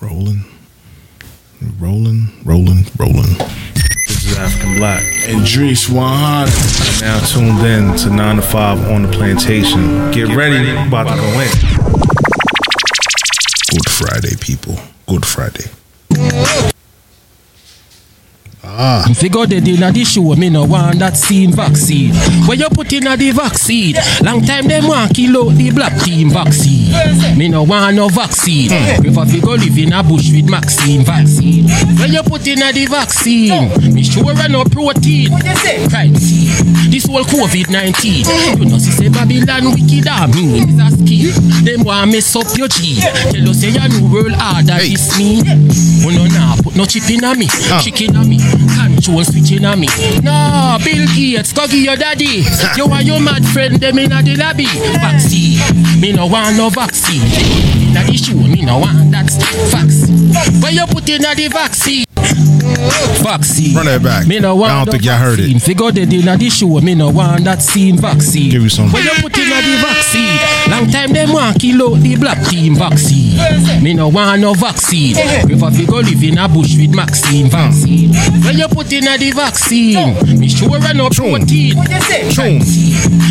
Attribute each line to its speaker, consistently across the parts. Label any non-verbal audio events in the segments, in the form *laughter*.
Speaker 1: Rolling, rolling, rolling, rolling. This is African Black and Dries Wan. Now tuned in to 9 to 5 on the plantation. Get, ready, about to go in. Good Friday, people. Good Friday.
Speaker 2: Figure they did not issue me no one that seen vaccine. Where you put in a the vaccine? Long time them want kill out the black team vaccine. Me no want no vaccine. Prefer fi go live in a bush with Maxine vaccine. Where you put in a the vaccine? Me sure I no protein. Crime scene. This whole COVID 19. You know see say Babylon wicked I mean is a scheme. Them want mess up your gene. Tell us say a new world order is me. Oh no nah put no chip in a me. Chicken a me. Control switching on me. No, Bill Gates, go give your daddy. You and your mad friend, them in the lobby. Vaccine, me no want no vaccine. That issue, me no want that vaccine. Where you put in a the vaccine? Vaccine.
Speaker 1: Run that back.
Speaker 2: Me no want
Speaker 1: I don't
Speaker 2: no
Speaker 1: think y'all heard it.
Speaker 2: vaccine. Figure they did not issue. Me no want that seen vaccine.
Speaker 1: Give you some.
Speaker 2: Where you put in a the vaccine? Long time them want kill out the black team vaccine. Me no want no vaccine. Prefer fi go live in a bush with Maxine vaccine. Where you put in a the vaccine? Me sure I no
Speaker 1: True.
Speaker 2: protein.
Speaker 1: True.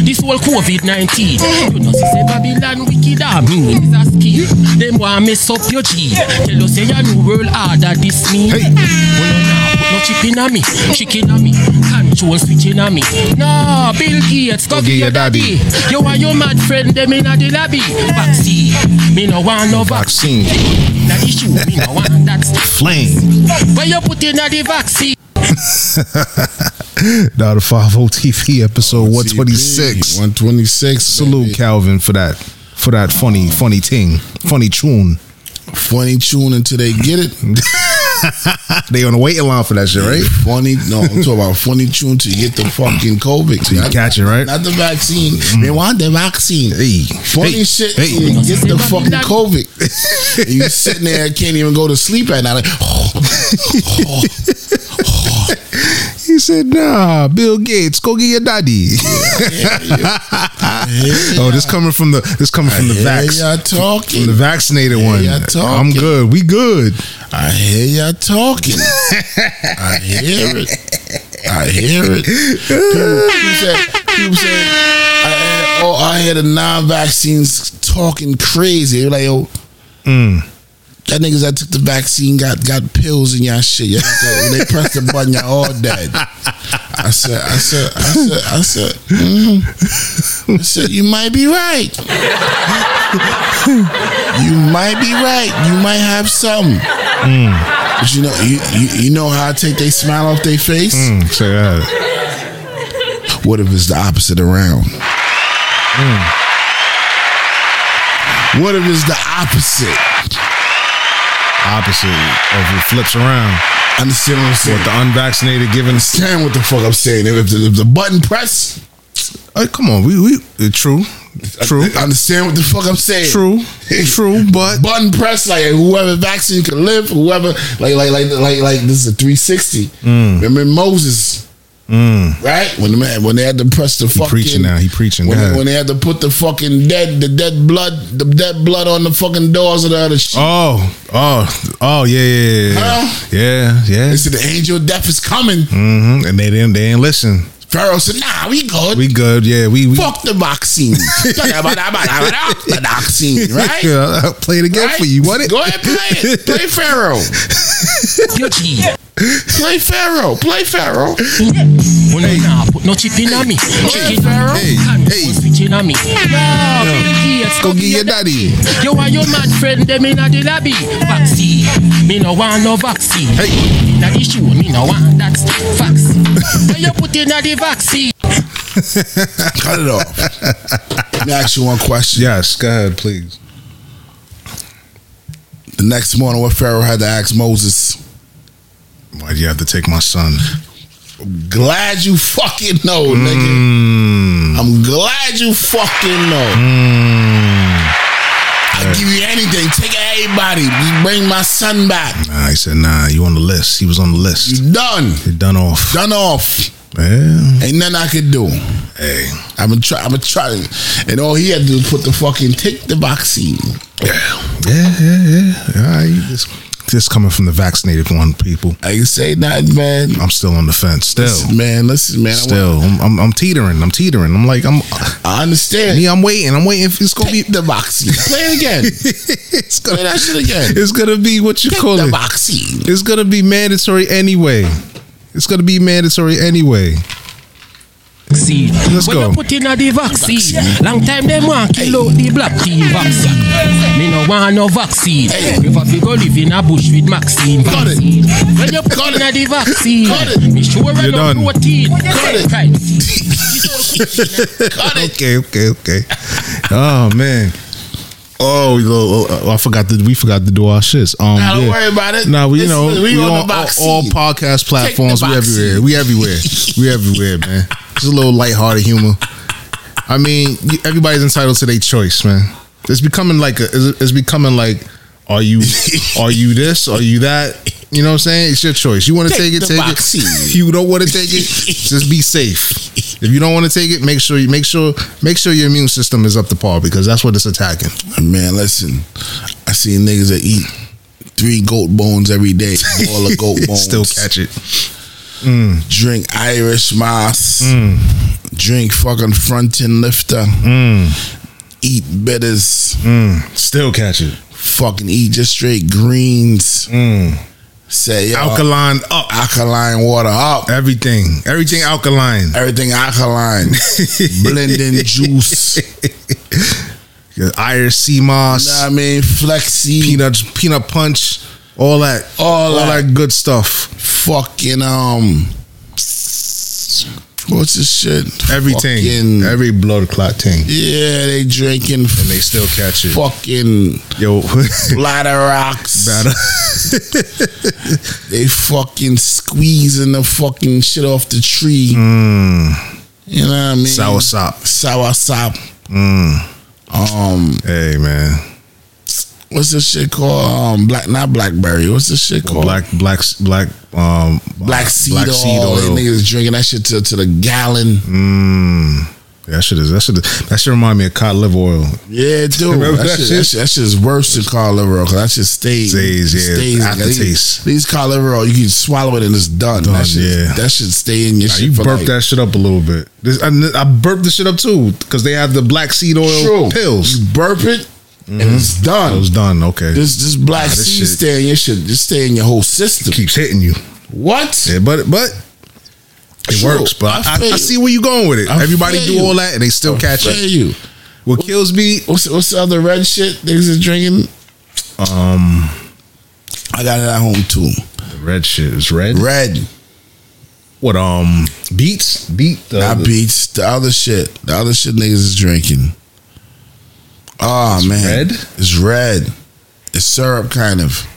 Speaker 2: This whole COVID 19. You know, see, say Babylon wicked, I mean, is a scheme. Them want mess up your G. Tell us, say, a new world order this me.
Speaker 1: Hey.
Speaker 2: Well, no, nah, put no chicken on me, chicken on me, control switching on me. No, Bill Gates, go
Speaker 1: Go
Speaker 2: get your daddy. You and your mad friend, them in the lobby. Vaccine, me no want no vaccine.
Speaker 1: Vaccine.
Speaker 2: That issue, me no want that stuff.
Speaker 1: Flame.
Speaker 2: Where you put in a the vaccine?
Speaker 1: Now the 5 OTV episode 126.
Speaker 3: 126.
Speaker 1: Salute
Speaker 3: baby.
Speaker 1: Calvin for that. For that funny, funny ting. Funny tune.
Speaker 3: Funny tune until they get it.
Speaker 1: They on the waiting line for that shit, right?
Speaker 3: Funny, no, I'm talking about funny tune to get the fucking COVID.
Speaker 1: You *laughs* catch it, right?
Speaker 3: Not the vaccine. They want the vaccine.
Speaker 1: Mm. Hey.
Speaker 3: Funny
Speaker 1: Hey.
Speaker 3: shit.
Speaker 1: Hey.
Speaker 3: You get the fucking COVID.
Speaker 1: *laughs*
Speaker 3: and you sitting there, can't even go to sleep at night. Like, "Oh,
Speaker 1: He said, "Nah, Bill Gates, go get your daddy." *laughs* oh, this coming from the this coming from the
Speaker 3: I hear
Speaker 1: vax
Speaker 3: y'all
Speaker 1: from
Speaker 3: talking.
Speaker 1: the vaccinated one.
Speaker 3: y'all
Speaker 1: I'm
Speaker 3: talking.
Speaker 1: good. We good.
Speaker 3: I hear y'all talking. I hear it. I hear it. People, people say, people say, I, oh, I hear the non-vaccines talking crazy. They're like, oh, that niggas that took the vaccine got got pills in y'all shit. Y'all got- they pressed the button, y'all all dead. I said, I said, I said, I said, mm. I said, you might be right. you might be right. You might have something. But you know, you, you, you know how I take they smile off their face.
Speaker 1: Mm, say that.
Speaker 3: What if it's the opposite around?
Speaker 1: Mm.
Speaker 3: What if it's the opposite?
Speaker 1: Opposite of it flips around.
Speaker 3: Understand what I'm saying?
Speaker 1: With the unvaccinated giving.
Speaker 3: Understand what the fuck I'm saying? If the, if the button press,
Speaker 1: Hey, come on, we we uh, true,
Speaker 3: *laughs*
Speaker 1: true,
Speaker 3: understand what the fuck I'm saying?
Speaker 1: true, true. But
Speaker 3: Button press, like whoever vaccine can live, whoever, like like like like like this is a 360.
Speaker 1: Mm.
Speaker 3: Remember Moses, right? When the man, when they had to press the fucking
Speaker 1: preaching now, Mm. he preaching,
Speaker 3: When
Speaker 1: go
Speaker 3: they,
Speaker 1: ahead.
Speaker 3: when they had to put the fucking dead the dead blood the dead blood on the fucking doors of the other shit.
Speaker 1: oh, oh, oh, yeah, yeah, yeah,
Speaker 3: Huh?
Speaker 1: yeah, yeah.
Speaker 3: They said the angel of death is coming.
Speaker 1: hmm And they didn't, they didn't listen.
Speaker 3: Pharaoh said, Nah, we good.
Speaker 1: We good, yeah. We we *laughs*
Speaker 3: Fuck the vaccine. the vaccine,
Speaker 1: *laughs*
Speaker 3: right?
Speaker 1: Yeah, I'll play it again
Speaker 3: Right?
Speaker 1: for you. What it?
Speaker 3: Go ahead, play it. Play Pharaoh.
Speaker 2: Your G.
Speaker 3: Play Pharaoh. Play Pharaow.
Speaker 2: Well, no, nah, put no chip in on me. Chicken on
Speaker 1: Hey,
Speaker 2: me. Can't
Speaker 1: hey.
Speaker 2: put switching on me. No, Bill Gates,
Speaker 1: Go get your daddy.
Speaker 2: You and your mad friend, them in the lobby. Vaccine, me no want no vaccine.
Speaker 1: Hey.
Speaker 2: That issue, me no want that
Speaker 1: *laughs*
Speaker 2: vaccine. Where you put in a the vaccine?
Speaker 3: Cut it off. Let me ask you one question.
Speaker 1: Yes, go ahead, please.
Speaker 3: The next morning, what Pharaoh had to ask Moses.
Speaker 1: Why do you have to take my son?
Speaker 3: Glad you fucking know, nigga.
Speaker 1: Mm,
Speaker 3: I'm glad you fucking know.
Speaker 1: Mm.
Speaker 3: I'll give you anything. Take everybody. You bring my son back.
Speaker 1: nah, he said, nah, you on the list. He was on the list.
Speaker 3: You done.
Speaker 1: You're done off.
Speaker 3: Done off.
Speaker 1: Yeah.
Speaker 3: Ain't nothing I could do.
Speaker 1: Hey.
Speaker 3: I'm gonna try. I'm gonna try. And all he had to do was put the fucking take the vaccine.
Speaker 1: Yeah, yeah, yeah. All right. niggas. This coming from the vaccinated one, people.
Speaker 3: I can say nothing, man.
Speaker 1: I'm still on the fence. Still,
Speaker 3: Listen, man, listen, man. I want-
Speaker 1: Oh, still, I'm, I'm, I'm teetering. I'm teetering. I'm like, I'm,
Speaker 3: I understand.
Speaker 1: me, I'm waiting. I'm waiting. If it's gonna be, *laughs*
Speaker 3: Pick the vaccine. Play it again.
Speaker 1: it's
Speaker 3: Play
Speaker 1: gonna,
Speaker 3: that shit again.
Speaker 1: it's gonna be what you
Speaker 3: Pick
Speaker 1: call
Speaker 3: the
Speaker 1: it.
Speaker 3: vaccine.
Speaker 1: It's gonna be mandatory anyway. It's gonna be mandatory anyway.
Speaker 2: vaccine.
Speaker 1: Let's
Speaker 2: when
Speaker 1: go.
Speaker 2: you put in a the vaccine, long time them want kill out the black team vaccine. Me no want no vaccine.
Speaker 3: Hey.
Speaker 2: Prefer fi go live in a bush with Maxine
Speaker 3: Got it.
Speaker 2: vaccine. When you put
Speaker 3: Got
Speaker 2: in a
Speaker 3: it.
Speaker 2: the vaccine,
Speaker 3: Got it.
Speaker 2: me sure I
Speaker 1: You're
Speaker 2: no
Speaker 1: done.
Speaker 2: protein.
Speaker 3: Got it.
Speaker 2: Christ.
Speaker 3: Got it.
Speaker 1: Okay, okay, okay. *laughs* oh man. Oh, oh, oh, oh, I forgot that we forgot to do our shits. Um,
Speaker 3: Nah, don't
Speaker 1: yeah.
Speaker 3: worry about it.
Speaker 1: Nah, we you
Speaker 3: This
Speaker 1: know
Speaker 3: is-
Speaker 1: we,
Speaker 3: we on the
Speaker 1: on, all,
Speaker 3: vaccine.
Speaker 1: all podcast platforms. We
Speaker 3: vaccine.
Speaker 1: everywhere. We everywhere. we everywhere, man. Just a little lighthearted humor. I mean, you- everybody's entitled to their choice, man. It's becoming like a, it's, it's becoming like, are
Speaker 3: *laughs*
Speaker 1: you are you this? Are you that? You know what I'm saying? It's your choice. You want to
Speaker 3: Take
Speaker 1: take, it,
Speaker 3: the
Speaker 1: take
Speaker 3: vaccine.
Speaker 1: it. *laughs* You don't want to take
Speaker 3: *laughs*
Speaker 1: it, just be safe. If you don't want to take it, make sure you make sure make sure your immune system is up to par because that's what it's attacking.
Speaker 3: Man, listen. I see niggas that eat three goat bones every
Speaker 1: *laughs*
Speaker 3: day. All the goat Oh, bones.
Speaker 1: Still catch it.
Speaker 3: drink Irish Moss,
Speaker 1: Mm.
Speaker 3: drink fucking frontin lifter,
Speaker 1: Mm.
Speaker 3: eat bitters,
Speaker 1: Still catch it.
Speaker 3: fucking eat just straight greens.
Speaker 1: Mm.
Speaker 3: Say yo,
Speaker 1: Alkaline up.
Speaker 3: alkaline water
Speaker 1: *laughs*
Speaker 3: up,
Speaker 1: Everything. Everything alkaline.
Speaker 3: everything alkaline,
Speaker 1: *laughs*
Speaker 3: blending juice.
Speaker 1: Your Irish sea moss,
Speaker 3: Know what I mean, flexi,
Speaker 1: peanut peanut punch, all that,
Speaker 3: All
Speaker 1: all
Speaker 3: that.
Speaker 1: that good stuff.
Speaker 3: fucking um, what's this shit?
Speaker 1: Everything,
Speaker 3: Fucking-
Speaker 1: every blood clot thing,
Speaker 3: yeah, they drinking and
Speaker 1: they still catch it.
Speaker 3: fucking
Speaker 1: Yo, *laughs*
Speaker 3: bladder rocks.
Speaker 1: batter.
Speaker 3: *laughs* They fucking squeezing the fucking shit off the tree. You know what I mean?
Speaker 1: Mm. sour Mm. sop.
Speaker 3: Sour sap. Um,
Speaker 1: Hey man,
Speaker 3: what's this shit called? Um, black, not blackberry. What's this shit called?
Speaker 1: black black black um
Speaker 3: black seed oil. They niggas drinking that shit to, to the gallon.
Speaker 1: mm, That shit is that shit. is- That should remind me of cod liver oil.
Speaker 3: Yeah, dude.
Speaker 1: Remember that
Speaker 3: That, shit,
Speaker 1: shit?
Speaker 3: that shit that shit's worse than cod liver oil because that shit stays.
Speaker 1: Stays, yeah,
Speaker 3: like, these,
Speaker 1: aftertaste.
Speaker 3: these cod liver oil, you can swallow it and it's done.
Speaker 1: Done,
Speaker 3: that shit,
Speaker 1: yeah.
Speaker 3: that should stay in your shit.
Speaker 1: You
Speaker 3: for
Speaker 1: burped
Speaker 3: life.
Speaker 1: that shit up a little bit. This, I, I burped this shit up too because they have the black seed oil
Speaker 3: True.
Speaker 1: pills.
Speaker 3: You burp it and it's done.
Speaker 1: It was done. Okay,
Speaker 3: This this black
Speaker 1: Nah, this
Speaker 3: seed
Speaker 1: shit-
Speaker 3: stay in your shit. Just stay in your whole system.
Speaker 1: keeps hitting you.
Speaker 3: What?
Speaker 1: Yeah, but but it
Speaker 3: Sure,
Speaker 1: works. But I,
Speaker 3: feel
Speaker 1: I,
Speaker 3: you.
Speaker 1: see where you're going with it.
Speaker 3: I
Speaker 1: Everybody
Speaker 3: feel
Speaker 1: do
Speaker 3: you.
Speaker 1: all that and they still catch
Speaker 3: Feel
Speaker 1: it.
Speaker 3: you.
Speaker 1: What kills me?
Speaker 3: What's what's the other red shit niggas is drinking?
Speaker 1: Um,
Speaker 3: I got it at home too.
Speaker 1: the red shit is red.
Speaker 3: Red,
Speaker 1: What um beats beat the,
Speaker 3: not beats. The other shit, the other shit niggas is drinking. Oh man,
Speaker 1: red?
Speaker 3: It's red. It's syrup kind of.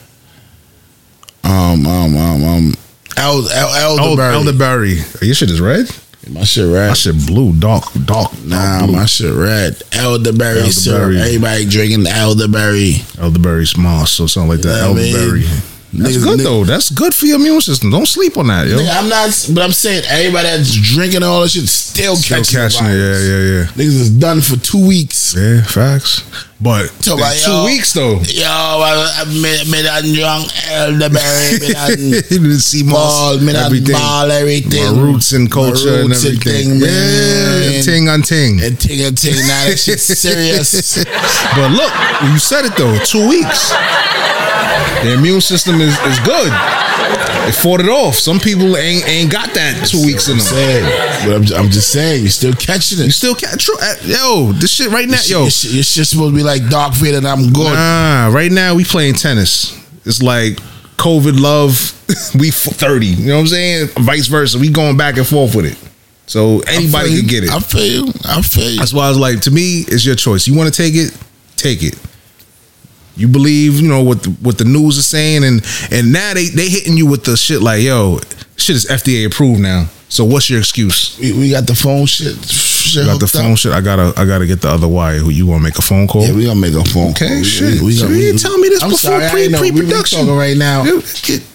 Speaker 3: Um um um um. El, el,
Speaker 1: Oh,
Speaker 3: elderberry.
Speaker 1: elderberry. Your shit is red.
Speaker 3: My shit red.
Speaker 1: My shit blue, dark, dark.
Speaker 3: nah,
Speaker 1: dark blue.
Speaker 3: my shit red. Elderberry, syrup.
Speaker 1: Elderberry.
Speaker 3: Everybody drinking elderberry.
Speaker 1: elderberry small, so something like that.
Speaker 3: Yeah, I mean,
Speaker 1: elderberry. That's
Speaker 3: niggas-
Speaker 1: good
Speaker 3: nigg-
Speaker 1: though. That's good for your immune system. Don't sleep on that, yo.
Speaker 3: Nigga, I'm not, but I'm saying everybody that's drinking all this shit still,
Speaker 1: Still
Speaker 3: catching, the
Speaker 1: catching it. Yeah,
Speaker 3: virus.
Speaker 1: yeah, yeah.
Speaker 3: Niggas is done for two weeks.
Speaker 1: Yeah, facts. But
Speaker 3: So,
Speaker 1: in
Speaker 3: like,
Speaker 1: two
Speaker 3: yo-
Speaker 1: weeks though.
Speaker 3: Yo, I, I made, made that drunk
Speaker 1: *laughs*
Speaker 3: elderberry, made that
Speaker 1: sea
Speaker 3: ball,
Speaker 1: moss,
Speaker 3: made that ball, everything.
Speaker 1: My roots and culture
Speaker 3: My
Speaker 1: and
Speaker 3: roots and
Speaker 1: everything.
Speaker 3: thing,
Speaker 1: yeah,
Speaker 3: man.
Speaker 1: ting on ting.
Speaker 3: And ting and ting, now
Speaker 1: *laughs*
Speaker 3: that shit serious.
Speaker 1: But look, you said it though. Two weeks. The immune system is, is good. They fought it off. Some people ain't ain't got that two weeks in
Speaker 3: I'm
Speaker 1: them.
Speaker 3: saying, but I'm, I'm just saying, you're still catching
Speaker 1: You
Speaker 3: it.
Speaker 1: still can't. True, uh, yo, this shit right now, yo.
Speaker 3: Your shit, your shit's supposed to be like Dark Vader, and I'm good.
Speaker 1: Ah, right now we playing tennis. It's like COVID love. *laughs* we f- thirty. You know what I'm saying? Vice versa. We going back and forth with it. So
Speaker 3: I feel
Speaker 1: anybody
Speaker 3: you.
Speaker 1: can get it.
Speaker 3: I feel you. I feel you.
Speaker 1: That's why I was like, to me, it's your choice. You want to take it, take it. You believe, you know what the, what the news is saying, and and now they they hitting you with the shit like, yo, shit is FDA approved now. So what's your excuse?
Speaker 3: We, we got the phone shit. shit
Speaker 1: You got the
Speaker 3: hooked up.
Speaker 1: phone shit. I gotta I gotta get the other wire. Who you want to make a phone call?
Speaker 3: Yeah, we gonna make a phone call.
Speaker 1: okay,
Speaker 3: We-
Speaker 1: shit.
Speaker 3: we- we
Speaker 1: so
Speaker 3: gonna-
Speaker 1: you didn't tell me this
Speaker 3: I'm
Speaker 1: before
Speaker 3: sorry, I
Speaker 1: pre
Speaker 3: ain't know. We
Speaker 1: pre
Speaker 3: been
Speaker 1: production.
Speaker 3: talking right now.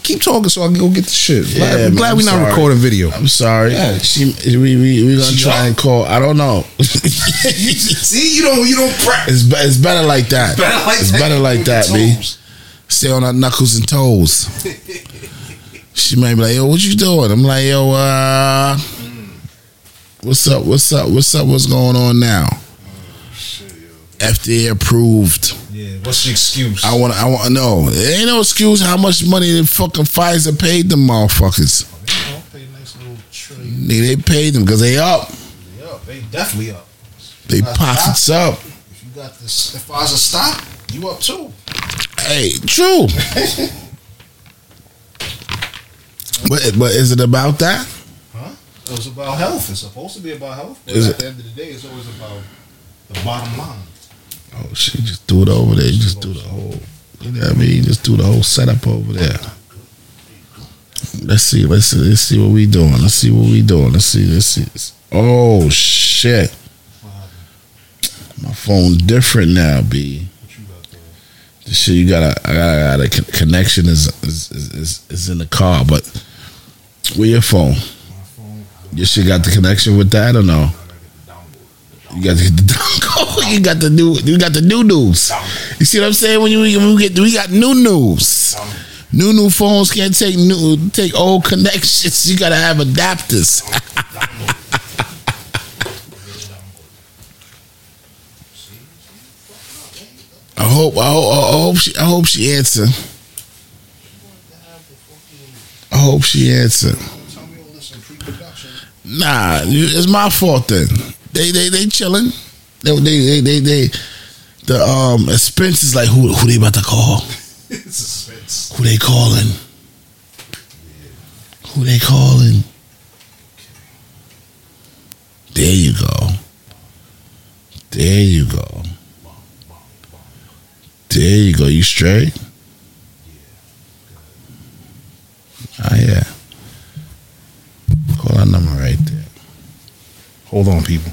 Speaker 1: Keep talking so I can go get the shit.
Speaker 3: Yeah,
Speaker 1: Glad-
Speaker 3: man,
Speaker 1: glad
Speaker 3: I'm
Speaker 1: we not
Speaker 3: sorry.
Speaker 1: recording video.
Speaker 3: I'm sorry. She, we we we gonna try and call. I don't know.
Speaker 1: See, you don't you don't practice.
Speaker 3: It's be, it's better like that.
Speaker 1: Better like
Speaker 3: it's
Speaker 1: that.
Speaker 3: better like that, B. stay on her knuckles and toes. She might be like, "Yo, what you doing?" I'm like, "Yo, uh, what's up? What's up? What's up? What's going on now?" FDA approved.
Speaker 1: Yeah, what's the excuse?
Speaker 3: I want. I want to know. There ain't no excuse how much money the fucking Pfizer paid them motherfuckers.
Speaker 1: I'll pay a nice little trade.
Speaker 3: Nigga, they paid them because they up.
Speaker 1: They up. They definitely up.
Speaker 3: They pockets up.
Speaker 1: If you got this, if I was a stock, you up too.
Speaker 3: Hey, true. *laughs* but but is it about that?
Speaker 1: Huh? It was about health. It's supposed to be about health, but
Speaker 3: Is
Speaker 1: at
Speaker 3: it-
Speaker 1: the end of the day, it's always about the bottom line. *laughs*
Speaker 3: Oh shit! Just do it over there. You Just do the whole. You know what I mean? Just do the whole setup over there. Let's see. Let's see. Let's see what we doing. Let's see what we doing. Let's see. Let's see. Oh shit! My phone different now, B.
Speaker 1: What you got there?
Speaker 3: The shit you got. I got a con- connection is is, is is is in the car, but where your phone?
Speaker 1: My phone. I
Speaker 3: Your shit got the connection with that or no?
Speaker 1: gotta get the download.
Speaker 3: You got the you got the *laughs* new you got the new news. You see what I'm saying? When you when we get we got new news. New new phones can't take new take old connections. You gotta have adapters. *laughs* I hope I hope I hope she I hope she answer. I hope she answer.
Speaker 1: Tell me all this in pre-production.
Speaker 3: Nah, you- it's my fault then. They they they chilling. They they they they, they the um expense is like who who they about to call?
Speaker 1: Suspense.
Speaker 3: Who they calling? Who they calling? There you go. There you go. There you go. You straight? Ah yeah. Call our number right there.
Speaker 1: Hold on, people.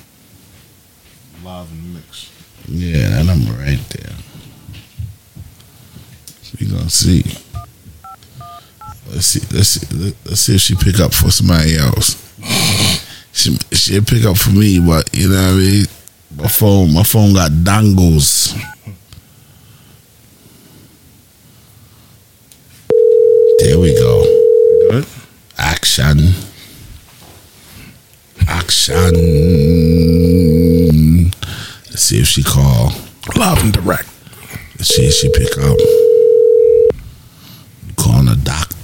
Speaker 1: Live and mix.
Speaker 3: Yeah, that number right there. We gonna see. Let's see. Let's see. let- Let's see if she pick up for somebody else. She she'll pick up for me, but you know what I mean. My phone, my phone got dongles. There we go.
Speaker 1: Good.
Speaker 3: Action. Action. Let's see if she call.
Speaker 1: Live and direct.
Speaker 3: She she pick up. Calling a doctor.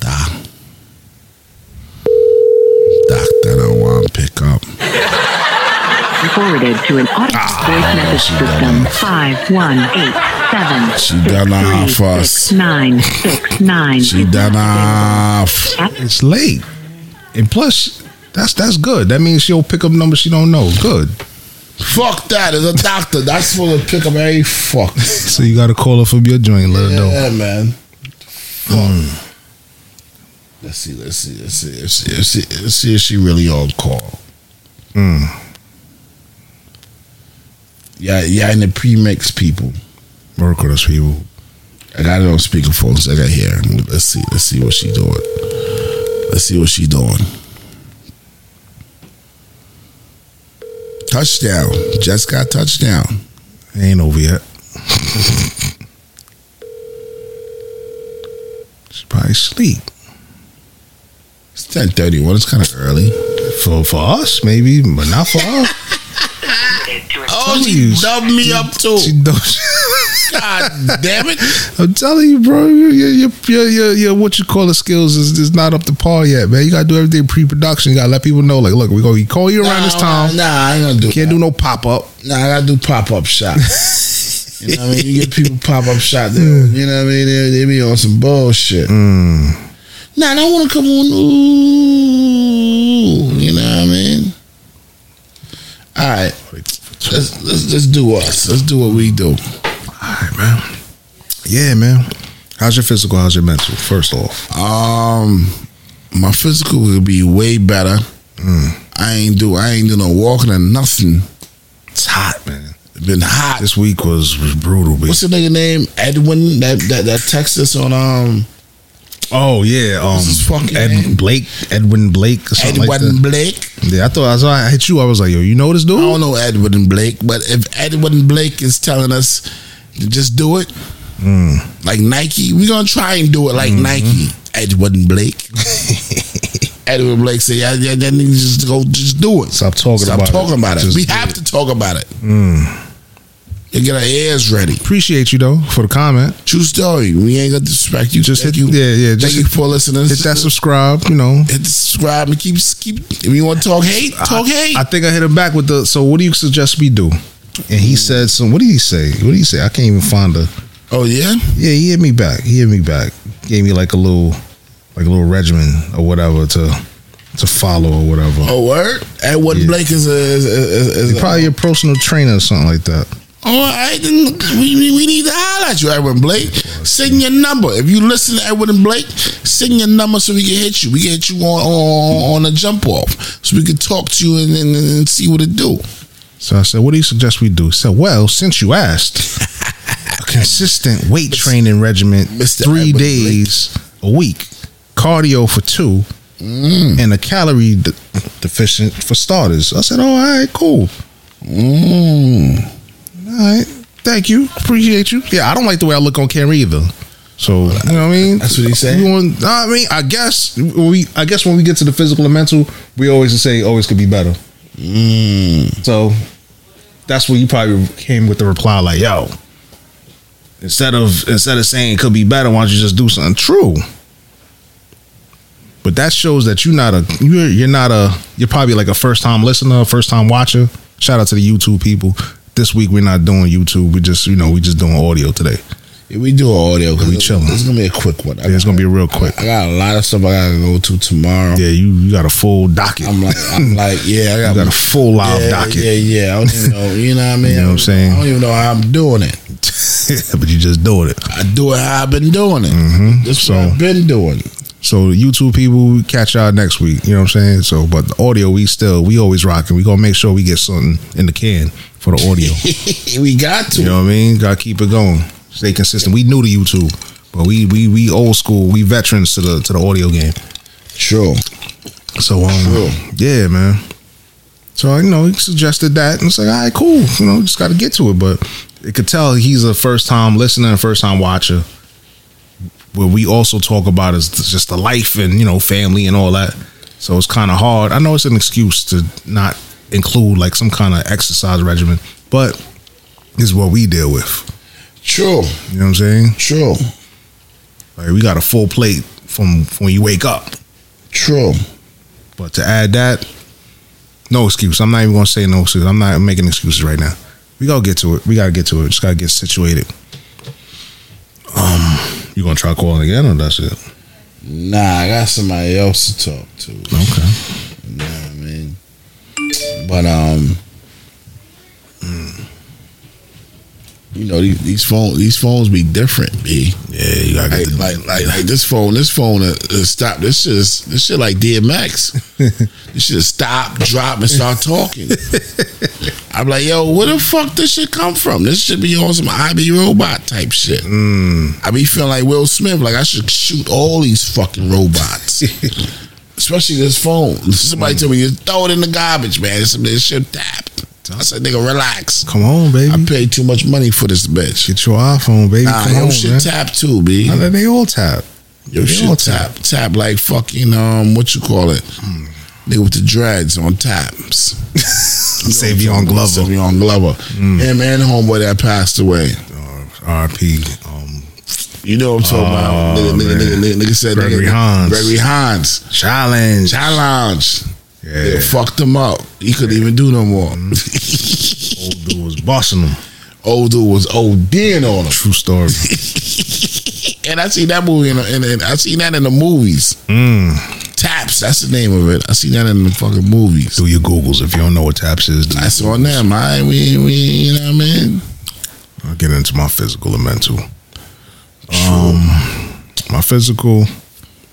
Speaker 3: Doctor don't want to pick up.
Speaker 4: forwarded to an automatic
Speaker 3: Ah.
Speaker 4: voice message
Speaker 3: she done
Speaker 4: system five one eight seven
Speaker 3: She done off us.
Speaker 4: six nine six nine.
Speaker 3: She done off.
Speaker 5: It's late, and plus, that's that's good. That means she'll pick up numbers she don't know. Good.
Speaker 3: Fuck that. It's a doctor. That's supposed to pick up every fuck.
Speaker 5: *laughs* So you got to call her from your joint. Let her know.
Speaker 3: Yeah, man. Fuck. Let's see. Let's see. Let's see. Let's see. Let's see, let's see if she really on call.
Speaker 5: Mm.
Speaker 3: Yeah, yeah. In the pre-mix, people.
Speaker 5: Miracle those people.
Speaker 3: I got it on speakerphone, so I got here. Let's see. Let's see what she doing. Let's see what she doing. Touchdown. Just got touchdown.
Speaker 5: It ain't over yet. *laughs* She's probably asleep.
Speaker 3: It's ten thirty-one. It's kind of early.
Speaker 5: For for us, maybe, but not for us.
Speaker 3: *laughs* Oh,
Speaker 5: she you.
Speaker 3: dubbed me up too.
Speaker 5: She don't.
Speaker 3: Oh.
Speaker 5: *laughs*
Speaker 3: God damn it.
Speaker 5: I'm telling you, bro. Your your your your, your what you call the skills is, is not up to par yet, man. You gotta do everything pre production. You gotta let people know, like, look, we gonna call you around this time.
Speaker 3: Nah, I ain't gonna do.
Speaker 5: Can't do no pop up.
Speaker 3: Nah, I gotta do pop
Speaker 5: *laughs*
Speaker 3: up shots. you know what I mean? You get people pop up shot. They,
Speaker 5: Mm.
Speaker 3: You know what I mean? They, they be on some bullshit. Nah, I don't want to come on. Ooh, you know what I mean? All right, let's let's just do us. Let's do what we do.
Speaker 5: All right, man. Yeah, man. How's your physical? How's your mental? First off,
Speaker 3: Um, my physical would be way better.
Speaker 5: Mm.
Speaker 3: I ain't do I ain't do no walking or nothing.
Speaker 5: it's hot, man.
Speaker 3: Been hot.
Speaker 5: This week was was brutal. B.
Speaker 3: What's the nigga name? Edwin that that that texted us on um
Speaker 5: Oh yeah, um,
Speaker 3: What's his fucking
Speaker 5: Ed
Speaker 3: name?
Speaker 5: Blake, Edwin Blake, or something
Speaker 3: Edwin
Speaker 5: like that.
Speaker 3: Blake.
Speaker 5: Yeah, I thought I saw I hit you. I was like, yo, you know this
Speaker 3: I
Speaker 5: dude?
Speaker 3: don't know Edwin Blake, but if Edwin Blake is telling us to just do it,
Speaker 1: Hmm.
Speaker 3: Like Nike, we gonna try and do it
Speaker 1: Mm-hmm.
Speaker 3: like Nike. Edward
Speaker 1: *laughs*
Speaker 3: and Blake. Edward Blake said, "Yeah, yeah, that nigga just go, just do it.
Speaker 1: Stop talking
Speaker 3: Stop
Speaker 1: about it.
Speaker 3: talking about it.
Speaker 1: Just
Speaker 3: we
Speaker 1: do Hmm.
Speaker 3: have to talk about it. You get our ears ready.
Speaker 1: Appreciate you though for the comment.
Speaker 3: True story. We ain't gonna disrespect you.
Speaker 1: Just
Speaker 3: Thank
Speaker 1: hit-
Speaker 3: you.
Speaker 1: yeah, yeah,
Speaker 3: Thank
Speaker 1: just
Speaker 3: you
Speaker 1: hit-
Speaker 3: for listening.
Speaker 1: Hit that subscribe, you know.
Speaker 3: Hit the subscribe and keep keep. If you want to talk hate, talk hate.
Speaker 1: I think I hit him back with the. So, what do you suggest we do? And he said, "Some. What did he say? What did he say? I can't even find the.
Speaker 3: oh yeah.
Speaker 1: Yeah, he hit me back. He hit me back. Gave me like a little, like a little regimen or whatever to, to follow or whatever.
Speaker 3: Oh word. Edward
Speaker 1: Yeah.
Speaker 3: Blake is a. Is, is, is- is a-
Speaker 1: Probably a personal trainer or something like that.
Speaker 3: Oh, I didn't. We, we- we need to holler at you, Edward and Blake. Send your number. If you listen to Edward and Blake, send your number so we can hit you. We can hit you on on, on a jump off so we can talk to you and, and, and see what it do.
Speaker 1: So I said, "What do you suggest we do?" He said, "Well, since you asked, a
Speaker 3: *laughs*
Speaker 1: consistent weight training regimen,
Speaker 3: Mr.
Speaker 1: three
Speaker 3: Edward
Speaker 1: days a week, cardio for two,
Speaker 3: Mm.
Speaker 1: and a calorie de- deficient for starters." I said, "Oh, all right, cool. Mm. All right, thank you, appreciate you." Yeah, I don't like the way I look on camera either. So you know what I mean?
Speaker 3: That's what he said?
Speaker 1: We want- I mean, I guess we. I guess when we get to the physical and mental, we always say always could be better.
Speaker 3: Mm.
Speaker 1: So that's where you probably came with the reply like, "Yo, instead of instead of saying it could be better, why don't you just do something true?" But that shows that you're not a you're you're not a you're probably like a first time listener, first time watcher. Shout out to the YouTube people. This week we're not doing YouTube. We just you know we just doing audio today.
Speaker 3: Yeah, we do an audio. 'cause
Speaker 1: We
Speaker 3: it's-
Speaker 1: chilling.
Speaker 3: It's gonna be a quick one. I
Speaker 1: Yeah, it's gonna be real quick.
Speaker 3: I got a lot of stuff I gotta go to tomorrow.
Speaker 1: Yeah, you, you got a full docket.
Speaker 3: I'm like, I'm like, yeah, I
Speaker 1: you
Speaker 3: got,
Speaker 1: got a full live
Speaker 3: yeah,
Speaker 1: docket.
Speaker 3: Yeah, yeah. I don't even know. You know what I
Speaker 1: *laughs*
Speaker 3: mean?
Speaker 1: You know what I'm saying?
Speaker 3: I don't even know how I'm doing it.
Speaker 1: *laughs* but you just doing it. Mm-hmm.
Speaker 3: I do it how I've been doing it. That's
Speaker 1: So-
Speaker 3: what I've
Speaker 1: *laughs*
Speaker 3: been doing. *laughs*
Speaker 1: So the YouTube people, we catch y'all next week. You know what I'm saying? So, but the audio, we still, we always rocking. We gonna make sure we get something in the can for the audio.
Speaker 3: we got to.
Speaker 1: you know what I mean? Gotta keep it going, stay consistent. We new to YouTube, but we we we old school. We veterans to the to the audio game.
Speaker 3: True.
Speaker 1: So um,
Speaker 3: True.
Speaker 1: yeah, man. So you know, he suggested that, and it's like, all right, cool. You know, just got to get to it. But it could tell he's a first time listener and first time watcher. What we also talk about is just the life and you know family and all that. So it's kind of hard. I know it's an excuse to not include like some kind of exercise regimen, but it's what we deal with.
Speaker 3: True.
Speaker 1: You know what I'm saying?
Speaker 3: True.
Speaker 1: Like we got a full plate from, from when you wake up.
Speaker 3: True.
Speaker 1: But to add that, no excuse. I'm not even gonna say no excuse. I'm not making excuses right now. We gotta get to it. We gotta get to it. Just gotta get situated. Um, you gonna try calling again or that's it?
Speaker 3: Nah, I got somebody else to talk to. You know
Speaker 1: Okay.
Speaker 3: what I mean? But um hmm. You know these, these phone these phones be different, b.
Speaker 1: Yeah, you gotta
Speaker 3: Like,
Speaker 1: get the,
Speaker 3: like like like this phone this phone uh, uh, stop this shit is, this shit like
Speaker 1: *laughs*
Speaker 3: DMX. this shit stop drop and start talking. I'm like yo, where the fuck this shit come from? This should be on some IB robot type shit.
Speaker 1: Hmm.
Speaker 3: I be feeling like Will Smith. Like I should shoot all these
Speaker 1: *laughs*
Speaker 3: fucking robots, especially this phone.
Speaker 1: Mm.
Speaker 3: Somebody told me just throw it in the garbage, man. This, this shit tapped. I said, nigga, relax.
Speaker 1: come on, baby.
Speaker 3: I paid too much money for this bitch.
Speaker 1: Mm. get your iPhone, baby.
Speaker 3: Nah,
Speaker 1: come
Speaker 3: yo
Speaker 1: on,
Speaker 3: shit
Speaker 1: man.
Speaker 3: tapped too, b.
Speaker 1: Now that they all tap.
Speaker 3: Yo
Speaker 1: they all
Speaker 3: shit tap tap like fucking um what you call it?
Speaker 1: Mm.
Speaker 3: Nigga with the dreads
Speaker 1: *laughs*
Speaker 3: on taps.
Speaker 1: Savion Glover. Mm.
Speaker 3: Savion Glover. Him and homeboy that passed away.
Speaker 1: Uh, RP. Um,
Speaker 3: You know what I'm talking about?
Speaker 1: Oh,
Speaker 3: Nigga, nigga,
Speaker 1: man.
Speaker 3: nigga, nigga, nigga said
Speaker 1: Gregory
Speaker 3: nigga,
Speaker 1: Hines.
Speaker 3: Gregory Hines.
Speaker 1: challenge.
Speaker 3: challenge.
Speaker 1: Yeah. Mm.
Speaker 3: It fucked him up. He couldn't even do no more.
Speaker 1: Old dude was bossing them.
Speaker 3: Old dude was ODing on him.
Speaker 1: True story.
Speaker 3: *laughs* And I seen that movie in, in, in I seen that in the movies.
Speaker 5: Hmm.
Speaker 3: Taps, that's the name of it. I seen that in the fucking movies.
Speaker 1: do your Googles if you don't know what taps is. do your
Speaker 3: That's on them. I we we you know what I mean.
Speaker 1: I'll get into my physical and mental. Um, my physical.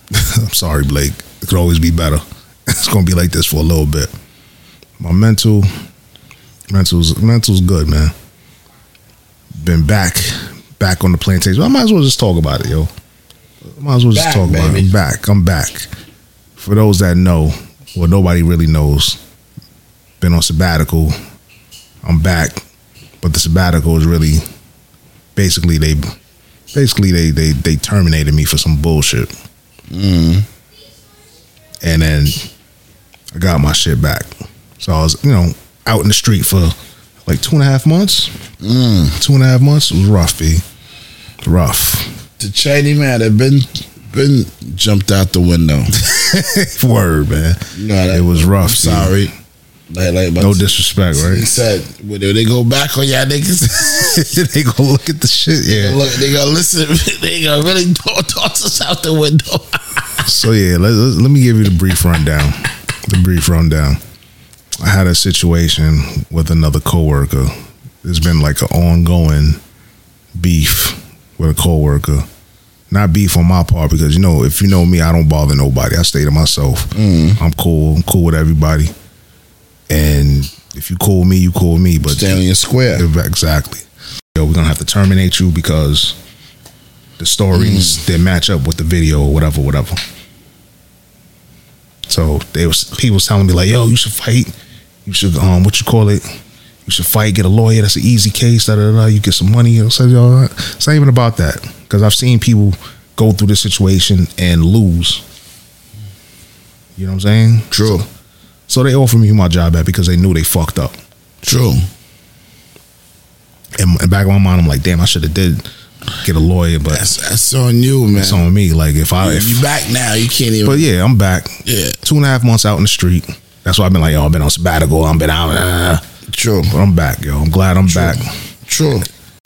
Speaker 1: *laughs* I'm sorry, Blake. It could always be better. *laughs* It's gonna be like this for a little bit. My mental, mental's mental's good, man. Been back, back on the plantation. I might as well just talk about it, yo. Might as well just
Speaker 3: Back,
Speaker 1: talk about it.
Speaker 3: baby.
Speaker 1: I'm back. I'm back. For those that know, well, nobody really knows. Been on sabbatical. I'm back, but the sabbatical is really basically they
Speaker 5: basically they they they terminated me for some bullshit. Mm. And then I got my shit back. So I was, you know, out in the street for like two and a half months. Two and a half months. It was rough, B. Rough.
Speaker 3: The Chinese man had been been jumped out the *laughs* window.
Speaker 5: Word, man.
Speaker 3: You know how that-
Speaker 5: it was rough.
Speaker 3: I'm
Speaker 5: B.
Speaker 3: sorry. Like like
Speaker 5: No disrespect, *laughs*
Speaker 3: He
Speaker 5: right?
Speaker 3: said, well, they go back on y'all niggas. *laughs*
Speaker 5: they go look at the shit. Yeah.
Speaker 3: Look, they gonna listen. *laughs* They gonna really to- toss us out the window.
Speaker 5: So yeah, let, let, let me give you the brief rundown. The brief rundown. I had a situation with another coworker. There's been like an ongoing beef with a coworker. Not beef on my part because you know if you know me, I don't bother nobody. I stay to myself. I'm cool. I'm cool with everybody. And if you cool with me, you cool with me. But
Speaker 3: Stay on your square.
Speaker 5: Exactly. Yo, we're gonna have to terminate you because the stories didn't match up with the video or whatever, whatever. So they was people was telling me like, yo, you should fight. You should um what you call it? You should fight, get a lawyer, that's an easy case, da da da, da. you get some money. I said, yo, uh, it's not even about that. Cause I've seen people go through this situation and lose. You know what I'm saying?
Speaker 3: True,
Speaker 5: So they offered me my job back because they knew they fucked up.
Speaker 3: true.
Speaker 5: And in the back of my mind, I'm like, damn, I should have did get a lawyer, but
Speaker 3: That's that's on you, man.
Speaker 5: it's on me. Like if I,
Speaker 3: you,
Speaker 5: if,
Speaker 3: you back now. You can't even.
Speaker 5: but yeah, I'm back.
Speaker 3: Yeah.
Speaker 5: two and a half months out in the street. That's why I've been like, yo, I've been on sabbatical. I've been out, uh,
Speaker 3: true,
Speaker 5: but I'm back, yo. I'm glad I'm back.
Speaker 3: true.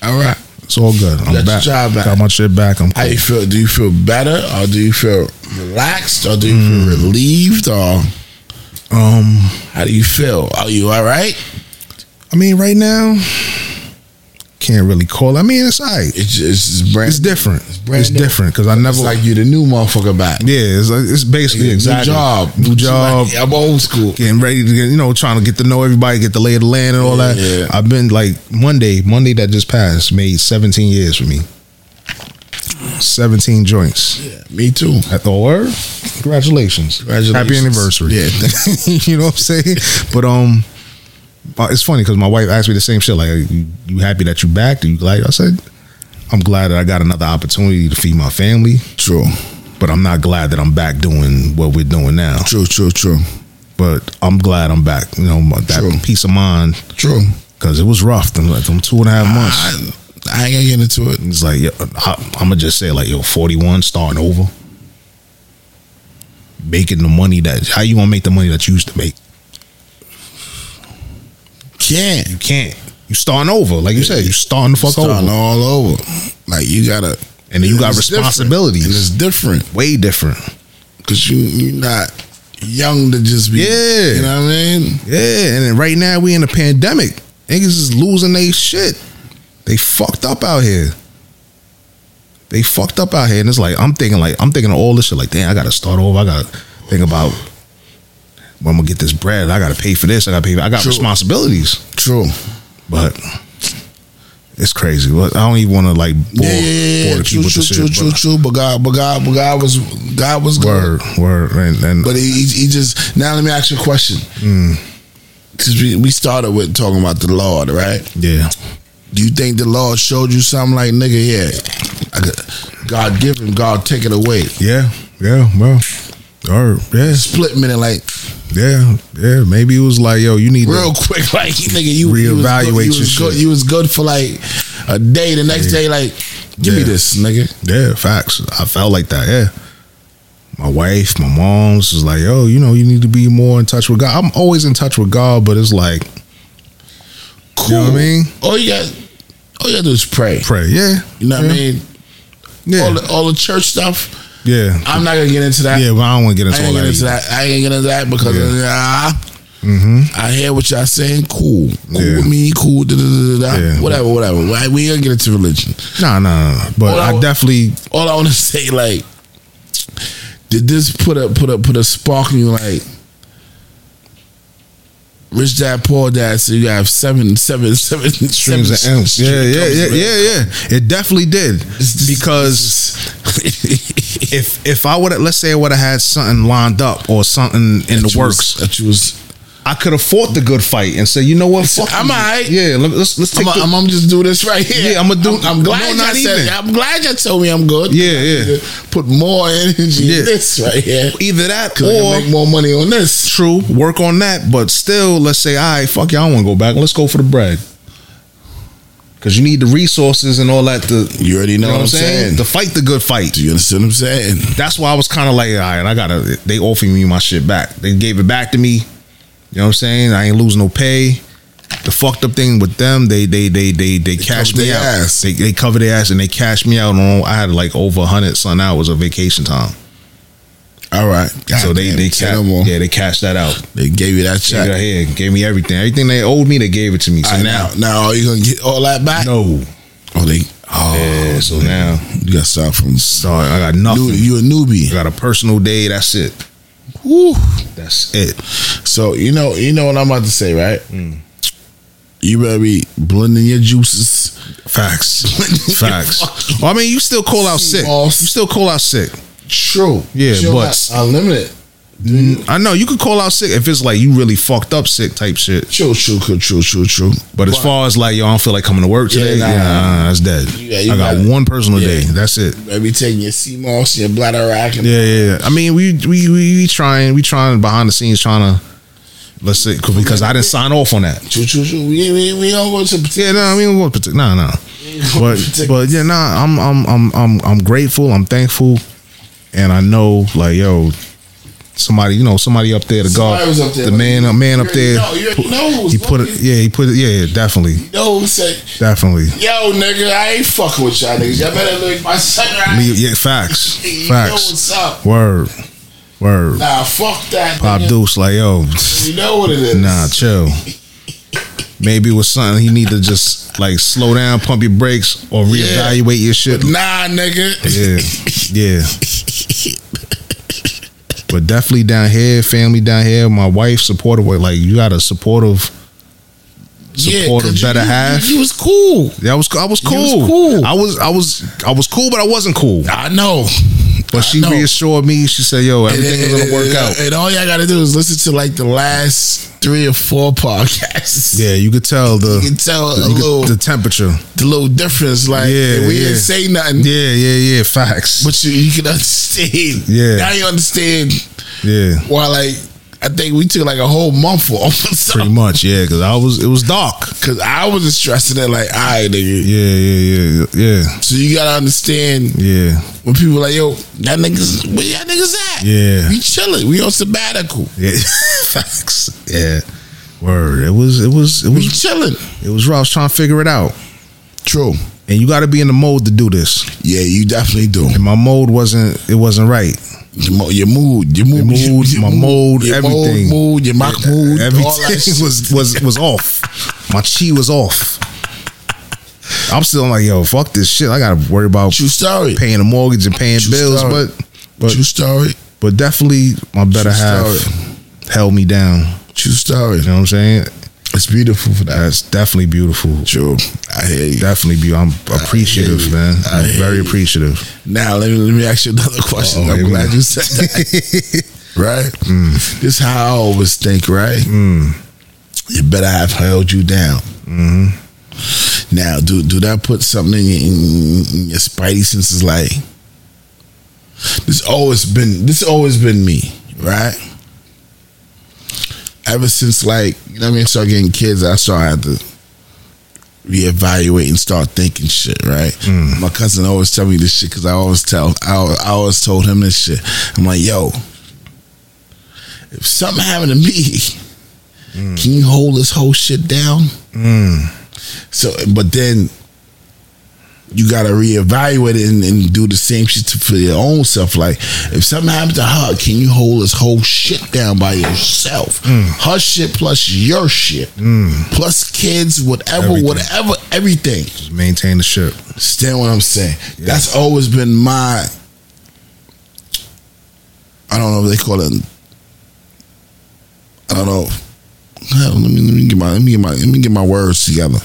Speaker 3: All right.
Speaker 5: It's all good. I'm
Speaker 3: Got your
Speaker 5: back.
Speaker 3: job back.
Speaker 5: Got my shit back. I'm
Speaker 3: How
Speaker 5: cool.
Speaker 3: you feel? Do you feel better, or do you feel relaxed, or do you feel relieved, or
Speaker 5: Mm. um,
Speaker 3: how do you feel? Are you all right?
Speaker 5: I mean, right now, can't really call. I mean, it's alright.
Speaker 3: It's just it's brand.
Speaker 5: It's different. It's,
Speaker 3: brand new.
Speaker 5: different because I never.
Speaker 3: It's like you the new motherfucker back.
Speaker 5: yeah, it's like it's basically exactly
Speaker 3: New job.
Speaker 5: New job.
Speaker 3: Like, I'm old school.
Speaker 5: getting ready to get, you know, trying to get to know everybody, get the lay of the land and all that.
Speaker 3: Yeah.
Speaker 5: I've been like Monday, Monday that just passed made 17 years for me. 17 joints.
Speaker 3: Yeah, me too.
Speaker 5: At the word, congratulations.
Speaker 3: Congratulations.
Speaker 5: Happy anniversary.
Speaker 3: Yeah.
Speaker 5: *laughs* you know what I'm saying? But um uh, it's funny because my wife asked me the same shit. Like, you, you happy that you back? Are you glad? I said, I'm glad that I got another opportunity to feed my family,
Speaker 3: True,
Speaker 5: but I'm not glad that I'm back doing what we're doing now
Speaker 3: true, true, true,
Speaker 5: but I'm glad I'm back. You know, my- that
Speaker 3: True.
Speaker 5: peace of mind
Speaker 3: true.
Speaker 5: because it was rough. Them, like, them two and a half months.
Speaker 3: I, I ain't gonna get into it.
Speaker 5: It's like yo, I, I'm gonna just say like yo, 41 starting over, making the money that how you gonna make the money that you used to make?
Speaker 3: Can't
Speaker 5: You can't. You starting over, like you said. You starting the fuck over,
Speaker 3: starting all over. Like you gotta,
Speaker 5: and then you got
Speaker 3: It's different.
Speaker 5: responsibilities.
Speaker 3: And it's different
Speaker 5: Way different.
Speaker 3: because you you're not young to just be.
Speaker 5: Yeah.
Speaker 3: you know what I mean.
Speaker 5: Yeah, and then right now we in a pandemic. Niggas is losing they shit. They fucked up out here. They fucked up out here, and it's like I'm thinking, like I'm thinking of all this shit. Like, damn, I gotta start over. I gotta think about when I'm gonna get this bread. I gotta pay for this. I gotta pay. For, I got
Speaker 3: True.
Speaker 5: responsibilities,
Speaker 3: True.
Speaker 5: but it's crazy. But I don't even want to like bore,
Speaker 3: Yeah, yeah, yeah,
Speaker 5: bore
Speaker 3: yeah.
Speaker 5: the
Speaker 3: True,
Speaker 5: people
Speaker 3: true,
Speaker 5: with
Speaker 3: true,
Speaker 5: this
Speaker 3: true,
Speaker 5: shit.
Speaker 3: true,
Speaker 5: but-
Speaker 3: But God, but God, but God was God was good.
Speaker 5: Word, word, and, and
Speaker 3: But he, he, he just now. Let me ask you a question.
Speaker 5: Mm.
Speaker 3: Because we, we started with talking about the Lord, right?
Speaker 5: yeah,
Speaker 3: Do you think the Lord showed you something like nigga? Yeah, I got- God give him, God take it away.
Speaker 5: yeah, yeah. Well, word, yeah,
Speaker 3: Split minute, like
Speaker 5: yeah, yeah. Maybe it was like, yo, you need to-
Speaker 3: real quick, *laughs* like nigga, you you was
Speaker 5: Reevaluate
Speaker 3: good- you
Speaker 5: your
Speaker 3: was good,
Speaker 5: shit.
Speaker 3: you was good for like a day. The next day, like give me
Speaker 5: Yeah.
Speaker 3: this, nigga.
Speaker 5: Yeah, facts. I felt like that. Yeah. My wife, my mom's was like, yo, you know, you need to be more in touch with God. I'm always in touch with God, but it's like,
Speaker 3: Cool.
Speaker 5: you know what I mean?
Speaker 3: All you got, all you got to do is pray.
Speaker 5: Pray. Yeah.
Speaker 3: You know what
Speaker 5: yeah.
Speaker 3: I mean?
Speaker 5: Yeah.
Speaker 3: All, the, all the church stuff.
Speaker 5: yeah.
Speaker 3: I'm not gonna get into that.
Speaker 5: yeah, but I don't want to get
Speaker 3: I
Speaker 5: into all
Speaker 3: ain't
Speaker 5: that.
Speaker 3: gonna get into
Speaker 5: either.
Speaker 3: that. I ain't gonna get into that because uh, I hear what y'all saying. Cool, cool
Speaker 5: Mm-hmm. Yeah.
Speaker 3: with me, cool, da, da, da, da, da.
Speaker 5: Yeah.
Speaker 3: whatever, whatever. Why- We ain't gonna get into religion.
Speaker 5: Nah, nah, nah. But
Speaker 3: All I
Speaker 5: I
Speaker 3: wa-
Speaker 5: definitely,
Speaker 3: All I want to *laughs* say, like, did this put a put a put a spark in you, like? Rich dad, poor dad. So you have seven, seven, *laughs* seven
Speaker 5: strings of
Speaker 3: seven
Speaker 5: M's. Yeah, yeah,
Speaker 3: strings,
Speaker 5: yeah,
Speaker 3: man.
Speaker 5: yeah, yeah. It definitely did.
Speaker 3: This- this-
Speaker 5: Because if if I would have, let's say I would have had something lined up or something in
Speaker 3: That
Speaker 5: the
Speaker 3: you was-
Speaker 5: works,
Speaker 3: that you was
Speaker 5: I could have fought the good fight and said, you know
Speaker 3: *laughs*
Speaker 5: what? Fuck
Speaker 3: I'm
Speaker 5: you.
Speaker 3: alright.
Speaker 5: Yeah, let- let's let's
Speaker 3: I'm,
Speaker 5: take. the-
Speaker 3: I'm, I'm just do this right here.
Speaker 5: Yeah, I'ma do-
Speaker 3: I'm, I'm glad
Speaker 5: no,
Speaker 3: y'all
Speaker 5: not
Speaker 3: said.
Speaker 5: even.
Speaker 3: I'm glad you all told me I'm good.
Speaker 5: Yeah, yeah.
Speaker 3: Put more energy
Speaker 5: Yeah.
Speaker 3: in this right here.
Speaker 5: either that
Speaker 3: Cause I
Speaker 5: or
Speaker 3: can make more money on this.
Speaker 5: true, work on that. But still, let's say, all right, fuck you, I don't want to go back. Let's go for the bread. Because you need the resources and all that to, you
Speaker 3: You already know,
Speaker 5: know what I'm saying? To fight the good fight.
Speaker 3: Do you understand what I'm saying?
Speaker 5: That's why I was kind of like, all right, I got to, they offering me my shit back. They gave it back to me. You know what I'm saying? I ain't losing no pay. The fucked up thing with them, they they they they they, cashed
Speaker 3: covered
Speaker 5: me
Speaker 3: their
Speaker 5: out.
Speaker 3: ass.
Speaker 5: They they covered their ass and they cashed me out on. I had like over hundred something hours of vacation time,
Speaker 3: All right.
Speaker 5: so they
Speaker 3: Goddamn,
Speaker 5: they
Speaker 3: say
Speaker 5: ca-
Speaker 3: no more.
Speaker 5: yeah they cashed that out.
Speaker 3: They gave you that check.
Speaker 5: Yeah, yeah, gave me everything. Everything they owed me, they gave it to me. So
Speaker 3: All right,
Speaker 5: now,
Speaker 3: now, now, are you gonna get all that back?
Speaker 5: no.
Speaker 3: Oh, they. Oh,
Speaker 5: Yeah, so now,
Speaker 3: you got to start from.
Speaker 5: sorry, I got nothing.
Speaker 3: New, you a
Speaker 5: I
Speaker 3: newbie.
Speaker 5: got a personal day. That's it.
Speaker 3: Woo.
Speaker 5: That's it.
Speaker 3: So you know, you know what I'm about to say, right? You better be blending your juices. *laughs*
Speaker 5: Facts. Facts. Well, I mean, you still call out sick. You
Speaker 3: Seahawks.
Speaker 5: still call out sick.
Speaker 3: True.
Speaker 5: Yeah,
Speaker 3: Chill
Speaker 5: but-
Speaker 3: out. unlimited.
Speaker 5: I know you could call out sick if it's like you really fucked up sick type shit.
Speaker 3: True, true, true, true, true, true.
Speaker 5: But as far as like, yo, I don't feel like coming to work
Speaker 3: Yeah,
Speaker 5: today. Yeah,
Speaker 3: nah,
Speaker 5: nah,
Speaker 3: nah.
Speaker 5: nah, that's dead.
Speaker 3: Yeah, you
Speaker 5: I got
Speaker 3: gotta-
Speaker 5: one personal
Speaker 3: yeah.
Speaker 5: day. That's it.
Speaker 3: you better be taking your sea moss, your bladder rack, and
Speaker 5: Yeah, yeah, yeah. I mean, we we we, we trying we trying behind the scenes trying to let's say 'cause- because I didn't sign off on that.
Speaker 3: true, true, troo. We, we, we don't go to *laughs*
Speaker 5: Yeah, no, I mean, what particular? Nah, nah. But
Speaker 3: Partic-
Speaker 5: but yeah, nah. I'm I'm I'm I'm I'm grateful. I'm thankful, and I know like yo, somebody you know somebody up there, the
Speaker 3: Somebody
Speaker 5: God,
Speaker 3: was up there.
Speaker 5: the man, a man
Speaker 3: You
Speaker 5: up
Speaker 3: already
Speaker 5: there.
Speaker 3: know. You already
Speaker 5: put-
Speaker 3: know who's
Speaker 5: he put it.
Speaker 3: looking.
Speaker 5: Yeah, he put it. Yeah, yeah, definitely,
Speaker 3: Yo, say,
Speaker 5: definitely.
Speaker 3: yo, nigga, I ain't fucking with y'all niggas. Y'all better look at my sunrise.
Speaker 5: Me- yeah,
Speaker 3: *laughs*
Speaker 5: facts,
Speaker 3: You know
Speaker 5: facts.
Speaker 3: what's up.
Speaker 5: Word, word.
Speaker 3: Nah, fuck that.
Speaker 5: Pop
Speaker 3: nigga.
Speaker 5: Deuce, like yo,
Speaker 3: You know what it is.
Speaker 5: nah,
Speaker 3: *laughs*
Speaker 5: chill. Maybe it was something he need to just like slow down, pump your brakes, or reevaluate your shit.
Speaker 3: Nah, nigga.
Speaker 5: Yeah, yeah. but definitely down here, family down here, my wife supportive. With, like you got a supportive. Supportive
Speaker 3: 'cause you-
Speaker 5: better
Speaker 3: you,
Speaker 5: half.
Speaker 3: You, you was cool.
Speaker 5: Yeah, I was I was
Speaker 3: You was
Speaker 5: cool.
Speaker 3: cool.
Speaker 5: I was I was I was cool, but I wasn't cool.
Speaker 3: I know.
Speaker 5: But she
Speaker 3: know.
Speaker 5: reassured me. She said, "Yo, everything is gonna work out."
Speaker 3: And all y'all gotta do is listen to like the last three or four podcasts.
Speaker 5: Yeah, you could tell the
Speaker 3: *laughs* You can tell a
Speaker 5: you could-
Speaker 3: little
Speaker 5: the temperature.
Speaker 3: the little difference. Like
Speaker 5: Yeah,
Speaker 3: we
Speaker 5: yeah.
Speaker 3: didn't say nothing,
Speaker 5: Yeah, yeah, yeah. Facts.
Speaker 3: but you, you can *laughs* understand.
Speaker 5: Yeah.
Speaker 3: now you understand
Speaker 5: yeah,
Speaker 3: why. Like I think we took like a whole month off *laughs* or
Speaker 5: pretty
Speaker 3: something
Speaker 5: much. Yeah, because I was it was dark.
Speaker 3: because I was just stressing it. Like, all right, nigga.
Speaker 5: Yeah, yeah, yeah, yeah,
Speaker 3: So you gotta understand
Speaker 5: yeah,
Speaker 3: when people like, yo, that niggas, where y'all niggas at?
Speaker 5: Yeah.
Speaker 3: we chilling. We on sabbatical.
Speaker 5: yeah. *laughs* Facts. Yeah. Word. It was it was it
Speaker 3: We
Speaker 5: was
Speaker 3: chilling.
Speaker 5: It was rough. I was trying to figure it out.
Speaker 3: True.
Speaker 5: And you got to be in the mode to do this.
Speaker 3: Yeah, you definitely do.
Speaker 5: And my mode wasn't. It wasn't right.
Speaker 3: Your, mo- your mood, your mood,
Speaker 5: Your mood, my mood,
Speaker 3: your
Speaker 5: everything.
Speaker 3: mood, your mock mood,
Speaker 5: Everything
Speaker 3: all that
Speaker 5: *laughs*
Speaker 3: shit.
Speaker 5: was was was off. My chi was off. I'm still like, yo, fuck this shit. I gotta worry about
Speaker 3: True story.
Speaker 5: paying the mortgage and paying
Speaker 3: True
Speaker 5: bills,
Speaker 3: story.
Speaker 5: but but
Speaker 3: True story.
Speaker 5: but definitely my better
Speaker 3: True
Speaker 5: half held me down.
Speaker 3: True story.
Speaker 5: You know what I'm saying?
Speaker 3: It's beautiful for that.
Speaker 5: That's definitely beautiful.
Speaker 3: True. I hear you.
Speaker 5: Definitely, be- I'm appreciative,
Speaker 3: you.
Speaker 5: man.
Speaker 3: I
Speaker 5: I'm
Speaker 3: hear
Speaker 5: very
Speaker 3: you.
Speaker 5: appreciative.
Speaker 3: Now let me let me ask you another *laughs* question.
Speaker 5: Uh-oh, here
Speaker 3: I'm
Speaker 5: we
Speaker 3: glad
Speaker 5: go.
Speaker 3: you said that. right? This is how I always think, right? You better have held you down. Now, do do that put something in your, in, in your spidey senses? Like this always been this always been me, right? Ever since like you know, what I mean, I started getting kids, I started to reevaluate and start thinking shit, right? My cousin always tell me this shit because I always tell, I, al- I always told him this shit. I'm like, yo, if something happened to me, can you hold this whole shit down? So, but then you gotta reevaluate it and, and do the same shit to, for your own self. Like, if something happens to her, can you hold this whole shit down by yourself? Her shit plus your shit plus kids, whatever,
Speaker 5: Everything.
Speaker 3: whatever, everything.
Speaker 5: Just maintain the ship.
Speaker 3: Understand what I'm saying? That's always been my. I don't know what they call it. I don't know. Hell, Let me, let me get my let me get my let me get my words together.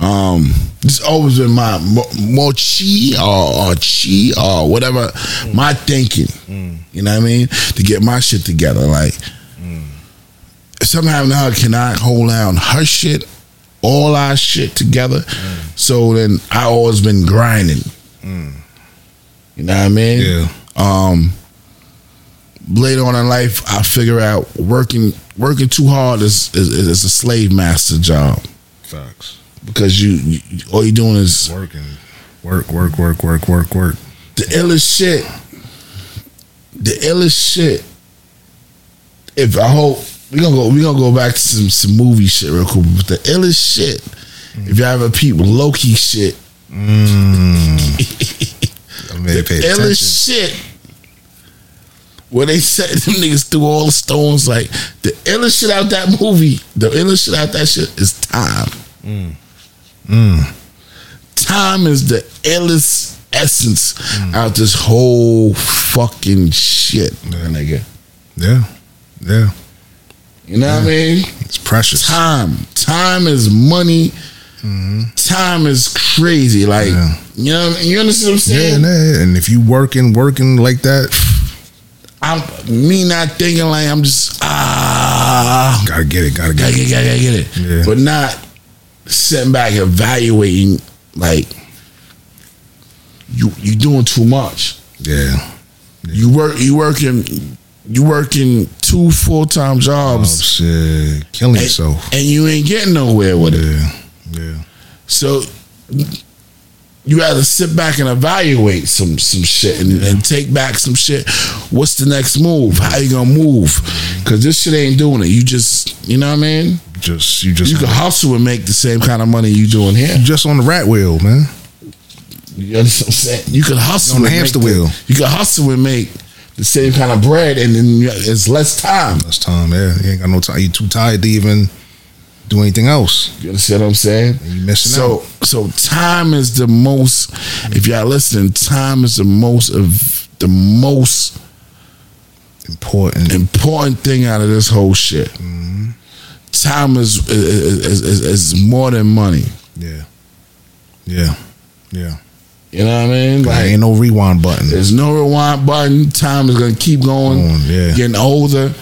Speaker 3: Um, it's always been my mo- mochi or, or chi or whatever my thinking. You know what I mean? To get my shit together, like if somehow now cannot hold down her shit, all our shit together. So then I always been grinding. You know what I mean?
Speaker 5: Yeah.
Speaker 3: Um. Later on in life, I figure out working working too hard is is, is a slave master job
Speaker 5: Facts.
Speaker 3: because you, you all you're doing is
Speaker 5: Working. Work, work, work, work, work, work.
Speaker 3: the illest shit. The illest shit. If I hope we gonna go, we gonna go back to some some movie shit real quick. But the illest shit. If you have a peep Loki shit, *laughs*
Speaker 5: I made pay attention.
Speaker 3: illest shit. Where they set *laughs* them niggas through all the stones, like the illest shit out that movie, the illest shit out that shit is time.
Speaker 5: Mm.
Speaker 3: Time is the illest essence out this whole fucking shit, nigga.
Speaker 5: Yeah. Yeah.
Speaker 3: You know what I mean?
Speaker 5: It's precious.
Speaker 3: Time, time is money. Time is crazy. Like
Speaker 5: Mm-hmm. Yeah.
Speaker 3: you know, what I mean? you understand what I'm saying?
Speaker 5: Yeah, and, that- and if you working, working like that,
Speaker 3: I'm me not thinking like I'm just ah
Speaker 5: gotta get it, gotta
Speaker 3: gotta
Speaker 5: get it.
Speaker 3: get, gotta get, gotta get it,
Speaker 5: Yeah.
Speaker 3: but not sitting back evaluating like you you doing too much.
Speaker 5: Yeah.
Speaker 3: You work you working you working two full time
Speaker 5: Oh
Speaker 3: jobs
Speaker 5: shit, killing
Speaker 3: and,
Speaker 5: yourself.
Speaker 3: and you ain't getting nowhere with it.
Speaker 5: Yeah, yeah,
Speaker 3: So you rather sit back and evaluate some some shit and, and take back some shit. What's the next move? How you gonna move? Cause this shit ain't doing it. You just you know what I mean?
Speaker 5: just you just
Speaker 3: You can hustle and make the same kind of money you doing here.
Speaker 5: *laughs* you just on the rat wheel, man.
Speaker 3: You understand what I'm saying? You can hustle
Speaker 5: On the
Speaker 3: and make
Speaker 5: hamster wheel.
Speaker 3: You can hustle and make the same kind of bread and then you- it's less time.
Speaker 5: That's time. Yeah, you ain't got no time. You too tired to even do anything else.
Speaker 3: You understand what I'm saying?
Speaker 5: you missing
Speaker 3: so, So time is the most. If y'all listening, time is the most of the most
Speaker 5: Important.
Speaker 3: important thing out of this whole shit. Time is is, is is more than money.
Speaker 5: Yeah, yeah, yeah.
Speaker 3: You know what I mean?
Speaker 5: Like,
Speaker 3: Like
Speaker 5: ain't no rewind button.
Speaker 3: there's no rewind button. Time is gonna keep going.
Speaker 5: Going, yeah.
Speaker 3: Getting older.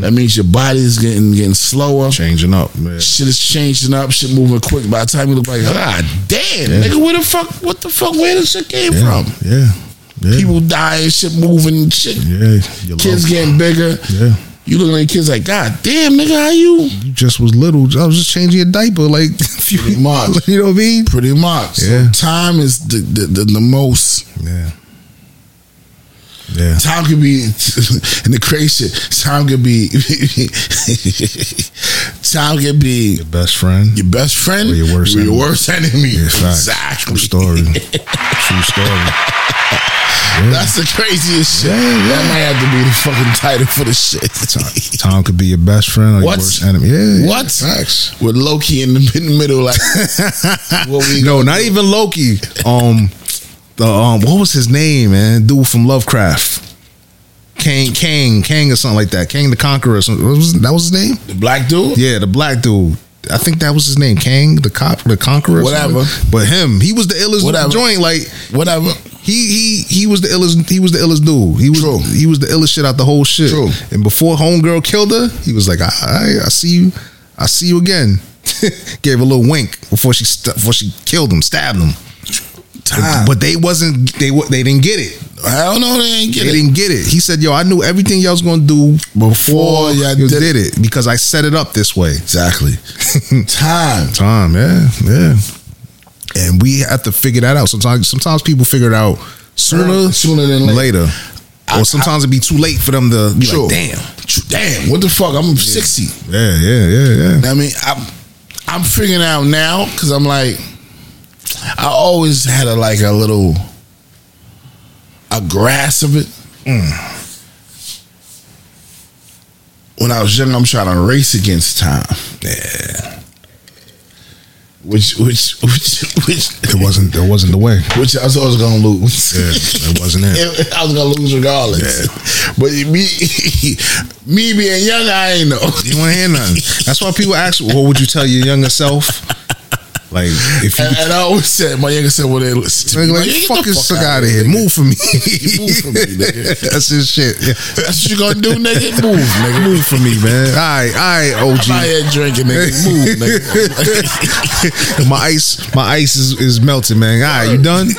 Speaker 3: That means your body is getting getting slower.
Speaker 5: Changing up. Man.
Speaker 3: Shit is changing up. Shit moving quick. By the time you look like, ah, damn,
Speaker 5: Yeah.
Speaker 3: nigga, where the fuck? What the fuck? Where this shit came
Speaker 5: Yeah,
Speaker 3: from?
Speaker 5: yeah, yeah.
Speaker 3: people dying, shit moving, shit.
Speaker 5: yeah. Your
Speaker 3: Kids
Speaker 5: love-
Speaker 3: getting bigger.
Speaker 5: Yeah,
Speaker 3: You looking at kids like, God damn, nigga, how you?
Speaker 5: you just was little. I was just changing your diaper, like *laughs* a few
Speaker 3: Pretty much.
Speaker 5: *laughs* You know what I mean?
Speaker 3: Pretty much. So
Speaker 5: Yeah.
Speaker 3: time is the the, the, the most.
Speaker 5: Yeah, yeah.
Speaker 3: Time could be, *laughs* and the crazy shit. Time could be, *laughs* time could be
Speaker 5: Your best friend.
Speaker 3: your best friend
Speaker 5: Or your worst enemy.
Speaker 3: enemy.
Speaker 5: Yeah, facts.
Speaker 3: exactly.
Speaker 5: True *laughs* story. True story.
Speaker 3: That's the craziest shit. That might have to be the fucking title for the shit.
Speaker 5: Tom could be your best friend or your
Speaker 3: What?
Speaker 5: worst enemy. Yeah.
Speaker 3: What?
Speaker 5: Facts.
Speaker 3: With Loki in the, in the middle, like what we
Speaker 5: No, not even Loki. Um, the um, what was his name, man? Dude from Lovecraft. Kang, Kang, Kang, or something like that. Kang the Conqueror. Or something. What was, that was his name.
Speaker 3: the black dude.
Speaker 5: Yeah, the black dude. I think that was his name, Kang the Cop, the Conqueror. or something.
Speaker 3: Whatever.
Speaker 5: But him, he was the illest
Speaker 3: Whatever.
Speaker 5: joint. Like
Speaker 3: Whatever.
Speaker 5: he he he was the illest. He was the illest dude. He was
Speaker 3: True.
Speaker 5: he was the illest shit out the whole shit.
Speaker 3: True.
Speaker 5: And before homegirl killed her, he was like, "I I, I see you, I see you again." *laughs* Gave a little wink before she st- before she killed him, stabbed him.
Speaker 3: Time.
Speaker 5: But they wasn't they wa- they didn't get it.
Speaker 3: I don't know. Oh, They ain't get
Speaker 5: They
Speaker 3: it.
Speaker 5: didn't get it. He said, "Yo, I knew everything y'all was gonna do before,
Speaker 3: Before y'all
Speaker 5: you
Speaker 3: did
Speaker 5: did, it because I set it up this way." *laughs*
Speaker 3: Exactly. Time.
Speaker 5: Time, yeah, yeah. And we have to figure that out. Sometimes, sometimes people figure it out sooner,
Speaker 3: Sooner than
Speaker 5: later. or sometimes it'd be too late for them to be
Speaker 3: True.
Speaker 5: like, damn.
Speaker 3: Tr- Damn. What the fuck? I'm 60.
Speaker 5: Yeah, yeah, yeah, yeah.
Speaker 3: I mean, I'm I'm figuring out now because I'm like, I always had a like a little a grasp of it.
Speaker 5: Mm.
Speaker 3: When I was young, I'm trying to race against time. Yeah. Which which which which
Speaker 5: It wasn't it wasn't the way.
Speaker 3: which I was always gonna lose.
Speaker 5: Yeah, it wasn't *laughs* it.
Speaker 3: I was gonna lose regardless.
Speaker 5: *laughs*
Speaker 3: But me, me being young, I ain't know.
Speaker 5: You wanna hear nothing. That's why people ask, what would you tell your younger self? Like if you
Speaker 3: And, and I always said, my younger said, "Well, they listen to
Speaker 5: Like, like,
Speaker 3: me." Like, get the
Speaker 5: fuck this
Speaker 3: fuck
Speaker 5: suck out of
Speaker 3: outta
Speaker 5: here. Move for me.
Speaker 3: Move for me,
Speaker 5: *laughs*
Speaker 3: nigga.
Speaker 5: That's his shit. Yeah.
Speaker 3: That's what you gonna do, nigga. Move,
Speaker 5: *laughs*
Speaker 3: nigga.
Speaker 5: Move for me, man. All right, all right,
Speaker 3: I'm out
Speaker 5: OG.
Speaker 3: here drinking, nigga. Move,
Speaker 5: *laughs*
Speaker 3: nigga. *laughs*
Speaker 5: my ice, my ice is, is melting, man. All right, you done? *laughs*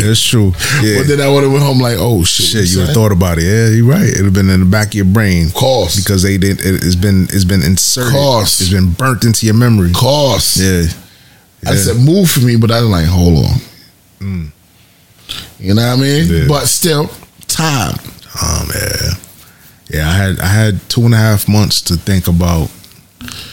Speaker 5: That's true. Yeah.
Speaker 3: But then I would have went home like, oh shit,
Speaker 5: Shit,
Speaker 3: what's
Speaker 5: you would have
Speaker 3: that?
Speaker 5: thought about it. Yeah, you're right. It'd have been in the back of your brain. Of
Speaker 3: course.
Speaker 5: Because they did it, has been it's been inserted.
Speaker 3: Course.
Speaker 5: It's been burnt into your memory.
Speaker 3: Course.
Speaker 5: Yeah. Mm.
Speaker 3: I said move for me, but I was like, hold on. You know what I mean?
Speaker 5: Yeah.
Speaker 3: But still, time.
Speaker 5: Um yeah. Yeah, I had I had two and a half months to think about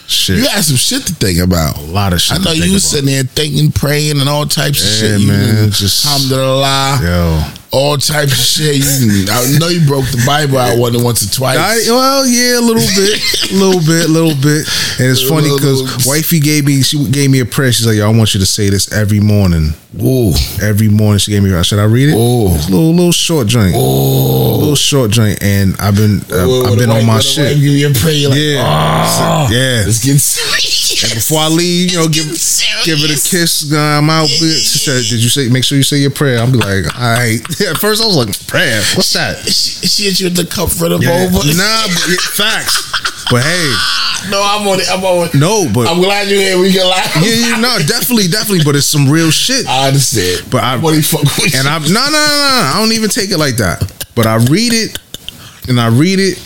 Speaker 5: shit.
Speaker 3: You got some shit to think about.
Speaker 5: A lot of shit.
Speaker 3: I know
Speaker 5: to
Speaker 3: you
Speaker 5: think
Speaker 3: was
Speaker 5: about.
Speaker 3: sitting there thinking, praying, and all types of
Speaker 5: Yeah,
Speaker 3: shit. You
Speaker 5: man,
Speaker 3: done
Speaker 5: just-
Speaker 3: alhamdulillah,
Speaker 5: Yo.
Speaker 3: all types of shit. You done- I know you broke the Bible out one once or twice.
Speaker 5: I, well, yeah, a little *laughs* bit, little bit, little bit, and it's funny because wifey gave me she gave me a prayer. She's like, "Yo, I want you to say this every morning,
Speaker 3: Ooh,
Speaker 5: every morning." She gave me. Should I read it?
Speaker 3: Ooh.
Speaker 5: It's a little, little short joint, little short joint, and I've been
Speaker 3: Well,
Speaker 5: I've, I've
Speaker 3: when
Speaker 5: been
Speaker 3: the
Speaker 5: on my
Speaker 3: wife-
Speaker 5: shit.
Speaker 3: when the wife Give you a prayer, you're like,
Speaker 5: Yeah,
Speaker 3: "Ah,
Speaker 5: yeah.
Speaker 3: It's getting serious.
Speaker 5: Before I leave, you know, give *laughs* give it a kiss. uh, I'm out. bitch. She said, "Did you say? Make sure you say your prayer." I'll be like, "All right." *laughs* At first, I was like, "Prayer? What's that?"
Speaker 3: She, she hit you with the comfortable.
Speaker 5: Yeah.
Speaker 3: over.
Speaker 5: Nah, but, yeah, facts. But hey,
Speaker 3: *laughs* no, I'm on it. I'm on it.
Speaker 5: no, but
Speaker 3: I'm glad you're here. We can laugh.
Speaker 5: Yeah, yeah, no, definitely, definitely, but it's some real shit.
Speaker 3: I understand.
Speaker 5: But I-
Speaker 3: what do you fuck with?
Speaker 5: And
Speaker 3: you?
Speaker 5: I no, no, no, no, I don't even take it like that. But I read it, and I read it.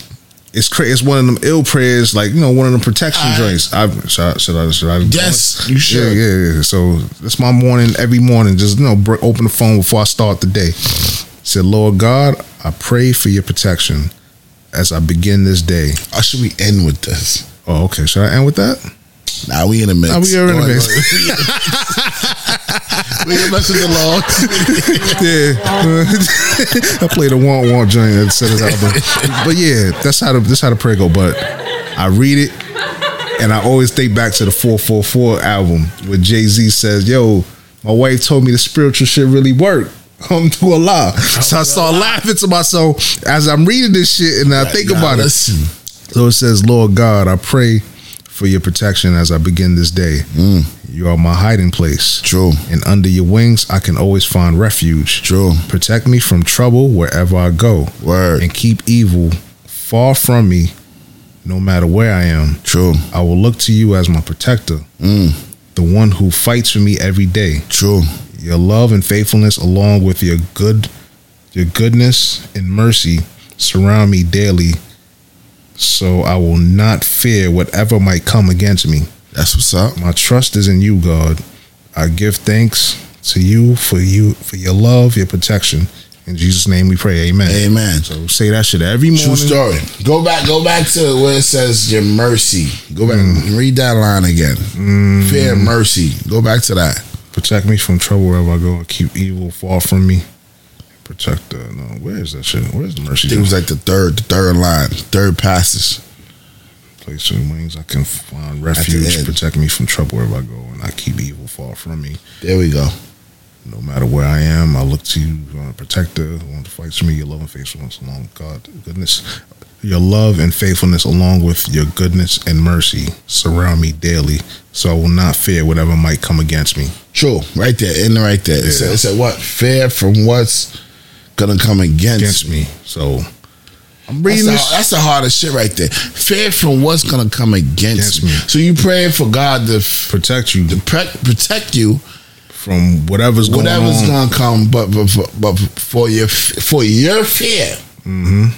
Speaker 5: It's cra- it's one of them ill prayers, like you know, one of them protection
Speaker 3: All right.
Speaker 5: joints. I should I should I, should I
Speaker 3: Yes, you should.
Speaker 5: Yeah, yeah, yeah. So that's my morning every morning. Just you know, br- open the phone before I start the day. Said, Lord God, I pray for your protection as I begin this day.
Speaker 3: Or should we end with this?
Speaker 5: Oh, okay. Should I end with that?
Speaker 3: Nah, we in a mix.
Speaker 5: Nah, we are in a
Speaker 3: Go
Speaker 5: mix.
Speaker 3: ahead, go ahead. we in a mix with the law.
Speaker 5: yeah, *laughs* I played a want want joint that said his album. But yeah, that's how the that's how the prayer go. But I read it, and I always think back to the four four four album where Jay Z says, "Yo, my wife told me the spiritual shit really *laughs* worked." Come to Allah. So I start laughing to myself as I'm reading this shit and I think
Speaker 3: Nah,
Speaker 5: about it.
Speaker 3: Listen,
Speaker 5: So it says, Lord God, I pray for your protection as I begin this day. You are my hiding place
Speaker 3: Mm. true,
Speaker 5: and under your wings I can always find refuge.
Speaker 3: true.
Speaker 5: Protect me from trouble wherever I go,
Speaker 3: Word,
Speaker 5: and keep evil far from me, no matter where I am.
Speaker 3: true, Mm.
Speaker 5: I will look to you as my protector, the one who fights for me every day.
Speaker 3: true.
Speaker 5: Your love and faithfulness, along with your good, your goodness and mercy, surround me daily. So I will not fear whatever might come against me.
Speaker 3: That's what's up.
Speaker 5: My trust is in you, God. I give thanks to you for you for your love, your protection. In Jesus' name we pray. Amen.
Speaker 3: Amen.
Speaker 5: So say that shit every morning.
Speaker 3: True story. Go back, go back to where it says your mercy. Go back,
Speaker 5: Mm.
Speaker 3: and read that line again. Fear and mercy. Go back to that.
Speaker 5: Protect me from trouble wherever I go. Keep evil far from me. Protect the no, where is that shit? Where's the mercy?
Speaker 3: I think it was like the third, the third line, third passage.
Speaker 5: place in wings I can find
Speaker 3: end.
Speaker 5: refuge. Protect me from trouble wherever I go, and I keep evil far from me.
Speaker 3: There we go.
Speaker 5: No matter where I am, I look to you, uh, protector, the one that fights for me, your love and faithfulness along with God, goodness. Your love and faithfulness along with your goodness and mercy surround me daily, so I will not fear whatever might come against me.
Speaker 3: True. Right there. In the right there. It, said, it said what? Fear from what's gonna come against,
Speaker 5: Against
Speaker 3: me.
Speaker 5: me. So I'm
Speaker 3: That's
Speaker 5: reading
Speaker 3: the,
Speaker 5: this.
Speaker 3: that's the hardest shit right there. Fear from what's gonna come against,
Speaker 5: Against
Speaker 3: me.
Speaker 5: me.
Speaker 3: So you praying for God to, f-
Speaker 5: Protect you
Speaker 3: to pre- protect you,
Speaker 5: from whatever's going
Speaker 3: whatever's
Speaker 5: on.
Speaker 3: gonna come, but but, but, but for your f- for your fear. Mm-hmm.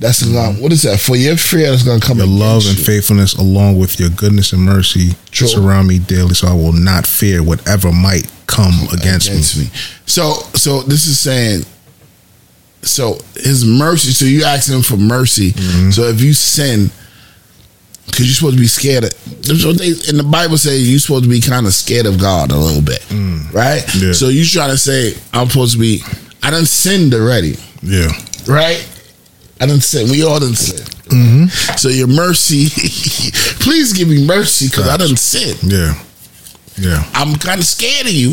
Speaker 3: That's gonna. What is that? For your fear that's gonna come.
Speaker 5: your
Speaker 3: against
Speaker 5: love and
Speaker 3: you.
Speaker 5: faithfulness along with your goodness and mercy
Speaker 3: True.
Speaker 5: surround me daily, so I will not fear whatever might come against,
Speaker 3: against
Speaker 5: me.
Speaker 3: me. So so this is saying so his mercy, so you asking him for mercy. So if you sin, because you're supposed to be scared of that's what they in the Bible say you're supposed to be kind of scared of God a little bit. Right?
Speaker 5: Yeah.
Speaker 3: So you trying to say, I'm supposed to be I done sinned already,
Speaker 5: Yeah.
Speaker 3: right? I done sin. We all done sin. So your mercy, *laughs* please give me mercy because I done sin.
Speaker 5: Yeah. Yeah.
Speaker 3: I'm kind of scared of you.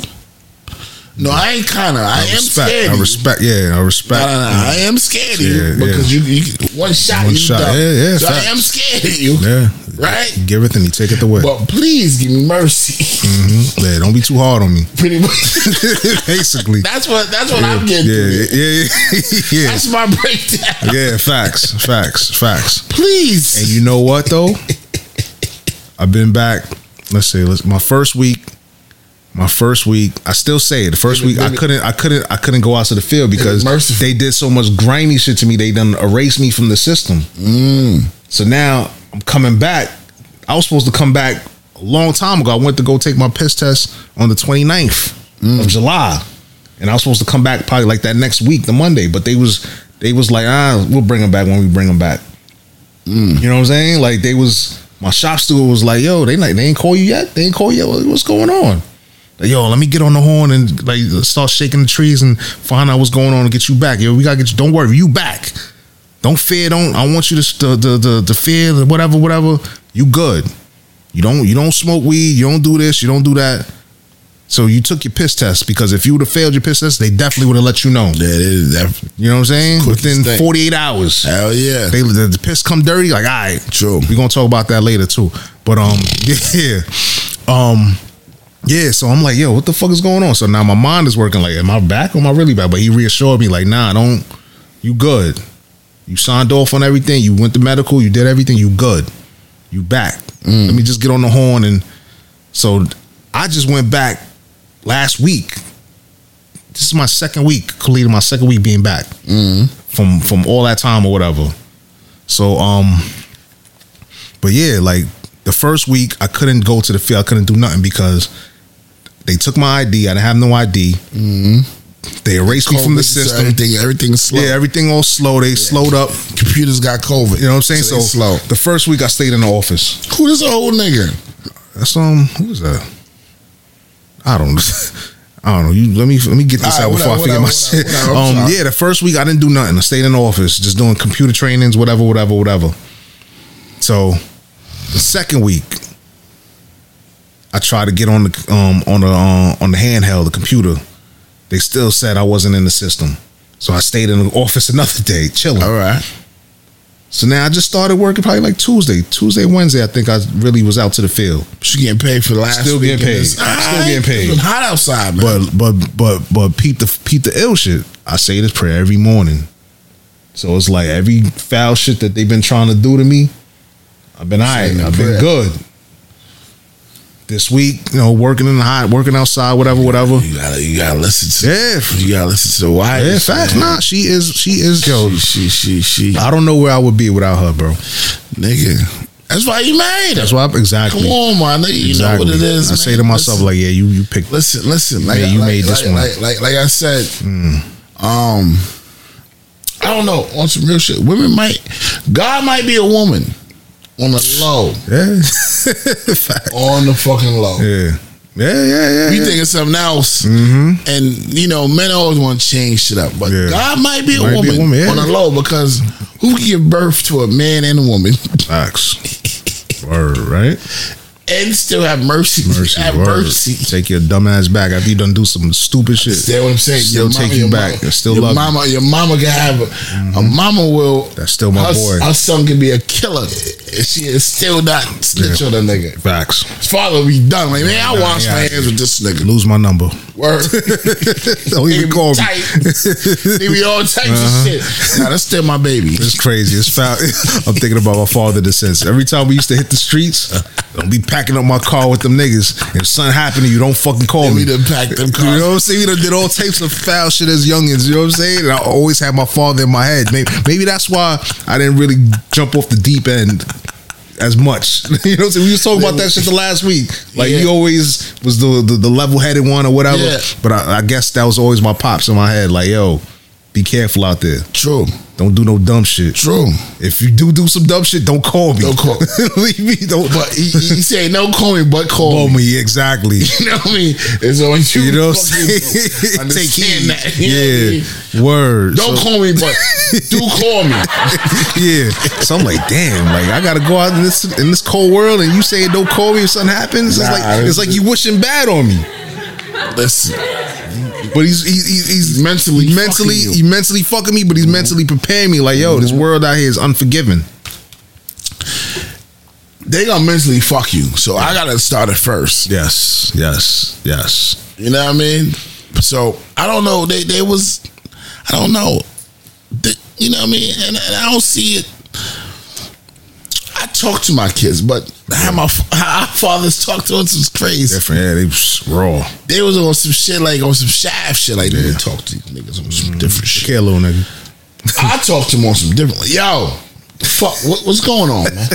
Speaker 3: No, I ain't kind of. I, am
Speaker 5: respect.
Speaker 3: scared.
Speaker 5: I
Speaker 3: of
Speaker 5: respect. Yeah, I
Speaker 3: You.
Speaker 5: respect. Mm.
Speaker 3: No, no, no. I am scared of
Speaker 5: Yeah,
Speaker 3: you because you, you one shot.
Speaker 5: One
Speaker 3: you
Speaker 5: shot.
Speaker 3: Done.
Speaker 5: Yeah, yeah,
Speaker 3: So I
Speaker 5: facts.
Speaker 3: am scared of you.
Speaker 5: Yeah,
Speaker 3: right?
Speaker 5: He giveth and he taketh away.
Speaker 3: But please give me mercy. *laughs*
Speaker 5: Mhm. Yeah, don't be too hard on me.
Speaker 3: Pretty much.
Speaker 5: *laughs* Basically.
Speaker 3: That's what that's what
Speaker 5: yeah,
Speaker 3: I'm getting.
Speaker 5: yeah,
Speaker 3: to.
Speaker 5: yeah, yeah, *laughs*
Speaker 3: That's my breakdown. *laughs*
Speaker 5: yeah, *laughs* yeah. Facts, facts, facts.
Speaker 3: Please.
Speaker 5: And you know what
Speaker 3: *laughs*
Speaker 5: though? I've been back. Let's say, let's, my first week. My first week, I still say it. The first week, I couldn't, I couldn't, I couldn't go out to the field because
Speaker 3: merciful.
Speaker 5: they did so much grimy shit to me. They done erased me from the system. So now I'm coming back. I was supposed to come back a long time ago. I went to go take my piss test on the 29th of July. And I was supposed to come back probably like that next week, the Monday. But they was they was like, ah, we'll bring them back when we bring them back. You know what I'm saying? Like they was my shop steward was like, yo, they not, they ain't call you yet. They ain't call you. Yet? What's going on? Like, yo, let me get on the horn and like start shaking the trees and find out what's going on and get you back. Yo, we gotta get you. Don't worry, you back. Don't fear. Don't. I want you to the the the, the fear the whatever whatever. You good. You don't you don't smoke weed. You don't do this. You don't do that. So you took your piss test because if you would have failed your piss test, they definitely would have let you know.
Speaker 3: That is that.
Speaker 5: You know what I'm saying?
Speaker 3: Quick as
Speaker 5: Within
Speaker 3: thing.
Speaker 5: 48 hours,
Speaker 3: Hell yeah.
Speaker 5: they the, the piss come dirty. Like, all right,
Speaker 3: True.
Speaker 5: we're gonna talk about that later too. But um, *laughs* yeah, um, yeah. So I'm like, yo, what the fuck is going on? So now my mind is working. Like, am I back? Or am I really back? But he reassured me, like, nah, don't. You good? You signed off on everything. You went to medical. You did everything. You good? You back? Let me just get on the horn and. So I just went back last week. This is my second week, completed my second week being back
Speaker 3: Mm-hmm.
Speaker 5: from from all that time or whatever. So um but yeah, like the first week I couldn't go to the field. I couldn't do nothing because they took my ID. I didn't have no ID. They erased me from the
Speaker 3: Mm-hmm. COVID, so
Speaker 5: system.
Speaker 3: Everything everything's slow.
Speaker 5: Yeah, everything all slow. They slowed up.
Speaker 3: Computers got COVID.
Speaker 5: You know what I'm saying?
Speaker 3: So
Speaker 5: So,
Speaker 3: they slow.
Speaker 5: the first week I stayed in the office.
Speaker 3: Who this old nigga?
Speaker 5: That's um who was that? I don't *laughs* I don't know. You let me let me get this
Speaker 3: All right,
Speaker 5: out before I
Speaker 3: whatever,
Speaker 5: figure my
Speaker 3: whatever,
Speaker 5: shit.
Speaker 3: whatever, I'm
Speaker 5: Um
Speaker 3: sorry.
Speaker 5: yeah, the first week I didn't do nothing. I stayed in the office, just doing computer trainings, whatever, whatever, whatever. So the second week, I tried to get on the um, on the uh, on the handheld, the computer. They still said I wasn't in the system, so I stayed in the office *laughs* another day, chilling.
Speaker 3: All right.
Speaker 5: So now I just started working probably like Tuesday, Tuesday, Wednesday. I think I really was out to the field,
Speaker 3: She getting paid for the last.
Speaker 5: Still getting
Speaker 3: weekend.
Speaker 5: paid.
Speaker 3: It's-
Speaker 5: Still
Speaker 3: All
Speaker 5: getting paid.
Speaker 3: It's hot outside, man.
Speaker 5: but but but but Pete the Pete the ill shit. I say this prayer every morning, so it's like every foul shit that they've been trying to do to me. I've been alright.
Speaker 3: the
Speaker 5: I've
Speaker 3: prayer.
Speaker 5: been good. This week, you know, working in the hot, working outside, whatever, whatever.
Speaker 3: you gotta you gotta listen to
Speaker 5: Yeah, f-
Speaker 3: you gotta listen to the wife.
Speaker 5: yeah, facts. Nah, she is, she is, yo.
Speaker 3: She, she she she
Speaker 5: I don't know where I would be without her, bro.
Speaker 3: nigga. That's why you married her.
Speaker 5: That's why, I, exactly.
Speaker 3: Come on, my nigga. You
Speaker 5: exactly.
Speaker 3: know what it is.
Speaker 5: I say to
Speaker 3: man.
Speaker 5: myself,
Speaker 3: Listen.
Speaker 5: like, yeah, you, you picked.
Speaker 3: Listen, listen. Like,
Speaker 5: Man, you
Speaker 3: like,
Speaker 5: made this
Speaker 3: like,
Speaker 5: one. Hmm.
Speaker 3: Like, like, like I said, um, I don't know. On some real shit, women might, God might be a woman on the low,
Speaker 5: Yeah,
Speaker 3: on the fucking low.
Speaker 5: yeah, *laughs* yeah, yeah, yeah.
Speaker 3: We
Speaker 5: yeah.
Speaker 3: think of something else, and you know, men always want to change shit up. But
Speaker 5: Mm-hmm. Yeah.
Speaker 3: God might be a
Speaker 5: Might be a
Speaker 3: woman,
Speaker 5: woman, yeah.
Speaker 3: on the low because who can give birth to a man and a woman *laughs*
Speaker 5: Facts. Word, right?
Speaker 3: and still have mercy?
Speaker 5: Mercy,
Speaker 3: have
Speaker 5: word.
Speaker 3: mercy.
Speaker 5: Take your dumb ass back after you done do some stupid shit.
Speaker 3: Understand what I'm saying?
Speaker 5: Still
Speaker 3: Your
Speaker 5: take
Speaker 3: mama-
Speaker 5: you
Speaker 3: your
Speaker 5: back.
Speaker 3: Mama,
Speaker 5: I still
Speaker 3: your
Speaker 5: love you. Mm-hmm.
Speaker 3: mama. Your mama can have a, a mama will.
Speaker 5: That's still my
Speaker 3: her,
Speaker 5: boy.
Speaker 3: Her son can be a killer. and She is still not snitch on a nigga.
Speaker 5: Facks.
Speaker 3: His father will be done. Like man, I wash
Speaker 5: yeah.
Speaker 3: my hands with this
Speaker 5: *laughs*
Speaker 3: nigga.
Speaker 5: Lose my
Speaker 3: *laughs*
Speaker 5: number.
Speaker 3: Word.
Speaker 5: Don't
Speaker 3: They
Speaker 5: even
Speaker 3: be
Speaker 5: call me. Uh-huh.
Speaker 3: tight. They be all types of shit. Nah, that's still my baby.
Speaker 5: It's crazy. It's foul. *laughs* I'm thinking about my father that says every time we used to hit the streets, don't be packing up my car with them niggas. If something happened to you, don't fucking call
Speaker 3: And
Speaker 5: me.
Speaker 3: we done packed them
Speaker 5: *laughs* You know
Speaker 3: cars.
Speaker 5: what I'm saying? We done did all types of foul shit as youngins. You know what I'm saying? And I always had my father in my head. Maybe, maybe that's why I didn't really jump off the deep end as much. *laughs* you know what I'm saying? We was talking about that shit the last week. Like
Speaker 3: Yeah.
Speaker 5: he always was the the, the level headed one or whatever.
Speaker 3: Yeah.
Speaker 5: But I, I guess that was always my pops in my head. Like yo, be careful out there.
Speaker 3: True.
Speaker 5: Don't do no dumb shit.
Speaker 3: True.
Speaker 5: If you do do some dumb shit, don't call me.
Speaker 3: Don't call.
Speaker 5: *laughs* Leave me. Don't
Speaker 3: But he, he said, no call me, but call
Speaker 5: call
Speaker 3: me.
Speaker 5: me.
Speaker 3: *laughs*
Speaker 5: Exactly.
Speaker 3: You know what I mean? It's on you.
Speaker 5: You know what I'm
Speaker 3: fucking
Speaker 5: saying? *laughs* Take
Speaker 3: Understand
Speaker 5: heed. *laughs*
Speaker 3: that. You know
Speaker 5: Yeah.
Speaker 3: what I mean?
Speaker 5: Word.
Speaker 3: Don't
Speaker 5: So-
Speaker 3: call me, but do call me.
Speaker 5: *laughs* yeah. So I'm like, damn, like I gotta go out in this in this cold world and you say don't call me if something happens. It's
Speaker 3: Nah,
Speaker 5: like it's like you wishing bad on me.
Speaker 3: Listen,
Speaker 5: But he's he, he- he's
Speaker 3: Mentally
Speaker 5: he mentally
Speaker 3: fucking you. Mm-hmm.
Speaker 5: he mentally fucking me, but he's mentally preparing me like, yo, this world out here is unforgiving.
Speaker 3: they gonna mentally fuck you. So I gotta start it first.
Speaker 5: Yes, yes, yes.
Speaker 3: You know what I mean? So I don't know. They they was I don't know. The- you know what I mean? And, and I don't see it. I talk to my kids, but how my f- how our fathers talk to us is crazy.
Speaker 5: Different. Yeah, they was raw.
Speaker 3: They was on some shit like on some shaft shit like they talk to these niggas on some different shit.
Speaker 5: Care, little nigga.
Speaker 3: I talk to them on some different. Like, yo, fuck, what, what's going on, man?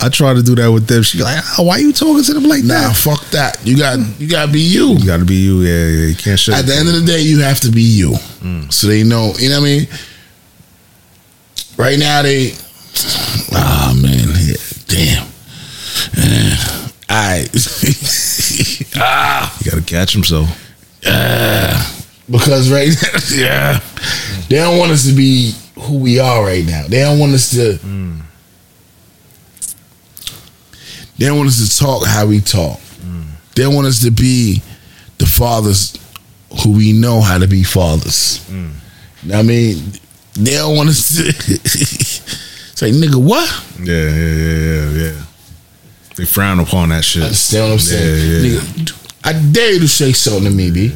Speaker 5: I tried to do that with them. She like, "Ah, why you talking to them like
Speaker 3: Nah,
Speaker 5: that?
Speaker 3: fuck that. You got you got to be you.
Speaker 5: You gotta be you. Yeah, yeah. You can't shut.
Speaker 3: At the end of the day, you have to be you. So they know. You know what I mean? Right now they. Ah man, yeah, damn. Eh, I *laughs*
Speaker 5: you gotta catch himself.
Speaker 3: because right now, *laughs* yeah, they don't want us to be who we are right now. They don't want us to. They don't want us to talk how we talk. They don't want us to be the fathers who we know how to be fathers. I mean, they don't want us to. *laughs* it's like, nigga, what?
Speaker 5: Yeah, yeah, yeah, yeah, yeah. They frown upon that shit.
Speaker 3: Understand what I'm saying?
Speaker 5: Yeah, yeah.
Speaker 3: Nigga, I dare you to say something to me, B.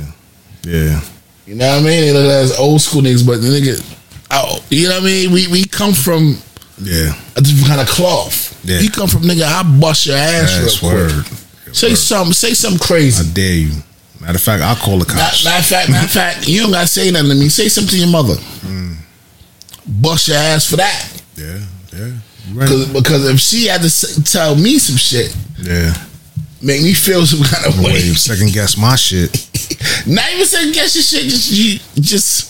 Speaker 5: yeah.
Speaker 3: You know what I mean? They look like us old school niggas, but the nigga, oh, you know what I mean? We we come from
Speaker 5: Yeah,
Speaker 3: a different kind of cloth.
Speaker 5: Yeah.
Speaker 3: You come from nigga, I bust your ass
Speaker 5: that's
Speaker 3: real
Speaker 5: word.
Speaker 3: quick. Say something, say something crazy.
Speaker 5: I dare you. Matter of fact, I'll call the cops.
Speaker 3: Matter matter of fact, matter of fact, you don't gotta say nothing to me. Say something to your mother.
Speaker 5: Hmm.
Speaker 3: Bust your ass for that.
Speaker 5: yeah, yeah. You
Speaker 3: 'Cause-
Speaker 5: Right.
Speaker 3: Because if she had to s- tell me some shit,
Speaker 5: Yeah.
Speaker 3: make me feel some kind of
Speaker 5: Wait,
Speaker 3: way.
Speaker 5: second guess my shit.
Speaker 3: Not even second guess your shit. Just you, just.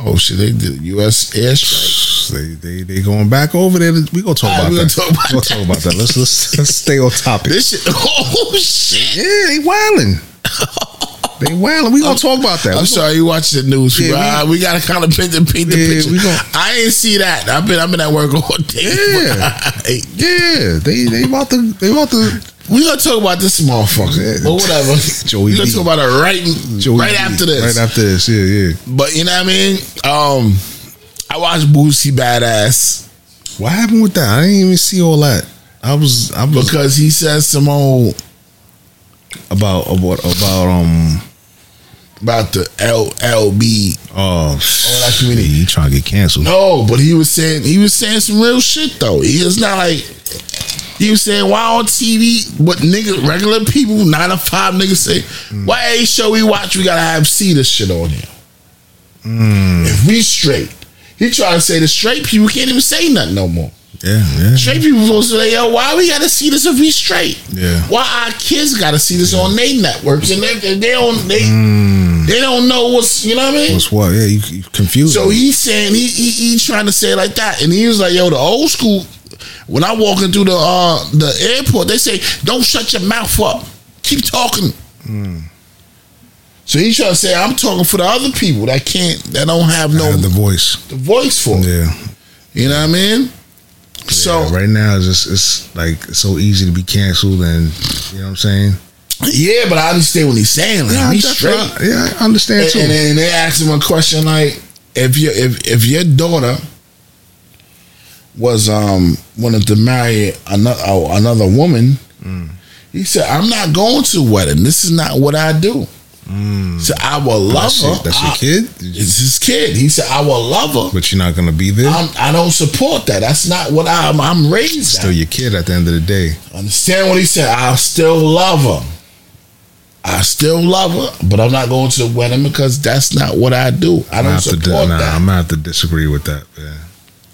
Speaker 3: Oh shit! They did U.S. airstrike.
Speaker 5: They, they they going back over there. We gonna talk
Speaker 3: All right,
Speaker 5: about
Speaker 3: we gonna
Speaker 5: that.
Speaker 3: talk about
Speaker 5: we gonna talk about that. Let's let's, let's stay on topic.
Speaker 3: This shit. *laughs* Oh shit!
Speaker 5: yeah, they wilding. *laughs* they wilding. We gonna talk about that.
Speaker 3: I'm
Speaker 5: We
Speaker 3: sorry you watch the news.
Speaker 5: Yeah,
Speaker 3: right? we, gotta kind of paint the, paint the
Speaker 5: Yeah,
Speaker 3: picture.
Speaker 5: we gon-
Speaker 3: I ain't see that. I've been I've been at work all day.
Speaker 5: Yeah. Yeah, they they about to they about to
Speaker 3: *laughs* we gonna talk about this motherfucker.
Speaker 5: Yeah.
Speaker 3: But whatever.
Speaker 5: *laughs* Joey
Speaker 3: we gonna
Speaker 5: B.
Speaker 3: talk about it right
Speaker 5: Joey
Speaker 3: right
Speaker 5: B.
Speaker 3: after this.
Speaker 5: Right after this, yeah, yeah.
Speaker 3: but you know what I mean? Um, I watched Boosie Badass
Speaker 5: What happened with that? I didn't even see all that. I was I was
Speaker 3: because he says some old
Speaker 5: about about about um
Speaker 3: about the L L B.
Speaker 5: oh
Speaker 3: that community.
Speaker 5: shit, he trying to get canceled.
Speaker 3: No, but he was saying he was saying some real shit though. He is not like he was saying why on TV what niggas regular people nine to five niggas say why every show we watch we gotta have see this shit on there. If we straight, he trying to say the straight people can't even say nothing no more.
Speaker 5: Yeah, yeah.
Speaker 3: Straight people supposed to say yo why we gotta see this if we straight?
Speaker 5: Yeah.
Speaker 3: Why our kids gotta see this on their networks and they, they don't they they don't know what's you know what I mean.
Speaker 5: What's what? Yeah, you, you confused.
Speaker 3: So
Speaker 5: me.
Speaker 3: he's saying he, he he trying to say it like that, and he was like, "Yo, the old school." When I walk into the uh, the airport, they say, "Don't shut your mouth up. Keep talking." So he trying to say, "I'm talking for the other people that can't, that don't have
Speaker 5: I
Speaker 3: no
Speaker 5: had the
Speaker 3: the,
Speaker 5: voice.
Speaker 3: voice for." it.
Speaker 5: Yeah.
Speaker 3: You know what I mean? so
Speaker 5: Yeah, right now it's just it's like it's so easy to be canceled and you know what I'm saying?
Speaker 3: yeah, but I understand what he's saying. Like,
Speaker 5: Yeah, I,
Speaker 3: he's
Speaker 5: definitely-
Speaker 3: straight.
Speaker 5: yeah, I understand
Speaker 3: and,
Speaker 5: too.
Speaker 3: and, and they asked him a question like, if your if if your daughter was um wanted to marry another oh, another woman,
Speaker 5: Mm.
Speaker 3: he said, "I'm not going to a wedding. This is not what I do." So I will love
Speaker 5: Mm. that's,
Speaker 3: her.
Speaker 5: your, that's your
Speaker 3: I-
Speaker 5: kid?
Speaker 3: It's his kid. He said, "I will love her."
Speaker 5: But you're not gonna be there?
Speaker 3: I'm, I don't support that. That's not what I'm. I'm raised.
Speaker 5: Still
Speaker 3: at.
Speaker 5: your kid at the end of the day.
Speaker 3: Understand what he said? I still love her. I still love her, but I'm not going to the wedding because that's not what I do. I
Speaker 5: I'm gonna
Speaker 3: don't
Speaker 5: have to
Speaker 3: support
Speaker 5: di- nah,
Speaker 3: that.
Speaker 5: I'm gonna have to disagree with that, man.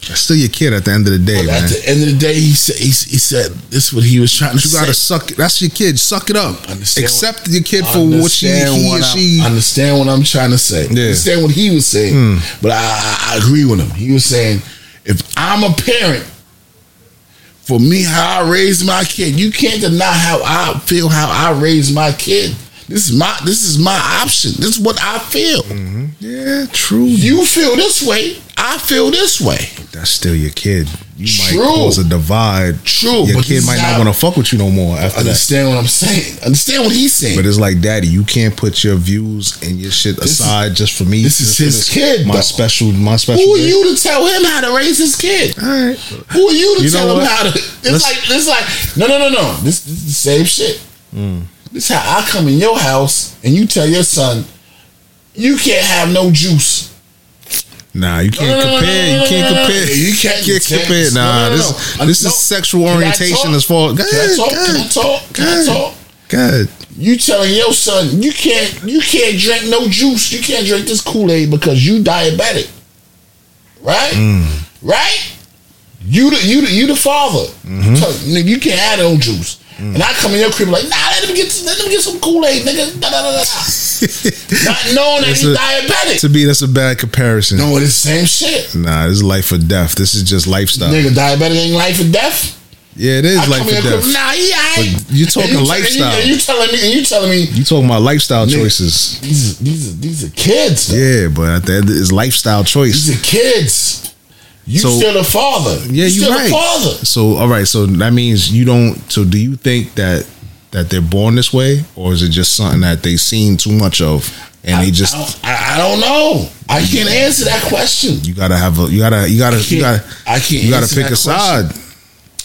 Speaker 5: That's still your kid at the end of the day,
Speaker 3: But
Speaker 5: man.
Speaker 3: at the end of the day, he said he, he said this is what he was trying to
Speaker 5: you
Speaker 3: say.
Speaker 5: gotta suck. That's your kid. Suck it up.
Speaker 3: Understand
Speaker 5: Accept your kid for what she,
Speaker 3: Understand
Speaker 5: he
Speaker 3: what
Speaker 5: or
Speaker 3: I'm-
Speaker 5: she.
Speaker 3: Understand what I'm trying to say.
Speaker 5: Yeah. Hmm.
Speaker 3: Understand what he was saying. But I, I, I agree with him. He was saying, if I'm a parent, for me, how I raised my kid, you can't deny how I feel, how I raised my kid. This is my this is my option. This is what I feel.
Speaker 5: Hmm. Yeah, true.
Speaker 3: You feel this way. I feel this way.
Speaker 5: That's still your kid. You
Speaker 3: True.
Speaker 5: might cause a divide.
Speaker 3: True,
Speaker 5: Your
Speaker 3: but this
Speaker 5: kid
Speaker 3: is
Speaker 5: might
Speaker 3: how-
Speaker 5: not want to fuck with you no more after that.
Speaker 3: Understand what I'm saying? Understand what he's saying?
Speaker 5: But it's like, daddy, you can't put your views and your shit
Speaker 3: is-
Speaker 5: aside just for me.
Speaker 3: this is
Speaker 5: Just for
Speaker 3: his kid,
Speaker 5: My
Speaker 3: though.
Speaker 5: special, my special.
Speaker 3: Who are
Speaker 5: day.
Speaker 3: you to tell him how to raise his kid?
Speaker 5: All right.
Speaker 3: Who are you to
Speaker 5: You know
Speaker 3: tell him
Speaker 5: what?
Speaker 3: how to? It's
Speaker 5: Let's-
Speaker 3: like it's like no no no no. This, this is the same shit.
Speaker 5: Mm.
Speaker 3: This how I come in your house and you tell your son you can't have no juice.
Speaker 5: Nah, you can't
Speaker 3: No, no, no,
Speaker 5: compare.
Speaker 3: no, no,
Speaker 5: you can't
Speaker 3: no, no,
Speaker 5: compare.
Speaker 3: no, you can't-
Speaker 5: You
Speaker 3: you
Speaker 5: can't
Speaker 3: can't-
Speaker 5: compare.
Speaker 3: no,
Speaker 5: Nah,
Speaker 3: no, no,
Speaker 5: this
Speaker 3: no.
Speaker 5: this
Speaker 3: No.
Speaker 5: is sexual
Speaker 3: Can I
Speaker 5: orientation
Speaker 3: talk?
Speaker 5: as far. God,
Speaker 3: Can I talk? Can I
Speaker 5: God,
Speaker 3: talk? Can I
Speaker 5: God,
Speaker 3: talk?
Speaker 5: God.
Speaker 3: You telling your son you can't you can't drink no juice. You can't drink this Kool Aid because you diabetic. Right,
Speaker 5: Mm.
Speaker 3: right. You the you the, you the father.
Speaker 5: Mm-hmm.
Speaker 3: So, nigga, you can't have no juice.
Speaker 5: Mm.
Speaker 3: And I come in your crib like, nah, let him get let him get some Kool Aid, nigga. Da, da, da, da, da.
Speaker 5: *laughs*
Speaker 3: Not knowing that
Speaker 5: It's
Speaker 3: he's
Speaker 5: a-
Speaker 3: diabetic.
Speaker 5: To me, that's a bad comparison.
Speaker 3: No, it's the same shit.
Speaker 5: Nah, this is life or death. This is just lifestyle.
Speaker 3: Nigga, diabetic ain't life or death.
Speaker 5: Yeah, it is
Speaker 3: I
Speaker 5: life
Speaker 3: come
Speaker 5: or
Speaker 3: in your crib,
Speaker 5: death.
Speaker 3: Nah, he aight.
Speaker 5: But you talking
Speaker 3: And you-
Speaker 5: lifestyle.
Speaker 3: And you, and you telling me? And you telling me
Speaker 5: You talking about lifestyle
Speaker 3: Nigga.
Speaker 5: choices?
Speaker 3: these are, these are, these are kids. though.
Speaker 5: Yeah, but at the end, it's lifestyle choice.
Speaker 3: These are kids. You
Speaker 5: So-
Speaker 3: still a father.
Speaker 5: Yeah,
Speaker 3: you
Speaker 5: you're
Speaker 3: still
Speaker 5: right.
Speaker 3: a father.
Speaker 5: So, all right. So that means you don't. So, do you think that that they're born this way, or is it just something that they seen too much of, and they just
Speaker 3: I don't, I, I don't know. I can't answer that question.
Speaker 5: you gotta have a you gotta you gotta you
Speaker 3: can't-
Speaker 5: gotta
Speaker 3: I can't
Speaker 5: you gotta
Speaker 3: answer
Speaker 5: pick
Speaker 3: that
Speaker 5: a side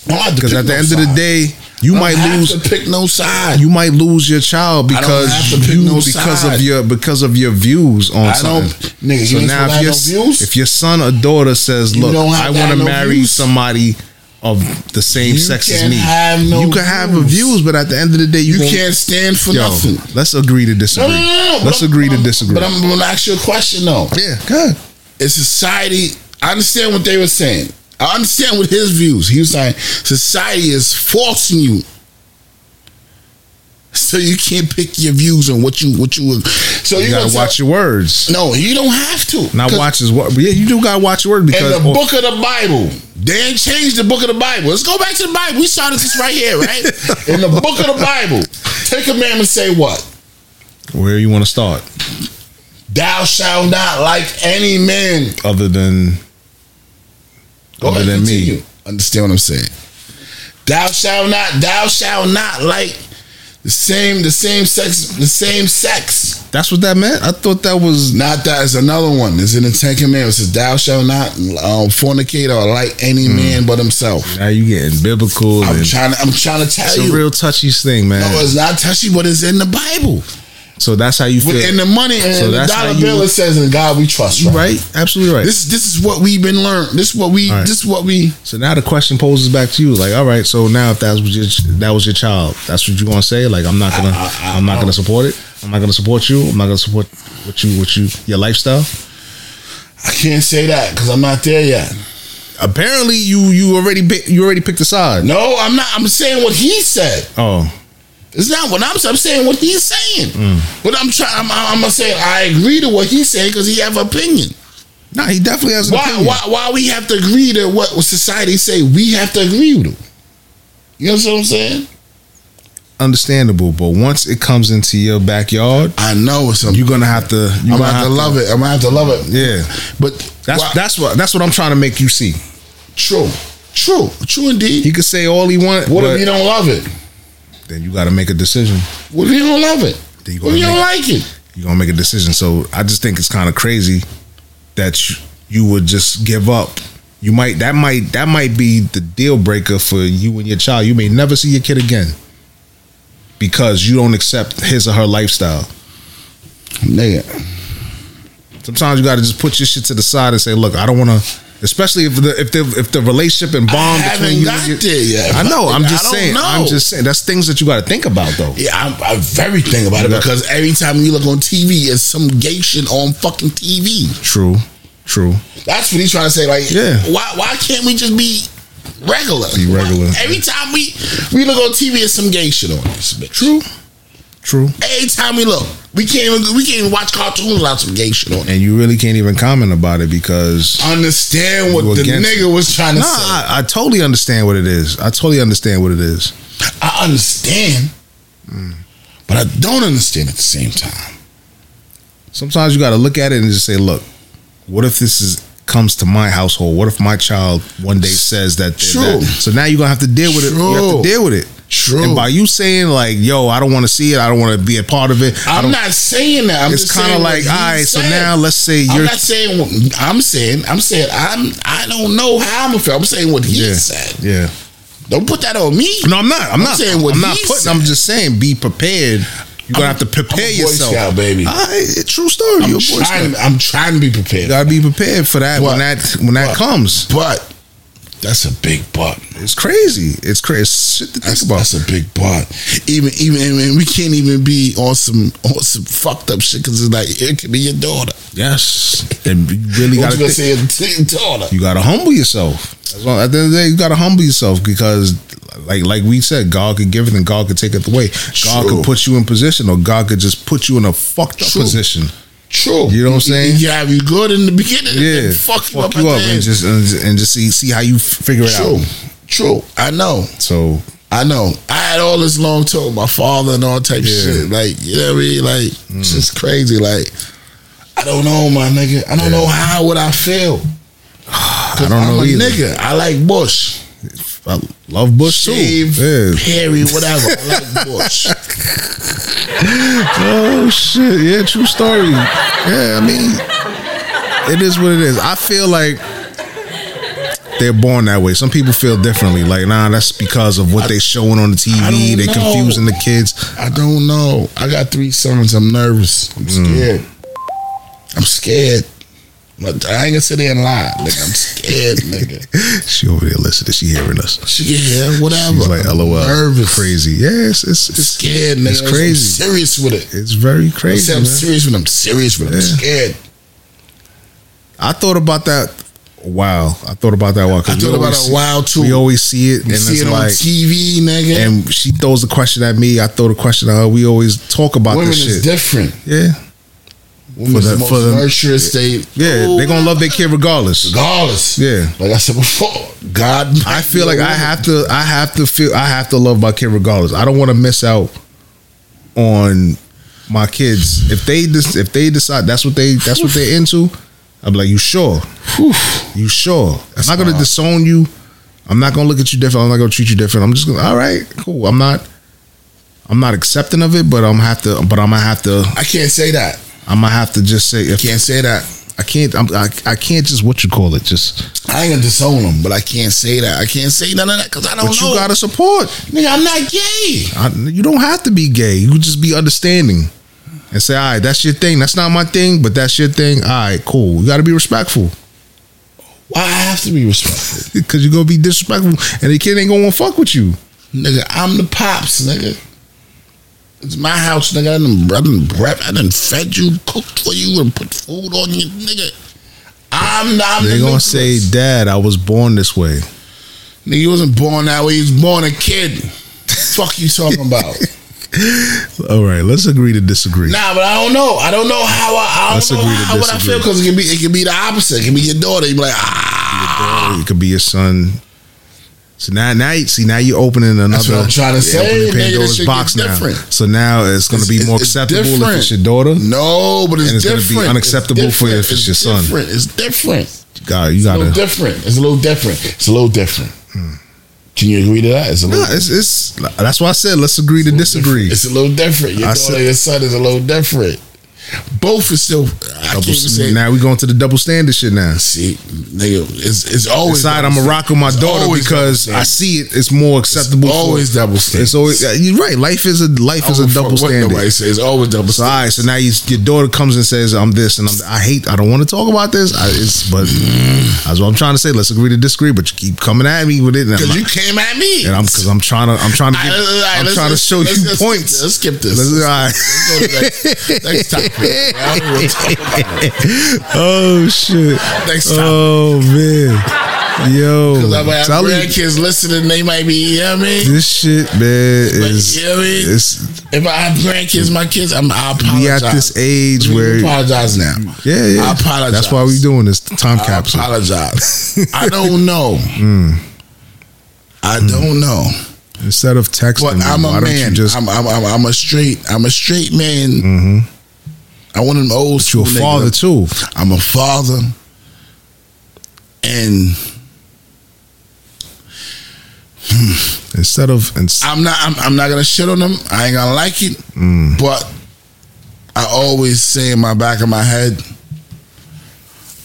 Speaker 3: I don't have to
Speaker 5: because
Speaker 3: pick
Speaker 5: at
Speaker 3: no
Speaker 5: the end of
Speaker 3: side.
Speaker 5: the day you
Speaker 3: I
Speaker 5: might
Speaker 3: don't have
Speaker 5: lose
Speaker 3: to pick no side.
Speaker 5: you might lose your child
Speaker 3: don't have
Speaker 5: because
Speaker 3: to pick
Speaker 5: you,
Speaker 3: no
Speaker 5: because
Speaker 3: side.
Speaker 5: of your because of your views on
Speaker 3: I don't-
Speaker 5: something.
Speaker 3: nigga, you ain't supposed to
Speaker 5: if your
Speaker 3: have no views.
Speaker 5: if your son or daughter says,
Speaker 3: You
Speaker 5: "Look,
Speaker 3: don't have
Speaker 5: I
Speaker 3: to
Speaker 5: want
Speaker 3: have
Speaker 5: to
Speaker 3: no
Speaker 5: marry
Speaker 3: views.
Speaker 5: somebody of the same
Speaker 3: You
Speaker 5: sex as
Speaker 3: can't
Speaker 5: me,"
Speaker 3: have no
Speaker 5: you can have
Speaker 3: views.
Speaker 5: views, but at the end of the day, you,
Speaker 3: You
Speaker 5: gon-
Speaker 3: can't stand for
Speaker 5: Yo,
Speaker 3: nothing.
Speaker 5: let's agree to disagree.
Speaker 3: No, no, no, no, but
Speaker 5: Let's
Speaker 3: I'm-
Speaker 5: agree to
Speaker 3: I'm-
Speaker 5: disagree.
Speaker 3: But I'm going to ask you a question though.
Speaker 5: yeah, good.
Speaker 3: Is society? I understand what they were saying. I understand what his views. He was saying society is forcing you, *laughs* so you can't pick your views on what you what you. would- So
Speaker 5: You,
Speaker 3: you,
Speaker 5: gotta watch your words.
Speaker 3: No, you don't have to.
Speaker 5: Not
Speaker 3: 'Cause
Speaker 5: watch his word. Yeah, you do gotta watch your word
Speaker 3: In
Speaker 5: because
Speaker 3: the book of the Bible, they ain't changed the book of the Bible. Let's go back to the Bible. We started this right here,
Speaker 5: *laughs*
Speaker 3: right? In the book of the Bible, take a man and say what?
Speaker 5: where you want to start,
Speaker 3: Thou shalt not like any man
Speaker 5: other than
Speaker 3: Go
Speaker 5: other
Speaker 3: ahead,
Speaker 5: than me.
Speaker 3: continue. Understand what I'm saying? Thou shalt not. Thou shalt not like the same. The same sex. The same sex.
Speaker 5: That's what that meant. I thought that was
Speaker 3: Not that is another one. It's in the Ten Commandments. It says, "Thou shalt not um, fornicate or like any
Speaker 5: Hmm.
Speaker 3: man but himself."
Speaker 5: Now you getting biblical.
Speaker 3: I'm
Speaker 5: and
Speaker 3: trying. I'm trying to tell
Speaker 5: it's a
Speaker 3: you.
Speaker 5: real touchy thing, man.
Speaker 3: no, it's not touchy, but it's in the Bible.
Speaker 5: so that's how you feel,
Speaker 3: Within the money and
Speaker 5: So
Speaker 3: the
Speaker 5: that's how
Speaker 3: dollar
Speaker 5: you-
Speaker 3: bill, it says, "In God we trust." Right.
Speaker 5: right? Absolutely right.
Speaker 3: This. This is what we've been learned. This is what we.
Speaker 5: All right.
Speaker 3: This is what we.
Speaker 5: so now the question poses back to you, like, all right, so now if that was your that was your child, that's what you gonna say? Like, I'm not gonna, I, am not gonna support it. I'm not gonna support you. I'm not gonna support what you, what you, your lifestyle.
Speaker 3: I can't say that because I'm not there yet.
Speaker 5: Apparently, you you already pi- you already picked a side.
Speaker 3: No, I'm not. I'm saying what he said.
Speaker 5: Oh,
Speaker 3: It's not what I'm saying. I'm saying what he's saying.
Speaker 5: Hmm.
Speaker 3: But I'm trying. I'm, I'm gonna say I agree to what he's saying because he have an opinion.
Speaker 5: no, he definitely has an
Speaker 3: Why,
Speaker 5: opinion.
Speaker 3: why? Why we have to agree to what society say? We have to agree with him. You know what I'm saying?
Speaker 5: Understandable, but once it comes into your backyard,
Speaker 3: I know it's.
Speaker 5: you're gonna have to.
Speaker 3: I'm
Speaker 5: You're
Speaker 3: gonna have to love it. I'm gonna have to love it.
Speaker 5: Yeah,
Speaker 3: But
Speaker 5: that's
Speaker 3: why-
Speaker 5: that's what that's what I'm trying to make you see.
Speaker 3: true, true, true
Speaker 5: He
Speaker 3: indeed.
Speaker 5: could say all he want.
Speaker 3: What
Speaker 5: but
Speaker 3: if you don't love it?
Speaker 5: then you got to make a decision.
Speaker 3: What if you don't love it?
Speaker 5: Then you
Speaker 3: What if you
Speaker 5: gotta
Speaker 3: don't like it?
Speaker 5: You gonna make a decision. So I just think it's kind of crazy that you, you would just give up. You might that might that might be the deal breaker for you and your child. You may never see your kid again because you don't accept his or her lifestyle.
Speaker 3: Nigga,
Speaker 5: Sometimes you got to just put your shit to the side and say, "Look, I don't want to." Especially if the if the if the relationship and bond
Speaker 3: I
Speaker 5: between
Speaker 3: haven't
Speaker 5: you.
Speaker 3: got
Speaker 5: and your,
Speaker 3: there yet.
Speaker 5: I know. I'm
Speaker 3: I
Speaker 5: just
Speaker 3: don't
Speaker 5: saying. I'm
Speaker 3: know.
Speaker 5: just saying. That's things that you got to think about, though.
Speaker 3: Yeah, I'm, I'm very thinking about it
Speaker 5: Yeah.
Speaker 3: because every time you look on TV, it's some gay shit on fucking TV.
Speaker 5: True. True.
Speaker 3: That's what he's trying to say. Like,
Speaker 5: Yeah.
Speaker 3: why why can't we just be regular?
Speaker 5: Be regular.
Speaker 3: Why- every time we we look on TV, it's some gay shit on this bitch. True.
Speaker 5: True.
Speaker 3: Every time we look, we can't even we can't even watch cartoons without some gay shit on it.
Speaker 5: and you really can't even comment about it because
Speaker 3: Understand what
Speaker 5: You
Speaker 3: the
Speaker 5: against
Speaker 3: nigga was trying to
Speaker 5: nah,
Speaker 3: say?
Speaker 5: I, I totally understand what it is. I totally understand what it is. Mm.
Speaker 3: I understand. But I don't understand at the same time.
Speaker 5: Sometimes you got to look at it and just say, "Look, what if this is comes to my household? What if my child one day says that?" they're
Speaker 3: True.
Speaker 5: that? So now you're gonna have to deal with it. You have
Speaker 3: True.
Speaker 5: to deal with it.
Speaker 3: True.
Speaker 5: And by you saying like, "Yo, I don't want to see it. I don't want to be a part of it," I
Speaker 3: I'm
Speaker 5: don't-
Speaker 3: not saying that. I'm
Speaker 5: It's
Speaker 3: just
Speaker 5: kind
Speaker 3: saying
Speaker 5: of
Speaker 3: what
Speaker 5: like,
Speaker 3: he
Speaker 5: all right. So
Speaker 3: said.
Speaker 5: now let's say
Speaker 3: I'm
Speaker 5: you're.
Speaker 3: not saying what I'm saying. I'm saying I'm. I don't know how I'm gonna feel. I'm saying what he
Speaker 5: yeah,
Speaker 3: said.
Speaker 5: yeah.
Speaker 3: Don't put that on me.
Speaker 5: No, I'm not. I'm, not
Speaker 3: saying what
Speaker 5: I'm not
Speaker 3: he
Speaker 5: putting.
Speaker 3: said.
Speaker 5: I'm just saying, be prepared. You're gonna
Speaker 3: I'm-
Speaker 5: have to prepare
Speaker 3: I'm a Boy
Speaker 5: yourself,
Speaker 3: Scout, baby.
Speaker 5: All right, it's true story.
Speaker 3: I'm
Speaker 5: You're a Boy
Speaker 3: trying.
Speaker 5: Scout.
Speaker 3: I'm trying to be prepared.
Speaker 5: You gotta be prepared for that
Speaker 3: But-
Speaker 5: when that when that
Speaker 3: but-
Speaker 5: comes.
Speaker 3: But that's a big but.
Speaker 5: It's crazy. It's crazy. It's shit to think
Speaker 3: That's,
Speaker 5: about.
Speaker 3: that's a big but. Even even and we can't even be on some on some fucked up shit because it's like it could be your daughter.
Speaker 5: Yes, and you really
Speaker 3: You
Speaker 5: got
Speaker 3: what
Speaker 5: to.
Speaker 3: you gonna say your daughter?
Speaker 5: you got to humble yourself. That's all- At the end of the day, you got to humble yourself because, like like we said, God could give it and God could take it away. God
Speaker 3: True.
Speaker 5: could put you in position, or God could just put you in a fucked up
Speaker 3: True.
Speaker 5: position.
Speaker 3: True.
Speaker 5: You know what I'm saying?
Speaker 3: You have you good in the beginning, yeah.
Speaker 5: Yeah,
Speaker 3: Then fuck you up, at
Speaker 5: you
Speaker 3: the
Speaker 5: up and
Speaker 3: end.
Speaker 5: just and just, and just see see how you f- figure it
Speaker 3: True.
Speaker 5: out.
Speaker 3: True. I know.
Speaker 5: So
Speaker 3: I know. I had all this long talk with my father and all type of
Speaker 5: Yeah. Mm.
Speaker 3: shit. Like, you know what I mean? Like, it's just crazy. Like, I don't know, my nigga. I don't know how would I feel.
Speaker 5: I don't
Speaker 3: I'm
Speaker 5: know
Speaker 3: a
Speaker 5: either.
Speaker 3: nigga. I like Bush.
Speaker 5: I love Bush
Speaker 3: Shave,
Speaker 5: too. Yeah.
Speaker 3: Perry, whatever. I
Speaker 5: *laughs*
Speaker 3: like Bush.
Speaker 5: Oh shit! Yeah, true story. Yeah, I mean, it is what it is. I feel like they're born that way. Some people feel differently. Like, nah, that's because of what they showing on the
Speaker 3: I
Speaker 5: TV.
Speaker 3: don't
Speaker 5: They
Speaker 3: know.
Speaker 5: confusing the kids.
Speaker 3: I don't know. I got three sons. I'm nervous. I'm
Speaker 5: Mm.
Speaker 3: scared. I'm scared. But I ain't gonna sit there and lie. Nigga,
Speaker 5: *laughs*
Speaker 3: I'm scared, nigga.
Speaker 5: She over there listening. She hearing us.
Speaker 3: Yeah, whatever.
Speaker 5: She's like,
Speaker 3: I'm
Speaker 5: LOL,
Speaker 3: Nervous.
Speaker 5: crazy. Yes, it's it's, it's,
Speaker 3: Scared, nigga.
Speaker 5: It's
Speaker 3: I'm
Speaker 5: crazy.
Speaker 3: serious with it.
Speaker 5: very
Speaker 3: I
Speaker 5: crazy.
Speaker 3: say I'm
Speaker 5: man.
Speaker 3: serious when I'm serious when I'm
Speaker 5: Yeah.
Speaker 3: scared.
Speaker 5: I thought about that. Wow, I thought about that a while. 'cause
Speaker 3: I
Speaker 5: we
Speaker 3: thought about
Speaker 5: always
Speaker 3: it a while,
Speaker 5: see-
Speaker 3: too.
Speaker 5: We always see it, and
Speaker 3: You see
Speaker 5: it's
Speaker 3: it on
Speaker 5: like.
Speaker 3: TV, nigga.
Speaker 5: and she throws the question at me. I throw the question at her. We always talk about
Speaker 3: Women
Speaker 5: this
Speaker 3: is
Speaker 5: shit.
Speaker 3: different.
Speaker 5: Yeah,
Speaker 3: Women
Speaker 5: the-
Speaker 3: the, the most
Speaker 5: for the-
Speaker 3: nurturous. They
Speaker 5: yeah,
Speaker 3: Ooh.
Speaker 5: they're gonna love their kid regardless.
Speaker 3: regardless.
Speaker 5: Yeah.
Speaker 3: like I said before, God.
Speaker 5: I feel like I have to. I have to feel. I have to love my kid regardless. I don't want to miss out on my kids if they just if they decide that's what they that's what they're into. I'm like, you sure? You sure? I'm not gonna disown you. I'm not gonna look at you different. I'm not gonna treat you different. I'm just gonna. All right, cool. I'm not. I'm not accepting of it, but I'm have to. But I'm gonna have to.
Speaker 3: I can't say that.
Speaker 5: I'm gonna have to just say if
Speaker 3: Can't say that.
Speaker 5: I can't I'm, I I can't just what you call it just
Speaker 3: I ain't gonna disown them, but I can't say that. I can't say none of that because I don't
Speaker 5: but you
Speaker 3: know.
Speaker 5: gotta support.
Speaker 3: nigga, I'm not gay.
Speaker 5: I, you don't have to be gay. You just be understanding and say, all right, that's your thing. That's not my thing, but that's your thing. All right, cool. You gotta be respectful *laughs*
Speaker 3: Why I have to be respectful,
Speaker 5: because you're gonna be disrespectful and the kid ain't gonna want fuck with you.
Speaker 3: nigga. I'm the pops, nigga. It's my house, nigga. I done, I done prep, I done fed you, cooked for you, and put food on you, nigga. I'm, I'm
Speaker 5: They're
Speaker 3: the
Speaker 5: gonna say,
Speaker 3: nucleus.
Speaker 5: Dad, I was born this way.
Speaker 3: Nigga, he wasn't born that way. He was born a kid. Fuck you talking about?
Speaker 5: *laughs* All right, let's agree to disagree.
Speaker 3: Nah, but I don't know. I don't know how I. I
Speaker 5: Let's
Speaker 3: don't know
Speaker 5: agree to
Speaker 3: how what I
Speaker 5: disagree.
Speaker 3: feel because it can be it can be the opposite. It can be your daughter. You be like ah.
Speaker 5: It could be your son. So now, now you see, now you're opening another.
Speaker 3: That's what I'm trying to
Speaker 5: you're
Speaker 3: say,
Speaker 5: opening
Speaker 3: nigga, this shit get different.
Speaker 5: So now it's going to
Speaker 3: It's-
Speaker 5: be more
Speaker 3: it's- it's
Speaker 5: acceptable if it's your
Speaker 3: different.
Speaker 5: daughter.
Speaker 3: No, but it's,
Speaker 5: And it's gonna be
Speaker 3: different.
Speaker 5: unacceptable for you if it's your son.
Speaker 3: different. It's different.
Speaker 5: God, you
Speaker 3: It's a little
Speaker 5: gotta.
Speaker 3: different. It's a little different. It's a little different.
Speaker 5: Hmm.
Speaker 3: Can you agree to that? It's a
Speaker 5: No,
Speaker 3: little.
Speaker 5: it's, it's that's why I said let's agree to disagree.
Speaker 3: It's a little different. Your
Speaker 5: I
Speaker 3: daughter,
Speaker 5: said-
Speaker 3: your son is a little different. Both is still. I can't
Speaker 5: Double,
Speaker 3: even say.
Speaker 5: now we going to the double standard shit now.
Speaker 3: See, nigga, it's it's always
Speaker 5: Decide I'm
Speaker 3: double
Speaker 5: gonna rock with my
Speaker 3: It's
Speaker 5: daughter
Speaker 3: always
Speaker 5: because
Speaker 3: double
Speaker 5: I
Speaker 3: standard.
Speaker 5: see it. It's more acceptable. for-
Speaker 3: always double standard.
Speaker 5: It's always yeah, you're right. Life is a life is a
Speaker 3: don't
Speaker 5: double
Speaker 3: fuck what
Speaker 5: standard.
Speaker 3: Nobody says it's always double
Speaker 5: So, all right,
Speaker 3: standard.
Speaker 5: so now you, your daughter comes and says, "I'm this," and I'm, I hate. I don't want to talk about this. I, it's, but that's what I'm trying to say. Let's agree to disagree. But you keep coming at me with it, and I'm,
Speaker 3: Because
Speaker 5: like-
Speaker 3: you came at me.
Speaker 5: and I'm because I'm trying to. I'm trying to. Give,
Speaker 3: All right, all right,
Speaker 5: I'm
Speaker 3: let's-
Speaker 5: trying to
Speaker 3: let's-
Speaker 5: show
Speaker 3: let's-
Speaker 5: you
Speaker 3: let's skip
Speaker 5: points.
Speaker 3: this. Let's skip this.
Speaker 5: Let's- all right.
Speaker 3: Let's go to the next,
Speaker 5: *laughs*
Speaker 3: next topic. I don't wanna talk about it.
Speaker 5: oh shit.
Speaker 3: Next topic.
Speaker 5: Oh man. Yo.
Speaker 3: Because I might have
Speaker 5: tell you,
Speaker 3: grandkids listening, they might be, you know what I mean?
Speaker 5: this shit, man, is
Speaker 3: you know what I mean?
Speaker 5: it's
Speaker 3: If I have grandkids, my kids, I'm, I apologize.
Speaker 5: we at this age
Speaker 3: We
Speaker 5: where yeah,
Speaker 3: apologize now.
Speaker 5: yeah.
Speaker 3: I apologize.
Speaker 5: That's why we doing this time
Speaker 3: I
Speaker 5: capsule. *laughs* Hmm.
Speaker 3: apologize. I don't know. I don't know.
Speaker 5: Instead of texting,
Speaker 3: But
Speaker 5: me,
Speaker 3: I'm
Speaker 5: why
Speaker 3: a
Speaker 5: don't you
Speaker 3: man.
Speaker 5: Just
Speaker 3: I'm, I'm, I'm, I'm a straight. I'm a straight man. I want an old
Speaker 5: you
Speaker 3: school.
Speaker 5: a
Speaker 3: nigga.
Speaker 5: father too.
Speaker 3: I'm a father, and
Speaker 5: Instead of ins-
Speaker 3: I'm not. I'm, I'm not gonna shit on them. I ain't gonna like it.
Speaker 5: Mm.
Speaker 3: But I always say in my back of my head,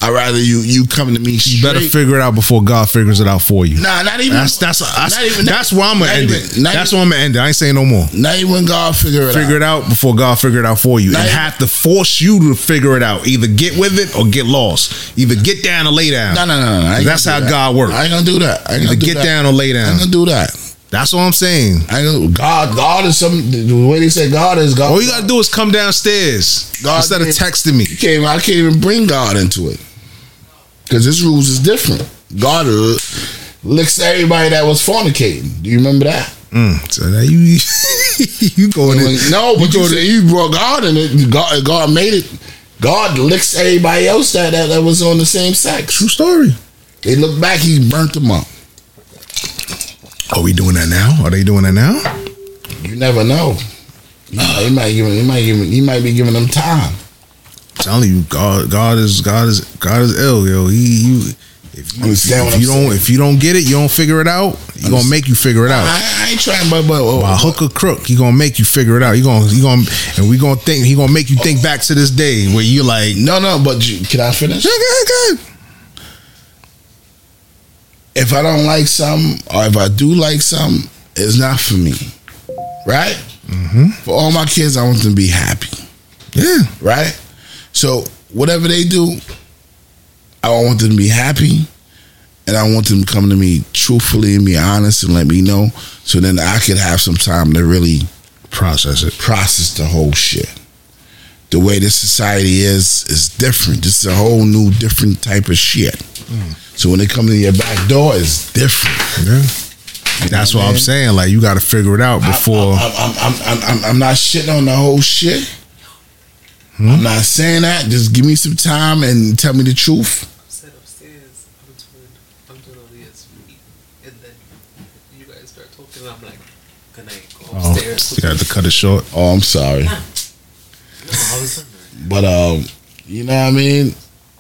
Speaker 3: I would rather you you come to me straight.
Speaker 5: you better figure it out before God figures it out for you.
Speaker 3: nah, not even.
Speaker 5: That's that's that's,
Speaker 3: not even-
Speaker 5: that's where I'm gonna
Speaker 3: not
Speaker 5: end
Speaker 3: even-
Speaker 5: it.
Speaker 3: not
Speaker 5: That's
Speaker 3: even-
Speaker 5: where I'm gonna end it. I ain't saying no more.
Speaker 3: Not even God figure it
Speaker 5: Figure
Speaker 3: out.
Speaker 5: it out before God figure it out for you,
Speaker 3: Not
Speaker 5: and
Speaker 3: even-
Speaker 5: have to force you to figure it out. Either get with it or get lost. Either get down or lay down.
Speaker 3: No, no, no, no. I ain't
Speaker 5: That's
Speaker 3: gonna
Speaker 5: how
Speaker 3: do that.
Speaker 5: God works.
Speaker 3: I ain't gonna do that. I ain't
Speaker 5: Either
Speaker 3: gonna do
Speaker 5: get
Speaker 3: that.
Speaker 5: down or lay
Speaker 3: I
Speaker 5: down.
Speaker 3: ain't gonna do that.
Speaker 5: That's what I'm saying.
Speaker 3: I ain't gonna, God, God is some. The way they say God is God.
Speaker 5: All you gotta do is come downstairs
Speaker 3: God
Speaker 5: instead of
Speaker 3: did-
Speaker 5: texting me.
Speaker 3: You can't. even- I can't even bring God into it because His rules is different. God l- licks everybody that was fornicating. Do you remember that?
Speaker 5: Mm, so that you *laughs* you going in?
Speaker 3: no, but you,
Speaker 5: go to-
Speaker 3: said you brought God in it. God, God made it. God licks everybody else that, that that was on the same sex.
Speaker 5: True story.
Speaker 3: They look back. He burnt them up.
Speaker 5: Are we doing that now? Are they doing that now?
Speaker 3: You never know. He might- he might give. He might give. He might be giving them time.
Speaker 5: telling you, God, God is God is God is ill, yo. He you if you,
Speaker 3: Understand what
Speaker 5: if you
Speaker 3: I'm
Speaker 5: don't if you don't get it, you don't figure it out. He gonna make you figure it out.
Speaker 3: I, I ain't trying, but but
Speaker 5: By hook or crook, he gonna make you figure it out. He gonna he gonna and we gonna think he gonna make you think back to this day where you like.
Speaker 3: no, no. But you, can I finish?
Speaker 5: "Yeah, yeah, yeah."
Speaker 3: if I don't like something or if I do like something, it's not for me. Right? For all my kids, I want them to be happy.
Speaker 5: Mm-hmm. Yeah,
Speaker 3: Right? So whatever they do, I want them to be happy. And I want them to come to me truthfully and be honest and let me know so then I could have some time to really
Speaker 5: process it.
Speaker 3: process the whole shit. The way this society is is different. This is a whole new, different type of shit. So when they come to your back door, it's different.
Speaker 5: Yeah, that's what I'm saying. Like you got to figure it out before.
Speaker 3: I'm, I'm, I'm, I'm, I'm, I'm not shitting on the whole shit.
Speaker 5: Hmm?
Speaker 3: I'm not saying that. Just give me some time and tell me the truth.
Speaker 6: said upstairs until until the is me, and then you guys start talking. And I'm like, can I go
Speaker 5: Oh,
Speaker 6: upstairs?
Speaker 5: you got to cut it short.
Speaker 3: Oh, I'm sorry,
Speaker 6: No, I was
Speaker 3: but um, you know what I mean.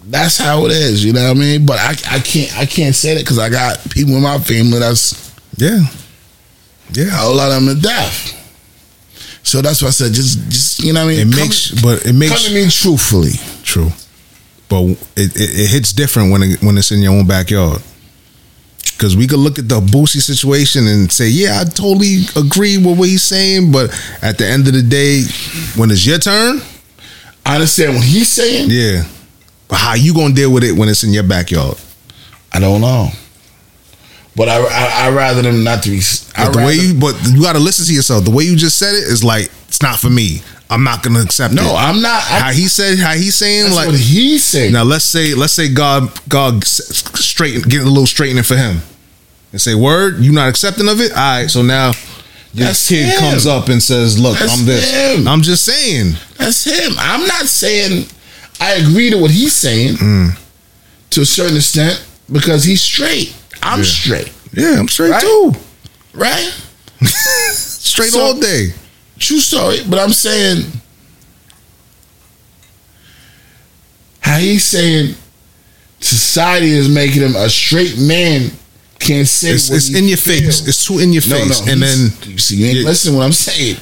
Speaker 3: That's how it is. You know what I mean. But I, I can't, I can't say that because I got people in my family that's
Speaker 5: Yeah, yeah.
Speaker 3: a lot of them are deaf. So that's why I said just, just you know what I mean.
Speaker 5: It
Speaker 3: Come-
Speaker 5: makes, but it
Speaker 3: come
Speaker 5: makes
Speaker 3: to me truthfully.
Speaker 5: True, but it, it, it hits different when it, when it's in your own backyard. Because we could look at the Boosie situation and say, "Yeah, I totally agree with what he's saying," but at the end of the day, when it's your turn,
Speaker 3: I understand what he's saying.
Speaker 5: yeah. But how you gonna deal with it when it's in your backyard?
Speaker 3: I don't know. But I, I, I rather them not to be. I
Speaker 5: But the
Speaker 3: rather,
Speaker 5: way you, but you gotta listen to yourself. The way you just said it is like it's not for me. I'm not gonna accept it.
Speaker 3: no, I'm not. I,
Speaker 5: how he said, how he's saying,
Speaker 3: that's
Speaker 5: like
Speaker 3: what he said.
Speaker 5: Now let's say let's say God God s- s- straighten get a little straightening for him, and say, "Word, you not accepting of it." All right, so now this
Speaker 3: That's
Speaker 5: kid
Speaker 3: him.
Speaker 5: comes up and says, "Look,
Speaker 3: That's
Speaker 5: I'm this."
Speaker 3: him.
Speaker 5: I'm just saying.
Speaker 3: That's him. I'm not saying I agree to what he's saying
Speaker 5: Mm.
Speaker 3: to a certain extent because he's straight. I'm straight,
Speaker 5: Yeah, I'm straight
Speaker 3: Right?
Speaker 5: too.
Speaker 3: right?
Speaker 5: *laughs* Straight
Speaker 3: So-
Speaker 5: all day.
Speaker 3: True story. But I'm saying how he's saying society is making him a straight man can't say
Speaker 5: It's,
Speaker 3: what
Speaker 5: it's
Speaker 3: he
Speaker 5: in your face.
Speaker 3: feels.
Speaker 5: It's too in your face. and then
Speaker 3: he's- you see, you ain't listen to what I'm saying.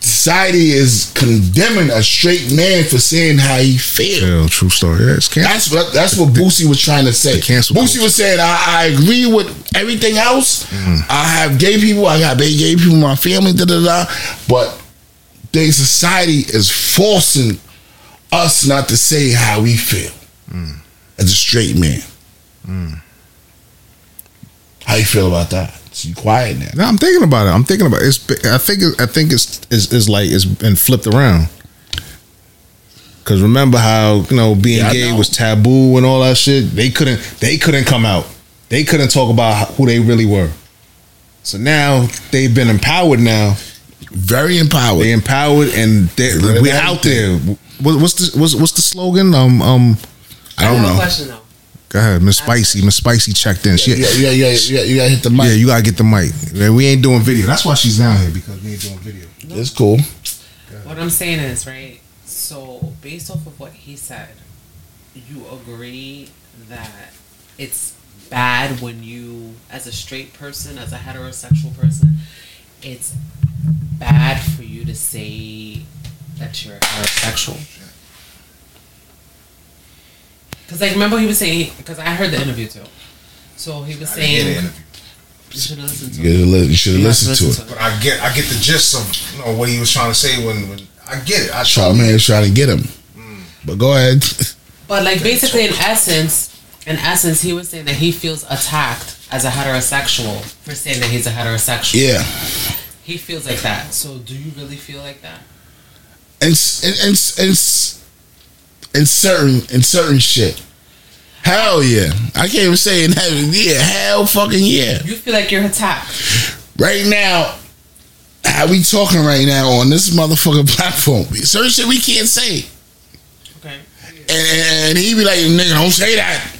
Speaker 3: Society is condemning a straight man for saying how he feels.
Speaker 5: yeah, true story. Yeah, it's can
Speaker 3: That's what that's what Boosie was trying to say.
Speaker 5: The cancel
Speaker 3: Boosie
Speaker 5: culture.
Speaker 3: was saying, I, I agree with everything else.
Speaker 5: Mm-hmm.
Speaker 3: I have gay people, I got gay gay people in my family, da da da. But they society is forcing us not to say how we feel
Speaker 5: Mm.
Speaker 3: as a straight man. How you feel about that? So you quiet now.
Speaker 5: No, I'm thinking about it. I'm thinking about it. It's, I think it, I think it's is is like it's been flipped around. Cause remember how you know being
Speaker 3: Yeah, I
Speaker 5: gay
Speaker 3: know.
Speaker 5: was taboo and all that shit. They couldn't they couldn't come out. They couldn't talk about how- who they really were. So now they've been empowered. Now
Speaker 3: Very empowered.
Speaker 5: they empowered and they,
Speaker 3: Really
Speaker 5: we're out there. What, what's the what's, what's the slogan? Um um
Speaker 3: I
Speaker 6: I
Speaker 3: don't
Speaker 6: have a
Speaker 3: know.
Speaker 6: question though.
Speaker 5: Go ahead, Miss Spicy. Miss Spicy checked in. She,
Speaker 3: Yeah, yeah, yeah, yeah. You gotta hit the mic.
Speaker 5: yeah, you gotta get the mic. Man, We ain't doing video. That's why she's down here because we ain't doing video.
Speaker 3: It's cool.
Speaker 6: What I'm saying is, right? So, based off of what he said, you agree that it's bad when you, as a straight person, as a heterosexual person, it's bad for you to say that you're heterosexual. Because, like, remember he was saying, because I heard the interview too. So he was saying, you should listen to
Speaker 3: You
Speaker 6: it.
Speaker 3: should li- you should
Speaker 6: You have
Speaker 3: listen to it.
Speaker 5: But I get, I get the gist of you know, what he was trying to say when, when I get it. I
Speaker 3: Charlamagne is trying to get him, but go *laughs* ahead.
Speaker 6: But like basically, in essence, in essence, he was saying that he feels attacked as a heterosexual for saying that he's a heterosexual.
Speaker 3: yeah,
Speaker 6: He feels like that. So do you really feel like that?
Speaker 3: and s- and and s- and s- and certain and certain shit. Hell yeah! I can't even say in heaven. Yeah, hell fucking yeah!
Speaker 6: You feel like you're attacked.
Speaker 3: Right now, how we talking right now on this motherfucking platform? Certain shit we can't say,
Speaker 6: Okay.
Speaker 3: and, and, and he be like, "Nigga, don't say that."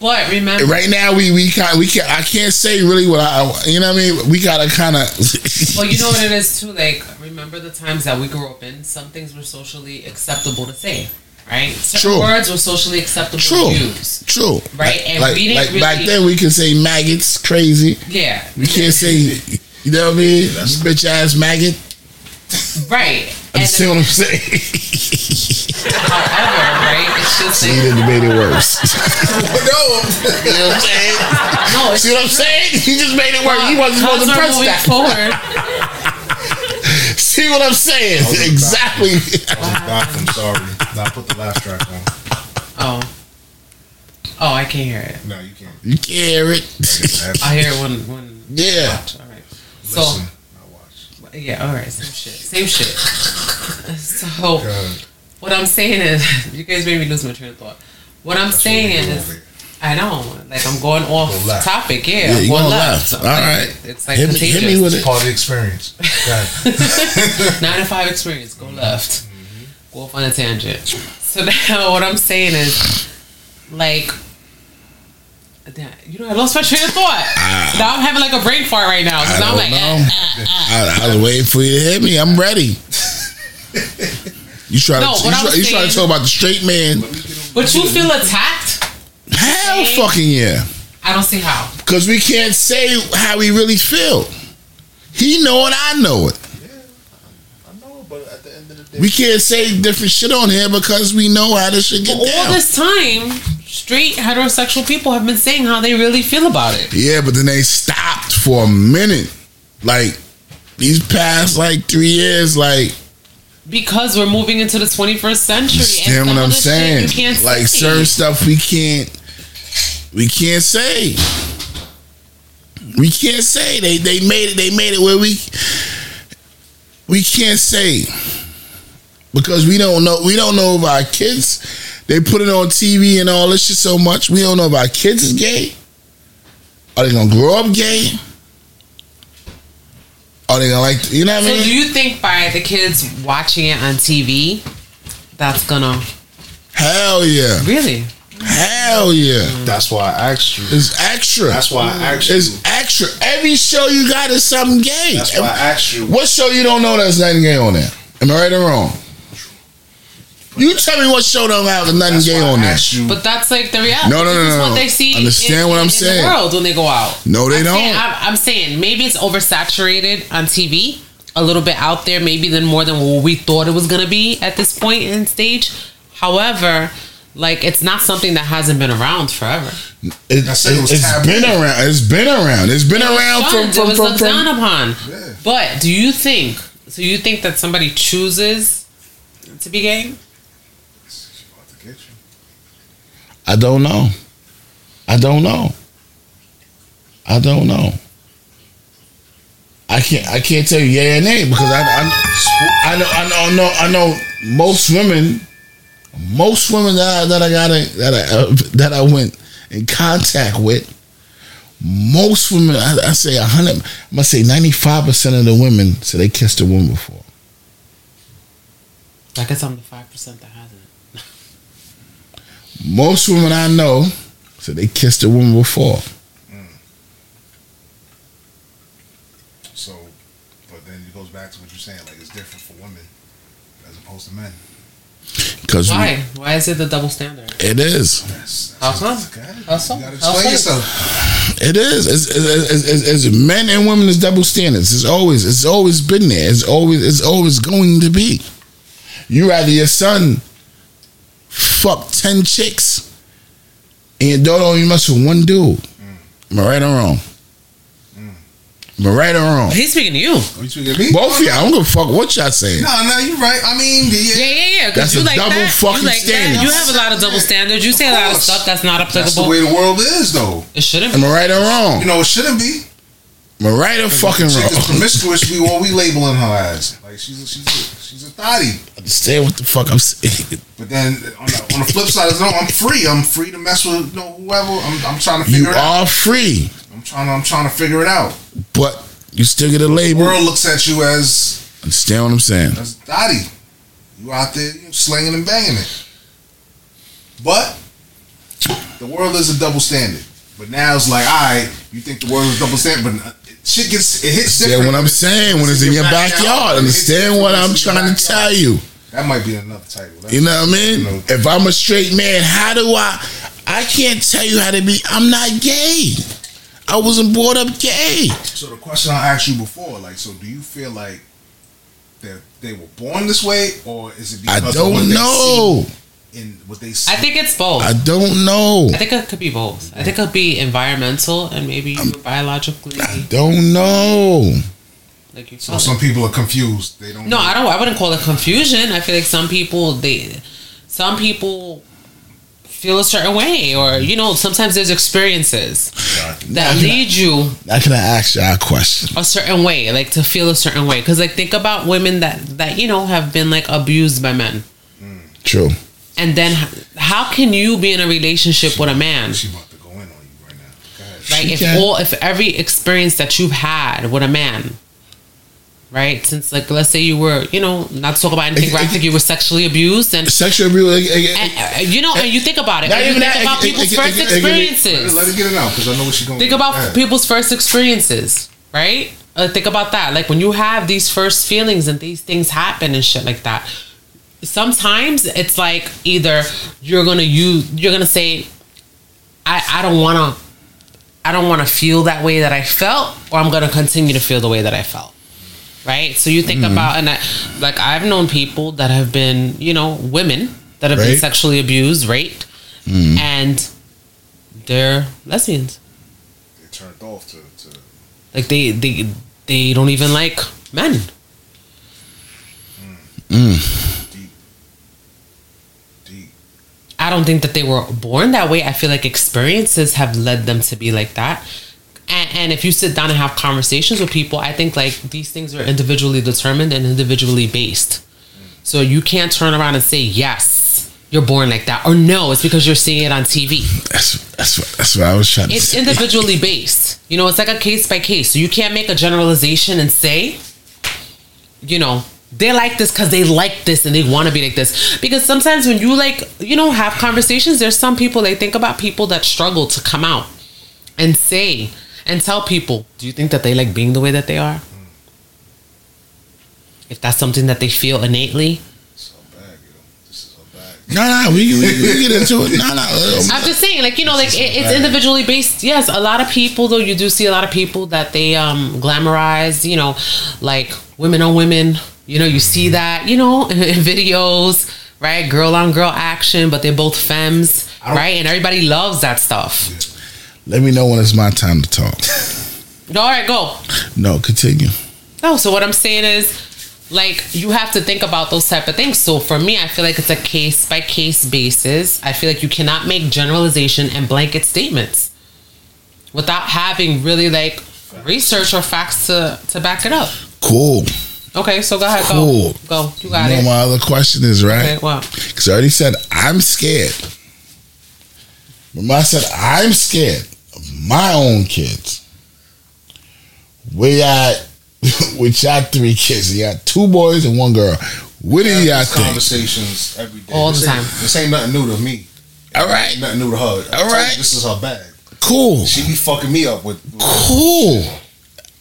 Speaker 6: But remember,
Speaker 3: right now we we kind we can I can't say really what I you know what I mean. We gotta kind of.
Speaker 6: well, you know what it is too. Like remember the times that we grew up in. Some things were socially acceptable to say, right? Certain
Speaker 3: True.
Speaker 6: words were socially acceptable
Speaker 3: True.
Speaker 6: to use.
Speaker 3: True.
Speaker 6: Right, and
Speaker 3: like,
Speaker 6: we didn't
Speaker 3: like back
Speaker 6: really-
Speaker 3: then we could say maggots crazy.
Speaker 6: Yeah.
Speaker 3: We can't say you know what I mean. Bitch ass maggot.
Speaker 6: Right.
Speaker 3: You
Speaker 6: And
Speaker 3: see what I'm
Speaker 6: *laughs*
Speaker 3: saying?
Speaker 6: however, right? It's just
Speaker 3: he
Speaker 6: like,
Speaker 3: didn't made it worse. no, you know what I'm *laughs* saying.
Speaker 6: no. It's
Speaker 3: See what I'm saying? *laughs* He just made it worse. He wasn't supposed to
Speaker 6: Times are
Speaker 3: press
Speaker 6: moving
Speaker 3: that.
Speaker 6: Forward.
Speaker 3: See what I'm saying? *laughs* Exactly. *laughs*
Speaker 5: I'm sorry. I put the laugh track on.
Speaker 6: Oh. Oh, I can't hear it.
Speaker 5: No, you *laughs* can't.
Speaker 3: You Garrett. *laughs*
Speaker 6: I hear it when when.
Speaker 3: Yeah.
Speaker 6: All right. So yeah, all right, same shit, same shit. *laughs* so what I'm saying is, *laughs* you guys made me lose my train of thought. What I'm saying is, I know, like I'm going off
Speaker 5: left.
Speaker 6: topic. Yeah,
Speaker 3: Yeah, you
Speaker 6: going
Speaker 3: going
Speaker 6: left.
Speaker 3: left.
Speaker 6: I'm
Speaker 3: All
Speaker 6: like,
Speaker 3: right.
Speaker 6: it's like
Speaker 3: Hit me-
Speaker 6: contagious.
Speaker 3: hit me with it.
Speaker 5: Part of the experience.
Speaker 6: Nine to five experience. Go left.
Speaker 3: Mm-hmm.
Speaker 6: Go off on a tangent. So *laughs* now what I'm saying is, like, damn, you know, I lost my train of thought. now I'm having like a brain fart right now. Cause
Speaker 3: Ah. I
Speaker 6: I'm
Speaker 3: don't
Speaker 6: like,
Speaker 3: know. I, I was waiting for you to hit me. I'm ready. You try
Speaker 6: No,
Speaker 3: to
Speaker 6: what
Speaker 3: you,
Speaker 6: I'm
Speaker 3: try, you try
Speaker 6: saying-
Speaker 3: to talk about the straight man?
Speaker 6: but you feel attacked?
Speaker 3: Hell,
Speaker 6: Okay.
Speaker 3: fucking yeah!
Speaker 6: I don't see how.
Speaker 3: Because we can't say how we really feel. He know it. I know it.
Speaker 5: I know, but at the end of the day,
Speaker 3: We can't say different shit on here because we know how this shit get
Speaker 6: All
Speaker 3: down.
Speaker 6: this time, straight heterosexual people have been saying how they really feel about it.
Speaker 3: Yeah, but then they stopped for a minute. Like these past like three years, like
Speaker 6: Because we're moving into the 21st century.
Speaker 3: understand
Speaker 6: and some
Speaker 3: what
Speaker 6: of
Speaker 3: I'm
Speaker 6: this shit
Speaker 3: saying?
Speaker 6: You can't
Speaker 3: Like
Speaker 6: say.
Speaker 3: certain stuff we can't we can't say. We can't say they they made it they made it where we we can't say because we don't know we don't know if our kids they put it on TV and all this shit so much we don't know if our kids is gay. Are they gonna grow up gay? Are they gonna like you know what I
Speaker 6: So
Speaker 3: mean?
Speaker 6: do you think by the kids watching it on TV, that's gonna
Speaker 3: Hell yeah!
Speaker 6: really?
Speaker 3: Hell yeah!
Speaker 5: *laughs* that's why I asked you.
Speaker 3: It's extra.
Speaker 5: That's why I asked you.
Speaker 3: It's extra. Every show you got is something gay.
Speaker 5: That's why I asked *laughs* you.
Speaker 3: What show you don't know that's nothing gay on there? Am I right or wrong? You tell me what show don't have nothing
Speaker 5: That's
Speaker 3: gay
Speaker 5: why I
Speaker 3: on there.
Speaker 5: asked you.
Speaker 6: But that's like the reality.
Speaker 3: No, no, no,
Speaker 6: This is
Speaker 3: no,
Speaker 6: What
Speaker 3: no.
Speaker 6: they see.
Speaker 3: Understand
Speaker 6: in-
Speaker 3: what I'm
Speaker 6: in
Speaker 3: saying.
Speaker 6: The world when they go out.
Speaker 3: No, they
Speaker 6: I'm
Speaker 3: don't.
Speaker 6: Saying, I'm, I'm saying maybe it's oversaturated on TV, a little bit out there, maybe than more than what we thought it was gonna be at this point in stage. However, like it's not something that hasn't been around forever.
Speaker 3: It,
Speaker 5: I said it was
Speaker 3: has
Speaker 5: taboo.
Speaker 3: been around. It's been around. It's been around
Speaker 6: Shunned,
Speaker 3: from
Speaker 6: it
Speaker 3: from
Speaker 6: was
Speaker 3: from,
Speaker 6: looked
Speaker 3: from,
Speaker 6: down upon.
Speaker 5: Yeah.
Speaker 6: But do you think? So you think that somebody chooses to be gay?
Speaker 3: I don't know. I don't know. I don't know. I can't. I can't tell you yeah and nay because I, I, I know. I know. I know. I know most women. Most women that I, that I got in- that I uh, that I went in contact with. Most women, I, I say a hundred. I must say ninety five percent of the women say they kissed a woman before.
Speaker 6: I guess I'm the five percent that hasn't.
Speaker 3: Most women I know said they kissed a woman before.
Speaker 5: So, but then it goes back to what you're saying. Like it's different for women as opposed to men.
Speaker 3: Because
Speaker 6: Why? Why is it the double standard?
Speaker 3: it is.
Speaker 5: That's,
Speaker 6: How come? How so?
Speaker 5: You gotta
Speaker 6: How
Speaker 5: explain
Speaker 6: so?
Speaker 5: yourself.
Speaker 3: It is. It's, it's, it's, it's, it's men and women is double standards. It's always it's always been there. It's always it's always going to be. You rather your son fuck ten chicks and your daughter only mess with one dude. Am I right or wrong? Am I right or wrong?
Speaker 6: He's speaking to you.
Speaker 5: Are you speaking to me?
Speaker 3: Both of y'all. I don't give a fuck what y'all saying.
Speaker 5: No, no, you're right. I mean,
Speaker 6: Yeah,
Speaker 5: yeah.
Speaker 6: yeah, yeah. 'cause
Speaker 3: That's
Speaker 6: you
Speaker 3: a
Speaker 6: like
Speaker 3: double
Speaker 6: that.
Speaker 3: fucking
Speaker 6: you like
Speaker 3: standard.
Speaker 6: That. You have a lot of double standards. You say a lot of
Speaker 5: course.
Speaker 6: stuff that's not
Speaker 5: That's the
Speaker 6: applicable.
Speaker 5: way the world is, though.
Speaker 6: it shouldn't.
Speaker 3: Am
Speaker 6: be.
Speaker 3: I right or
Speaker 5: You
Speaker 3: wrong?
Speaker 5: know, it shouldn't be.
Speaker 3: Am I right or fucking
Speaker 5: Chick is
Speaker 3: wrong?
Speaker 5: promiscuous. We all we labeling her as like she's a, she's a, she's a thotty.
Speaker 3: Understand what the fuck I'm saying?
Speaker 5: But then on the, on the flip side is no, I'm free. I'm free to mess with you know, whoever. I'm, I'm trying to
Speaker 3: You
Speaker 5: figure it out.
Speaker 3: are free,
Speaker 5: I'm trying to I'm trying to figure it out.
Speaker 3: but you still get a
Speaker 5: The
Speaker 3: label.
Speaker 5: world looks at you as
Speaker 3: Understand what I'm saying?
Speaker 5: as Dottie. You out there you know, slinging and banging it. But the world is a double standard. But now it's like, all right, you think the world is a double standard, but uh, shit gets it hits
Speaker 3: Understand
Speaker 5: different.
Speaker 3: what I'm saying when it's in your backyard. Understand what I'm trying to tell you.
Speaker 5: That might be another title. That-
Speaker 3: You know what I mean? If I'm a straight man, how do I? I can't tell you how to be. I'm not gay. I wasn't brought up gay.
Speaker 5: So the question I asked you before, like, so do you feel like that they were born this way, or is it
Speaker 3: I
Speaker 5: because of what
Speaker 3: don't know.
Speaker 5: they see in what they see?
Speaker 6: I think it's both.
Speaker 3: I
Speaker 6: I,
Speaker 3: don't know.
Speaker 6: think it could be both. I think it could be environmental and maybe you were biologically
Speaker 3: I don't know.
Speaker 6: like you.
Speaker 5: so some people are confused. They don't.
Speaker 6: No,
Speaker 5: know.
Speaker 6: I don't. I wouldn't call it confusion. I feel like some people they, some people feel a certain way, or you know, sometimes there's experiences that lead you
Speaker 3: Now can I ask y'all a question?
Speaker 6: a certain way, like to feel a certain way. Because like think about women that that you know have been like abused by men,
Speaker 3: True.
Speaker 6: and then h- how can you be in a relationship with a man?
Speaker 5: She about to go in on you right now. Go ahead.
Speaker 6: Right? If
Speaker 3: Yeah.
Speaker 6: all if every experience that you've had with a man. Right, since like let's say you were, you know, not to talk about anything. Where I think you were sexually abused, and
Speaker 3: Sexual abuse. eh, eh, eh,
Speaker 6: And, uh, you know, and you think about it.
Speaker 3: Not
Speaker 6: and you
Speaker 3: even
Speaker 6: think
Speaker 3: that,
Speaker 6: about
Speaker 3: it- it-
Speaker 6: people's
Speaker 3: it-
Speaker 6: first
Speaker 3: it- it-
Speaker 5: Let her, let
Speaker 6: experiences.
Speaker 5: her get it out because I know what she's going.
Speaker 6: Think about people's first experiences, right? Uh, think about that. Like when you have these first feelings and these things happen and shit like that. Sometimes it's like either you're gonna use, you're gonna say, I, I don't wanna, I don't wanna feel that way that I felt, or I'm gonna continue to feel the way that I felt right? So you think about and I, like I've known people that have been, you know, women that have been
Speaker 3: Right.
Speaker 6: sexually abused, raped, and they're lesbians.
Speaker 5: They turned off to. to
Speaker 6: Like they they they don't even like men.
Speaker 5: deep.
Speaker 6: I don't think that they were born that way. I feel like experiences have led them to be like that. And, and if you sit down and have conversations with people, I think like these things are individually determined and individually based. So you can't turn around and say yes, you're born like that, or no, it's because you're seeing it on TV.
Speaker 3: That's that's what, that's what I was trying to
Speaker 6: It's
Speaker 3: say.
Speaker 6: individually based. You know, it's like a case by case. So you can't make a generalization and say, you know, they like this because they like this and they want to be like this. Because sometimes when you like, you know, have conversations, there's some people, they think about people that struggle to come out and say and tell people, do you think that they like being the way that they are? If that's something that they feel innately.
Speaker 5: It's her bag, yo. This is her bag.
Speaker 3: No, no, we, we, we get into it. No, no. uh,
Speaker 6: I'm just saying, like you know, like it, it's individually based. Yes, a lot of people though, you do see a lot of people that they um glamorize. You know, like women on women. You know, you see
Speaker 3: Mm-hmm.
Speaker 6: that. You know, *laughs* in, videos, right? Girl on girl action, but they're both femmes, right? And everybody loves that stuff.
Speaker 3: Let me know when it's my time to talk.
Speaker 6: *laughs* All right, go.
Speaker 3: No, continue.
Speaker 6: No, so what I'm saying is, like, you have to think about those type of things. So for me, I feel like it's a case by case basis. I feel like you cannot make generalization and blanket statements without having really like research or facts to to back it up.
Speaker 3: Cool.
Speaker 6: Okay, so go ahead,
Speaker 3: Cool.
Speaker 6: go, go.
Speaker 3: You
Speaker 6: You got
Speaker 3: know
Speaker 6: it.
Speaker 3: my other question is
Speaker 6: Okay,
Speaker 3: right
Speaker 6: well,
Speaker 3: because I already said I'm scared. Remember, I said I'm scared of my own kids. We *laughs* got with y'all three kids. You got two boys and one girl. What do
Speaker 5: Have
Speaker 3: y'all
Speaker 5: these
Speaker 3: think?
Speaker 5: conversations every day.
Speaker 6: All
Speaker 5: This
Speaker 6: the
Speaker 5: ain't-
Speaker 6: time.
Speaker 5: This ain't nothing new to me.
Speaker 3: All right.
Speaker 5: Nothing new to her. I told you
Speaker 3: right.
Speaker 5: This is her bag.
Speaker 3: Cool.
Speaker 5: She be fucking me up with.
Speaker 3: Cool.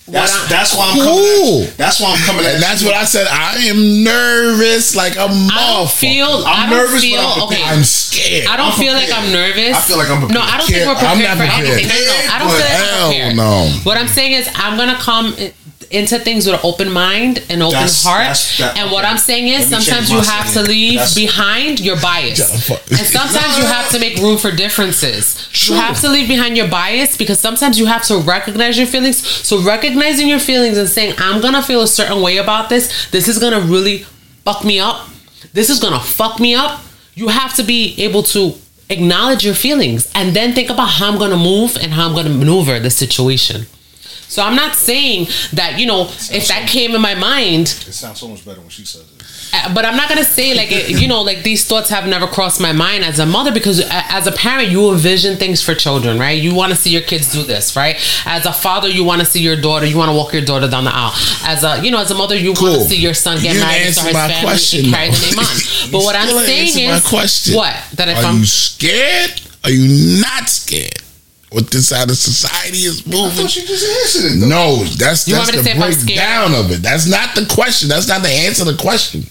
Speaker 5: That's that's why I'm coming.
Speaker 3: Cool.
Speaker 5: At you. That's why I'm coming. At
Speaker 3: And that's what I said. I am nervous like a
Speaker 6: don't
Speaker 3: motherfucker.
Speaker 6: feel- I
Speaker 3: I'm
Speaker 6: don't
Speaker 3: nervous,
Speaker 6: feel-
Speaker 3: but I'm, prepared.
Speaker 6: okay.
Speaker 3: I'm scared.
Speaker 6: I don't feel like I'm nervous.
Speaker 5: I feel like I'm
Speaker 6: No, I don't think
Speaker 3: prepared.
Speaker 6: we're
Speaker 3: I'm not
Speaker 6: prepared for
Speaker 3: prepared.
Speaker 6: anything. No, no, I don't feel like I'm
Speaker 3: Hell
Speaker 6: prepared.
Speaker 3: no.
Speaker 6: What I'm saying is, I'm gonna come i- into things with an open mind and open
Speaker 5: That's-
Speaker 6: heart.
Speaker 5: that's- that-
Speaker 6: and what I'm saying is,
Speaker 5: Let me change
Speaker 6: sometimes you
Speaker 5: my
Speaker 6: have to
Speaker 5: statement.
Speaker 6: leave
Speaker 5: That's-
Speaker 6: behind your bias,
Speaker 3: Yeah, fuck.
Speaker 5: *laughs*
Speaker 6: and sometimes you have to make room for differences. You have to leave behind your bias because sometimes you have to recognize your feelings. So recognizing your feelings and saying, "I'm gonna feel a certain way about this. This is gonna really fuck me up. This is gonna fuck me up." You have to be able to acknowledge your feelings and then think about how I'm gonna move and how I'm gonna maneuver the situation. So I'm not saying that you know if that came in my mind,
Speaker 5: It sounds so much better when she says it.
Speaker 6: uh, but I'm not gonna say like it, you know like these thoughts have never crossed my mind as a mother because a- as a parent you envision things for children, right? You want to see your kids do this, right? As a father, you want to see your daughter, you want to walk your daughter down the aisle. As a you know as a mother, you want
Speaker 3: Cool.
Speaker 6: to see your son get
Speaker 3: You
Speaker 6: married and
Speaker 3: answered
Speaker 6: start his
Speaker 3: my
Speaker 6: family
Speaker 3: question,
Speaker 6: and carry the
Speaker 3: though. *laughs*
Speaker 6: name on. But what I'm
Speaker 3: Still ain't answered
Speaker 6: saying
Speaker 3: my
Speaker 6: is
Speaker 3: question.
Speaker 6: what that if
Speaker 3: Are
Speaker 6: I'm
Speaker 3: you scared? Are you not scared? What this how the society is moving?
Speaker 5: She just answered it.
Speaker 3: No, that's
Speaker 6: You want
Speaker 3: that's
Speaker 6: me to
Speaker 3: the
Speaker 6: say if I'm scared?
Speaker 3: breakdown of it. That's not the question. That's not the answer to the question.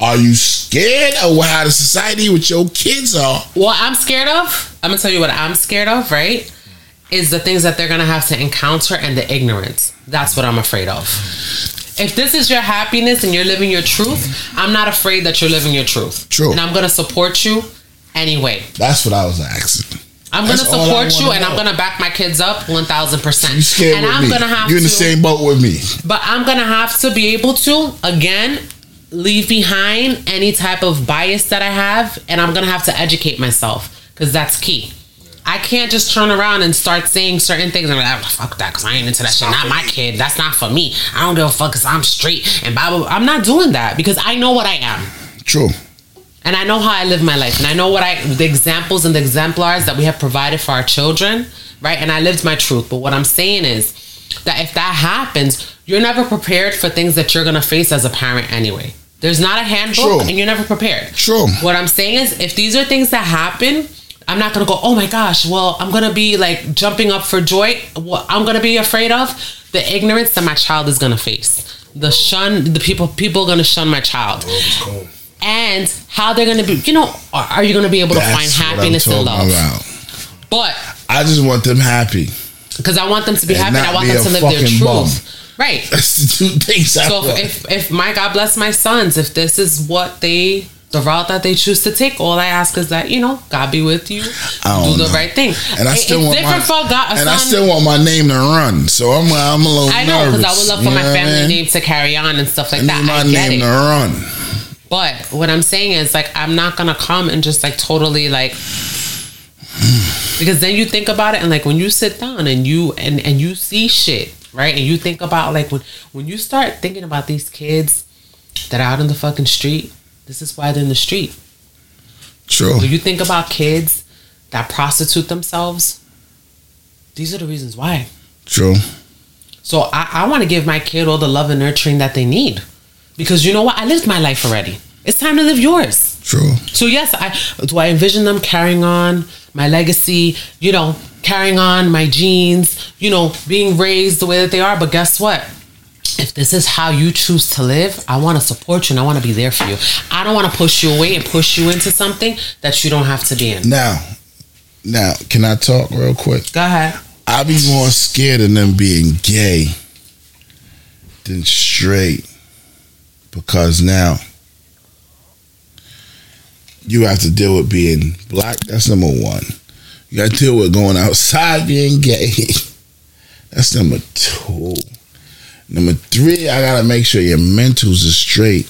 Speaker 3: Are you scared of how the society with your kids are?
Speaker 6: what I'm scared of, I'm gonna tell you what I'm scared of, right? Is the things that they're gonna have to encounter and the ignorance. That's what I'm afraid of. If this is your happiness and you're living your truth, I'm not afraid that you're living your truth.
Speaker 3: True.
Speaker 6: And I'm gonna support you anyway.
Speaker 3: That's what I was asking.
Speaker 6: I'm
Speaker 3: That's all I
Speaker 6: gonna support you
Speaker 3: wanna
Speaker 6: and I'm
Speaker 3: know.
Speaker 6: gonna back my kids up one thousand percent.
Speaker 3: You scared
Speaker 6: And
Speaker 3: with
Speaker 6: I'm
Speaker 3: me.
Speaker 6: gonna have
Speaker 3: You're in
Speaker 6: to
Speaker 3: the same boat with me.
Speaker 6: but I'm gonna have to be able to again leave behind any type of bias that I have, and I'm gonna have to educate myself because that's key. I can't just turn around and start saying certain things and be like, "Ah, fuck that, because I ain't into that shit. Not my kid. That's not for me. I don't give a fuck because I'm straight and blah, blah, blah. I'm not doing that because I know what I am
Speaker 3: True.
Speaker 6: and I know how I live my life, and I know what I the examples and the exemplars that we have provided for our children, right? And I lived my truth. But what I'm saying is that if that happens, you're never prepared for things that you're gonna face as a parent anyway. There's not a handbook,
Speaker 3: True.
Speaker 6: and you're never prepared.
Speaker 3: True.
Speaker 6: What I'm saying is, if these are things that happen, I'm not gonna go, oh my gosh, well, I'm gonna be like jumping up for joy. What I'm gonna be afraid of the ignorance that my child is gonna face. The shun, the people, people are gonna shun my child and how they're gonna be you know are, are you gonna be able to find
Speaker 3: That's what I'm
Speaker 6: happiness and
Speaker 3: talking
Speaker 6: love
Speaker 3: about.
Speaker 6: but
Speaker 3: I just want them happy. *laughs*
Speaker 6: because i want them to be
Speaker 3: And
Speaker 6: happy and
Speaker 3: not
Speaker 6: i want
Speaker 3: be
Speaker 6: them
Speaker 3: a
Speaker 6: to live their
Speaker 3: fucking
Speaker 6: truth
Speaker 3: bum.
Speaker 6: right
Speaker 3: That's the two things I
Speaker 6: so
Speaker 3: want.
Speaker 6: if, if if my god bless my sons if this is what they the route that they choose to take all i ask is that you know god be with you
Speaker 3: I
Speaker 6: do
Speaker 3: don't
Speaker 6: the
Speaker 3: know.
Speaker 6: right thing
Speaker 3: Oh, and I
Speaker 6: It-
Speaker 3: still
Speaker 6: it's
Speaker 3: want my
Speaker 6: different for god a
Speaker 3: and
Speaker 6: son
Speaker 3: I still want my name to run. So I'm I'm a little
Speaker 6: I know because I would
Speaker 3: nervous.
Speaker 6: love for
Speaker 3: You
Speaker 6: my
Speaker 3: know what I
Speaker 6: family
Speaker 3: mean?
Speaker 6: name to carry on and stuff like
Speaker 3: I
Speaker 6: that.
Speaker 3: need my
Speaker 6: I get
Speaker 3: name
Speaker 6: it.
Speaker 3: to run.
Speaker 6: But what I'm saying is, like, I'm not gonna come and just like totally like, because then you think about it, and like when you sit down and you and and you see shit, right? And you think about like when when you start thinking about these kids that are out in the fucking street. This is why they're in the street.
Speaker 3: True.
Speaker 6: When you think about kids that prostitute themselves, these are the reasons why.
Speaker 3: True.
Speaker 6: So I, I want to give my kid all the love and nurturing that they need, because you know what? I lived my life already. It's time to live yours.
Speaker 3: True.
Speaker 6: So yes, I do. I envision them carrying on my legacy. You know, carrying on my genes. You know, being raised the way that they are. But guess what? If this is how you choose to live, I want to support you and I want to be there for you. I don't want to push you away and push you into something that you don't have to be in.
Speaker 3: Now, now, can I talk real quick?
Speaker 6: Go ahead.
Speaker 3: I be more scared of them being gay than straight because now you have to deal with being black. That's number one. You got to deal with going outside being gay. *laughs* That's number two. Number three, I got to make sure your mentals are straight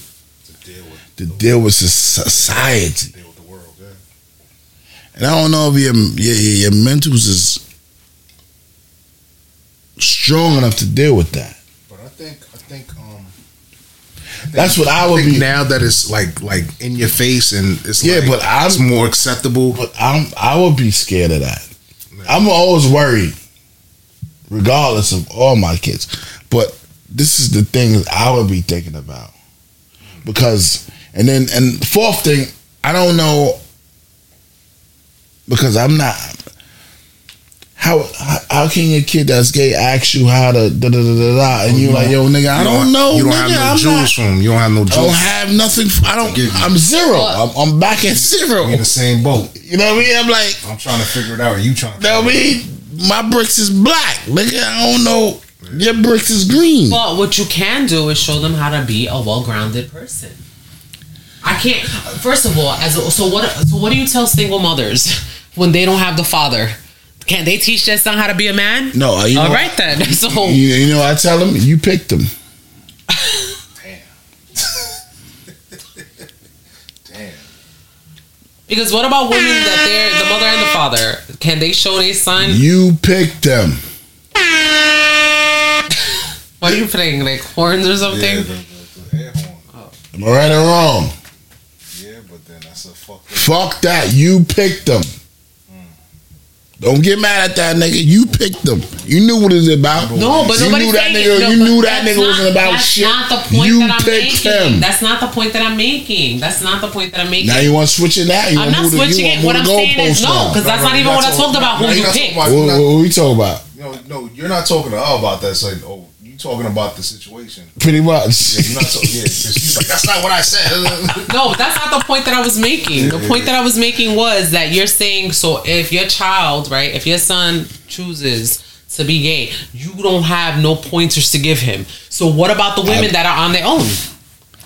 Speaker 3: to deal with soc- society. And I don't know if your your, your, your mentals is strong enough to deal with that.
Speaker 5: But I think I think um
Speaker 3: That's what I would
Speaker 5: think
Speaker 3: be.
Speaker 5: now that it's like like in your face and it's
Speaker 3: Yeah,
Speaker 5: like,
Speaker 3: but I'm-
Speaker 5: it's more acceptable.
Speaker 3: But I'm I would be scared of that. I'm always worried, regardless of all my kids. But this is the thing I would be thinking about because and then and fourth thing I don't know because I'm not. How how can your kid that's gay ask you how to da da da da, da and you like yo nigga I don't know
Speaker 5: Oh, You don't have
Speaker 3: nigga,
Speaker 5: no
Speaker 3: I'm
Speaker 5: jewels
Speaker 3: not, Oh,
Speaker 5: from him. You don't have no
Speaker 3: I don't
Speaker 5: jewels.
Speaker 3: have nothing f- I don't
Speaker 5: Forgive me.
Speaker 3: I'm zero I'm, I'm back at zero
Speaker 5: We in the same boat.
Speaker 3: you know what I mean I'm like
Speaker 5: I'm trying to figure it out. You trying to?
Speaker 3: know what I mean my bricks is black nigga I don't know your bricks is green
Speaker 6: But what you can do is show them how to be a well-grounded person. I can't. First of all, as a, so what? So what do you tell single mothers *laughs* when they don't have the father? Can they teach their son how to be a man?
Speaker 3: no uh, you know
Speaker 6: All right then. *laughs* So
Speaker 3: you, you know what I tell them you picked them
Speaker 5: Damn.
Speaker 6: because what about women that they're the mother and the father? Can they show their son?
Speaker 3: you picked them
Speaker 6: What are you playing like horns or something?
Speaker 5: Yeah, the, the, the air horn.
Speaker 3: am I right or wrong
Speaker 5: Yeah, but then that's a fuck.
Speaker 3: Fuck that. You picked them. Don't get mad at that nigga. You picked them. You knew what it was about.
Speaker 6: No, but
Speaker 3: you
Speaker 6: nobody's
Speaker 3: knew that
Speaker 6: saying
Speaker 3: nigga.
Speaker 6: it. No,
Speaker 3: you
Speaker 6: but
Speaker 3: knew that
Speaker 6: that's
Speaker 3: nigga wasn't
Speaker 6: not-
Speaker 3: about
Speaker 6: that's
Speaker 3: shit.
Speaker 6: Not the point
Speaker 3: you
Speaker 6: that I'm
Speaker 3: picked
Speaker 6: making.
Speaker 3: him.
Speaker 6: That's not the point that I'm making. That's not the point that I'm making.
Speaker 3: now you want to switch it out. You
Speaker 6: I'm
Speaker 3: want to
Speaker 6: not
Speaker 3: move the, you want
Speaker 6: switching
Speaker 3: move
Speaker 6: it. What I'm
Speaker 3: the
Speaker 6: saying is
Speaker 3: goalpost
Speaker 6: no,
Speaker 3: now.
Speaker 6: because that's not
Speaker 5: You're
Speaker 6: even
Speaker 5: not
Speaker 6: what I
Speaker 5: talking-
Speaker 6: talked about. Who
Speaker 5: no, you're
Speaker 6: you
Speaker 5: not
Speaker 6: pick?
Speaker 5: talking about-
Speaker 3: What, what we talking about?
Speaker 5: No, no, you're not talking to her about that. It's like, oh, you talking about the situation.
Speaker 3: Pretty much.
Speaker 5: Yeah, you're not talking. Yeah, 'cause she's like, that's not what I
Speaker 3: *laughs*
Speaker 5: said.
Speaker 6: No, but that's not the point that I was making. The point that I was making was that you're saying so if your child, right, if your son chooses to be gay, you don't have no pointers to give him. So what about the women that are on their own?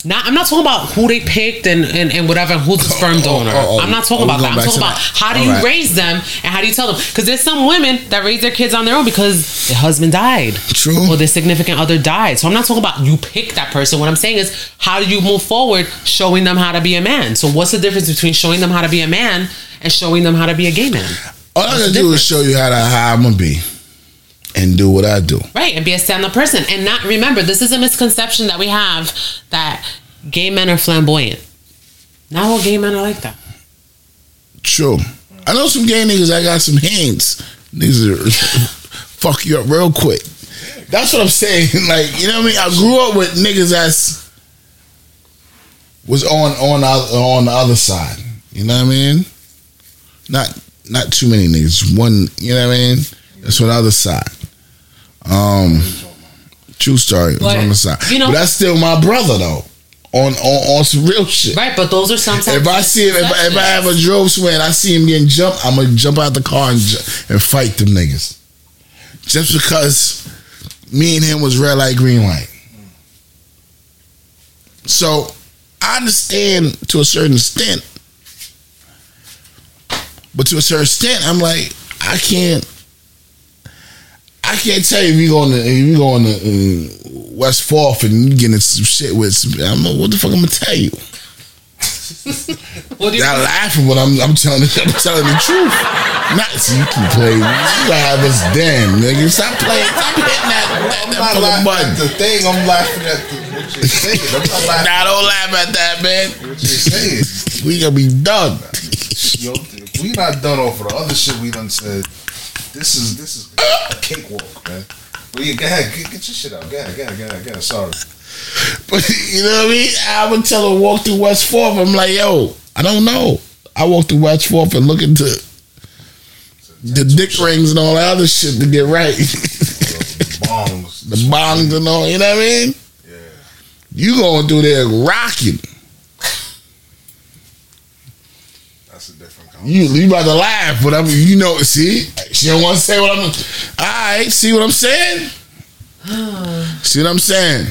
Speaker 6: Not, I'm not talking about who they picked and, and, and whatever and who's the sperm donor.
Speaker 3: oh, oh.
Speaker 6: I'm not talking
Speaker 3: Are we
Speaker 6: about that.
Speaker 3: going back
Speaker 6: I'm talking
Speaker 3: to
Speaker 6: about
Speaker 3: that?
Speaker 6: how do
Speaker 3: All
Speaker 6: you
Speaker 3: right.
Speaker 6: raise them and how do you tell them? Because there's some women that raise their kids on their own because their husband died
Speaker 3: True.
Speaker 6: or their significant other died. So I'm not talking about you pick that person. What I'm saying is, how do you move forward showing them how to be a man? So what's the difference between showing them how to be a man and showing them how to be a gay man?
Speaker 3: All I gotta do is show you how to how I'm gonna be, and do what I do.
Speaker 6: Right, and be a stand-up person. And not remember, this is a misconception that we have that gay men are flamboyant. Not all gay men are like that.
Speaker 3: *laughs* True. I know some gay niggas that got some hands. Niggas are *laughs* fuck you up real quick. That's what I'm saying. *laughs* Like, you know what I mean? I grew up with niggas that's was on on the- on the other side. You know what I mean? Not not too many niggas. One, you know what I mean? That's on the other side. Um true story. it was
Speaker 6: But,
Speaker 3: on the side.
Speaker 6: you know-
Speaker 3: but that's still my brother though. On on on some real shit.
Speaker 6: Right, but those are sometimes
Speaker 3: If I see him, if, I- if I have a drove somewhere and I see him getting jumped, I'm gonna jump out the car and ju- and fight them niggas. Just because me and him was red light, green light. So I understand to a certain extent, but to a certain extent, I'm like, I can't. I can't tell you if you going to if you going to uh, West Fourth and you getting some shit with. Some, I'm like, what the fuck I'm gonna tell you?
Speaker 6: What do you
Speaker 3: Not laughing, but I'm I'm telling *laughs* I'm telling the truth. Not so you can play. You gotta have us damn nigga. Stop playing. Stop hitting that, that,
Speaker 5: I'm
Speaker 3: that
Speaker 5: not
Speaker 3: fucking
Speaker 5: laughing at
Speaker 3: button.
Speaker 5: the thing. I'm laughing at the, what you're saying. I'm not laughing
Speaker 3: Nah, don't laugh at that, man.
Speaker 5: at what you're saying.
Speaker 3: We gonna be done.
Speaker 5: Yo, if we not done off of the other shit we done said, this is this is a cakewalk, man. But yeah, go ahead, get, get your shit out. Go ahead, go ahead, go ahead, go ahead. Sorry.
Speaker 3: But you know what I mean? I would tell her walk through West Fourth. I'm like, yo, I don't know. I walk through West Fourth and look into the dick rings and all that other shit to get right. *laughs*
Speaker 5: Bombs.
Speaker 3: the bongs and all. You know what I mean?
Speaker 5: Yeah.
Speaker 3: You going through there rocking.
Speaker 5: That's a different conversation.
Speaker 3: You, you about to laugh, but I mean, you know, see, she don't want to say what I'm. All right, see what I'm saying? see what I'm saying?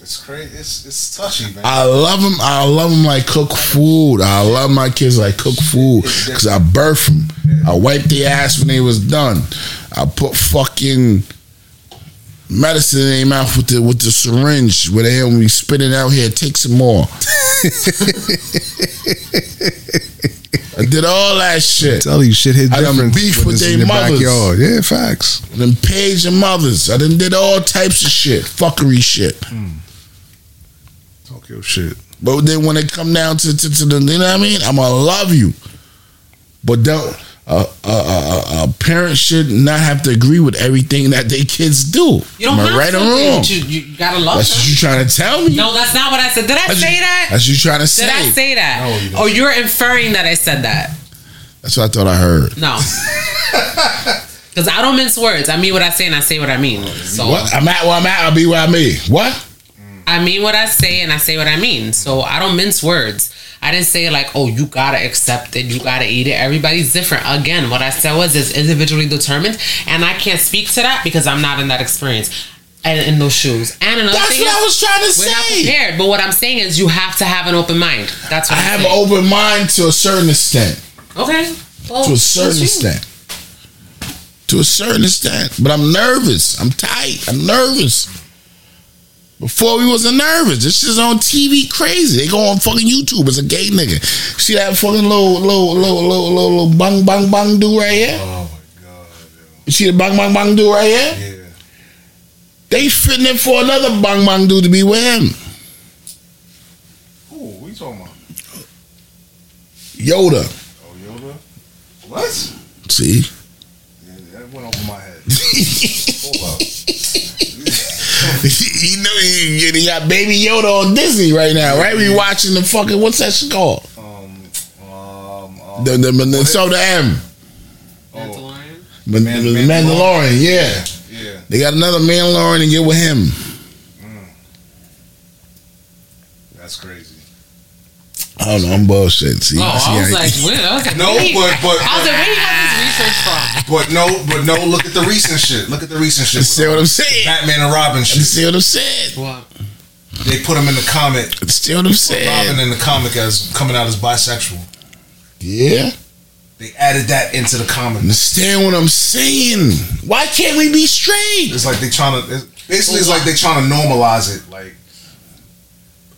Speaker 5: It's crazy. It's it's touchy, man.
Speaker 3: I love them. I love them like cook food. I love my kids like cook food because I birthed them. I wiped their ass when they was done. I put fucking medicine in their mouth with the with the syringe where they when we spit it out here. Take some
Speaker 7: *laughs*
Speaker 3: more. I did all that shit.
Speaker 7: Tell you shit hit
Speaker 3: I done
Speaker 7: different.
Speaker 3: beef
Speaker 7: when
Speaker 3: with
Speaker 7: it's
Speaker 3: they
Speaker 7: in the
Speaker 3: mothers.
Speaker 7: backyard. Yeah, facts.
Speaker 3: I done paged your mothers. I done did all types of shit, fuckery shit.
Speaker 7: Talk your shit.
Speaker 3: But then when it come down to, to, to the, you know what I mean? I'm gonna love you, but don't. a, a, a, a- a parent should not have to agree with everything that their kids do.
Speaker 6: You don't
Speaker 3: Am I
Speaker 6: have
Speaker 3: right
Speaker 6: to.
Speaker 3: or wrong?
Speaker 6: You, you gotta love
Speaker 3: That's what
Speaker 6: them.
Speaker 3: you trying to tell me.
Speaker 6: No, that's not what I said. Did I
Speaker 3: That's
Speaker 6: say
Speaker 3: you-
Speaker 6: that?
Speaker 3: That's you trying to
Speaker 6: Did I
Speaker 3: say.
Speaker 6: say that?
Speaker 5: No, you didn't.
Speaker 6: oh, you're inferring that I said that.
Speaker 3: That's what I thought I heard. *laughs*
Speaker 6: No. Because I don't mince words. I mean what I say and I say what I mean. So
Speaker 3: What? I'm at where I'm at. I'll be where I'm at. What?
Speaker 6: I mean what I say and I say what I mean. So I don't mince words. I didn't say like, oh, you gotta accept it, you gotta eat it. Everybody's different. Again, what I said was it's individually determined, and I can't speak to that because I'm not in that experience and in those shoes. And another
Speaker 3: That's
Speaker 6: thing
Speaker 3: what
Speaker 6: is,
Speaker 3: I was trying to
Speaker 6: we're not
Speaker 3: say.
Speaker 6: prepared. But what I'm saying is, you have to have an open mind. That's
Speaker 3: I
Speaker 6: what I'm
Speaker 3: have an
Speaker 6: saying.
Speaker 3: open mind to a certain extent.
Speaker 6: okay. Well,
Speaker 3: To a certain
Speaker 6: Oh, that's you.
Speaker 3: extent. To a certain extent. But I'm nervous. I'm tight. I'm nervous. Before we wasn't nervous. This shit's on TV crazy. They go on fucking YouTube. It's a gay nigga. See that fucking little little little little little, little bang bang bang dude right here?
Speaker 5: Oh my god.
Speaker 3: You see the bang bang bang dude right here?
Speaker 5: Yeah.
Speaker 3: They fitting it for another bang bang dude to be with him.
Speaker 5: Who? What you talking about?
Speaker 3: Yoda.
Speaker 5: Oh Yoda. What?
Speaker 3: See? *laughs*
Speaker 5: Yeah, that went over my head. Hold up.
Speaker 3: he know he, he got Baby Yoda on Disney right now, right? We watching the fucking what's that shit called?
Speaker 5: Um. Um. um
Speaker 3: The the, the, the so the M,
Speaker 6: Mandalorian.
Speaker 3: the,
Speaker 5: Man-
Speaker 3: the
Speaker 5: Mandalorian.
Speaker 3: Mandalorian. Yeah,
Speaker 5: yeah.
Speaker 3: they got another Mandalorian and get with him.
Speaker 5: That's crazy.
Speaker 3: I don't know. I'm bullshit. See,
Speaker 6: Oh,
Speaker 3: see
Speaker 6: I was
Speaker 3: how-
Speaker 6: like, where? I was like,
Speaker 5: No,
Speaker 6: wait.
Speaker 5: but but
Speaker 6: I was like, where you got this research from?
Speaker 5: but no, but no. Look at the recent shit. Look at the recent
Speaker 3: you
Speaker 5: shit.
Speaker 3: *laughs* see what I'm saying?
Speaker 5: Batman and Robin
Speaker 3: You
Speaker 5: shit.
Speaker 3: see what I'm saying?
Speaker 6: What?
Speaker 5: They put him in the comic.
Speaker 3: You see what
Speaker 5: Robin
Speaker 3: I'm saying?
Speaker 5: in the comic as coming out as bisexual.
Speaker 3: Yeah,
Speaker 5: They added that into the comic.
Speaker 3: understand what I'm saying? Why can't we be straight?
Speaker 5: It's like they trying to. It's, basically, it's like they trying to normalize it. Like,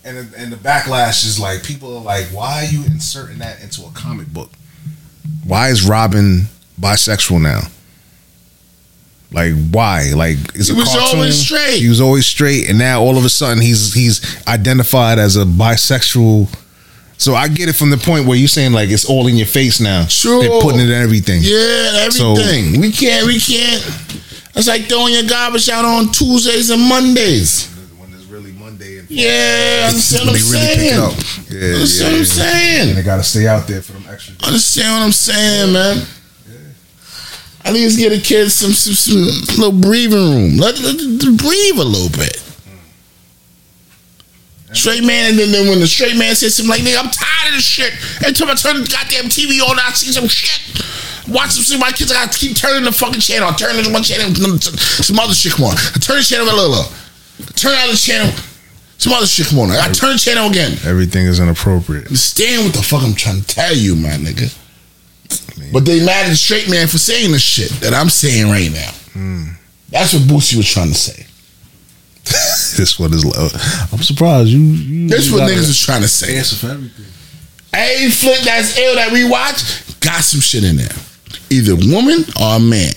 Speaker 5: and the- and the backlash is like people are like, why are you inserting that into a comic book? Why is Robin bisexual now? Like why? Like is
Speaker 3: He was always straight.
Speaker 5: He was always straight, and now all of a sudden he's he's identified as a bisexual. So I get it from the point where you're saying like it's all in your face now.
Speaker 3: Sure.
Speaker 5: They're putting it in everything.
Speaker 3: Yeah,
Speaker 5: So-
Speaker 3: everything. we can't. We can't. It's like throwing your garbage out on Tuesdays and Mondays.
Speaker 5: When it's really Monday and
Speaker 3: Yeah, understand
Speaker 5: when
Speaker 3: what
Speaker 5: they
Speaker 3: I'm
Speaker 5: really pick it
Speaker 3: saying?
Speaker 5: up. Yeah,
Speaker 3: Understand what I'm
Speaker 5: And they
Speaker 3: saying?
Speaker 5: gotta stay out there for them extra.
Speaker 3: Understand what I'm saying, man? At least get the kids some some, some little breathing room. Let, let, them breathe a little bit. Straight man, and then, then when the straight man says something like, "Nigga, I'm tired of this shit." Every time I turn the goddamn TV on, I see some shit. Watch some see my kids. I gotta keep turning the fucking channel. I turn this one channel, some other shit come on. I turn the channel a little. I turn out the channel, some other shit come on. I turn the channel again.
Speaker 5: Everything is inappropriate. *laughs*
Speaker 3: Understand what the fuck I'm trying to tell you, my nigga. But they mad at the straight man for saying the shit that I'm saying right now. That's what Boosie was trying
Speaker 5: *laughs*
Speaker 3: to say.
Speaker 5: This one is low. I'm surprised you. you
Speaker 3: That's
Speaker 5: you
Speaker 3: what
Speaker 5: gotta
Speaker 3: niggas was trying to say.
Speaker 5: answer for everything.
Speaker 3: Every flick that's ill that we watch got some shit in there. Either woman or a man.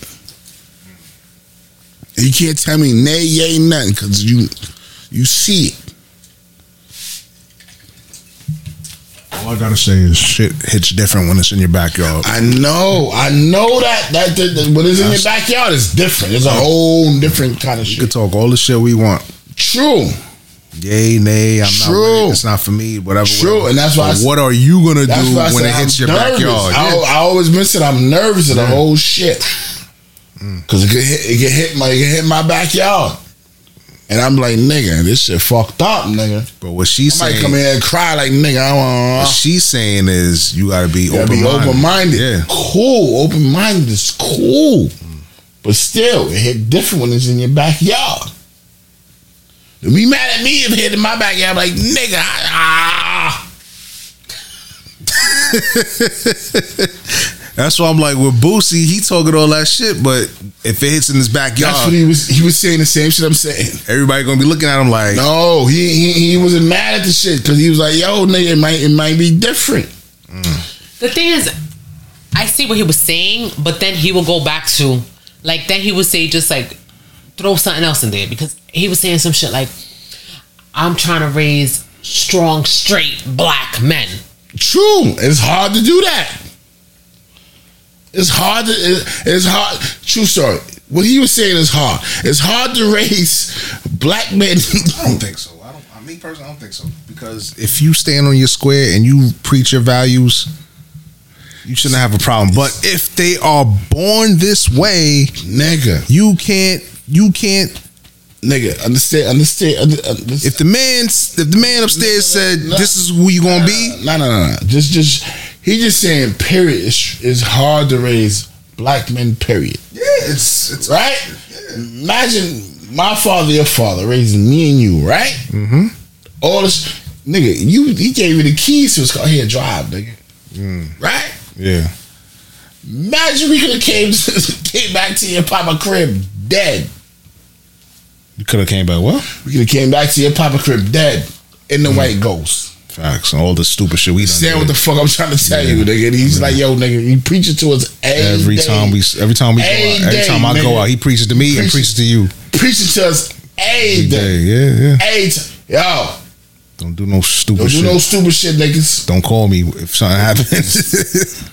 Speaker 3: And you can't tell me nay, yay, nothing, cause you you see it.
Speaker 5: All I gotta say is shit hits different when it's in your backyard.
Speaker 3: I know, I know that that, that, that what is in your
Speaker 5: That's-
Speaker 3: backyard is different. It's a whole different kind of
Speaker 5: We could
Speaker 3: shit.
Speaker 5: talk all the shit we want.
Speaker 3: True.
Speaker 5: Yay, nay, I'm not.
Speaker 3: True.
Speaker 5: With it. It's not for me. Whatever.
Speaker 3: True,
Speaker 5: whatever.
Speaker 3: and that's why I
Speaker 5: But
Speaker 3: s-
Speaker 5: what are you gonna do
Speaker 3: That's why I
Speaker 5: when
Speaker 3: said
Speaker 5: it hits
Speaker 3: I'm
Speaker 5: your
Speaker 3: nervous.
Speaker 5: backyard?
Speaker 3: I,
Speaker 5: Yeah.
Speaker 3: I always miss it. I'm nervous of the
Speaker 5: Yeah. Mm.
Speaker 3: whole shit because it could hit, it could hit my it could hit my backyard, and I'm like nigga, this shit fucked up, nigga.
Speaker 5: But what she's
Speaker 3: I might
Speaker 5: saying,
Speaker 3: come here and cry like nigga. I
Speaker 5: what
Speaker 3: want
Speaker 5: she's saying is you gotta be
Speaker 3: to
Speaker 5: open.
Speaker 3: uh, be open minded.
Speaker 5: Yeah.
Speaker 3: Cool, open minded is cool, but still it hit different when it's in your backyard. Don't be mad at me if it hit in my backyard. I'm like nigga, I- ah.
Speaker 5: That's why I'm like with Boosie, he talking all that shit, but if it hits in his backyard,
Speaker 3: That's what he was. He was saying the same shit I'm saying.
Speaker 5: Uh, everybody gonna be looking at him like,
Speaker 3: No, he he, he wasn't mad at the shit because he was like, "Yo, nigga, it might it might be different."
Speaker 6: The thing is, I see what he was saying, but then he will go back to, like, then he would say, just like, throw something else in there because he was saying some shit like, I'm trying to raise strong, straight black men.
Speaker 3: True, it's hard to do that. It's hard. To, it- it's hard. True story. What he was saying is hard. It's hard to raise black men. *laughs*
Speaker 5: I don't think so. I don't. I mean, personally, I don't think so because if you stand on your square and you preach your values, you shouldn't have a problem. But if they are born this way,
Speaker 3: nigga,
Speaker 5: you can't. You can't.
Speaker 3: nigga, understand, understand. under- understand.
Speaker 5: If the man, if the man upstairs said, "This is who you gonna be,"
Speaker 3: No, no, no, no. Just, just. He just saying. Period. It's, it's hard to raise black men. Period.
Speaker 5: yeah, it's it's
Speaker 3: right? Imagine my father, your father raising me and you, right? Mm-hmm. All this, nigga, you he gave me the keys to his car. Here, drive, nigga.
Speaker 5: Mm.
Speaker 3: Right?
Speaker 5: yeah.
Speaker 3: Imagine we could have came *laughs* came back to your papa crib dead.
Speaker 5: You could have came back. Well,
Speaker 3: We could have came back to your papa crib dead in
Speaker 5: Mm.
Speaker 3: the white ghost.
Speaker 5: facts and all the stupid shit we
Speaker 3: Understand
Speaker 5: stand
Speaker 3: what the fuck I'm trying to tell you, nigga. And he's like, yo, nigga, you preaching to us
Speaker 5: Every time we, every time we go out,
Speaker 3: Every
Speaker 5: every
Speaker 3: day,
Speaker 5: time I go
Speaker 3: nigga.
Speaker 5: out, he preaches to me and
Speaker 3: Preaches-
Speaker 5: preaches to you.
Speaker 3: preaching to us
Speaker 5: Day,
Speaker 3: every day,
Speaker 5: yeah, yeah.
Speaker 3: every time. Yo,
Speaker 5: Don't do no stupid
Speaker 3: don't do
Speaker 5: shit.
Speaker 3: no stupid shit, niggas.
Speaker 5: Don't call me if something *laughs* happens.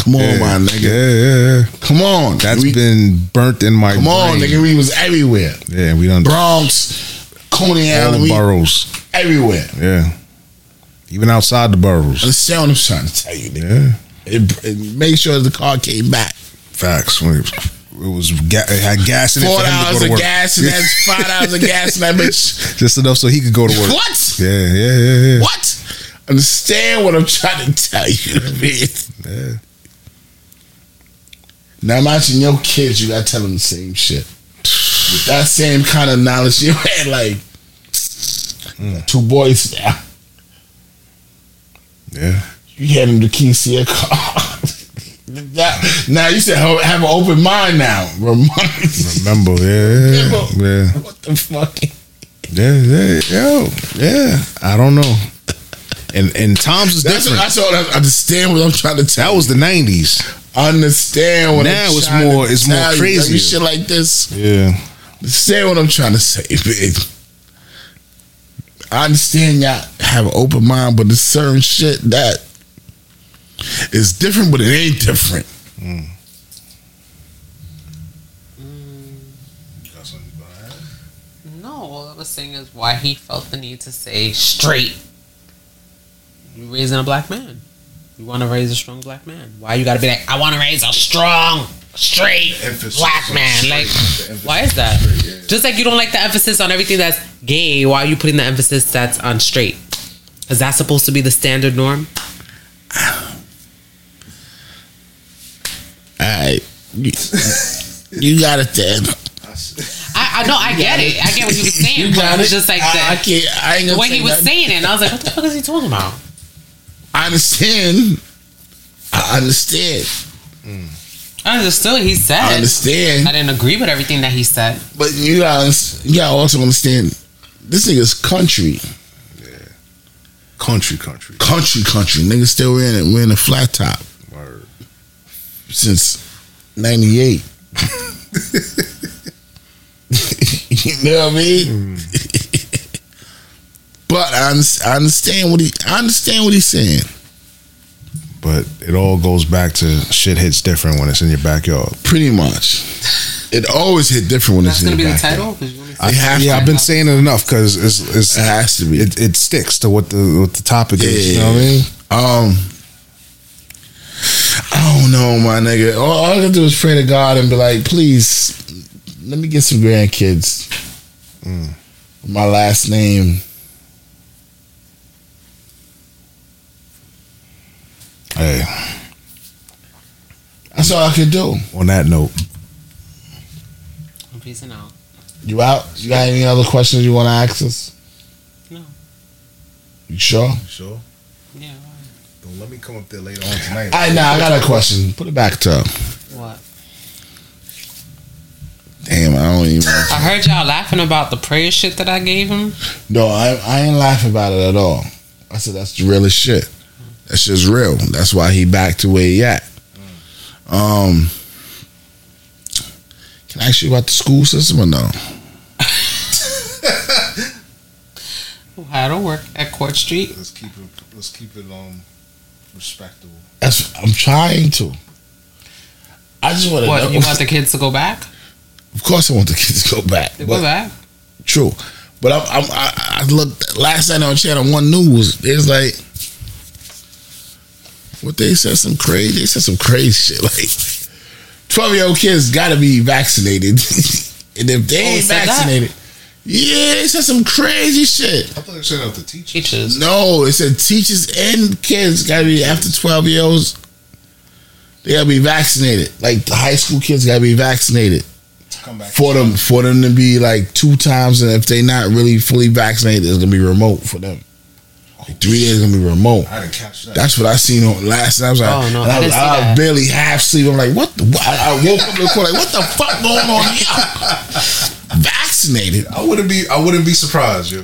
Speaker 3: Come on,
Speaker 5: Yeah.
Speaker 3: my nigga.
Speaker 5: Yeah, yeah, yeah.
Speaker 3: Come on.
Speaker 5: That's
Speaker 3: That's we,
Speaker 5: been burnt in my
Speaker 3: Come on,
Speaker 5: brain.
Speaker 3: nigga. We was everywhere.
Speaker 5: Yeah, we done
Speaker 3: Bronx, Coney
Speaker 5: all
Speaker 3: Island,
Speaker 5: the
Speaker 3: we
Speaker 5: boroughs.
Speaker 3: everywhere.
Speaker 5: Yeah. Even outside the boroughs.
Speaker 3: Understand what I'm trying to tell you, nigga.
Speaker 5: Yeah.
Speaker 3: It, it make sure the car came back.
Speaker 5: Facts. When it was, it was ga- it had gas in it
Speaker 3: Four
Speaker 5: for him to go
Speaker 3: dollars
Speaker 5: to
Speaker 3: of
Speaker 5: work.
Speaker 3: gas and that's five dollars of gas and that
Speaker 5: *laughs*
Speaker 3: bitch.
Speaker 5: Just enough so he could go to work.
Speaker 3: What?
Speaker 5: Yeah, yeah, yeah, yeah.
Speaker 3: What? Understand what I'm trying to tell you, man.
Speaker 5: Yeah.
Speaker 3: Now imagine your kids, you gotta tell them the same shit. With that same kind of knowledge you had, like
Speaker 5: Mm.
Speaker 3: two boys now.
Speaker 5: Yeah.
Speaker 3: you hand him the keys to your car. Now- now you said "Ho- have an open mind now. Remind
Speaker 5: Remember, yeah, yeah, yeah,
Speaker 3: *laughs* what the fuck?
Speaker 5: yeah, yeah, yo, yeah. I don't know. And and times is
Speaker 3: That's,
Speaker 5: different.
Speaker 3: that's all. I understand what I'm trying to
Speaker 5: that
Speaker 3: tell.
Speaker 5: was the '90s.
Speaker 3: Understand what
Speaker 5: Now
Speaker 3: I'm
Speaker 5: it's
Speaker 3: trying
Speaker 5: more-
Speaker 3: to
Speaker 5: it's more
Speaker 3: tell you. Like,
Speaker 5: crazier.
Speaker 3: you shit like this.
Speaker 5: Yeah,
Speaker 3: Understand what I'm trying to say, baby. I understand y'all have an open mind, but there's certain shit that is different, but it ain't different.
Speaker 6: No, all I was saying is why he felt the need to say straight. You raising a black man. You want to raise a strong black man. Why you gotta be like, I want to raise a strong, straight black man? Like, why is that? Just like you don't like the emphasis on everything that's gay. Why are you putting the emphasis that's on straight? Is that supposed to be the standard norm?
Speaker 3: All right, you, you got it then.
Speaker 6: I, I know, I get it. *laughs* I get what he was saying.
Speaker 3: *laughs* You
Speaker 6: but
Speaker 3: got
Speaker 6: it
Speaker 3: it.
Speaker 6: was just like
Speaker 3: I, I
Speaker 6: the,
Speaker 3: can't. I ain't
Speaker 6: the
Speaker 3: gonna
Speaker 6: way
Speaker 3: say
Speaker 6: he was
Speaker 3: nothing.
Speaker 6: saying it, and I was like, what the fuck is he talking about?
Speaker 3: I understand. I understand.
Speaker 6: I understood. He said.
Speaker 3: I
Speaker 6: I
Speaker 3: understand.
Speaker 6: didn't agree with everything that he said.
Speaker 3: But you guys, you gotta also understand. This nigga's country,
Speaker 5: country, country.
Speaker 3: country, country. Nigga still wearing it, wearing a flat top
Speaker 5: Word.
Speaker 3: since '98. *laughs* you know what I mean? but I, un- I understand what he. I understand what he's saying.
Speaker 5: But it all goes back to shit hits different when it's in your backyard.
Speaker 3: Pretty much. It always hit different when
Speaker 6: That's
Speaker 3: it's in
Speaker 6: gonna be
Speaker 3: your
Speaker 6: the
Speaker 3: backyard.
Speaker 6: title. 'Cause you only
Speaker 5: I,
Speaker 3: It has
Speaker 5: yeah,
Speaker 3: to
Speaker 5: I've
Speaker 6: be.
Speaker 5: been saying it enough because it's, it's
Speaker 3: It has to be.
Speaker 5: it, it sticks to what the what the topic is. You know what I mean?
Speaker 3: Um, I don't know, my nigga. All, all I can do is pray to God and be like, please, let me get some grandkids. My last name.
Speaker 5: Hey,
Speaker 3: That's all I could do.
Speaker 5: on that note,
Speaker 6: I'm peacing out.
Speaker 3: You out? You got any other questions you want to ask us?
Speaker 6: No.
Speaker 3: You sure?
Speaker 5: sure.
Speaker 6: Yeah.
Speaker 5: Don't let me come up there later on tonight.
Speaker 3: I nah, I got a question. Put it back to.
Speaker 6: What?
Speaker 3: Damn, I don't even.
Speaker 6: I heard y'all laughing about the prayer shit that I gave him.
Speaker 3: No, I, I ain't laughing about it at all. I said that's the realest shit. That shit's real. That's why he back to where he at. Um, can I ask you about the school system or no?
Speaker 6: How to work at Court Street.
Speaker 5: Let's keep it. Let's keep it um respectable.
Speaker 3: That's I'm trying to. just want to know.
Speaker 6: What, you want the kids to go back?
Speaker 3: of course, I want the kids to go back.
Speaker 6: They
Speaker 3: but-
Speaker 6: go back.
Speaker 3: True, but I'm, I'm I, I looked last night on Channel One News. It's like what they said some crazy. They said some crazy shit. *laughs* Like twelve year old kids got to be vaccinated, *laughs* and if they
Speaker 6: Oh, it
Speaker 3: ain't
Speaker 6: said that?
Speaker 3: vaccinated, yeah, they said some crazy shit.
Speaker 5: I thought they said out the teacher.
Speaker 6: Teachers.
Speaker 3: No, it said teachers and kids got to be after twelve year olds. They got to be vaccinated. Like the high school kids got to be vaccinated
Speaker 5: Come back.
Speaker 3: for them for them to be like two times, and if they not really fully vaccinated, it's gonna be remote for them. Like three days is gonna be remote.
Speaker 5: I didn't catch that.
Speaker 3: That's what I seen on last. night. I was like,
Speaker 6: Oh, no,
Speaker 3: and
Speaker 6: I
Speaker 3: I, was,
Speaker 6: didn't see
Speaker 3: I was
Speaker 6: that.
Speaker 3: barely half asleep. I'm like, what? The, wh- I, I woke up in the corner, like, what the fuck going on here? Vaccinated. Oh,
Speaker 5: I wouldn't be. I wouldn't be surprised, yo.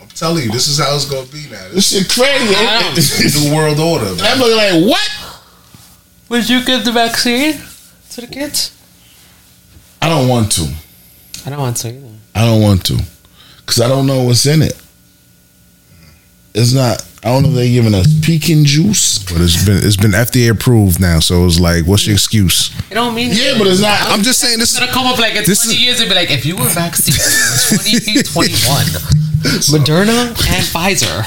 Speaker 5: I'm telling you, this is how it's gonna be now. This
Speaker 3: This shit crazy.
Speaker 6: I
Speaker 5: is the new world order.
Speaker 3: And I'm
Speaker 5: Man.
Speaker 3: looking like, what?
Speaker 6: Would you give the vaccine to the kids?
Speaker 3: I don't want to.
Speaker 6: I don't want to either.
Speaker 3: I don't want to, cause I don't know what's in it. It's not. I don't know if they're giving us pecan juice.
Speaker 5: But it's been it's been FDA approved now, so it's like, what's your excuse?
Speaker 6: It don't mean
Speaker 3: Yeah, but it's not.
Speaker 5: I'm just saying
Speaker 6: It's
Speaker 5: this.
Speaker 6: gonna come up like in 20
Speaker 5: This is-
Speaker 6: years and be like, if you were
Speaker 5: *laughs*
Speaker 6: vaccinated in 2021, Moderna and Pfizer,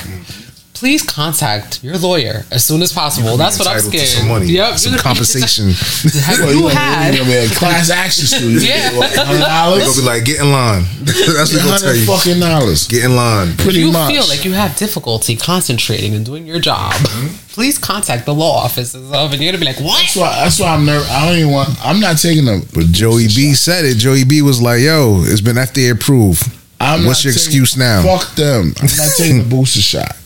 Speaker 6: please contact your lawyer as soon as possible. That's what I'm
Speaker 5: entitled to
Speaker 6: scared.
Speaker 5: some money,
Speaker 6: Yep.
Speaker 5: some compensation.
Speaker 6: *laughs* Have
Speaker 3: Well,
Speaker 6: you
Speaker 3: gonna-
Speaker 6: had?
Speaker 3: gonna be *laughs* a class action suit.
Speaker 6: *laughs* Yeah.
Speaker 3: *laughs*
Speaker 5: They're gonna be like, get in line. *laughs* That's what they're gonna tell
Speaker 3: hundred
Speaker 5: you.
Speaker 3: fucking dollars,
Speaker 5: Get in line.
Speaker 3: pretty
Speaker 6: you
Speaker 3: much.
Speaker 6: feel like you have difficulty concentrating and doing your job,
Speaker 5: Mm-hmm.
Speaker 6: please contact the law offices of, and you're gonna be like,
Speaker 3: that's
Speaker 6: what?
Speaker 3: why. That's why I'm nervous. I don't even want. I'm not taking them.
Speaker 5: But Joey B said it. Joey B was like, yo, it's been FDA approved.
Speaker 3: I'm
Speaker 5: What's
Speaker 3: not
Speaker 5: your
Speaker 3: taking-
Speaker 5: excuse now?
Speaker 3: Fuck them. I'm not taking the booster shot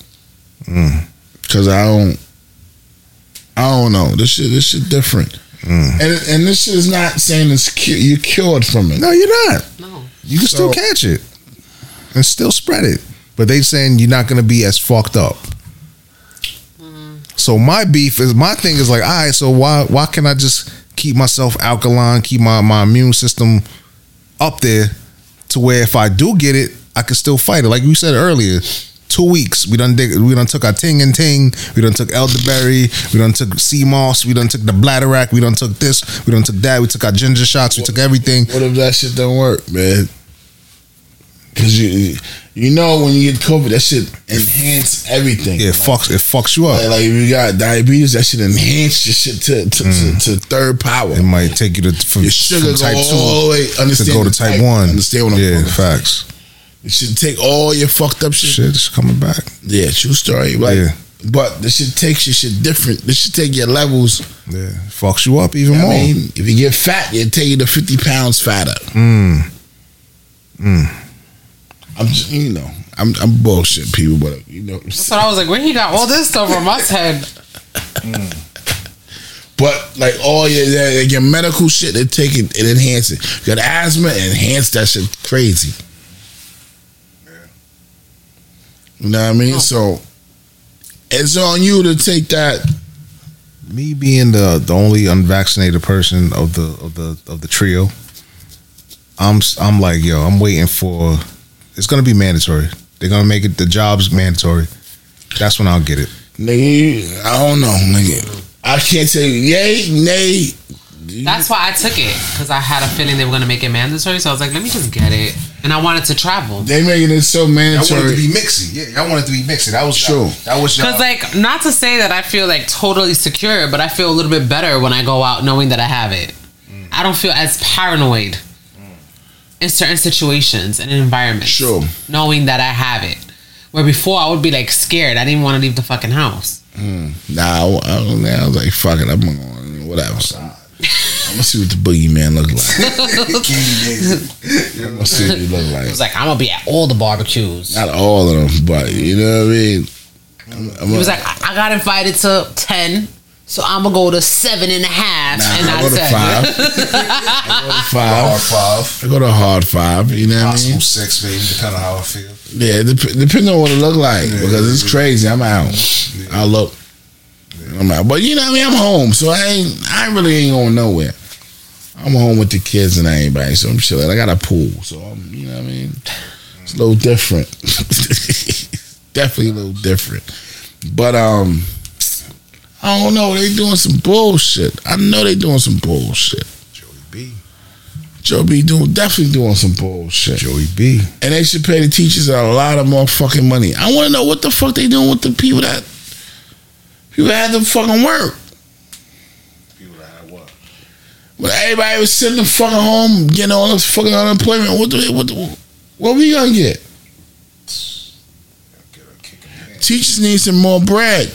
Speaker 5: Mm,
Speaker 3: because I don't. I don't know. This shit. This shit different.
Speaker 5: mm.
Speaker 3: And and this shit is not saying it's cu- you're cured from it.
Speaker 5: No, you're not.
Speaker 6: No.
Speaker 5: You can still
Speaker 3: So-
Speaker 5: catch it and still spread it. But they saying you're not gonna be as fucked up. So my beef is my thing is like, all right, so why why can I just keep myself alkaline, keep my, my immune system up there to where if I do get it, I can still fight it. Like we said earlier, two weeks we done dig, we done took our ting and ting, we done took elderberry, we done took sea moss, we done took the bladderwrack, we done took this, we done took that, we took our ginger shots, we took everything.
Speaker 3: What if that shit don't work, man? Because you you know when you get COVID, that shit enhance everything.
Speaker 5: Yeah, it fucks it fucks you up.
Speaker 3: Like, like if you got diabetes, that should enhance your shit to to, to, to third power.
Speaker 5: It might take you to from,
Speaker 3: Your sugar
Speaker 5: from
Speaker 3: go
Speaker 5: Mm. type
Speaker 3: all the
Speaker 5: two
Speaker 3: way. Understand
Speaker 5: to go to
Speaker 3: the
Speaker 5: type, one.
Speaker 3: Understand what I'm
Speaker 5: yeah,
Speaker 3: saying?
Speaker 5: facts.
Speaker 3: It should take all your fucked up shit.
Speaker 5: Shit, it's coming back.
Speaker 3: Yeah, true story. Like,
Speaker 5: Yeah.
Speaker 3: but this shit takes your shit different. This should take your levels.
Speaker 5: Yeah, fucks you up even
Speaker 3: I
Speaker 5: more.
Speaker 3: mean, if you get fat, it take you to fifty pounds fatter. I'm just, you know, I'm I'm bullshit people, but you know,
Speaker 6: So I was like, where he got all this stuff from
Speaker 5: *laughs*
Speaker 6: my head?
Speaker 3: But like all your your- your medical shit, they take it and enhance it. You got asthma, enhance that shit crazy. You know what I mean? So it's on you to take that.
Speaker 5: Me being the the only unvaccinated person of the of the of the trio, I'm s- I'm like yo, I'm waiting for. It's gonna be mandatory. They're gonna make it the jobs mandatory. That's when I'll get it.
Speaker 3: Nigga, you- I don't know, nigga. I can't say yay, nay.
Speaker 6: That's why I took it because I had a feeling they were gonna make it mandatory. So I was like, let me just get it, and I wanted to travel.
Speaker 3: They making it so mandatory.
Speaker 5: mixy. Yeah, I wanted to be mixy. That was
Speaker 3: Sure.
Speaker 5: That was
Speaker 6: Because, like, not to say that I feel like totally secure, but I feel a little bit better when I go out knowing that I have it.
Speaker 3: Mm.
Speaker 6: I don't feel as paranoid in certain situations and environments.
Speaker 3: Sure.
Speaker 6: Knowing that I have it. Where before I would be like scared. I didn't want to leave the fucking house.
Speaker 3: Nah, I, I, don't know. I was like, fuck it, I'm on whatever. I'm gonna see what the boogeyman look like. *laughs* I'm gonna see what he look like.
Speaker 6: It was like, I'm going to be at all the barbecues.
Speaker 3: Not all of them, but you know what I mean. I'm, I'm
Speaker 6: He was like, I I got invited to 10, so I'm going to go to seven and a half.
Speaker 3: nah,
Speaker 6: and
Speaker 3: I
Speaker 6: I,
Speaker 3: go to
Speaker 6: said,
Speaker 3: five. I go to five.
Speaker 5: five,
Speaker 3: I go to hard five. You know what I mean?
Speaker 5: possible six, baby, depending on how I feel.
Speaker 3: Yeah, dep- depending on what it look like, because it's crazy. I'm out. I look. I'm out, but you know what I mean. I'm home, so I ain't. I really ain't going nowhere. I'm home with the kids and everybody, so I'm chilling. I got a pool, so I'm, you know what I mean. It's a little different. *laughs* Definitely a little different, but um, I I don't know. They doing some bullshit. I know they doing some bullshit.
Speaker 5: Joey B.
Speaker 3: Joe B doing definitely doing some bullshit.
Speaker 5: Joey B.
Speaker 3: And they should pay the teachers a lot of motherfucking money. I wanna know what the fuck they doing with the people that people that had to fucking work.
Speaker 5: People that had what?
Speaker 3: When everybody was sitting the fucking home getting all this fucking unemployment, what do they what do- what we gonna get?
Speaker 5: Get a kick in the pants.
Speaker 3: Teachers need some more bread.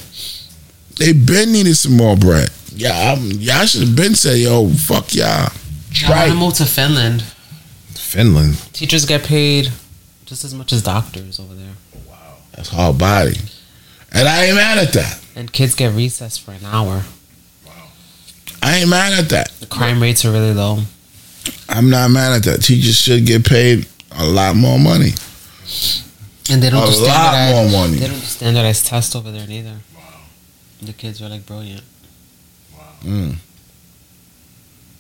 Speaker 3: They been needed some more bread. Yeah, I'm, y'all should have been said, yo, fuck y'all.
Speaker 6: I want to
Speaker 3: Right.
Speaker 6: move to Finland.
Speaker 5: Finland.
Speaker 6: Teachers get paid just as much as doctors over there,
Speaker 3: That's hard body. And I ain't mad at that.
Speaker 6: and kids get recess for an hour.
Speaker 3: I ain't mad at that.
Speaker 6: The crime rates are really low.
Speaker 3: I'm not mad at that. Teachers should get paid a lot more money.
Speaker 6: And they don't
Speaker 3: A
Speaker 6: do
Speaker 3: lot
Speaker 6: standardized-
Speaker 3: more money.
Speaker 6: They don't do standardized tests over there neither. Wow. The kids are like brilliant.
Speaker 3: Mm.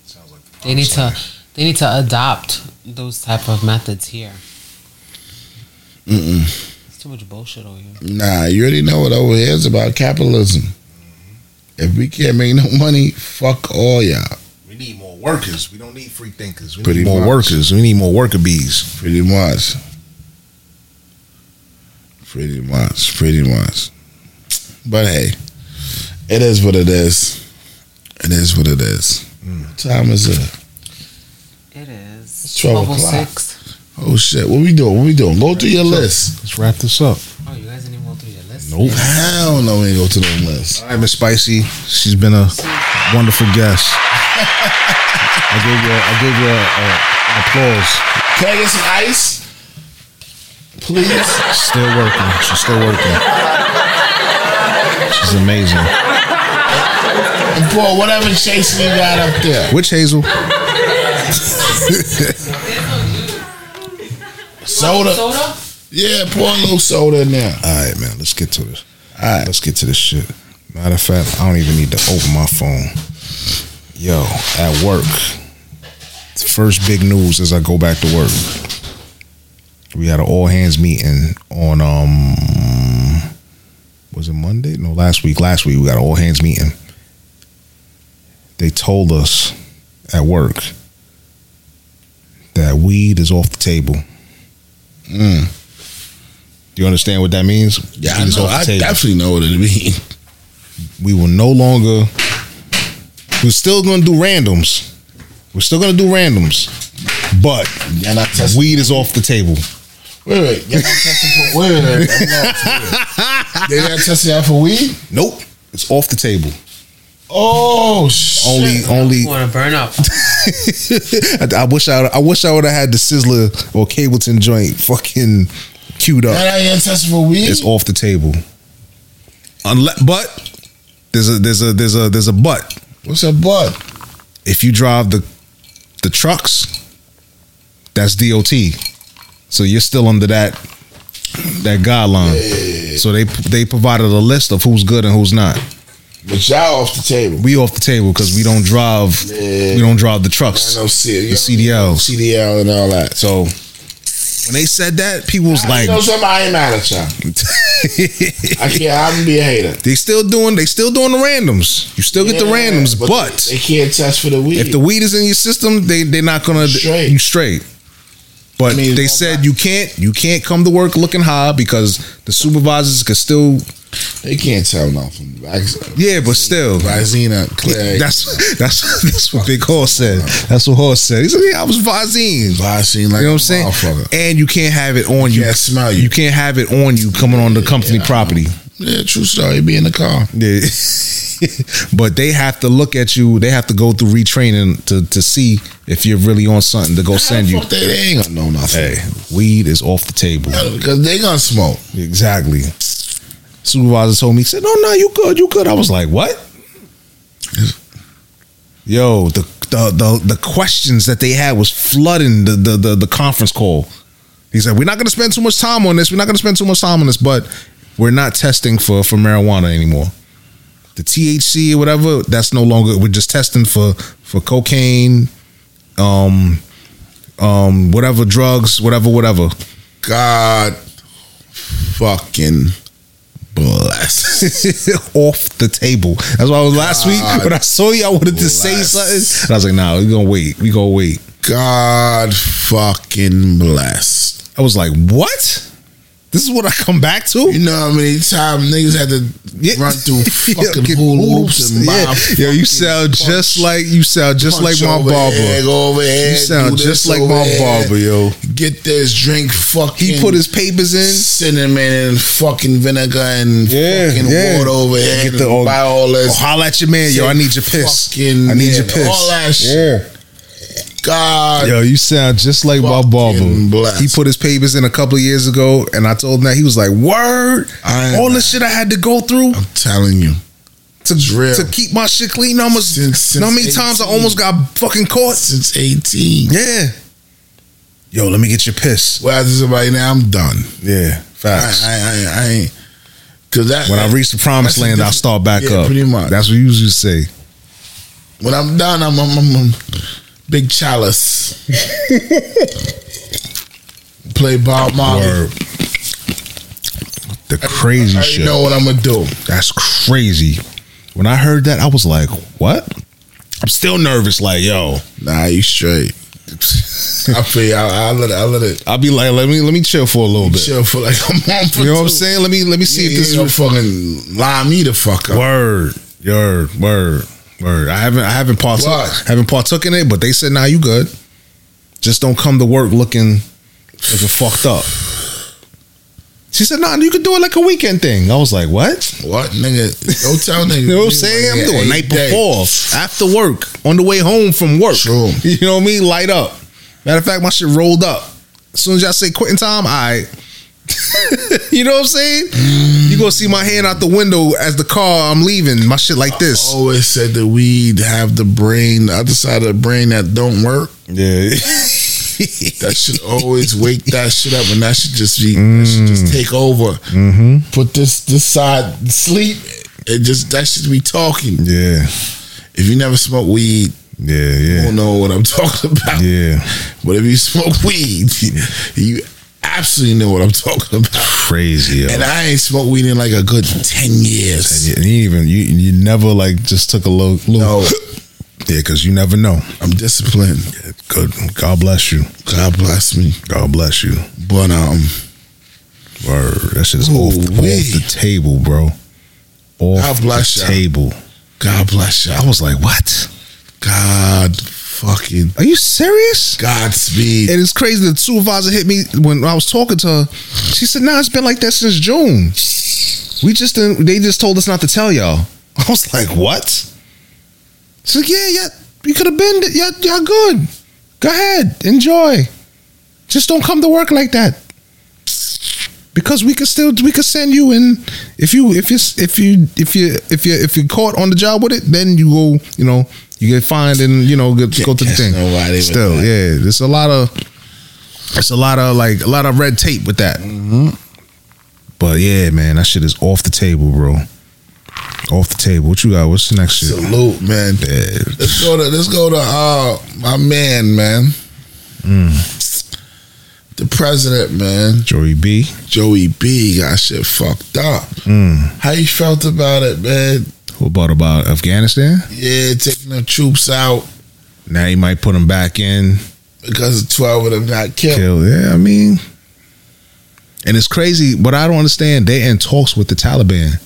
Speaker 5: Sounds like the
Speaker 6: They need to they need to adopt those type of methods here.
Speaker 3: Mm-mm.
Speaker 6: It's too much bullshit over here.
Speaker 3: Nah, you already know what over here is about capitalism. If we can't make no money, fuck all y'all.
Speaker 5: We need more workers. We don't need free thinkers. We
Speaker 3: Pretty
Speaker 5: need more
Speaker 3: much.
Speaker 5: workers. We need more worker bees.
Speaker 3: Pretty much. Pretty much. Pretty much. But hey, it is what it is. It is what it is. What time is it?
Speaker 6: It is
Speaker 3: It's 12
Speaker 6: level
Speaker 3: o'clock.
Speaker 6: six.
Speaker 3: Oh shit! What we doing? What we doing? Go through your list.
Speaker 5: Let's wrap this up.
Speaker 6: Oh, you guys didn't even go through your list.
Speaker 5: Nope.
Speaker 3: I don't know. We ain't go to the list.
Speaker 5: All right, Miss Spicy. She's been a wonderful *laughs* guest. I gave you. A, I gave you a, a- an applause.
Speaker 3: Can I get some ice, please?
Speaker 5: Still working. She's still working. She's amazing.
Speaker 3: And pour whatever chasing you got up there.
Speaker 5: Which Hazel?
Speaker 3: Soda.
Speaker 6: Soda?
Speaker 3: Yeah, pour a little soda in there.
Speaker 5: All right, man. Let's get to this.
Speaker 3: All right.
Speaker 5: Let's get to this shit. Matter of fact, I don't even need to open my phone. Yo, at work. First big news as I go back to work. We had an all hands meeting on um was it Monday? No, last week. Last week we got an all hands meeting. They told us at work that weed is off the table.
Speaker 3: Mm.
Speaker 5: You understand what that means?
Speaker 3: Yeah,
Speaker 5: Weed
Speaker 3: I,
Speaker 5: is
Speaker 3: know. I definitely know what it means.
Speaker 5: we will no longer we're still gonna do randoms we're still gonna do randoms but
Speaker 3: Y'all not testing.
Speaker 5: weed is off the table
Speaker 3: Wait, wait. Y'all not testing for, wait, wait, wait. I'm lost. Wait. They not testing y'all for weed?
Speaker 5: nope it's off the table
Speaker 3: Oh, shit.
Speaker 5: only
Speaker 6: You
Speaker 5: only
Speaker 6: want to burn up?
Speaker 5: *laughs* I, I wish i i wish i would have had the sizzler or cableton joint fucking queued
Speaker 3: Y'all
Speaker 5: up
Speaker 3: not even testing for weed?
Speaker 5: it's off the table Unle- but there's a there's a there's a there's a but
Speaker 3: What's a bud?
Speaker 5: if you drive the the trucks, that's DOT. So you're still under that that guideline. So they they provided a list of who's good and who's not.
Speaker 3: But y'all off the table.
Speaker 5: We off the table because we don't drive
Speaker 3: Yeah.
Speaker 5: we don't drive the
Speaker 3: I
Speaker 5: trucks,
Speaker 3: know C-
Speaker 5: the CDLs.
Speaker 3: CDL and all that.
Speaker 5: So when they said that, people was
Speaker 3: I
Speaker 5: like,
Speaker 3: know something I ain't mad at y'all. I can't. I'm gonna be a hater.
Speaker 5: *laughs* they still doing they still doing the randoms. You still get the
Speaker 3: Yeah,
Speaker 5: randoms, but,
Speaker 3: they can't test for the weed.
Speaker 5: if the weed is in your system, they they're not gonna
Speaker 3: Straight.
Speaker 5: you straight. But
Speaker 3: I mean,
Speaker 5: they
Speaker 3: why
Speaker 5: said
Speaker 3: not?
Speaker 5: you can't you can't come to work looking high because the supervisors can still
Speaker 3: they can't tell nothing.
Speaker 5: yeah, but still.
Speaker 3: Visina, Clay,
Speaker 5: That's *laughs* that's that's what Big Horse said. That's what Horse said. He said, yeah, I was Vizine.
Speaker 3: Visine, like
Speaker 5: You know what I'm saying? And you can't have it on you.
Speaker 3: Can't smell you.
Speaker 5: You can't have it on you coming on the company
Speaker 3: Yeah.
Speaker 5: property.
Speaker 3: Yeah, true story. Be in the car.
Speaker 5: Yeah. *laughs* but they have to look at you. They have to go through retraining to, to see if you're really on something to go send you.
Speaker 3: Fuck They, they ain't gonna know nothing
Speaker 5: Hey, weed is off the table.
Speaker 3: because they gonna smoke.
Speaker 5: Exactly. Supervisor told me, he said, No, no, you good, you good. I was like, What? Yo, the the the, the questions that they had was flooding the, the the the conference call. He said, We're not gonna spend too much time on this, we're not gonna spend too much time on this, but we're not testing for for marijuana anymore. The THC or whatever, that's no longer we're just testing for for cocaine, um um whatever drugs, whatever, whatever.
Speaker 3: God, fucking Bless.
Speaker 5: *laughs* off the table. That's why I was last week when I saw you. I wanted to say
Speaker 3: bless.
Speaker 5: something, and I was like, "Nah, we gonna wait. We gonna wait."
Speaker 3: God fucking bless.
Speaker 5: I was like, "What? This is what I come back to?"
Speaker 3: You know how many times niggas had to run
Speaker 5: *laughs*
Speaker 3: through fucking hula hoops and buy
Speaker 5: yeah. Yo, you sound just like you sound just like my
Speaker 3: over
Speaker 5: barber.
Speaker 3: Here, go over here,
Speaker 5: You sound
Speaker 3: do
Speaker 5: just
Speaker 3: this
Speaker 5: like
Speaker 3: over
Speaker 5: my
Speaker 3: here.
Speaker 5: barber, yo.
Speaker 3: Get this drink, fucking.
Speaker 5: He put his papers in.
Speaker 3: cinnamon and fucking vinegar and
Speaker 5: Yeah,
Speaker 3: fucking
Speaker 5: yeah.
Speaker 3: water over here.
Speaker 5: Get the all, Oh,
Speaker 3: buy all this.
Speaker 5: holla at your man, yo. I need your piss.
Speaker 3: Fucking-
Speaker 5: I need
Speaker 3: yeah,
Speaker 5: your piss.
Speaker 3: all that shit. God,
Speaker 5: Yeah. Yo, you sound just like my barber.
Speaker 3: Fucking blessed.
Speaker 5: He put his papers in a couple of years ago, and I told him that he was like, "Word,
Speaker 3: I-
Speaker 5: all this shit I had to go through
Speaker 3: I'm telling you,
Speaker 5: to,
Speaker 3: it's real.
Speaker 5: to keep my shit clean. I almost,
Speaker 3: Since- since
Speaker 5: know how many times I
Speaker 3: 18.
Speaker 5: almost got fucking caught?
Speaker 3: since 18.
Speaker 5: Yeah. Yo, let me get your piss.
Speaker 3: Well, after somebody now, I'm done.
Speaker 5: Yeah,
Speaker 3: I,
Speaker 5: facts.
Speaker 3: I, I, I ain't. Cause that
Speaker 5: when I reach the
Speaker 3: That's
Speaker 5: promised
Speaker 3: a
Speaker 5: land, I'll
Speaker 3: different-
Speaker 5: start back
Speaker 3: yeah,
Speaker 5: up.
Speaker 3: pretty much.
Speaker 5: That's what you usually say.
Speaker 3: when I'm done, I'm, I'm, I'm, I'm big
Speaker 5: *laughs*
Speaker 3: chalice. Play Bob Marley.
Speaker 5: Word. The crazy
Speaker 3: I already
Speaker 5: shit.
Speaker 3: know what I'm gonna do.
Speaker 5: That's crazy. When I heard that, I was like, what? I'm still nervous. Like, yo,
Speaker 3: Nah, you straight. I feel you. I, I let it. I let it
Speaker 5: I'll be like, let me let me chill for a little bit.
Speaker 3: chill for like a month. Or
Speaker 5: You know what I'm
Speaker 3: two.
Speaker 5: saying? Let me let me see
Speaker 3: You
Speaker 5: if this
Speaker 3: ain't
Speaker 5: is
Speaker 3: gonna fucking lie me the fuck up.
Speaker 5: word, word, word, word. I haven't I haven't partook
Speaker 3: Why?
Speaker 5: haven't partook in it, but they said, nah, you good. Just don't come to work looking looking fucked up. She said, nah, you can do it like a weekend thing. I was like, what?
Speaker 3: What nigga?
Speaker 5: *laughs*
Speaker 3: Don't tell nigga.
Speaker 5: You know what I'm saying? I'm doing night
Speaker 3: Eight
Speaker 5: before, after work, on the way home from work.
Speaker 3: True.
Speaker 5: *laughs* You know what I mean? Light up. Matter of fact, my shit rolled up. As soon as y'all say quitting time, I. *laughs* you know what I'm saying? You gonna see my hand out the window as the car I'm leaving. My shit like
Speaker 3: day.
Speaker 5: this.
Speaker 3: Always said that weed have the brain, the other side of the brain that don't work.
Speaker 5: Yeah.
Speaker 3: That should always wake that shit up, and that should just be that should
Speaker 5: Mm.
Speaker 3: just take over.
Speaker 5: Mm-hmm.
Speaker 3: Put this this side to sleep. It just that should be talking.
Speaker 5: Yeah.
Speaker 3: If you never smoke weed,
Speaker 5: Yeah.
Speaker 3: you
Speaker 5: Yeah.
Speaker 3: don't know what I'm *laughs* talking about.
Speaker 5: Yeah.
Speaker 3: But if you smoke weed, *laughs* you absolutely know what I'm talking about.
Speaker 5: Crazy. Yo.
Speaker 3: And I ain't smoked weed in like a good ten years.
Speaker 5: you, you even you you never like just took a little, little
Speaker 3: No.
Speaker 5: *laughs* yeah because you never know.
Speaker 3: I'm disciplined.
Speaker 5: Good. God bless you.
Speaker 3: God bless me.
Speaker 5: God bless you.
Speaker 3: But um,
Speaker 5: Word. That shit's
Speaker 3: Ooh,
Speaker 5: off, off
Speaker 3: wee.
Speaker 5: the table, bro. Off
Speaker 3: God bless
Speaker 5: the
Speaker 3: ya.
Speaker 5: table.
Speaker 3: God bless y'all.
Speaker 5: I was like, what?
Speaker 3: God fucking
Speaker 5: Are you serious?
Speaker 3: Godspeed.
Speaker 5: And it's crazy. The supervisor hit me when I was talking to her. She said, nah, it's been like that since June. We just didn't, they just told us not to tell y'all. *laughs* I was like, what? She's like, yeah, yeah, you could have been, yeah, y'all good. Go ahead, enjoy. Just don't come to work like that. Because we could still we could send you in if you if you if you if you if you if you're caught on the job with it, then you go you know you get fined and you know get, go to the
Speaker 3: Yes,
Speaker 5: thing.
Speaker 3: nobody would
Speaker 5: Still,
Speaker 3: like-
Speaker 5: yeah, there's a lot of it's a lot of like a lot of red tape with that. But yeah, man, that shit is off the table, bro. Off the table. What you got? What's the next shit?
Speaker 3: Salute, man.
Speaker 5: Yeah.
Speaker 3: Let's go to let's go to uh my man, man. The president, man,
Speaker 5: Joey B.
Speaker 3: Joey B got shit fucked up. How you felt about it, man?
Speaker 5: What about about Afghanistan?
Speaker 3: Yeah, taking the troops out
Speaker 5: Now you might put him back in.
Speaker 3: because twelve of them got killed.
Speaker 5: Kill. Yeah, I mean, and it's crazy. What I don't understand, they in talks with the Taliban.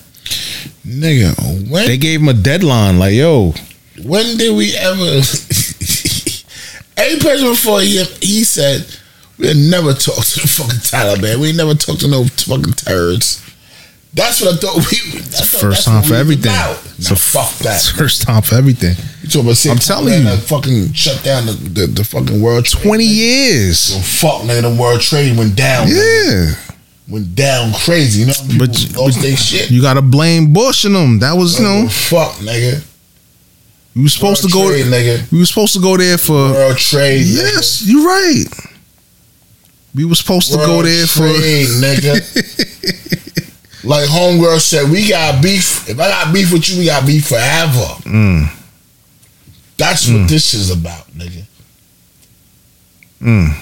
Speaker 3: Nigga, when
Speaker 5: They gave him a deadline. Like, yo, *laughs*
Speaker 3: when did we ever? *laughs* Every person before him, he said, "We never talk to the fucking Taliban. We never talk to no fucking terrorists." That's what I thought. We that's what-
Speaker 5: first
Speaker 3: that's
Speaker 5: time
Speaker 3: what
Speaker 5: for
Speaker 3: we was
Speaker 5: everything.
Speaker 3: about.
Speaker 5: It's
Speaker 3: Nah,
Speaker 5: a-
Speaker 3: fuck
Speaker 5: it's
Speaker 3: that.
Speaker 5: first time for everything.
Speaker 3: You talking about
Speaker 5: I'm telling you.
Speaker 3: to fucking shut down the, the, the fucking world. Trade.
Speaker 5: Twenty years.
Speaker 3: Well, fuck nigga, the world trade went down.
Speaker 5: Yeah,
Speaker 3: went down crazy. You know, people
Speaker 5: But you-
Speaker 3: lost their shit.
Speaker 5: you gotta blame Bush and them. That was you know
Speaker 3: fuck nigga.
Speaker 5: you were supposed to go.
Speaker 3: World trade, nigga.
Speaker 5: We were supposed to go there for.
Speaker 3: World trade. nigga.
Speaker 5: Yes, you're right. We were supposed to go
Speaker 3: World
Speaker 5: there for.
Speaker 3: trade,
Speaker 5: *laughs*
Speaker 3: nigga. like homegirl said, we got beef. If I got beef with you, we got beef forever.
Speaker 5: Mm,
Speaker 3: That's what this is about, nigga.
Speaker 5: mm.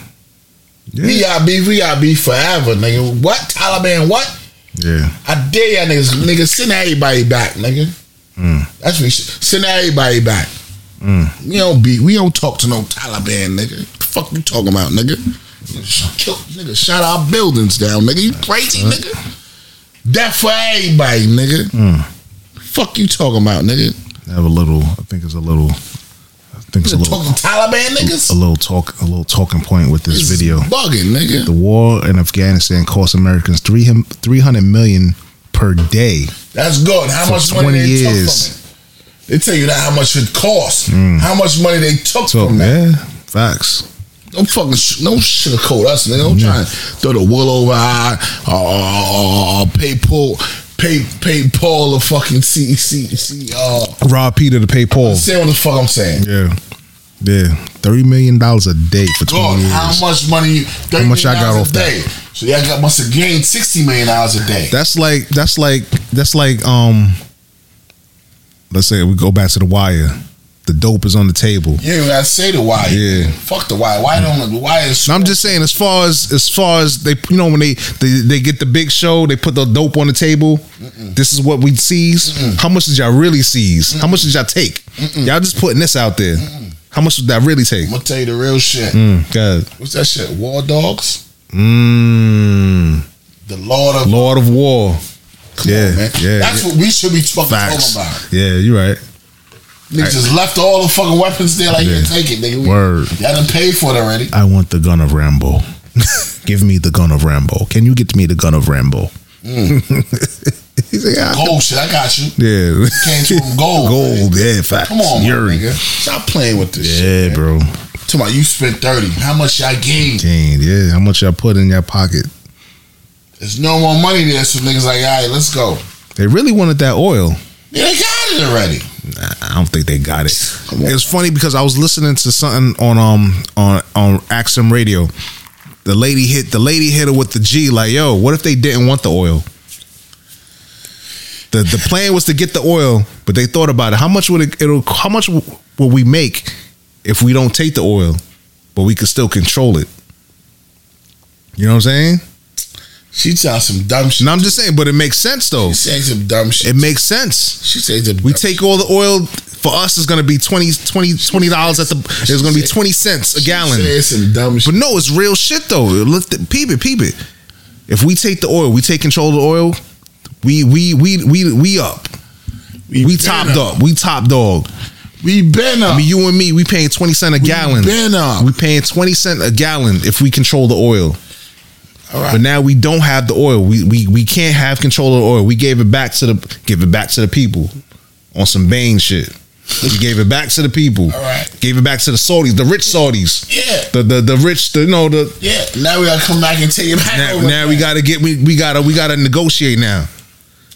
Speaker 3: We got beef. We got beef forever, nigga. What Taliban? What?
Speaker 5: Yeah.
Speaker 3: I dare y'all niggas, nigga, send everybody back, nigga.
Speaker 5: Mm.
Speaker 3: That's what you should. Send everybody back. We don't be, we don't talk to no Taliban, nigga. The fuck you talking about, nigga? Kill, nigga, shot our buildings down, nigga. You crazy, nigga? Death for everybody, nigga.
Speaker 5: Hmm.
Speaker 3: Fuck you talking about, nigga?
Speaker 5: I have a little. I think it's a little. I think it's a little.
Speaker 3: Talking Taliban niggas?
Speaker 5: A little talk. A little talking point with this
Speaker 3: It's
Speaker 5: video.
Speaker 3: bugging, nigga.
Speaker 5: The war in Afghanistan cost Americans three three hundred million per day.
Speaker 3: That's good. How
Speaker 5: For
Speaker 3: much money
Speaker 5: 20
Speaker 3: they
Speaker 5: years. Hmm.
Speaker 3: took from it? They tell you that how much it cost, how much money they took
Speaker 5: So
Speaker 3: from that.
Speaker 5: yeah, facts.
Speaker 3: Don't fucking sh- don't sugarcoat us, nigga.
Speaker 5: Mm-hmm.
Speaker 3: Don't try to throw the wool over our eye, or pay Paul, pay pay Paul the fucking C C C. Uh,
Speaker 5: Rob Peter to pay Paul.
Speaker 3: say what the fuck I'm saying.
Speaker 5: Yeah, yeah. Thirty million dollars a day for
Speaker 3: God,
Speaker 5: twenty
Speaker 3: how
Speaker 5: years.
Speaker 3: much money? You, how
Speaker 5: much y'all got off
Speaker 3: a day? So y'all got must have gained sixty million dollars a day.
Speaker 5: That's like that's like that's like um. Let's say we go back to the wire. The dope is on the table.
Speaker 3: You ain't even gotta say the why.
Speaker 5: Yeah.
Speaker 3: Fuck the why. Why don't the why is?
Speaker 5: No, I'm just saying, as far as as far as they, you know, when they they, they get the big show, they put the dope on the table. This is what we seize. How much did y'all really seize? How much did y'all take? Y'all just putting this out there. How much did that really take?
Speaker 3: I'm gonna tell you the real shit.
Speaker 5: Mm, God,
Speaker 3: What's that shit? War dogs.
Speaker 5: mm,
Speaker 3: The Lord of
Speaker 5: Lord of War.
Speaker 3: Come
Speaker 5: yeah,
Speaker 3: on, man.
Speaker 5: yeah,
Speaker 3: That's
Speaker 5: yeah.
Speaker 3: what we should be fucking
Speaker 5: Facts.
Speaker 3: talking about.
Speaker 5: Yeah, you're right.
Speaker 3: Niggas just left all the fucking weapons there. Like,
Speaker 5: Yeah.
Speaker 3: yeah. take it, nigga. We-
Speaker 5: Word.
Speaker 3: Y'all done paid for it already.
Speaker 5: I want the gun of Rambo. *laughs* Give me the gun of Rambo. Can you get me the gun of Rambo? He's like, "Ah,
Speaker 3: Gold shit, I got you.
Speaker 5: yeah,
Speaker 3: Came to him gold.
Speaker 5: *laughs* gold. Yeah, facts.
Speaker 3: Come on,
Speaker 5: Yuri.
Speaker 3: nigga. Stop playing with this shit.
Speaker 5: Yeah, bro.
Speaker 3: Talking about you spent 30. How much y'all gained?
Speaker 5: Gained, yeah. How much y'all put in your pocket?
Speaker 3: There's no more money there, so niggas like, all right, let's go.
Speaker 5: They really wanted that oil.
Speaker 3: Yeah, they got it already.
Speaker 5: Nah, I don't think they got it.
Speaker 3: Come on.
Speaker 5: It's funny because I was listening to something on um on on Axum Radio. The lady hit the lady hit her with the G like, yo, what if they didn't want the oil? The the plan was to get the oil, but they thought about it. How much would it it'll how much will we make if we don't take the oil, but we could still control it? You know what I'm saying?
Speaker 3: She telling some dumb shit.
Speaker 5: And I'm just saying, but it makes sense though.
Speaker 3: She saying some dumb shit.
Speaker 5: It makes sense.
Speaker 3: she saying some
Speaker 5: We
Speaker 3: dumb
Speaker 5: take all the oil for us is going to be 20 20 20 dollars at the it's going to be 20 cents a gallon.
Speaker 3: She saying some dumb shit.
Speaker 5: But no, it's real shit though. Look the, peep it, peep it. If we take the oil, we take control of the oil, we we we we we up. We
Speaker 3: been
Speaker 5: top dog. We top dog.
Speaker 3: We been up.
Speaker 5: I mean, you and me, we paying 20 cent a gallon.
Speaker 3: been up.
Speaker 5: We paying 20 cent a gallon if we control the oil.
Speaker 3: all right.
Speaker 5: But now we don't have the oil. We we we can't have control of the oil. We gave it back to the give it back to the people on some Bane shit. We gave it back to the people.
Speaker 3: All right.
Speaker 5: Gave it back to the Saudis, the rich Saudis.
Speaker 3: Yeah.
Speaker 5: The the the rich, the you know the
Speaker 3: yeah. Now we gotta come back and take it back.
Speaker 5: now,
Speaker 3: over
Speaker 5: now we gotta get we, we gotta we gotta negotiate now.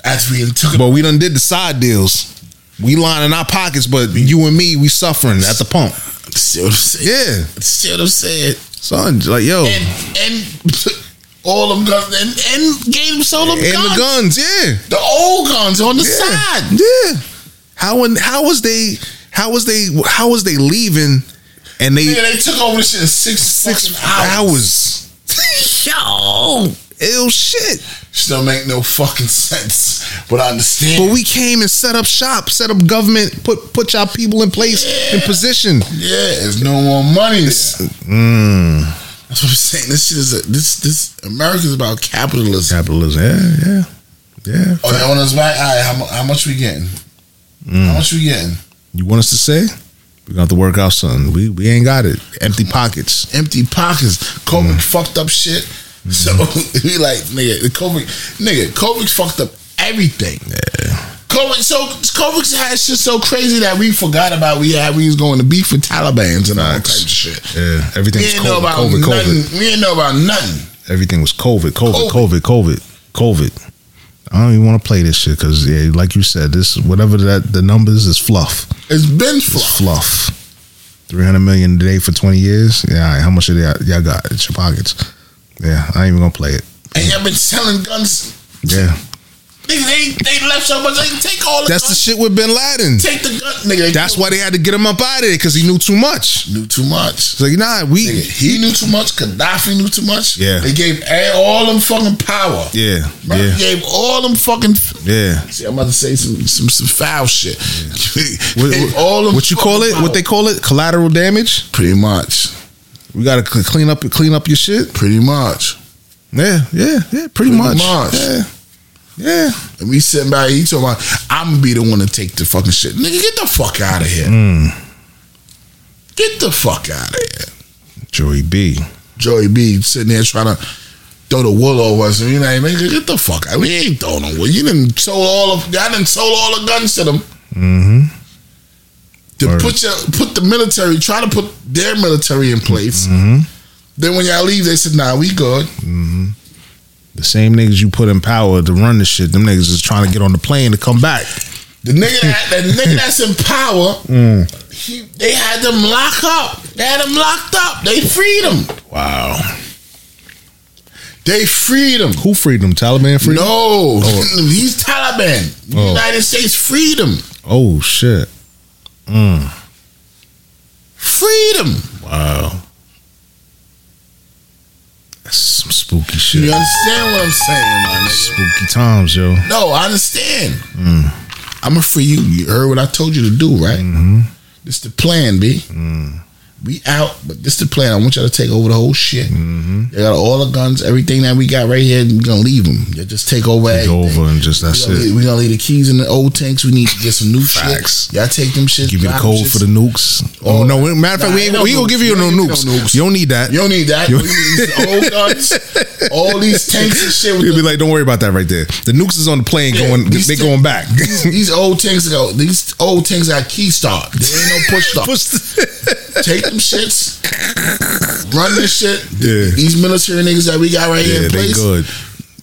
Speaker 3: As we took it
Speaker 5: But we done did the side deals. We lining our pockets, but you and me, we suffering at the pump.
Speaker 3: See what I'm saying?
Speaker 5: Yeah.
Speaker 3: See what I'm saying?
Speaker 5: Son, like yo.
Speaker 3: And and *laughs* all them guns and, and gave them sold them
Speaker 5: and
Speaker 3: guns.
Speaker 5: the
Speaker 3: The,
Speaker 5: guns, yeah.
Speaker 3: old guns on the side.
Speaker 5: Yeah. How and how was they? How was they? How was they leaving? And they
Speaker 3: Yeah, they took over this shit in six
Speaker 5: six
Speaker 3: six hours. *laughs*
Speaker 5: hours. Yo, ill shit.
Speaker 3: Shit don't make no fucking sense. But I understand.
Speaker 5: But we came and set up shop, set up government, put put y'all people in place in position.
Speaker 3: yeah, there's no more money. There.
Speaker 5: Mm.
Speaker 3: That's what I'm saying. This shit is a, this this America's about capitalism.
Speaker 5: Capitalism, yeah, yeah, yeah.
Speaker 3: Oh, they want us back. All right, how, mu- how much we getting?
Speaker 5: Mm.
Speaker 3: How much we getting?
Speaker 5: You want us to say? We're gonna have to work out something. We we ain't got it. Empty pockets.
Speaker 3: empty pockets. COVID
Speaker 5: Mm.
Speaker 3: fucked up shit. So *laughs* we like nigga, the COVID nigga, COVID fucked up everything. COVID so COVID had shit so crazy that we forgot about we had we was going to beef with Taliban's and all that type of shit.
Speaker 5: Yeah,
Speaker 3: We
Speaker 5: everything was
Speaker 3: didn't
Speaker 5: COVID,
Speaker 3: know about
Speaker 5: COVID,
Speaker 3: nothing.
Speaker 5: COVID.
Speaker 3: We didn't know about nothing.
Speaker 5: Everything was COVID, COVID, COVID, COVID, COVID. I don't even want to play this shit because, yeah, like you said, this whatever that the numbers is fluff.
Speaker 3: It's been
Speaker 5: It's
Speaker 3: fluff.
Speaker 5: fluff. Three hundred million a day for twenty years. Yeah, all right, how much of that y'all got? It's your pockets. Yeah, I ain't even gonna play it.
Speaker 3: And y'all been selling guns
Speaker 5: Yeah,
Speaker 3: Nigga, they, they left so much. They take all the
Speaker 5: That's the
Speaker 3: guns,
Speaker 5: shit with Bin Laden.
Speaker 3: take the gun, nigga. They
Speaker 5: That's why they had to get him up out of there because he knew too much.
Speaker 3: knew too much.
Speaker 5: It's like, nah, we.
Speaker 3: Nigga, he knew too much. Gaddafi knew too much.
Speaker 5: Yeah.
Speaker 3: They gave a- all them fucking power.
Speaker 5: Yeah,
Speaker 3: Bro,
Speaker 5: yeah,
Speaker 3: They gave all them fucking.
Speaker 5: yeah.
Speaker 3: See, I'm about to say some some, some foul shit. *laughs*
Speaker 5: What,
Speaker 3: Gave
Speaker 5: what-
Speaker 3: all them
Speaker 5: what you call
Speaker 3: fucking
Speaker 5: it? What
Speaker 3: power.
Speaker 5: they call it? Collateral damage.
Speaker 3: Pretty much.
Speaker 5: We gotta cl- clean up, clean up your shit.
Speaker 3: Pretty much.
Speaker 5: Yeah, yeah, yeah. Pretty,
Speaker 3: Pretty
Speaker 5: much.
Speaker 3: much.
Speaker 5: Yeah, yeah.
Speaker 3: And we sitting back. He talking about I'm gonna be the one to take the fucking shit. Nigga, get the fuck out of here. Get the fuck out of here.
Speaker 5: Joey B.
Speaker 3: Joey B sitting there trying to throw the wool over us. You know what I mean? Nigga, Get the fuck out. We ain't throwing no wool. You didn't sold all of. I didn't sold all the guns to them.
Speaker 5: Mm-hmm.
Speaker 3: to
Speaker 5: Word.
Speaker 3: put your put the military, try to put their military in place.
Speaker 5: Mm-hmm.
Speaker 3: Then when y'all leave, they said, "Nah, we good."
Speaker 5: The same niggas you put in power to run the shit. Them niggas is trying to get on the plane to come back.
Speaker 3: The nigga that that
Speaker 5: *laughs*
Speaker 3: nigga that's in power,
Speaker 5: Mm.
Speaker 3: he, they had them lock up. They had them locked up. They freed them.
Speaker 5: Wow.
Speaker 3: They freed them.
Speaker 5: Who freed them? Taliban freed. them?
Speaker 3: No, *laughs* he's Taliban.
Speaker 5: Oh.
Speaker 3: United States freedom,
Speaker 5: Oh shit. Mm.
Speaker 3: freedom.
Speaker 5: Wow. That's some spooky
Speaker 3: Do
Speaker 5: shit.
Speaker 3: you understand what I'm saying, my nigga?
Speaker 5: Spooky times, yo.
Speaker 3: No, I understand.
Speaker 5: Mm.
Speaker 3: I'm gonna free you. You heard what I told you to do, right?
Speaker 5: Mm-hmm.
Speaker 3: This the plan, B.
Speaker 5: Mm.
Speaker 3: We out, but this the plan. I want y'all to take over the whole shit.
Speaker 5: Mm-hmm.
Speaker 3: They got all the guns, everything that we got right here. and We're gonna leave them. They just take over.
Speaker 5: Go
Speaker 3: everything.
Speaker 5: over and just
Speaker 3: We
Speaker 5: that's
Speaker 3: gonna, leave,
Speaker 5: it.
Speaker 3: we gonna leave the keys in the old tanks. We need to get some new
Speaker 5: Facts.
Speaker 3: shit. Y'all take them shit.
Speaker 5: Give you the code for the nukes. Oh
Speaker 3: Oh,
Speaker 5: no! we- Matter of fact,
Speaker 3: nah,
Speaker 5: we
Speaker 3: ain't
Speaker 5: ain't,
Speaker 3: no
Speaker 5: we ain't gonna
Speaker 3: nukes.
Speaker 5: give you
Speaker 3: We
Speaker 5: no
Speaker 3: ain't giving
Speaker 5: nukes.
Speaker 3: no nukes.
Speaker 5: You don't need that.
Speaker 3: You don't need that.
Speaker 5: *laughs* You-
Speaker 3: We need these old guns, all these tanks and shit. With
Speaker 5: You'll
Speaker 3: the-
Speaker 5: be like, don't worry about that right there. The nukes is on the plane
Speaker 3: Yeah,
Speaker 5: going.
Speaker 3: these
Speaker 5: They
Speaker 3: t-
Speaker 5: going back. *laughs*
Speaker 3: these, these old tanks go. These old tanks got key start. There ain't no push start.
Speaker 5: Push the-
Speaker 3: take them shits, run this shit.
Speaker 5: Yeah.
Speaker 3: These military niggas that we got right here
Speaker 5: yeah,
Speaker 3: in
Speaker 5: they
Speaker 3: place.
Speaker 5: good.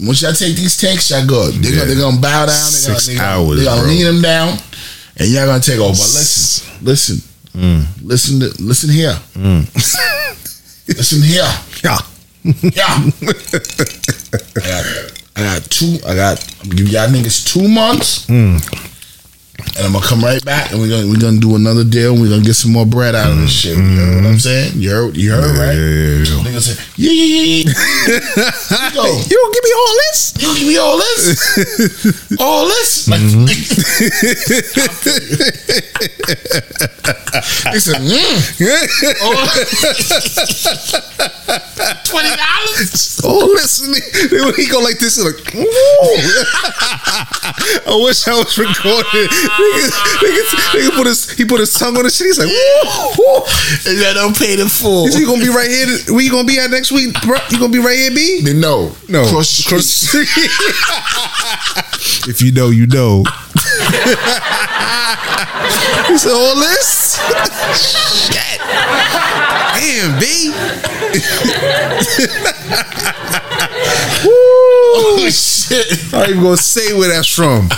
Speaker 3: Once y'all take these tanks, y'all good. They
Speaker 5: Yeah.
Speaker 3: gonna, they gonna bow down. They gonna,
Speaker 5: Six
Speaker 3: they gonna,
Speaker 5: hours,
Speaker 3: They gonna
Speaker 5: bro.
Speaker 3: lean them down, and y'all gonna take over. But listen, listen,
Speaker 5: Mm.
Speaker 3: listen, to, listen here. *laughs* listen here.
Speaker 5: Yeah.
Speaker 3: Yeah. I, got, I got two. I got. I'm gonna give y'all niggas two months.
Speaker 5: Mm.
Speaker 3: And I'm gonna come right back, and we're gonna we're gonna do another deal. and We're gonna get some more bread out of this shit. You know
Speaker 5: Mm.
Speaker 3: what I'm saying? You heard, you heard,
Speaker 5: Yeah,
Speaker 3: right?
Speaker 5: yeah, yeah, yeah.
Speaker 3: Niggas say, yeah, yeah, yeah, yeah. Here we go.
Speaker 5: You don't give me all this.
Speaker 3: You give me all this,
Speaker 5: *laughs*
Speaker 3: all this. Like,
Speaker 5: Mm-hmm.
Speaker 3: they
Speaker 5: *laughs*
Speaker 3: said, mm. all- twenty dollars.
Speaker 5: Oh, listen, they- when he go like this, he's like, "Ooh." *laughs* I wish I was recording. Niggas, niggas, nigga put his, he put his tongue on his shit. He's like, "Ooh, ooh."
Speaker 3: And I don't pay the full.
Speaker 5: Is he gonna be right here? Where you gonna be at next week, bro? You gonna be right here, B?
Speaker 3: They know.
Speaker 5: No,
Speaker 3: Cross the street. *laughs*
Speaker 5: Cross- if you know, you
Speaker 3: *laughs*
Speaker 5: know. he said, all this. Shit. Damn, B.
Speaker 3: *laughs* Oh shit!
Speaker 5: I ain't even gonna say where that's from.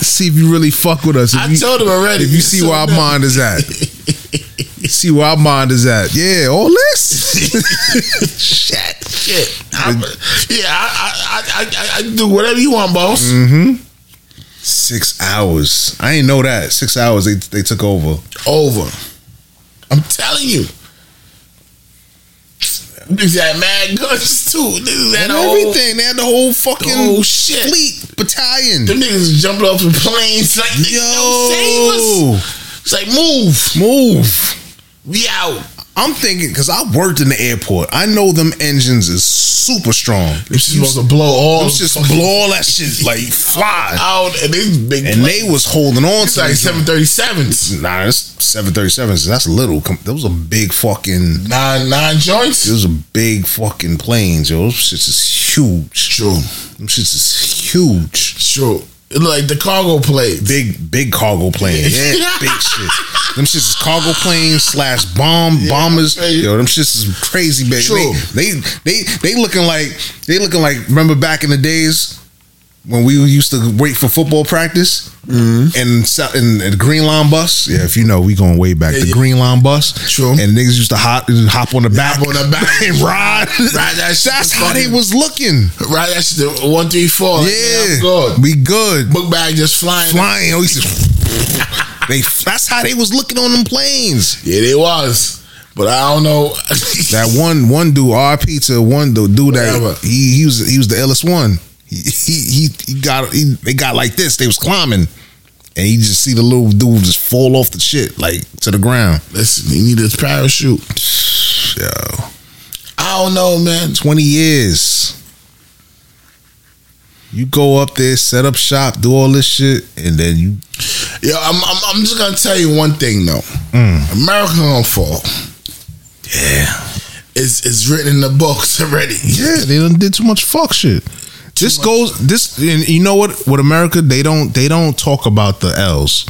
Speaker 5: See if you really fuck with us. If
Speaker 3: I
Speaker 5: you,
Speaker 3: told him already.
Speaker 5: if you see where our mind is
Speaker 3: *laughs*
Speaker 5: at. You see where our mind is at. Yeah, all this. Shit.
Speaker 3: shit. I'm, yeah, I, I, I, I, I do whatever you want, boss.
Speaker 5: Mm. Six hours. I ain't know that. Six hours they, they took over.
Speaker 3: Over. I'm telling you. Niggas had mad guns too. Niggas had
Speaker 5: And
Speaker 3: a whole
Speaker 5: everything. They had the whole fucking
Speaker 3: Oh shit!
Speaker 5: fleet battalion.
Speaker 3: Them niggas jumping off the planes like Yo. don't save us.
Speaker 5: Yo.
Speaker 3: It's like move,
Speaker 5: Move.
Speaker 3: we out.
Speaker 5: I'm thinking, because I worked in the airport. I know them engines is super strong.
Speaker 3: It's supposed to blow all
Speaker 5: Let's just blow all that shit like fly.
Speaker 3: out, and they big.
Speaker 5: And they was holding on
Speaker 3: it's
Speaker 5: to
Speaker 3: like
Speaker 5: these-
Speaker 3: seven thirty sevens,
Speaker 5: Nah, that's 737s. That's little. Com- Those are big fucking.
Speaker 3: nine nine joints.
Speaker 5: Those are big fucking planes, yo. Those shits is huge.
Speaker 3: True,
Speaker 5: Them shits is huge.
Speaker 3: true. It look like the cargo plane.
Speaker 5: Big, big cargo plane. Yeah, big shit. Them shits is cargo planes slash bomb bombers.
Speaker 3: right.
Speaker 5: Yo, them shits is crazy big.
Speaker 3: True.
Speaker 5: They, they they they looking like they looking like remember back in the days when we used to wait for football practice.
Speaker 3: Mm-hmm.
Speaker 5: And so- and the Green Line bus, yeah, if you know, we going way back.
Speaker 3: Yeah,
Speaker 5: the
Speaker 3: yeah.
Speaker 5: Green Line bus,
Speaker 3: True.
Speaker 5: And niggas used to hop, hop on the back,
Speaker 3: on the back.
Speaker 5: and *laughs* ride.
Speaker 3: Ride that shit.
Speaker 5: That's how they
Speaker 3: Fucking-
Speaker 5: was looking.
Speaker 3: Right, that's the one, three, four. Like,
Speaker 5: yeah,
Speaker 3: I'm good.
Speaker 5: we good.
Speaker 3: Book bag just flying.
Speaker 5: Flying, oh, he said, *laughs* they. That's how they was looking on them planes.
Speaker 3: Yeah, they was, but I don't know. *laughs*
Speaker 5: That one, one dude, RP to one the dude
Speaker 3: Whatever.
Speaker 5: that he, he was, he was the illest one. He, he, he got, he, they got like this. They was climbing, and you just see the little dude just fall off the shit like to the ground.
Speaker 3: Listen, he needed his parachute.
Speaker 5: Yo,
Speaker 3: I don't know, man.
Speaker 5: twenty years. You go up there, set up shop, do all this shit, and then you
Speaker 3: Yo, I'm, I'm, I'm just gonna tell you one thing though. America gonna fall.
Speaker 5: Mm. yeah,
Speaker 3: It's, it's written in the books already.
Speaker 5: yeah. They done did too much fuck shit. This goes this, and you know what? With America, they don't they don't talk about the L's.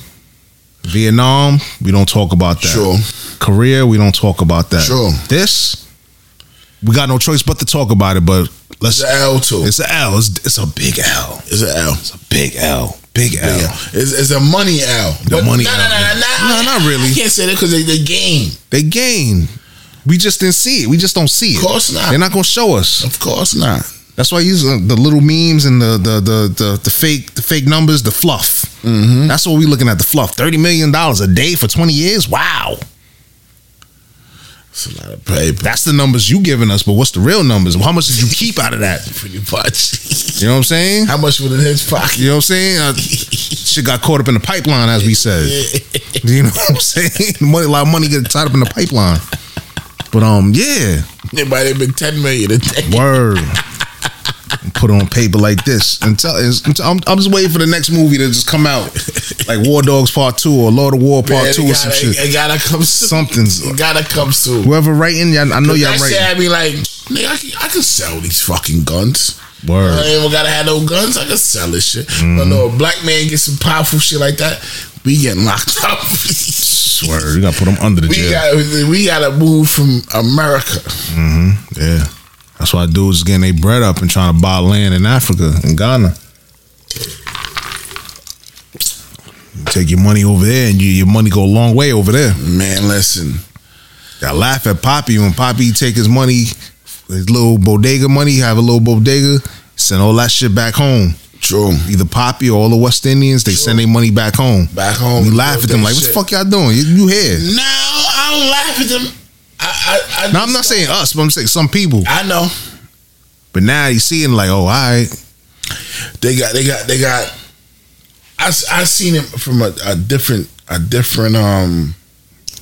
Speaker 5: Vietnam, we don't talk about that.
Speaker 3: Sure.
Speaker 5: Korea, we don't talk about that.
Speaker 3: Sure.
Speaker 5: This, we got no choice but to talk about it. But let's.
Speaker 3: It's an L too. It's,
Speaker 5: It's a L. It's, it's a big L.
Speaker 3: an L.
Speaker 5: It's a big L. Big L.
Speaker 3: Yeah. It's, it's a money L.
Speaker 5: The money
Speaker 3: no,
Speaker 5: L,
Speaker 3: No, no,
Speaker 5: yeah.
Speaker 3: no, no,
Speaker 5: No, not really.
Speaker 3: I can't say that because they, they game.
Speaker 5: They gain. We just didn't see it. We just don't see it.
Speaker 3: Of course not.
Speaker 5: They're not gonna show us.
Speaker 3: Of course not.
Speaker 5: That's why use uh, the little memes and the the the the, the fake the fake numbers, the fluff. That's what we looking at. The fluff. Thirty million dollars a day for twenty years. Wow.
Speaker 3: It's a lot of paper.
Speaker 5: That's the numbers you giving us. But what's the real numbers? How much did you keep out of that?
Speaker 3: Pretty much.
Speaker 5: You know what I'm saying?
Speaker 3: How much was in his pocket?
Speaker 5: You know what I'm saying? Uh, shit got caught up in the pipeline, as we said. You know what I'm saying? *laughs* Money, a lot of money get tied up in the pipeline. But um, yeah.
Speaker 3: It might have been ten million a day.
Speaker 5: Word. Put it on paper like this, and tell. it's- I'm, I'm just waiting for the next movie to just come out, like War Dogs Part Two or Lord of War Part
Speaker 3: Man,
Speaker 5: Two
Speaker 3: it
Speaker 5: or some
Speaker 3: gotta-
Speaker 5: shit.
Speaker 3: It gotta come soon.
Speaker 5: Something's
Speaker 3: It gotta come soon.
Speaker 5: whoever writing. Y'all, I know y'all
Speaker 3: that
Speaker 5: writing.
Speaker 3: shit had me like, nigga, I can, I can sell these fucking guns. I
Speaker 5: Word. Mm.
Speaker 3: ain't even gotta have no guns. I can sell this shit. But no, a black man get some powerful shit like that, we getting locked *laughs* up.
Speaker 5: Word. You gotta put them under the
Speaker 3: we
Speaker 5: jail.
Speaker 3: got we gotta move from America.
Speaker 5: Mm-hmm. yeah. That's why dudes getting their bread up and trying to buy land in Africa and Ghana. You take your money over there, and you, your money go a long way over there.
Speaker 3: Man, listen,
Speaker 5: I laugh at Poppy when Poppy take his money, his little bodega money, have a little bodega, send all that shit back home.
Speaker 3: true.
Speaker 5: Either Poppy or all the West Indians, they send their money back home.
Speaker 3: Back home,
Speaker 5: We laugh at them like, what the fuck y'all doing? You, you here?
Speaker 3: No, I don't laugh at them. I, I, I
Speaker 5: Now I'm not saying us, but I'm saying some people.
Speaker 3: I know
Speaker 5: But now you seeing like, oh, all right,
Speaker 3: they got they got they got. I s- I seen it from a, a different a different um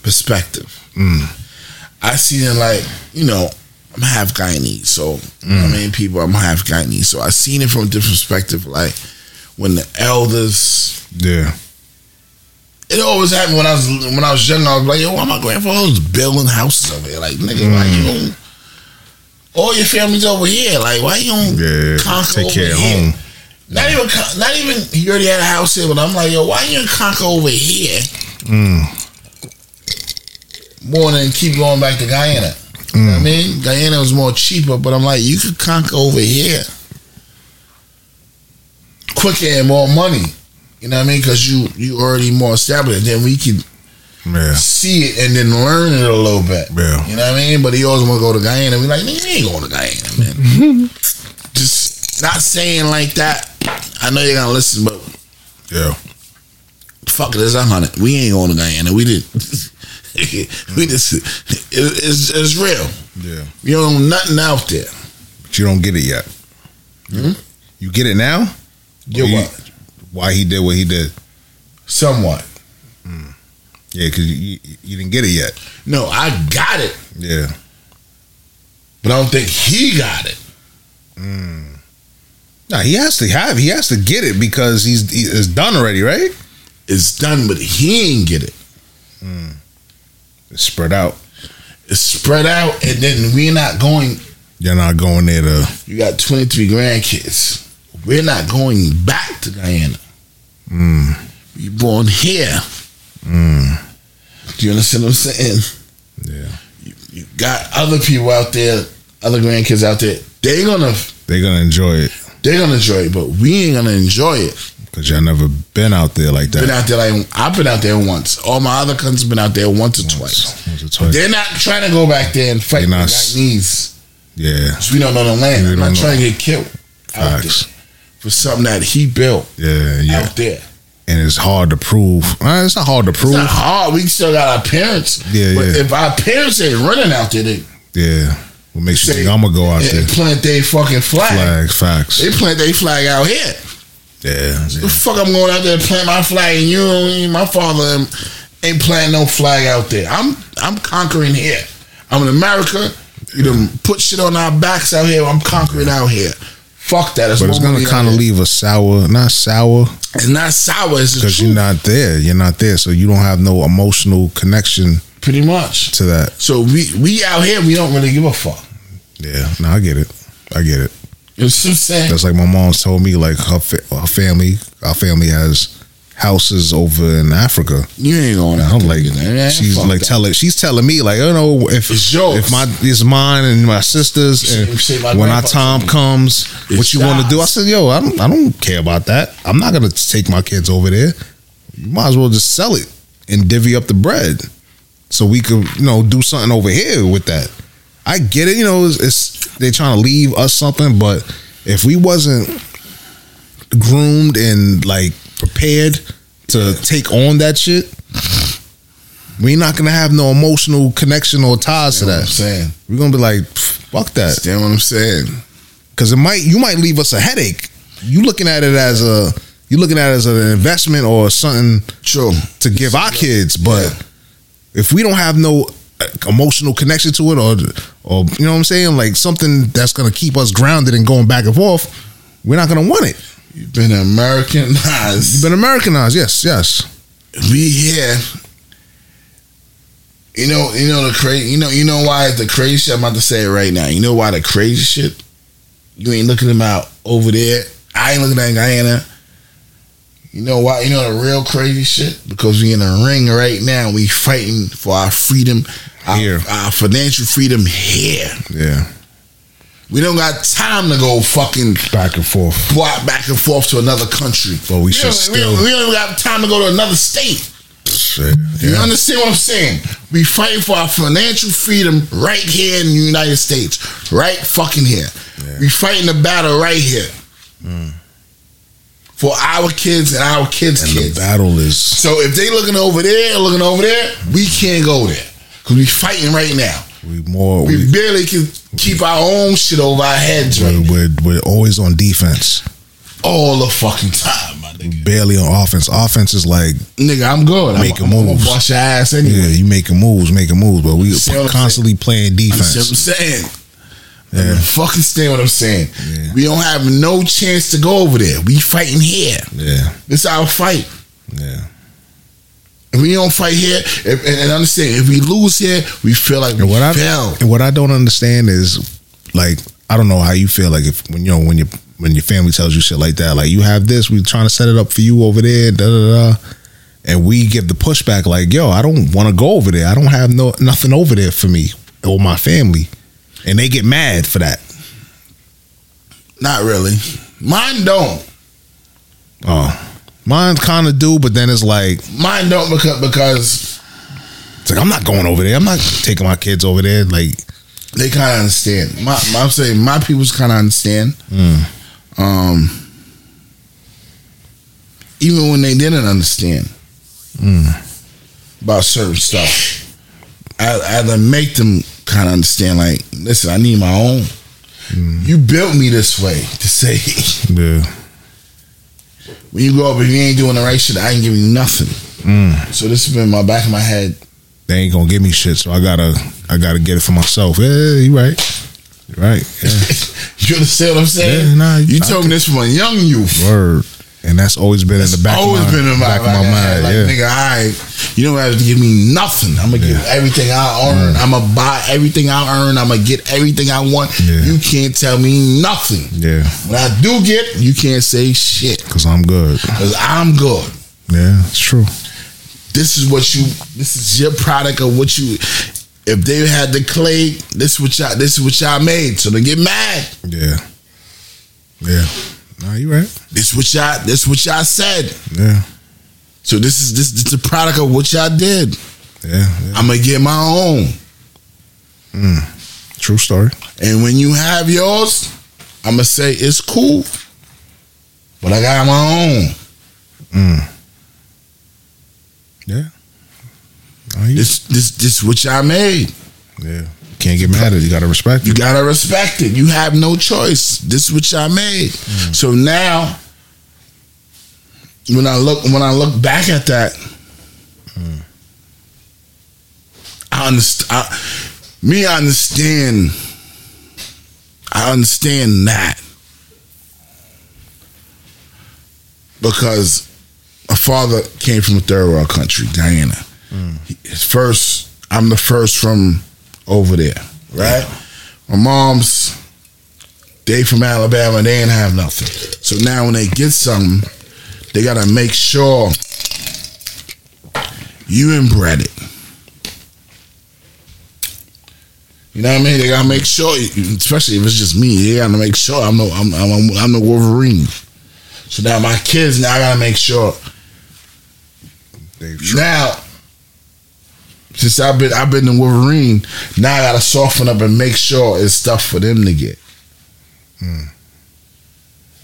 Speaker 3: perspective.
Speaker 5: Mm.
Speaker 3: I seen it like you know I'm half Guyanese, so I
Speaker 5: Mm.
Speaker 3: mean people I'm half Guyanese, so I seen it from a different perspective. Like when the elders,
Speaker 5: yeah,
Speaker 3: it always happened when I was when I was young. I was like, yo, why my grandfather's building houses over here? Like nigga, like
Speaker 5: Mm.
Speaker 3: you. don't- All your family's over here. Like, why you don't
Speaker 5: yeah,
Speaker 3: conquer
Speaker 5: take
Speaker 3: over
Speaker 5: care at
Speaker 3: here?
Speaker 5: home.
Speaker 3: Not even, con- not even. You already had a house here, but I'm like, yo, why you conquer over here? More than keep going back to Guyana. You know what I mean, Guyana was more cheaper, but I'm like, you could conquer over here quicker and more money. You know what I mean? Because you you already more established. Then we could
Speaker 5: Yeah,
Speaker 3: see it and then learn it a little bit.
Speaker 5: Yeah.
Speaker 3: You know what I mean? But he always want to go to Guyana. We like, nigga, we ain't going to Guyana, man. *laughs* Just not saying like that. I know you're gonna listen, but
Speaker 5: yeah,
Speaker 3: fuck it, it's a hundred. We ain't going to Guyana. We did. *laughs* we just it, it's, it's real.
Speaker 5: yeah.
Speaker 3: You don't know nothing out there.
Speaker 5: But you don't get it yet.
Speaker 3: Hmm?
Speaker 5: You get it now.
Speaker 3: You're
Speaker 5: He-
Speaker 3: what?
Speaker 5: Why he did what he did?
Speaker 3: Somewhat.
Speaker 5: Yeah, because you, you you didn't get it yet.
Speaker 3: No, I got it,
Speaker 5: Yeah.
Speaker 3: but I don't think he got it.
Speaker 5: No, he has to have. He has to get it because he's he, it's done already, right?
Speaker 3: It's done, but he ain't get it.
Speaker 5: It's spread out.
Speaker 3: It's spread out, and then we're not going
Speaker 5: You're not going there to.
Speaker 3: You got 23 grandkids. We're not going back to Guyana.
Speaker 5: Hmm.
Speaker 3: You born here. Do you understand what I'm saying?
Speaker 5: mm, Yeah,
Speaker 3: You got other people out there, other grandkids out there. They're gonna
Speaker 5: they're gonna enjoy it
Speaker 3: they're gonna enjoy it, but we ain't gonna enjoy it.
Speaker 5: Cause y'all never been out there like that.
Speaker 3: Been out there like I've been out there once. All my other cousins been out there once or twice.
Speaker 5: Once or twice.
Speaker 3: They're not trying to go back there and fight
Speaker 5: They're
Speaker 3: the
Speaker 5: not-
Speaker 3: Guyanese.
Speaker 5: yeah,
Speaker 3: 'cause We don't know the land.
Speaker 5: We
Speaker 3: I'm not
Speaker 5: don't know.
Speaker 3: trying to get killed out
Speaker 5: Facts.
Speaker 3: there for something that he built
Speaker 5: yeah, yeah.
Speaker 3: out there.
Speaker 5: And it's hard to prove. Uh, it's not hard to prove.
Speaker 3: It's not hard. We still got our parents.
Speaker 5: Yeah,
Speaker 3: but
Speaker 5: yeah.
Speaker 3: if our parents ain't running out there, they
Speaker 5: yeah. What makes you
Speaker 3: say
Speaker 5: think I'm gonna go out
Speaker 3: and-
Speaker 5: there?
Speaker 3: and plant their fucking flag.
Speaker 5: Flag, facts.
Speaker 3: They plant their flag out here.
Speaker 5: Yeah,
Speaker 3: The
Speaker 5: yeah.
Speaker 3: fuck I'm going out there and plant my flag and you don't even- my father am- ain't planting no flag out there. I'm I'm conquering here. I'm in America. You done put shit on our backs out here. I'm conquering out here. Fuck that.
Speaker 5: But it's gonna kind of leave a sour, not sour,
Speaker 3: It's not sour. It's the
Speaker 5: because you're
Speaker 3: truth,
Speaker 5: not there. You're not there, so you don't have no emotional connection
Speaker 3: pretty much.
Speaker 5: to that.
Speaker 3: So we we out here. We don't really give a fuck.
Speaker 5: Yeah, no, I get it. I get it.
Speaker 3: You know what I'm saying?
Speaker 5: That's like my mom's told me, like her fa- her family, our family has houses over in Africa.
Speaker 3: You ain't going out.
Speaker 5: I'm
Speaker 3: there
Speaker 5: like,
Speaker 3: to get that.
Speaker 5: she's
Speaker 3: Fuck
Speaker 5: like
Speaker 3: that.
Speaker 5: telling, she's telling me, like, you know, if
Speaker 3: It's yours.
Speaker 5: if my it's mine and my sisters,
Speaker 3: You
Speaker 5: and
Speaker 3: say- you say my
Speaker 5: when our
Speaker 3: grandpa
Speaker 5: time comes,
Speaker 3: It's
Speaker 5: what you want to do? I
Speaker 3: yours.
Speaker 5: said, yo, I don't, I don't care about that. I'm not gonna take my kids over there. You might as well just sell it and divvy up the bread, so we could, you know, do something over here with that. I get it, you know, it's, it's they trying to leave us something, but if we wasn't groomed and like prepared to take on that shit, we're not gonna have no emotional connection or ties
Speaker 3: You know
Speaker 5: to
Speaker 3: what I'm
Speaker 5: that.
Speaker 3: saying.
Speaker 5: We're gonna be like, "Pff, fuck that,
Speaker 3: You know what I'm saying.
Speaker 5: because it might you might leave us a headache. You looking at it as a you looking at it as an investment or something
Speaker 3: True.
Speaker 5: to give our kids, but if we don't have no uh, emotional connection to it, or or you know what I'm saying, like something that's gonna keep us grounded and going back and forth, we're not gonna want it.
Speaker 3: You've been *laughs* Americanized.
Speaker 5: You've been Americanized, yes, yes,
Speaker 3: we here. You know, you know the crazy. You know, you know why the crazy shit. I'm about to say it right now. You know why the crazy shit. You ain't looking them out over there. I ain't looking at Guyana. You know why? You know the real crazy shit because we in a ring right now. We fighting for our freedom, our,
Speaker 5: Here.
Speaker 3: our financial freedom here.
Speaker 5: yeah,
Speaker 3: We don't got time to go fucking
Speaker 5: back and forth.
Speaker 3: brought back and forth to another country.
Speaker 5: But we
Speaker 3: We
Speaker 5: should
Speaker 3: don't,
Speaker 5: still,
Speaker 3: we, we don't have time to go to another state.
Speaker 5: shit,
Speaker 3: You
Speaker 5: yeah,
Speaker 3: understand what I'm saying? We fighting for our financial freedom right here in the United States, right fucking here.
Speaker 5: Yeah. Mm.
Speaker 3: We fighting the battle right here for our kids and our kids'
Speaker 5: and the
Speaker 3: kids.
Speaker 5: battle is
Speaker 3: so if they looking over there, looking over there, we can't go there because we fighting right now.
Speaker 5: we more
Speaker 3: We,
Speaker 5: we,
Speaker 3: barely can keep our own shit over our heads right
Speaker 5: we're, we're we're always on defense,
Speaker 3: all the fucking time, my nigga.
Speaker 5: barely on offense. Offense is like
Speaker 3: Nigga, I'm good. I'm-
Speaker 5: Making
Speaker 3: I'm, I'm gonna
Speaker 5: moves.
Speaker 3: bust your ass anyway.
Speaker 5: yeah, you making moves, making moves, but we
Speaker 3: See what I'm
Speaker 5: constantly playing
Speaker 3: You see what I'm
Speaker 5: defense.
Speaker 3: saying?
Speaker 5: Yeah.
Speaker 3: You fucking stand what I'm saying.
Speaker 5: Yeah.
Speaker 3: We don't have no chance to go over there. We fighting here.
Speaker 5: Yeah,
Speaker 3: This our fight.
Speaker 5: yeah.
Speaker 3: If we don't fight here, if, and, and understand, if we lose here, we feel like
Speaker 5: And
Speaker 3: we
Speaker 5: what I
Speaker 3: fell.
Speaker 5: and what I don't understand is like I don't know how you feel like if when you know when your when your family tells you shit like that like you have this we're trying to set it up for you over there da da da and we give the pushback like yo I don't want to go over there I don't have no nothing over there for me or my family and they get mad for that
Speaker 3: Not really. Mine don't.
Speaker 5: oh mine kind of do but then it's like
Speaker 3: Mine don't because because
Speaker 5: it's like I'm not going over there I'm not taking my kids over there like
Speaker 3: they kind of understand. My, my- I'm saying my people's kind of understand.
Speaker 5: Mm.
Speaker 3: Um, even when they didn't understand
Speaker 5: Mm.
Speaker 3: about certain stuff, I, I had to make them kind of understand. Like, listen, I need my own.
Speaker 5: Mm.
Speaker 3: You built me this way to say *laughs*
Speaker 5: yeah
Speaker 3: when you grow up, if you ain't doing the right shit, I ain't giving you nothing. So this has been my back of my head
Speaker 5: Mm.
Speaker 3: *laughs*
Speaker 5: they ain't gonna give me shit so I gotta I gotta get it for myself yeah you right you right yeah.
Speaker 3: you understand what I'm saying?
Speaker 5: Yeah, nah,
Speaker 3: you
Speaker 5: I
Speaker 3: told
Speaker 5: could-
Speaker 3: me this from a young youth.
Speaker 5: Word. And that's always been in the back
Speaker 3: Always
Speaker 5: of my,
Speaker 3: been in my
Speaker 5: back of
Speaker 3: back
Speaker 5: my mind.
Speaker 3: Like,
Speaker 5: yeah.
Speaker 3: nigga, all right, you don't have to give me nothing. I'm gonna give
Speaker 5: Yeah. Mm.
Speaker 3: everything I earn. I'm gonna buy everything I earn. I'm gonna get everything I want.
Speaker 5: Yeah.
Speaker 3: You can't tell me nothing.
Speaker 5: yeah.
Speaker 3: When I do get, you can't say shit
Speaker 5: Cause I'm good.
Speaker 3: because I'm good.
Speaker 5: Yeah, it's true.
Speaker 3: This is what you. This is your product of what you. If they had the clay, this what y'all. This is what y'all made. So they get mad.
Speaker 5: Yeah. Yeah. Nah, you right.
Speaker 3: This what y'all. This what y'all said.
Speaker 5: Yeah.
Speaker 3: So this is this. This is a product of what y'all did.
Speaker 5: Yeah. yeah.
Speaker 3: I'm gonna get my own.
Speaker 5: True story.
Speaker 3: And when you have yours, I'm gonna say it's cool, but I got my own.
Speaker 5: Mm. Yeah. Nah, you,
Speaker 3: This this this what y'all made.
Speaker 5: yeah. Can't get mad at it. You gotta respect
Speaker 3: You
Speaker 5: it.
Speaker 3: gotta respect it. You have no choice. This is what y'all made. So now, when I look when I look back at that, I understand. Me, I understand. I understand that because my father came from a third world country, Guyana. He- His first, I'm the first from over there, right? My mom's, they from Alabama, they ain't have nothing. So now when they get something, they gotta make sure you inbred it. You know what I mean? They gotta make sure, especially if it's just me. They gotta make sure I'm no, I'm, I'm, I'm the Wolverine. So now my kids, now I gotta make sure.
Speaker 5: They-
Speaker 3: Now, since I've been I've been in Wolverine, now I gotta soften up and make sure it's stuff for them to get.
Speaker 5: Hmm.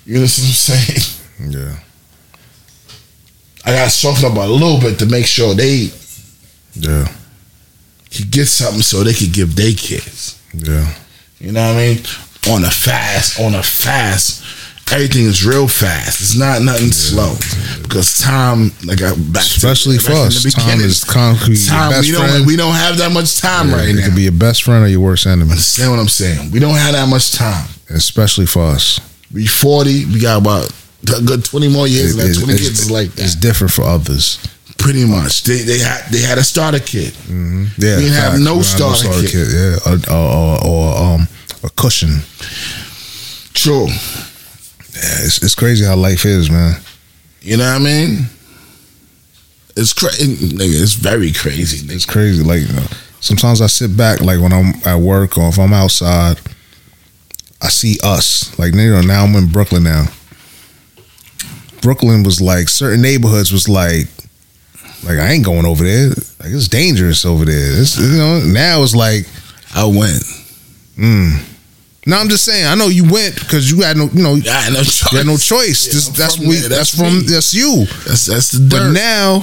Speaker 3: You listen what I'm saying? *laughs*
Speaker 5: Yeah.
Speaker 3: I gotta soften up a little bit to make sure they
Speaker 5: Yeah.
Speaker 3: could get something so they could give their kids.
Speaker 5: Yeah.
Speaker 3: You know what I mean? On a fast, on a fast, everything is real fast. It's not nothing slow because time, like I back to-
Speaker 5: Especially
Speaker 3: back
Speaker 5: for
Speaker 3: in the
Speaker 5: us, time
Speaker 3: beginning,
Speaker 5: is concrete. Your
Speaker 3: time.
Speaker 5: best
Speaker 3: We don't,
Speaker 5: friend.
Speaker 3: we don't have that much time
Speaker 5: Yeah,
Speaker 3: right
Speaker 5: it
Speaker 3: now.
Speaker 5: could be your best friend or your worst enemy,
Speaker 3: Understand what I'm saying? We don't have that much time.
Speaker 5: especially for us.
Speaker 3: We 40. We got about a good 20 more years.
Speaker 5: It-
Speaker 3: left.
Speaker 5: it-
Speaker 3: 20
Speaker 5: it's-
Speaker 3: kids is like
Speaker 5: It's
Speaker 3: that.
Speaker 5: different for others.
Speaker 3: Pretty much. They they had they had a starter kid.
Speaker 5: Yeah,
Speaker 3: We have no
Speaker 5: We have
Speaker 3: starter kit.
Speaker 5: Yeah, or, or, or, or, um, a cushion.
Speaker 3: True.
Speaker 5: Yeah, it's, it's crazy how life is, man.
Speaker 3: You know what I mean? It's crazy. Nigga, it's very crazy.
Speaker 5: It's
Speaker 3: Nigga.
Speaker 5: crazy. Like you know, sometimes I sit back, like when I'm at work or if I'm outside, I see us. Like you know, now I'm in Brooklyn now. Brooklyn was like certain neighborhoods was like, like I ain't going over there. Like it's dangerous over there. It's, you know, now it's like. Mm.
Speaker 3: I went.
Speaker 5: No, I'm just saying. I know you went because you had no, you know, you
Speaker 3: I had no choice.
Speaker 5: had no choice.
Speaker 3: Yeah,
Speaker 5: This-
Speaker 3: I'm
Speaker 5: that's
Speaker 3: from
Speaker 5: we,
Speaker 3: there.
Speaker 5: that's
Speaker 3: That's
Speaker 5: from
Speaker 3: me.
Speaker 5: that's you.
Speaker 3: That's that's the
Speaker 5: But
Speaker 3: dirt.
Speaker 5: now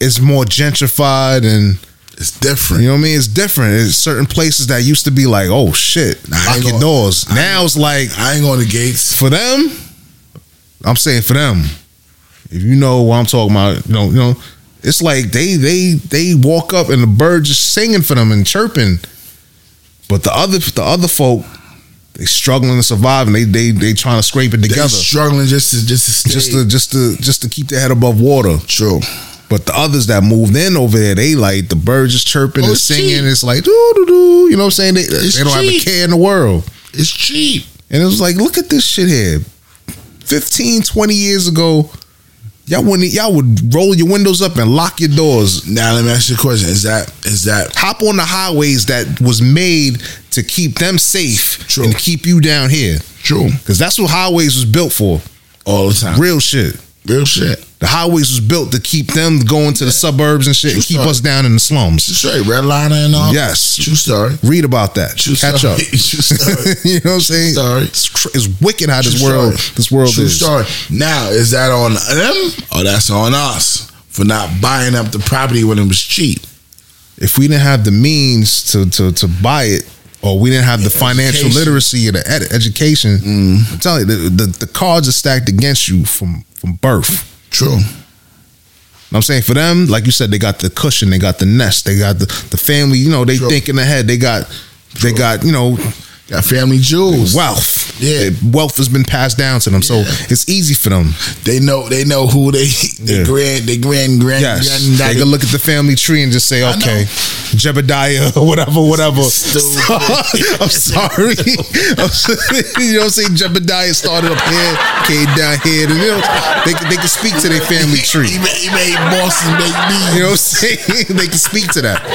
Speaker 5: it's more gentrified and
Speaker 3: it's different.
Speaker 5: you know what I mean? It's different. It's certain places that used to be like, oh shit,
Speaker 3: Nah, I
Speaker 5: lock
Speaker 3: ain't
Speaker 5: your
Speaker 3: gonna-
Speaker 5: doors. Now it's like
Speaker 3: I ain't going to gates.
Speaker 5: for them, I'm saying for them. If you know what I'm talking about, you know, you know, it's like they they they walk up and the birds just singing for them and chirping. But the other the other folk, they struggling to survive and they they they trying to scrape it
Speaker 3: They
Speaker 5: together.
Speaker 3: struggling just to just to stay.
Speaker 5: Just to just to just to keep their head above water.
Speaker 3: true.
Speaker 5: But the others that moved in over there, they like the birds just chirping
Speaker 3: Oh,
Speaker 5: and
Speaker 3: it's
Speaker 5: singing.
Speaker 3: cheap.
Speaker 5: It's like doo doo doo. You know what I'm saying? They,
Speaker 3: It's
Speaker 5: they don't have a
Speaker 3: cheap.
Speaker 5: care in the world.
Speaker 3: It's cheap.
Speaker 5: And it was like, look at this shit here. 15, 20 years ago, y'all wouldn't e, y'all would roll your windows up and lock your doors.
Speaker 3: Now let me ask you a question. Is that is that
Speaker 5: Hop on the highways that was made to keep them safe
Speaker 3: True.
Speaker 5: and keep you down here.
Speaker 3: true?
Speaker 5: Cause that's what highways was built for.
Speaker 3: All the time.
Speaker 5: Real shit.
Speaker 3: Real shit.
Speaker 5: The highways was built to keep them going to the suburbs and shit and keep
Speaker 3: story.
Speaker 5: us down in the slums.
Speaker 3: Straight red liner and all.
Speaker 5: Yes.
Speaker 3: True story.
Speaker 5: Read about that.
Speaker 3: True
Speaker 5: Catch
Speaker 3: story.
Speaker 5: up.
Speaker 3: *laughs* True story.
Speaker 5: *laughs* you know what I'm saying?
Speaker 3: Sorry.
Speaker 5: It's, cr- it's wicked how this
Speaker 3: True
Speaker 5: world
Speaker 3: story.
Speaker 5: this world
Speaker 3: True
Speaker 5: is.
Speaker 3: story. Now is that on them or that's on us for not buying up the property when it was cheap?
Speaker 5: if we didn't have the means to to to buy it or we didn't have the financial
Speaker 3: Education. Mm.
Speaker 5: literacy or the ed- education, I'm telling you, the, the, the cards are stacked against you from from birth.
Speaker 3: True.
Speaker 5: And I'm saying for them, like you said, they got the cushion, they got the nest, they got the, the family. You know, they
Speaker 3: True.
Speaker 5: thinking ahead. They got they got you know
Speaker 3: Got family jewels.
Speaker 5: wealth.
Speaker 3: Yeah.
Speaker 5: wealth has been passed down to them, so
Speaker 3: Yeah.
Speaker 5: it's easy for them.
Speaker 3: They know. They know who they. They
Speaker 5: Yeah.
Speaker 3: grand. They grand grand.
Speaker 5: Yes,
Speaker 3: granddaddy.
Speaker 5: they can look at the family tree and just say,
Speaker 3: I know.
Speaker 5: okay, Jebediah or whatever, whatever.
Speaker 3: Stupid.
Speaker 5: *laughs* I'm
Speaker 3: *laughs*
Speaker 5: sorry. I'm *laughs* sorry. you know what I'm saying? Jebediah started up here, came down here. And, you know, they, can, they can speak to their family
Speaker 3: He
Speaker 5: tree.
Speaker 3: made, he made bosses make
Speaker 5: *laughs*
Speaker 3: me.
Speaker 5: You know what I'm saying? they can speak to that.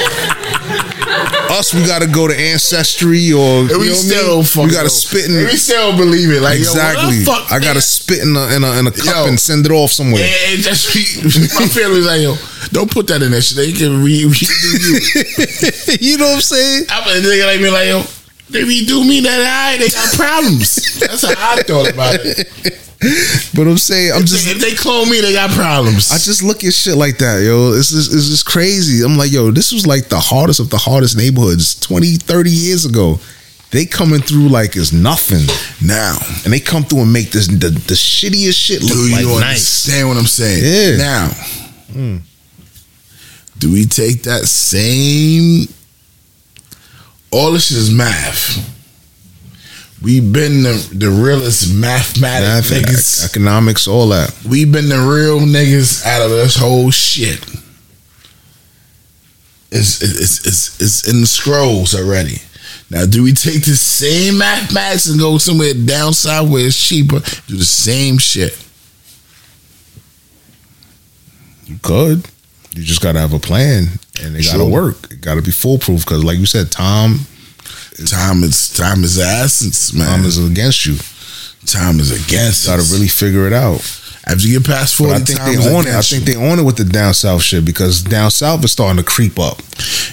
Speaker 5: Us, we gotta go to ancestry or you know
Speaker 3: And
Speaker 5: what
Speaker 3: we
Speaker 5: I
Speaker 3: still
Speaker 5: mean?
Speaker 3: don't fuck
Speaker 5: We gotta
Speaker 3: know.
Speaker 5: spit
Speaker 3: And
Speaker 5: in
Speaker 3: we still don't believe it. Like
Speaker 5: exactly.
Speaker 3: Yo, what the fuck,
Speaker 5: I gotta
Speaker 3: man?
Speaker 5: spit in a in a, in a cup
Speaker 3: Yo.
Speaker 5: and send it off somewhere.
Speaker 3: And, and just be- my family's like, yo, don't put that in that shit. They can re- redo
Speaker 5: *laughs*
Speaker 3: you.
Speaker 5: you know what I'm saying?
Speaker 3: I'm a nigga like me, like yo, they redo me that eye. They got problems. That's how I thought about it.
Speaker 5: But I'm saying I'm just
Speaker 3: If they clone me, they got problems.
Speaker 5: I just look at shit like that, yo. It's just, it's just crazy. I'm like, yo, this was like the hardest of the hardest neighborhoods 20, 30 years ago. They coming through like it's nothing now, and they come through and make this the, the shittiest shit look
Speaker 3: Do
Speaker 5: like
Speaker 3: you
Speaker 5: nice.
Speaker 3: understand what I'm saying?
Speaker 5: Yeah. Hmm.
Speaker 3: Now, do we take that same? All this is math. We've been the, the realest mathematic
Speaker 5: Math, ec-
Speaker 3: niggas.
Speaker 5: e-, economics, all that.
Speaker 3: We've been the real niggas out of this whole shit. It's, it's, it's, it's in the scrolls already. Now, do we take the same mathematics and go somewhere down south where it's cheaper? Do the same shit.
Speaker 5: You could. You just gotta have a plan, and it
Speaker 3: Sure.
Speaker 5: gotta work. It gotta be foolproof because, like you said, time
Speaker 3: Time is time is the essence, man.
Speaker 5: time is against you.
Speaker 3: time is against.
Speaker 5: You gotta
Speaker 3: us.
Speaker 5: really figure it out.
Speaker 3: After you get past
Speaker 5: But
Speaker 3: forty,
Speaker 5: I think
Speaker 3: time
Speaker 5: they
Speaker 3: is
Speaker 5: on it. I
Speaker 3: against
Speaker 5: think
Speaker 3: you.
Speaker 5: they on it with the down south shit because down south is starting to creep up.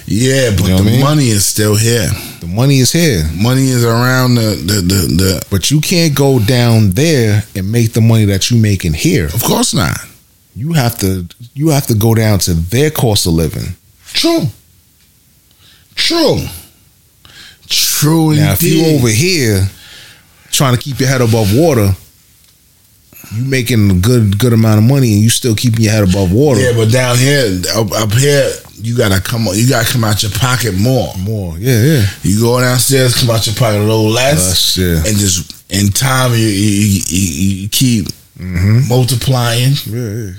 Speaker 3: yeah, but
Speaker 5: You know what
Speaker 3: the
Speaker 5: I mean?
Speaker 3: money is still here.
Speaker 5: The money is here.
Speaker 3: Money is around the the the. the
Speaker 5: But you can't go down there and make the money that you making here.
Speaker 3: of course not.
Speaker 5: You have to you have to go down to their cost of living.
Speaker 3: True. True. True.
Speaker 5: Now, if you
Speaker 3: indeed.
Speaker 5: over here trying to keep your head above water, you making a good good amount of money and you still keeping your head above water.
Speaker 3: yeah, but down here, up, up here, you gotta come. You gotta come out your pocket more.
Speaker 5: More, yeah, yeah.
Speaker 3: You go downstairs, come out your pocket a little less,
Speaker 5: Less, yeah.
Speaker 3: and just in time you you, you, you keep
Speaker 5: Mm-hmm.
Speaker 3: multiplying.
Speaker 5: yeah, yeah.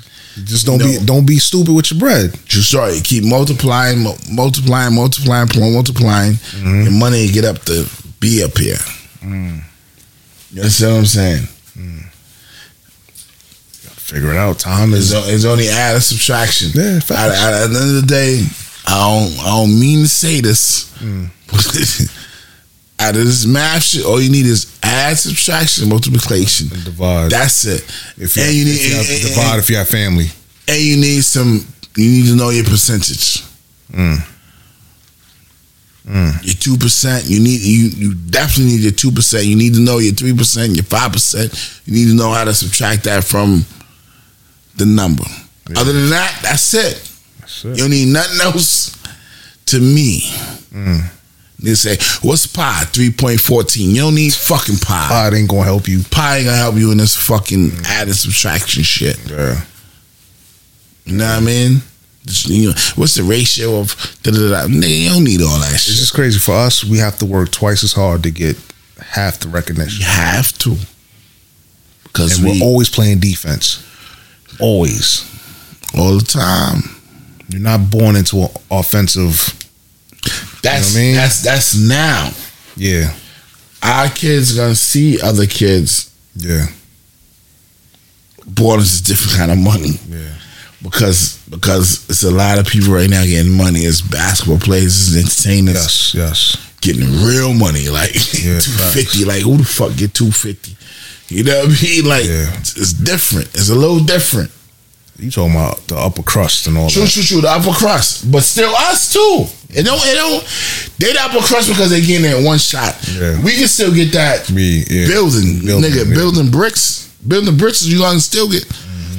Speaker 5: Just don't
Speaker 3: No.
Speaker 5: be don't be stupid with your bread.
Speaker 3: You start you keep multiplying, mu- multiplying, multiplying, pl- multiplying.
Speaker 5: Mm-hmm.
Speaker 3: Your money get up to be up here.
Speaker 5: Mm.
Speaker 3: You understand what I'm saying?
Speaker 5: Figure it out. Time
Speaker 3: It's,
Speaker 5: is
Speaker 3: o- it's only add and subtraction.
Speaker 5: Yeah, facts.
Speaker 3: At, at- at the end of the day, I don't, I don't mean to say this.
Speaker 5: Mm.
Speaker 3: *laughs* out of this math shit, all you need is add, subtraction, multiplication.
Speaker 5: divide.
Speaker 3: That's it.
Speaker 5: if you,
Speaker 3: and, you need,
Speaker 5: if you have
Speaker 3: and-
Speaker 5: to divide
Speaker 3: and-
Speaker 5: if you have family.
Speaker 3: and you need some. You need to know your percentage. Your two percent. You need you. You definitely need your two percent. You need to know your three percent, your five percent. You need to know how to subtract that from the number. Other than that, that's it. You don't need nothing else to me. They say, "What's pi? Three point fourteen. You don't need fucking pi.
Speaker 5: Ah, it ain't gonna help you.
Speaker 3: Pi ain't gonna help you in this fucking add and subtraction shit.
Speaker 5: Yeah.
Speaker 3: You know what I mean? Just, you know, what's the ratio of da da da? da? Nigga, you don't need all that shit.
Speaker 5: It's just crazy for us. We have to work twice as hard to get half the
Speaker 3: you
Speaker 5: recognition,
Speaker 3: have to, because
Speaker 5: and
Speaker 3: we
Speaker 5: we're
Speaker 3: all,
Speaker 5: always playing defense. Always,
Speaker 3: the time.
Speaker 5: you're not born into an offensive.
Speaker 3: That's
Speaker 5: I mean?
Speaker 3: that's that's now.
Speaker 5: Yeah,
Speaker 3: Our kids gonna see other kids
Speaker 5: yeah,
Speaker 3: born into different kind of money
Speaker 5: yeah.
Speaker 3: because because it's a lot of people right now getting money as basketball players, as
Speaker 5: Yes,
Speaker 3: entertainers,
Speaker 5: yes.
Speaker 3: getting real money like *laughs*
Speaker 5: Yeah,
Speaker 3: two fifty. Like who the fuck get two fifty? You know what I mean? Like
Speaker 5: Yeah.
Speaker 3: it's it's different. It's a little different.
Speaker 5: You talking about the upper crust and all
Speaker 3: True,
Speaker 5: that?
Speaker 3: true, true. The upper crust, but still us too. It don't, it don't. They the upper crust because they getting it in one shot.
Speaker 5: Yeah.
Speaker 3: We can still get that
Speaker 5: Me, yeah.
Speaker 3: building,
Speaker 5: Building,
Speaker 3: nigga,
Speaker 5: yeah.
Speaker 3: building bricks, building bricks. You gonna still get.
Speaker 5: Mm-hmm.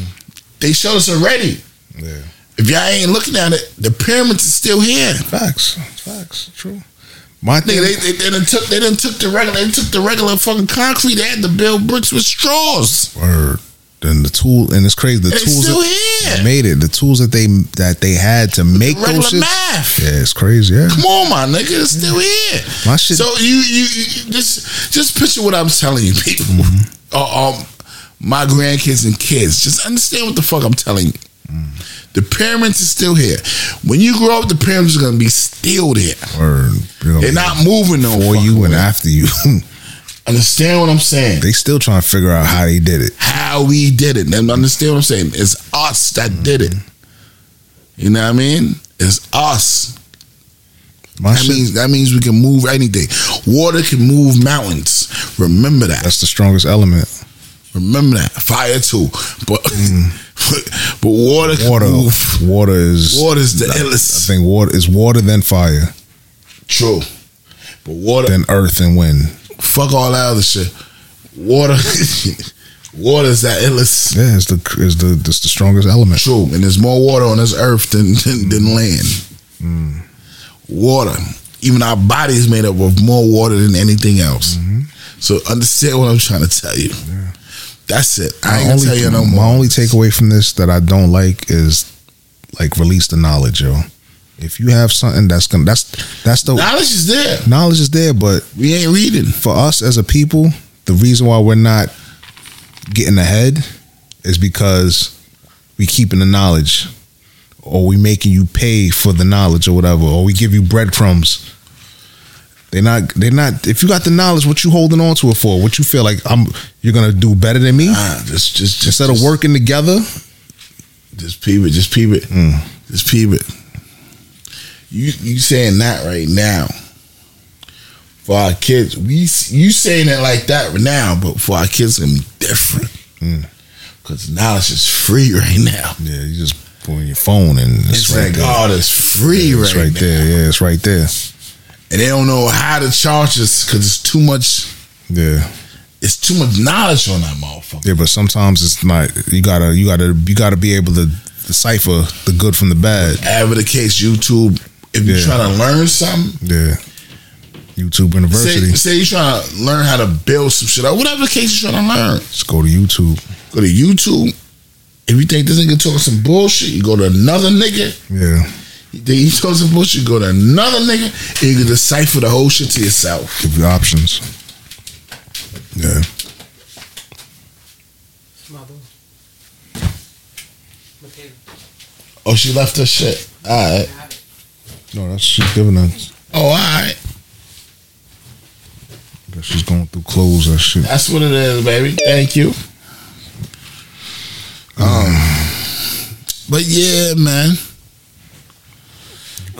Speaker 3: They showed us already.
Speaker 5: Yeah.
Speaker 3: If y'all ain't looking at it, the pyramids is still here.
Speaker 5: Facts, facts. True. My thing.
Speaker 3: Nigga, they, they, they done took they done took the regular they took the regular fucking concrete. They had to build bricks with straws.
Speaker 5: Word. Then the tool, and it's crazy. The
Speaker 3: And it's
Speaker 5: tools
Speaker 3: still
Speaker 5: that
Speaker 3: here.
Speaker 5: that made it. The tools that they that they had to make
Speaker 3: Regular
Speaker 5: those shits.
Speaker 3: math.
Speaker 5: Yeah, it's crazy. Yeah.
Speaker 3: Come on, my nigga, it's still here.
Speaker 5: My shit-
Speaker 3: So you, you you just just picture what I'm telling you, people.
Speaker 5: Mm-hmm.
Speaker 3: Uh, um, my grandkids and kids, just understand what the fuck I'm telling you.
Speaker 5: Mm.
Speaker 3: The pyramids is still here. When you grow up, the pyramids are gonna be still there.
Speaker 5: Word. They're gonna
Speaker 3: They're
Speaker 5: be
Speaker 3: not moving no
Speaker 5: before
Speaker 3: fucking
Speaker 5: you and
Speaker 3: way.
Speaker 5: after you. *laughs*
Speaker 3: Understand what I'm saying?
Speaker 5: they still trying to figure out how they did it.
Speaker 3: How we did it. And understand what I'm saying? It's us that did it. You know what I mean? It's us.
Speaker 5: My
Speaker 3: that
Speaker 5: shit-
Speaker 3: means that means we can move anything. Water can move mountains. Remember that.
Speaker 5: That's the strongest element.
Speaker 3: Remember that. Fire too. But *laughs* but, but Mm. water can
Speaker 5: Water.
Speaker 3: move.
Speaker 5: Water is.
Speaker 3: Water's the
Speaker 5: I
Speaker 3: illest.
Speaker 5: think water is water then fire
Speaker 3: True. But water
Speaker 5: then earth and wind.
Speaker 3: fuck all that other shit. Water *laughs* water's that illest.
Speaker 5: Yeah, it's the is the it's the strongest element.
Speaker 3: True. And there's more water on this earth than *laughs* than, than land. Water. Even our body is made up of more water than anything else. So understand what I'm trying to tell you. That's it. I ain't gonna tell you no more.
Speaker 5: My only takeaway from this that I don't like is like release the knowledge, yo. If you have something that's gonna that's that's the
Speaker 3: Knowledge is there.
Speaker 5: knowledge is there, but
Speaker 3: We ain't reading.
Speaker 5: for us as a people, the reason why we're not getting ahead is because we keeping the knowledge, or we making you pay for the knowledge, or whatever, or we give you breadcrumbs. They're not. They're not. If you got the knowledge, what you holding on to it for? What you feel like I'm? You're gonna do better than me
Speaker 3: Ah, just, just, just
Speaker 5: instead of
Speaker 3: just-
Speaker 5: working together.
Speaker 3: Just peep it. Just peep it.
Speaker 5: Mm.
Speaker 3: Just peep it. You you saying that right now for our kids? We you saying it like that now, but for our kids, it's gonna be different because knowledge is free right now.
Speaker 5: Mm. Yeah, you just pull your phone and
Speaker 3: It's, like oh, that's free
Speaker 5: Yeah,
Speaker 3: right,
Speaker 5: it's right
Speaker 3: now.
Speaker 5: there. Yeah, it's right there.
Speaker 3: and they don't know how to charge us because it's too much.
Speaker 5: Yeah.
Speaker 3: It's too much knowledge on that motherfucker.
Speaker 5: Yeah, but sometimes it's not. You gotta, you gotta, you gotta be able to decipher the good from the bad.
Speaker 3: Ever the case, YouTube. If you're
Speaker 5: Yeah.
Speaker 3: trying to learn something,
Speaker 5: Yeah, YouTube
Speaker 3: say,
Speaker 5: University.
Speaker 3: say you're trying to learn how to build some shit, or whatever the case you're trying to learn.
Speaker 5: Just go to YouTube.
Speaker 3: go to YouTube. If you think this nigga talking some bullshit, you go to another nigga.
Speaker 5: Yeah,
Speaker 3: You think he talking some bullshit, you go to another nigga, and you can decipher the whole shit to yourself.
Speaker 5: give you options. Yeah,
Speaker 3: Oh, she left her shit. All right.
Speaker 5: no, that's she's giving us.
Speaker 3: Oh, all right.
Speaker 5: that She's going through clothes and shit.
Speaker 3: That's what it is, baby. Thank you. Um, but yeah, man.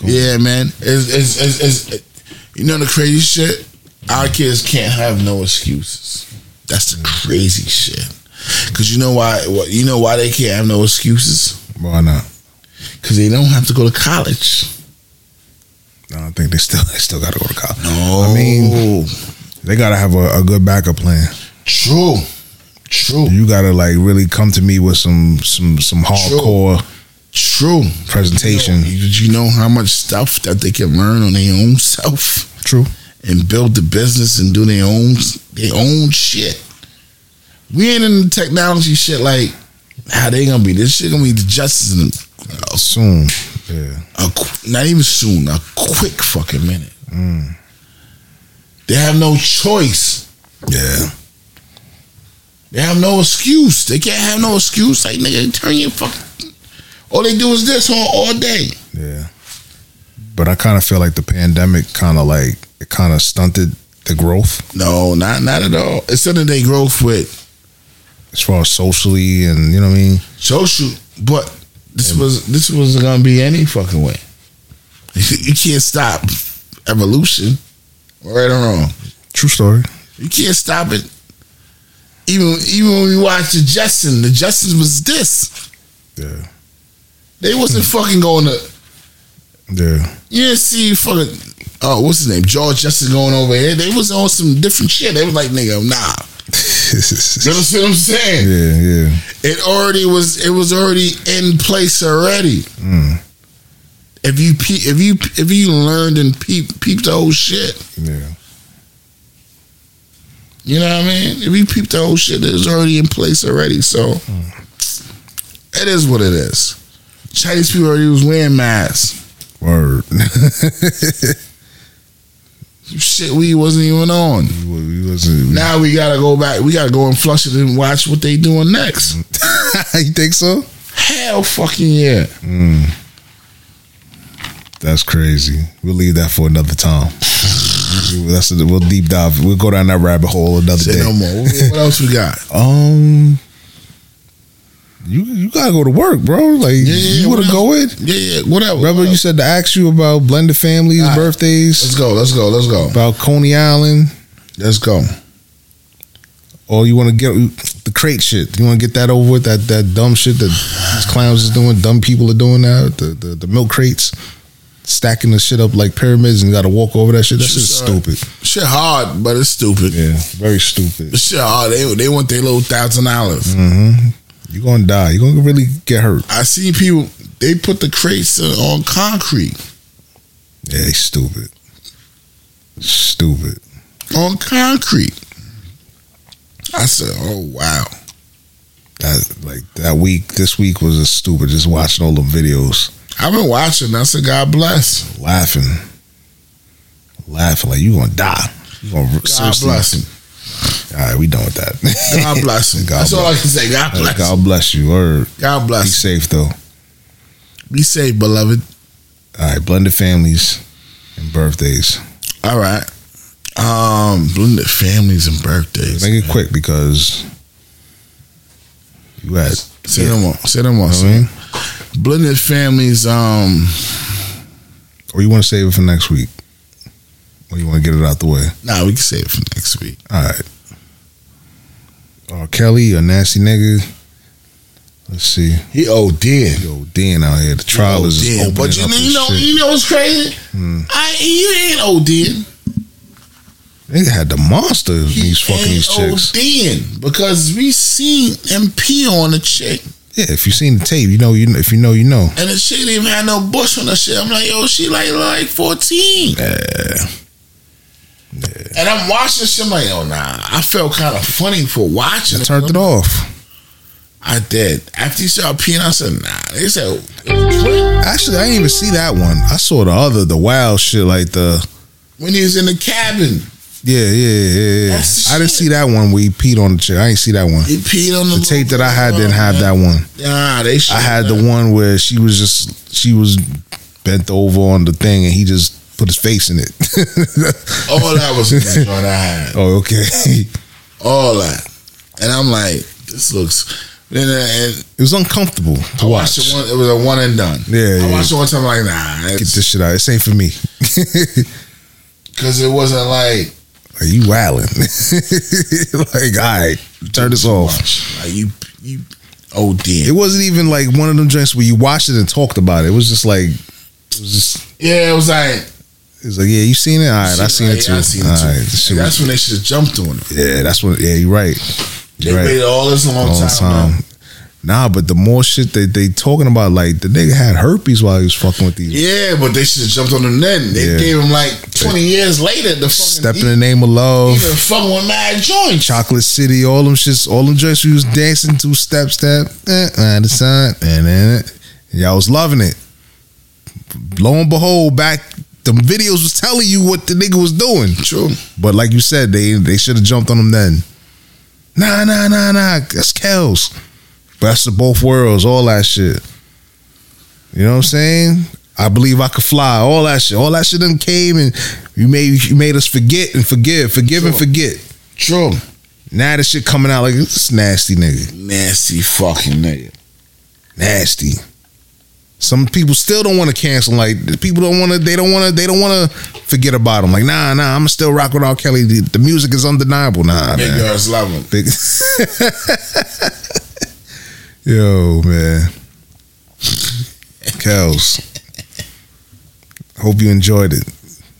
Speaker 3: Yeah, man. It's, it's, it's, it's, you know the crazy shit? Our kids can't have no excuses. That's the crazy shit. Cause you know why? What you know why they can't have no excuses?
Speaker 5: Why not?
Speaker 3: Cause they don't have to go to college.
Speaker 5: I don't think they still *laughs* they still gotta go to college.
Speaker 3: No,
Speaker 5: I mean- They gotta have a, a good backup plan.
Speaker 3: true, true,
Speaker 5: You gotta like really come to me with some some some hardcore
Speaker 3: true.
Speaker 5: presentation.
Speaker 3: You- Did you know how much stuff that they can learn on their own self?
Speaker 5: True.
Speaker 3: and build the business and do their own their own shit. We ain't in the technology shit like how they gonna be. This shit gonna be the justice in a,
Speaker 5: Soon. Yeah.
Speaker 3: a qu- not even soon, a quick fucking minute. Mm. They have no choice.
Speaker 5: Yeah.
Speaker 3: They have no excuse. They can't have no excuse. Like nigga, turn your fucking. All they do is this all, all day.
Speaker 5: Yeah. But I kind of feel like the pandemic kind of like it kind of stunted the growth
Speaker 3: No, not not at all. It's something they growth with
Speaker 5: as far as socially and you know what I mean.
Speaker 3: social, but this was this wasn't gonna be any fucking way. *laughs* you can't stop evolution, right or wrong.
Speaker 5: True story.
Speaker 3: You can't stop it. Even even when we watched the Justin, the Justin was this.
Speaker 5: Yeah.
Speaker 3: They wasn't fucking going to.
Speaker 5: Yeah. *laughs*
Speaker 3: You didn't see fucking. Oh, what's his name? George Justin going over here. They was on some different shit. They was like, nigga, nah. You understand what I'm saying?
Speaker 5: yeah. Yeah.
Speaker 3: it already was it was already in place already.
Speaker 5: Mm,
Speaker 3: If you pe- if you if you learned and peep peeped the whole shit,
Speaker 5: Yeah.
Speaker 3: you know what I mean. If you peeped the whole shit, it was already in place already. So it is what it is. Chinese people already was wearing masks.
Speaker 5: Word. *laughs*
Speaker 3: Shit, we wasn't even on.
Speaker 5: We wa- we wasn't.
Speaker 3: Now we gotta go back. We gotta go and flush it and watch what they doing next.
Speaker 5: *laughs* you think so?
Speaker 3: Hell, fucking yeah.
Speaker 5: That's crazy. We'll leave that for another time. *laughs* That's a, we'll deep dive. We'll go *laughs* down that rabbit hole another
Speaker 3: Say
Speaker 5: day.
Speaker 3: no more. What else we got?
Speaker 5: Um, you you gotta go to work, bro. Like
Speaker 3: Yeah, yeah,
Speaker 5: you wanna
Speaker 3: whatever.
Speaker 5: go in?
Speaker 3: Yeah, yeah, whatever.
Speaker 5: Remember you said to ask you about blended families,
Speaker 3: All right.
Speaker 5: birthdays,
Speaker 3: Let's go. Let's go. Let's go.
Speaker 5: about Coney Island,
Speaker 3: Let's go.
Speaker 5: or you wanna get the crate shit. You wanna get that over with, that that dumb shit that these clowns is doing, dumb people are doing now, the the, the milk crates. Stacking the shit up like pyramids and gotta walk over that shit. That's just
Speaker 3: Sorry.
Speaker 5: stupid.
Speaker 3: Shit hard, but it's stupid.
Speaker 5: Yeah, very stupid.
Speaker 3: Shit hard. They they want their little thousand dollars.
Speaker 5: You're gonna die. You're gonna really get hurt.
Speaker 3: I see people. They put the crates uh, on concrete.
Speaker 5: Yeah, they stupid. Stupid.
Speaker 3: On concrete. I said, "Oh wow."
Speaker 5: That like that week. This week was just stupid. Just watching all the videos,
Speaker 3: I've been watching. I said, "God bless."
Speaker 5: laughing, laughing like you gonna die. You gonna
Speaker 3: God
Speaker 5: seriously-
Speaker 3: bless him.
Speaker 5: All right, we done with that.
Speaker 3: God bless him.
Speaker 5: *laughs* God
Speaker 3: That's all I
Speaker 5: bless.
Speaker 3: can say. God
Speaker 5: All right,
Speaker 3: bless.
Speaker 5: God bless you. Word.
Speaker 3: God
Speaker 5: Be
Speaker 3: bless.
Speaker 5: safe though.
Speaker 3: Be safe, beloved.
Speaker 5: All right, blended families and birthdays.
Speaker 3: All right. Um, blended families and birthdays.
Speaker 5: Make it quick because you had.
Speaker 3: Say them all. Say them all.
Speaker 5: I mean,
Speaker 3: Blended families. Um,
Speaker 5: or you want to save it for next week, or you want to get it out the way.
Speaker 3: nah, we can save it for next week.
Speaker 5: All right. R. Kelly, a nasty nigga. Let's see.
Speaker 3: He OD'd.
Speaker 5: Yo, Dan out here. The trial is just
Speaker 3: OD'd.
Speaker 5: opening
Speaker 3: But you,
Speaker 5: up
Speaker 3: you
Speaker 5: and
Speaker 3: know,
Speaker 5: shit. Hmm.
Speaker 3: you know what's crazy? I you ain't OD'ing.
Speaker 5: Nigga had the monster. in These
Speaker 3: He
Speaker 5: fucking these
Speaker 3: ain't
Speaker 5: chicks.
Speaker 3: OD'ing because we seen MP on the chick,
Speaker 5: Yeah, if you seen the tape, you know. You if you know, you know.
Speaker 3: and the chick didn't even have no bush on her shit. I'm like, yo, she like like 14, and I'm watching shit. I'm like, yo, nah. I felt kind of funny for watching.
Speaker 5: I turned it off.
Speaker 3: I did. After you saw peeing, I said, nah. They said,
Speaker 5: Actually, I didn't even see that one. I saw the other, the wild shit, like the
Speaker 3: when he was in the cabin,
Speaker 5: yeah, yeah, yeah. yeah.
Speaker 3: That's the
Speaker 5: I didn't
Speaker 3: shit.
Speaker 5: see that one where he peed on the chick. I ain't see that one.
Speaker 3: he peed on the,
Speaker 5: The tape that I had didn't have that one.
Speaker 3: Nah, they. Should
Speaker 5: I had the one where she was just she was bent over on the thing and he just put his face in it. *laughs*
Speaker 3: All that was in that joint I had.
Speaker 5: oh, okay. It
Speaker 3: All that, and I'm like, this looks. Then uh, and
Speaker 5: was uncomfortable to
Speaker 3: I
Speaker 5: watch.
Speaker 3: watched it one. It was a one and done.
Speaker 5: Yeah,
Speaker 3: I
Speaker 5: yeah.
Speaker 3: watched it one time. Like, nah,
Speaker 5: Get this shit out. This ain't for me. *laughs*
Speaker 3: because it wasn't like
Speaker 5: Are you wildin'? *laughs* like, all right, turn this off.
Speaker 3: like you you. Oh
Speaker 5: It
Speaker 3: damn.
Speaker 5: wasn't even like one of them drinks where you watched it and talked about it. It was just like, it was just,
Speaker 3: Yeah, it was like.
Speaker 5: it was like, yeah, you seen it? All right, I
Speaker 3: shit,
Speaker 5: seen
Speaker 3: like,
Speaker 5: it too.
Speaker 3: I seen it
Speaker 5: All
Speaker 3: too.
Speaker 5: right, this shit
Speaker 3: And
Speaker 5: was-
Speaker 3: that's when they should have jumped on it.
Speaker 5: yeah, that's what. Yeah, you're right.
Speaker 3: They
Speaker 5: You're right.
Speaker 3: waited all this long,
Speaker 5: Long
Speaker 3: time.
Speaker 5: time.
Speaker 3: man.
Speaker 5: Nah, but the more shit that they talking about, like the nigga had herpes while he was fucking with these.
Speaker 3: Yeah, but they should have jumped on them then. They
Speaker 5: Yeah.
Speaker 3: gave him like twenty years later. The fucking
Speaker 5: Step
Speaker 3: he-
Speaker 5: in the name of
Speaker 3: he
Speaker 5: love,
Speaker 3: been fucking with mad joints.
Speaker 5: Chocolate City, all them shits, all them joints. We was dancing to step, step, eh, eh, the sun, and then y'all was loving it. Lo and behold, back the videos was telling you what the nigga was doing.
Speaker 3: True.
Speaker 5: But like you said, they they should have jumped on him then. Nah, nah, nah, nah. That's Kells. Best of both worlds, all that shit. You know what I'm saying? I believe I could fly. All that shit. All that shit done came and you made you made us forget and forgive, forgive and forget.
Speaker 3: True.
Speaker 5: Now this shit coming out like this nasty nigga.
Speaker 3: Nasty fucking nigga.
Speaker 5: Nasty. Some people still don't want to cancel. Like the people don't want to. They don't want to. They don't want to forget about him. Like nah, nah. I'm still rock with R. Kelly. The, the music is undeniable. Nah,
Speaker 3: Big
Speaker 5: man.
Speaker 3: girls love him.
Speaker 5: Big- Yo, man. Kels. Hope you enjoyed it.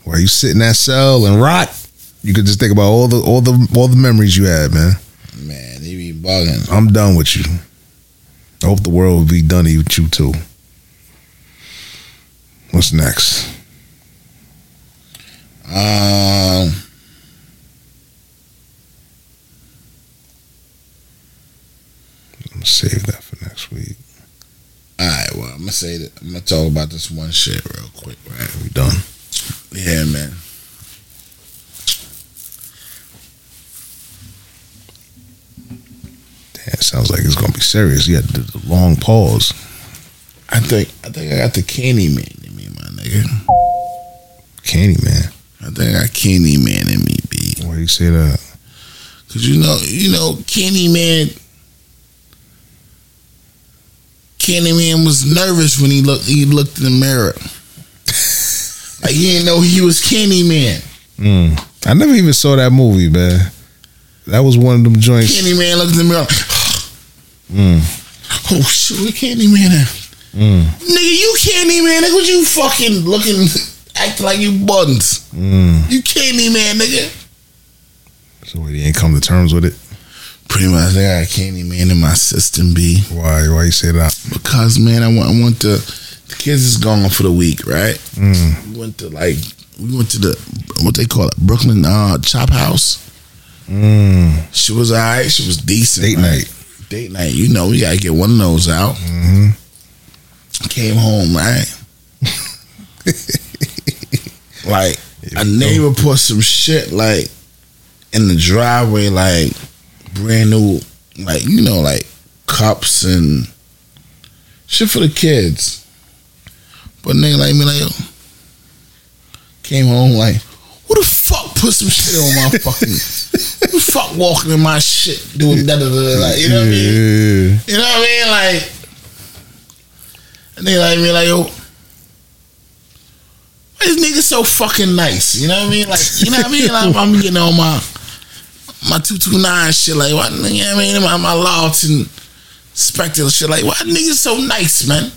Speaker 5: While you sit in that cell and rot, you could just think about all the all the all the memories you had, man.
Speaker 3: Man, he be bugging.
Speaker 5: I'm done with you. I hope the world will be done with you too. What's next?
Speaker 3: Um,
Speaker 5: I'm gonna save that for next week.
Speaker 3: all right, well, I'm gonna say that I'm gonna talk about this one shit real quick, right?
Speaker 5: We done.
Speaker 3: Yeah, man.
Speaker 5: Damn, sounds like it's gonna be serious. You had to do the long pause.
Speaker 3: I think I think I got the candy man in me, my nigga.
Speaker 5: Candy man.
Speaker 3: I think I got candy man in me, B.
Speaker 5: Why you say that?
Speaker 3: Cause you know, you know, candy man. Candyman was nervous when he looked he looked in the *laughs* mirror. Like he didn't know he was Candyman.
Speaker 5: Mm. I never even saw that movie, man. That was one of them joints.
Speaker 3: Candyman looked in the mirror. like, Oh shit, look Candyman at.
Speaker 5: Mm,
Speaker 3: Nigga, you Candyman, nigga, what you fucking looking acting like you buttons. You Candyman, nigga.
Speaker 5: mm. So he ain't come to terms with it.
Speaker 3: Pretty much I got Candyman in my system B.
Speaker 5: Why? Why you say that?
Speaker 3: because man, I want I want the the kids is gone for the week, right?
Speaker 5: Mm.
Speaker 3: We went to like we went to the what they call it Brooklyn uh, Chop House. She was alright. She was decent.
Speaker 5: Date
Speaker 3: right?
Speaker 5: night. Mm-hmm.
Speaker 3: Date night. You know, we gotta get one of those out. Came home right.
Speaker 5: *laughs*
Speaker 3: like a neighbor put some shit like in the driveway, like brand new, like you know, like cups and shit for the kids. But nigga like me like yo, came home like, who the fuck put some shit on my fucking who the fuck walking in my shit doing da da da da like you know what I mean?
Speaker 5: Yeah.
Speaker 3: You know what I mean? Like a nigga like me like yo why this nigga so fucking nice, you know what I mean? Like you know what I mean? Like I'm getting on my my two two nine shit like what you know what I mean? My my Lawton spectacle shit like why nigga so nice, man?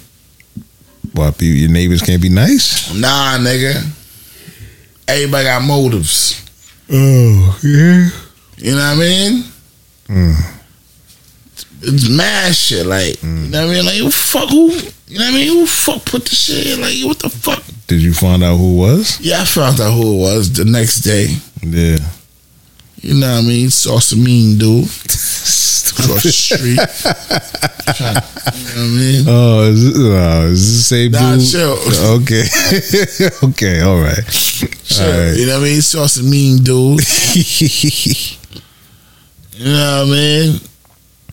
Speaker 5: Why people, your neighbors can't be nice?
Speaker 3: Nah, nigga. Everybody got motives.
Speaker 5: Oh yeah.
Speaker 3: You know what I mean? It's mad shit. Like, you know what I mean? Like, who fuck who? You know what I mean? Who fuck put the shit? in? Like, what the fuck?
Speaker 5: Did you find out who it was?
Speaker 3: Yeah, I found out who it was the next day.
Speaker 5: Yeah.
Speaker 3: You know what I mean? Saw some mean dude *laughs* across the street. Trying- you know what I mean?
Speaker 5: Oh, is it, oh, is it the same
Speaker 3: Nah,
Speaker 5: dude?
Speaker 3: chill.
Speaker 5: Okay. *laughs* okay. All right. All
Speaker 3: Sure.
Speaker 5: right.
Speaker 3: You know what I mean? Saw some mean
Speaker 5: *laughs*
Speaker 3: dudes. you know what I mean?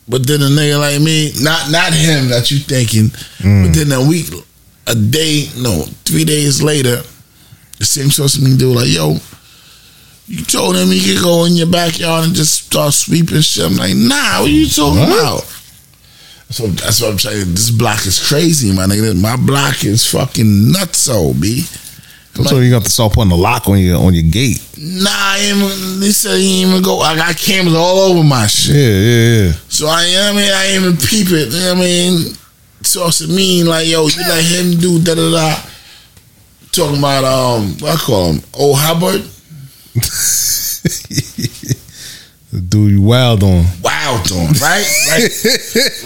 Speaker 3: But then a nigga like me, not not him that you thinking,
Speaker 5: Mm.
Speaker 3: but then a week, a day, no, three days later, the same saw some mean dude like, yo, you told him he could go in your backyard and just start sweeping shit. I'm like, nah, what you talking about? So that's what I'm saying. This block is crazy, my nigga. My block is fucking nutso, B.
Speaker 5: So you got to start putting a lock on your on your gate.
Speaker 3: Nah, I ain't even, they said he ain't even go. I got cameras all over my shit.
Speaker 5: Yeah, yeah, yeah.
Speaker 3: So I, you know what I mean, I ain't even peep it. You know what I mean, sauce it mean like yo, you let him do da da da. Talking about um, what I call him, old Hubbard,
Speaker 5: The dude you wild on.
Speaker 3: wild on, right, *laughs* right,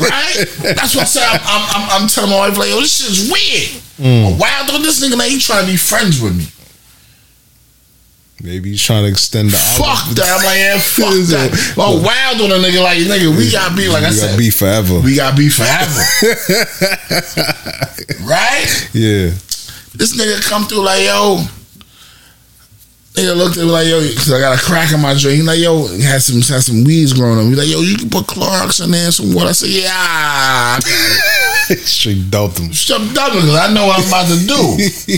Speaker 3: right. That's what I said. I'm, I'm, I'm, I'm telling my wife like, yo, this shit's weird. Wild on this nigga, like, he trying to be friends with me.
Speaker 5: Maybe he's trying to extend the olive.
Speaker 3: Fuck that. I'm like, *laughs* yeah, fuck that. Well, wild on a nigga like nigga, we gotta be like I
Speaker 5: you
Speaker 3: said.
Speaker 5: got beef forever.
Speaker 3: We gotta be forever. right?
Speaker 5: yeah.
Speaker 3: This nigga come through like, yo. Nigga looked at me like, yo, because I got a crack in my drink. He like, yo, had some had some weeds growing up. He like, yo, you can put Clorox in there and some water. I said, yeah. I got
Speaker 5: *laughs*
Speaker 3: it."
Speaker 5: Straight dumped *laughs* him.
Speaker 3: Shut up, because I know what I'm about to
Speaker 5: *laughs*
Speaker 3: do.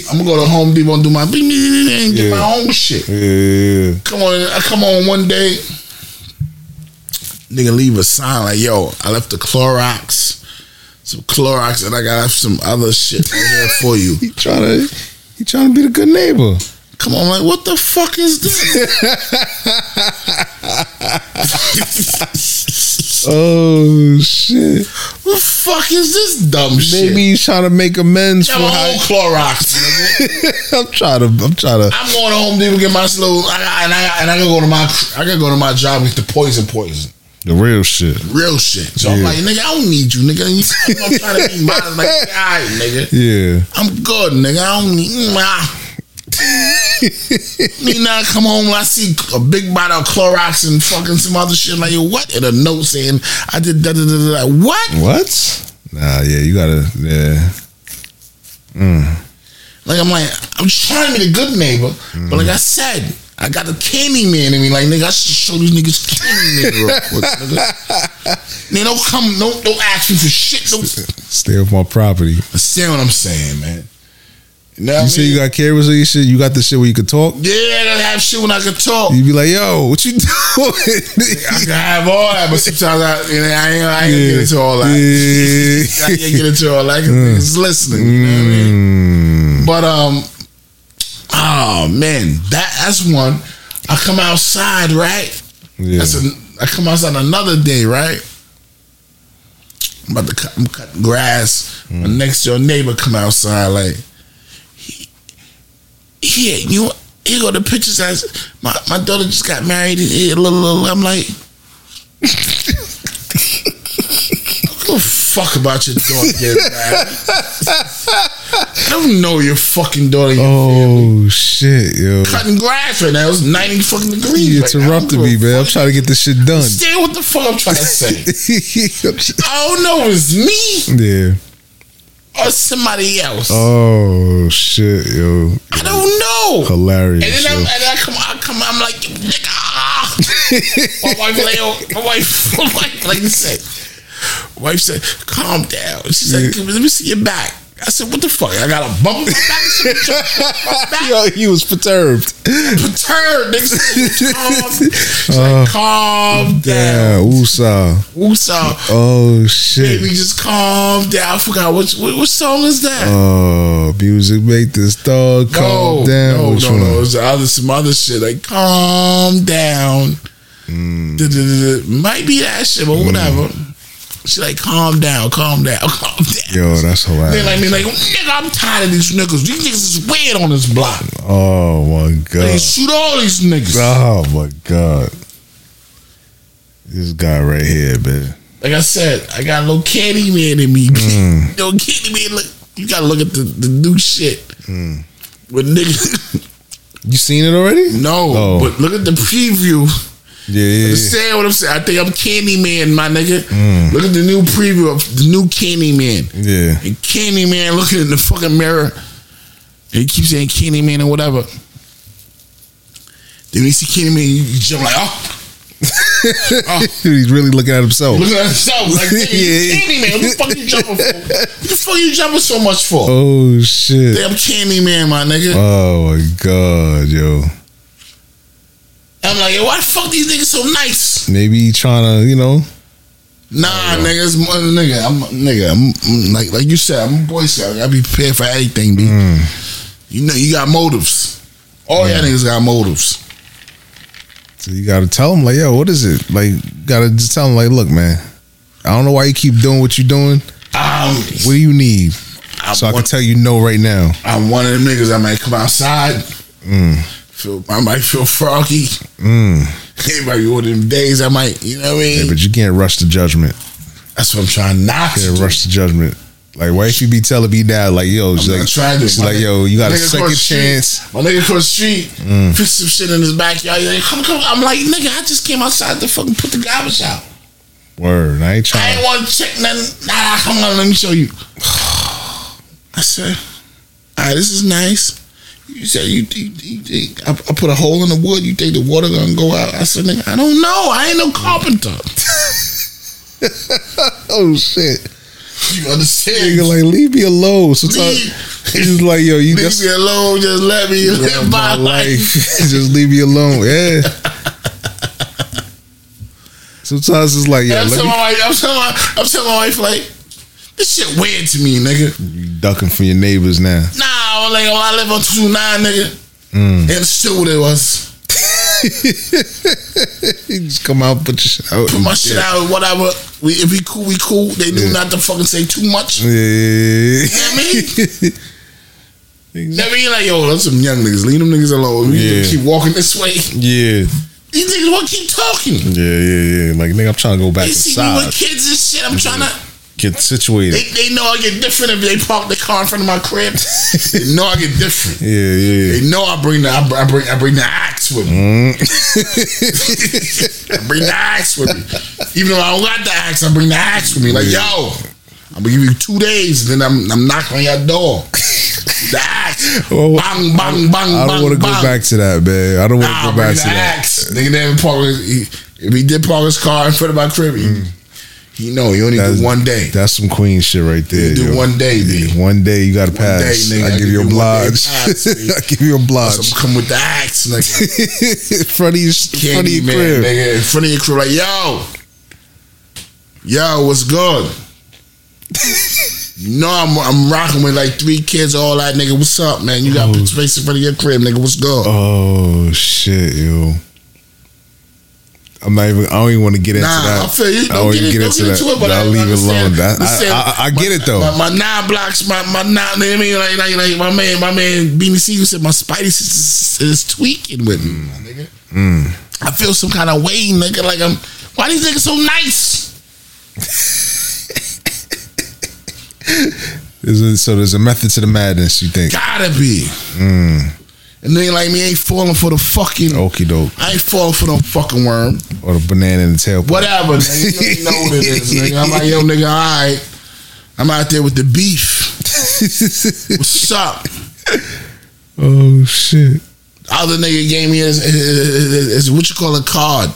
Speaker 3: I'm gonna go to Home Depot and do my bing, bing, bing, bing, and get
Speaker 5: Yeah.
Speaker 3: my own shit.
Speaker 5: Yeah.
Speaker 3: Come on, I come on one day. Nigga leave a sign like, yo, I left the Clorox, some Clorox, and I got some other shit right here for you.
Speaker 5: He trying to he trying to be the good neighbor.
Speaker 3: *laughs* Come on, I'm like, what the fuck is *laughs* this?
Speaker 5: Oh shit.
Speaker 3: what the fuck is this dumb shit?
Speaker 5: Maybe he's trying to make amends
Speaker 3: I'm
Speaker 5: for
Speaker 3: on
Speaker 5: how
Speaker 3: Clorox.
Speaker 5: *laughs*
Speaker 3: nigga.
Speaker 5: I'm trying to I'm trying to
Speaker 3: I'm going to Home Depot get my slow, I, I- and I and I gotta go to my I gotta go to my job and get the poison, poison.
Speaker 5: the real shit.
Speaker 3: real shit. So I'm
Speaker 5: Yeah.
Speaker 3: like, nigga, I don't need you, nigga. You know I'm trying to be modest, like, all right, nigga.
Speaker 5: Yeah.
Speaker 3: I'm good, nigga. I don't need. Mm, ah. Me now come home and I see a big bottle of Clorox and fucking some other shit like yo, what? And a note saying I did da da da da. What?
Speaker 5: What? Nah, yeah, you gotta yeah.
Speaker 3: Like I'm like I'm trying to be the good neighbor, but like I said, I got the candy man in me. Like nigga, I should show these niggas candy man real quick. Nigga. Nigga, don't come, don't don't ask me for shit. Don't
Speaker 5: Stay off my property.
Speaker 3: Understand what I'm saying, man? You know what I
Speaker 5: You say you
Speaker 3: mean?
Speaker 5: got cameras on your shit. You got the shit where you could talk.
Speaker 3: yeah, I gotta have shit when I can talk.
Speaker 5: You be like, yo, what you *laughs* doing?
Speaker 3: I can have all that, but sometimes I, you know, I ain't, I ain't gonna get into all that.
Speaker 5: Yeah.
Speaker 3: *laughs*
Speaker 5: Mm.
Speaker 3: I can't get into all that. 'cause Niggas listening, you know what I mean? But um, oh man, that that's one. I come outside, right?
Speaker 5: Yeah. *laughs*
Speaker 3: That's an, I come outside another day, right? I'm about to cut, I'm cutting grass.
Speaker 5: Mm.
Speaker 3: My next door neighbor come outside, like he, he you. Here go the pictures. As my, my daughter just got married. And, eh, la, la, la. I'm like, Give a fuck about your daughter getting married. I don't know your fucking daughter. You
Speaker 5: Oh shit, yo.
Speaker 3: cutting grass right now. It's 90 fucking degrees.
Speaker 5: You
Speaker 3: right now.
Speaker 5: interrupted
Speaker 3: I don't
Speaker 5: me,
Speaker 3: give a
Speaker 5: man. I'm
Speaker 3: fuck.
Speaker 5: trying to get this shit done.
Speaker 3: Understand what the fuck I'm trying to say.
Speaker 5: yeah.
Speaker 3: I don't know if it's
Speaker 5: *laughs*
Speaker 3: me or somebody else.
Speaker 5: Oh shit, yo.
Speaker 3: I don't know.
Speaker 5: Hilarious.
Speaker 3: And then, I,
Speaker 5: yo.
Speaker 3: and then I come, I come, I'm like, nigga. ah. my wife, like, yo, my wife, *laughs* my wife, like you said, wife said, calm down. She said, let me see your back. I said, what the fuck? I Um, got a bump in my back. Some shit on my
Speaker 5: *laughs*
Speaker 3: back.
Speaker 5: Yo, he was perturbed. *laughs* Oh,
Speaker 3: Perturbed, nigga. She said, Calm, She's like, calm down.
Speaker 5: Damn, Usa.
Speaker 3: What's up?
Speaker 5: Oh
Speaker 3: Baby,
Speaker 5: shit.
Speaker 3: just calm down. I forgot what what, what song is that?
Speaker 5: Oh, music make this dog calm
Speaker 3: no,
Speaker 5: down.
Speaker 3: no,
Speaker 5: Which
Speaker 3: no,
Speaker 5: one?
Speaker 3: no. It was the other some other shit like calm down.
Speaker 5: Mm.
Speaker 3: Da-da-da-da. Might be that shit, but whatever. She like calm down, calm down, *laughs* calm down.
Speaker 5: Yo, that's
Speaker 3: They
Speaker 5: hilarious.
Speaker 3: like me like nigga. I'm tired of these niggas. These niggas is weird on this block.
Speaker 5: oh my
Speaker 3: They
Speaker 5: god.
Speaker 3: shoot all these niggas.
Speaker 5: Oh my god. This guy right here, man.
Speaker 3: Like I said, I got a little candy man in me.
Speaker 5: Mm.
Speaker 3: *laughs* little candy man, look, you gotta look at the, the new shit.
Speaker 5: Mm.
Speaker 3: With niggas.
Speaker 5: You seen it already?
Speaker 3: *laughs* No,
Speaker 5: Oh.
Speaker 3: but look at the preview.
Speaker 5: Yeah, yeah, yeah. Mm.
Speaker 3: Understand what I'm saying? I think I'm Candyman, my nigga. Look at the new preview of the new Candyman.
Speaker 5: Yeah.
Speaker 3: And Candyman looking in the fucking mirror. And he keeps saying Candyman and whatever. Then when you see Candyman, you you jump like, oh,
Speaker 5: *laughs* He's really looking at himself.
Speaker 3: look at himself.
Speaker 5: *laughs*
Speaker 3: Like, nigga,
Speaker 5: Yeah.
Speaker 3: you Candyman, what the fuck you jumping for? What the fuck you jumping so much for?
Speaker 5: Oh shit.
Speaker 3: Damn Candyman, my nigga.
Speaker 5: Oh my god, yo. Oh.
Speaker 3: I'm like, yo, why the fuck these niggas so nice?
Speaker 5: Maybe he trying to, you know.
Speaker 3: Nah, nigga, it's more, nigga. I'm nigga. I'm, I'm- like like you said. I'm a boy scout. I be prepared for everything, B. You know, you got motives. All y'all niggas got motives.
Speaker 5: So you gotta tell him like, yo, what is it? Like, you gotta just tell him like, look, man, I don't know why you keep doing what you're doing.
Speaker 3: Um,
Speaker 5: What do you need? so I
Speaker 3: want-
Speaker 5: can tell you no right now.
Speaker 3: I'm one of them niggas. I might come outside. Hmm. Feel I might feel froggy. Hmm. *laughs* It might be one of them days. I might, you know what I
Speaker 5: Yeah,
Speaker 3: mean.
Speaker 5: but you can't rush the judgment.
Speaker 3: That's what I'm trying not
Speaker 5: Yeah,
Speaker 3: to do.
Speaker 5: rush the judgment. Like, why if you be telling me now, like, yo, she's
Speaker 3: I'm
Speaker 5: like,
Speaker 3: not trying to.
Speaker 5: she's
Speaker 3: My
Speaker 5: like,
Speaker 3: nigga-
Speaker 5: yo, you got a
Speaker 3: nigga
Speaker 5: second
Speaker 3: across the street-
Speaker 5: chance. Mm.
Speaker 3: My nigga across the street fix some shit in his backyard. He's like, come, come. I'm like, nigga, I just came outside to fucking put the garbage out.
Speaker 5: Word, I ain't
Speaker 3: I ain't
Speaker 5: trying.
Speaker 3: want to check nothing. Nah, come on, let me show you. *sighs* I said, all right, this is nice. You said you, you, you, you- I, I put a hole in the wood. You think the water gonna go out? I said, nigga, I don't know. I ain't
Speaker 5: *laughs*
Speaker 3: no carpenter.
Speaker 5: Oh shit!
Speaker 3: You understand?
Speaker 5: Nigga, like, leave me alone. Sometimes *laughs*
Speaker 3: Leave-
Speaker 5: he's like, yo, you
Speaker 3: leave
Speaker 5: just
Speaker 3: me alone. Just let me live
Speaker 5: live
Speaker 3: my, life.
Speaker 5: *laughs* just leave me alone. Yeah. Sometimes it's like, yo,
Speaker 3: I'm,
Speaker 5: let
Speaker 3: telling
Speaker 5: me
Speaker 3: my wife, I'm, telling my, I'm telling my wife, like, this shit weird to me, nigga.
Speaker 5: You ducking from your neighbors now.
Speaker 3: Nah, I'm like, well, I live on 229, nigga. And it's still what it was.
Speaker 5: You just come out, put your shit out.
Speaker 3: put my shit out, whatever. We, if we cool, we cool. They knew not to fucking say too much. You know
Speaker 5: Yeah.
Speaker 3: what I mean? That mean like, yo, that's some young niggas. Leave them niggas alone. We
Speaker 5: Yeah.
Speaker 3: keep walking this way.
Speaker 5: Yeah.
Speaker 3: These niggas want to keep talking.
Speaker 5: *laughs* Yeah, yeah, yeah. Like, nigga, I'm trying to go back
Speaker 3: They see me
Speaker 5: inside.
Speaker 3: with kids and shit. I'm trying to.
Speaker 5: Get situated.
Speaker 3: They, they know I get different if they park the car in front of my crib. they know I get different.
Speaker 5: Yeah, yeah.
Speaker 3: They know I bring the I br- I bring I bring the axe with me.
Speaker 5: Mm.
Speaker 3: *laughs* I bring the axe with me. Even though I don't got the axe, I bring the axe with me. Like yo, I'm gonna give you two days, then I'm I'm knocking on your door. the axe,
Speaker 5: Well,
Speaker 3: bang bang bang.
Speaker 5: I don't want to go back to that, man. I don't want to
Speaker 3: Nah,
Speaker 5: go
Speaker 3: bring
Speaker 5: back
Speaker 3: the
Speaker 5: to that.
Speaker 3: axe. Nigga, never park. His, he, if he did park his car in front of my crib, he, You know, you only
Speaker 5: Mm. That's-
Speaker 3: do one day.
Speaker 5: That's some queen shit right there.
Speaker 3: You do
Speaker 5: yo.
Speaker 3: one day, B.
Speaker 5: Yeah, One day you got to
Speaker 3: One day,
Speaker 5: pass.
Speaker 3: nigga,
Speaker 5: I, give you a
Speaker 3: one day
Speaker 5: *laughs* blodge.
Speaker 3: pass, B.
Speaker 5: I give you a blodge. *laughs*
Speaker 3: Some come with the axe, nigga.
Speaker 5: in front of your, in front of
Speaker 3: Candy
Speaker 5: your
Speaker 3: man,
Speaker 5: crib.
Speaker 3: nigga. In front of your crew, like, yo, yo, what's good? you know I'm I'm rocking with like three kids, all that, nigga. What's up, man? You got space in front of your crib, nigga. What's good?
Speaker 5: Oh shit, yo. I'm not even. I don't even want to get into
Speaker 3: Nah,
Speaker 5: that.
Speaker 3: I feel you.
Speaker 5: I don't
Speaker 3: Don't get,
Speaker 5: even
Speaker 3: it,
Speaker 5: get,
Speaker 3: don't
Speaker 5: into that.
Speaker 3: it, but
Speaker 5: Nah,
Speaker 3: I
Speaker 5: I'll leave it
Speaker 3: understand-
Speaker 5: alone. I,
Speaker 3: understand
Speaker 5: I, I, I get it though.
Speaker 3: My, my nine blocks, my my nine. You know what I mean, like like like my man, my man Beanie Siegel said, my spidey is, is tweaking with me, Mm, my nigga.
Speaker 5: Mm.
Speaker 3: I feel some kind of way, nigga. Like I'm. Why these niggas so nice?
Speaker 5: Is it- so there's a method to the madness. You think?
Speaker 3: Gotta be. Mm. And then like me ain't falling for the fucking.
Speaker 5: Okie doke,
Speaker 3: I ain't falling for no fucking worm.
Speaker 5: or the banana in the tailpipe.
Speaker 3: Whatever, nigga. You already know what it is, nigga. I'm like, yo, nigga, all right. I'm out there with the beef. What's up?
Speaker 5: *laughs* oh shit!
Speaker 3: Other nigga gave me his, his, his- his- what you call a card.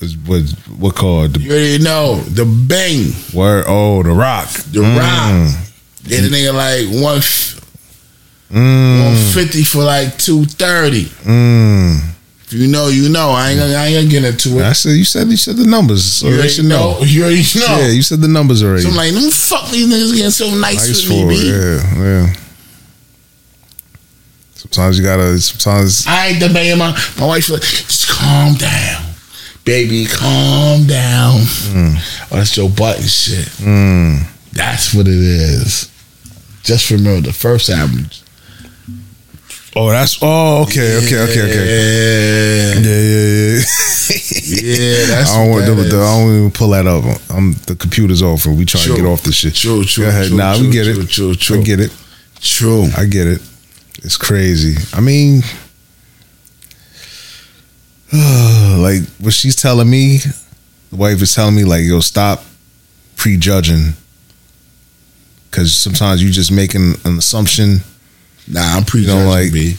Speaker 5: It's What what called the
Speaker 3: You already know the bang,
Speaker 5: word? Oh, the rock.
Speaker 3: the rock. Then the nigga like one f- one fifty for like two thirty.
Speaker 5: Mm.
Speaker 3: If you know, you know. I ain't gonna, I ain't gonna get into it.
Speaker 5: I said you said you said the numbers, so
Speaker 3: you
Speaker 5: they
Speaker 3: already
Speaker 5: should know.
Speaker 3: You already know.
Speaker 5: Yeah, you said the numbers already.
Speaker 3: So I'm like, them fuck these niggas getting so nice,
Speaker 5: Nice
Speaker 3: with
Speaker 5: for
Speaker 3: me, B.
Speaker 5: yeah, yeah. Sometimes you gotta. Sometimes
Speaker 3: I ain't debating my my wife like, just calm down. Baby, calm down.
Speaker 5: Hmm.
Speaker 3: Oh, that's your butt and shit.
Speaker 5: mm.
Speaker 3: That's what it is. Just remember the first album.
Speaker 5: Oh, that's oh, okay, okay, okay, okay. Yeah,
Speaker 3: okay.
Speaker 5: yeah, yeah.
Speaker 3: Yeah, that's
Speaker 5: I don't
Speaker 3: what
Speaker 5: want the,
Speaker 3: that
Speaker 5: the,
Speaker 3: is.
Speaker 5: I don't even pull that up. I'm the computer's off, and we trying
Speaker 3: True.
Speaker 5: to get off this shit.
Speaker 3: True, true,
Speaker 5: Go ahead.
Speaker 3: true,
Speaker 5: nah,
Speaker 3: true,
Speaker 5: we get
Speaker 3: true,
Speaker 5: it.
Speaker 3: true, true.
Speaker 5: I get it.
Speaker 3: True.
Speaker 5: I get it. It's crazy. I mean, *sighs* like what she's telling me, the wife is telling me, like, yo, stop prejudging, because sometimes you just making an assumption.
Speaker 3: Nah, I'm pretty
Speaker 5: don't like-
Speaker 3: B.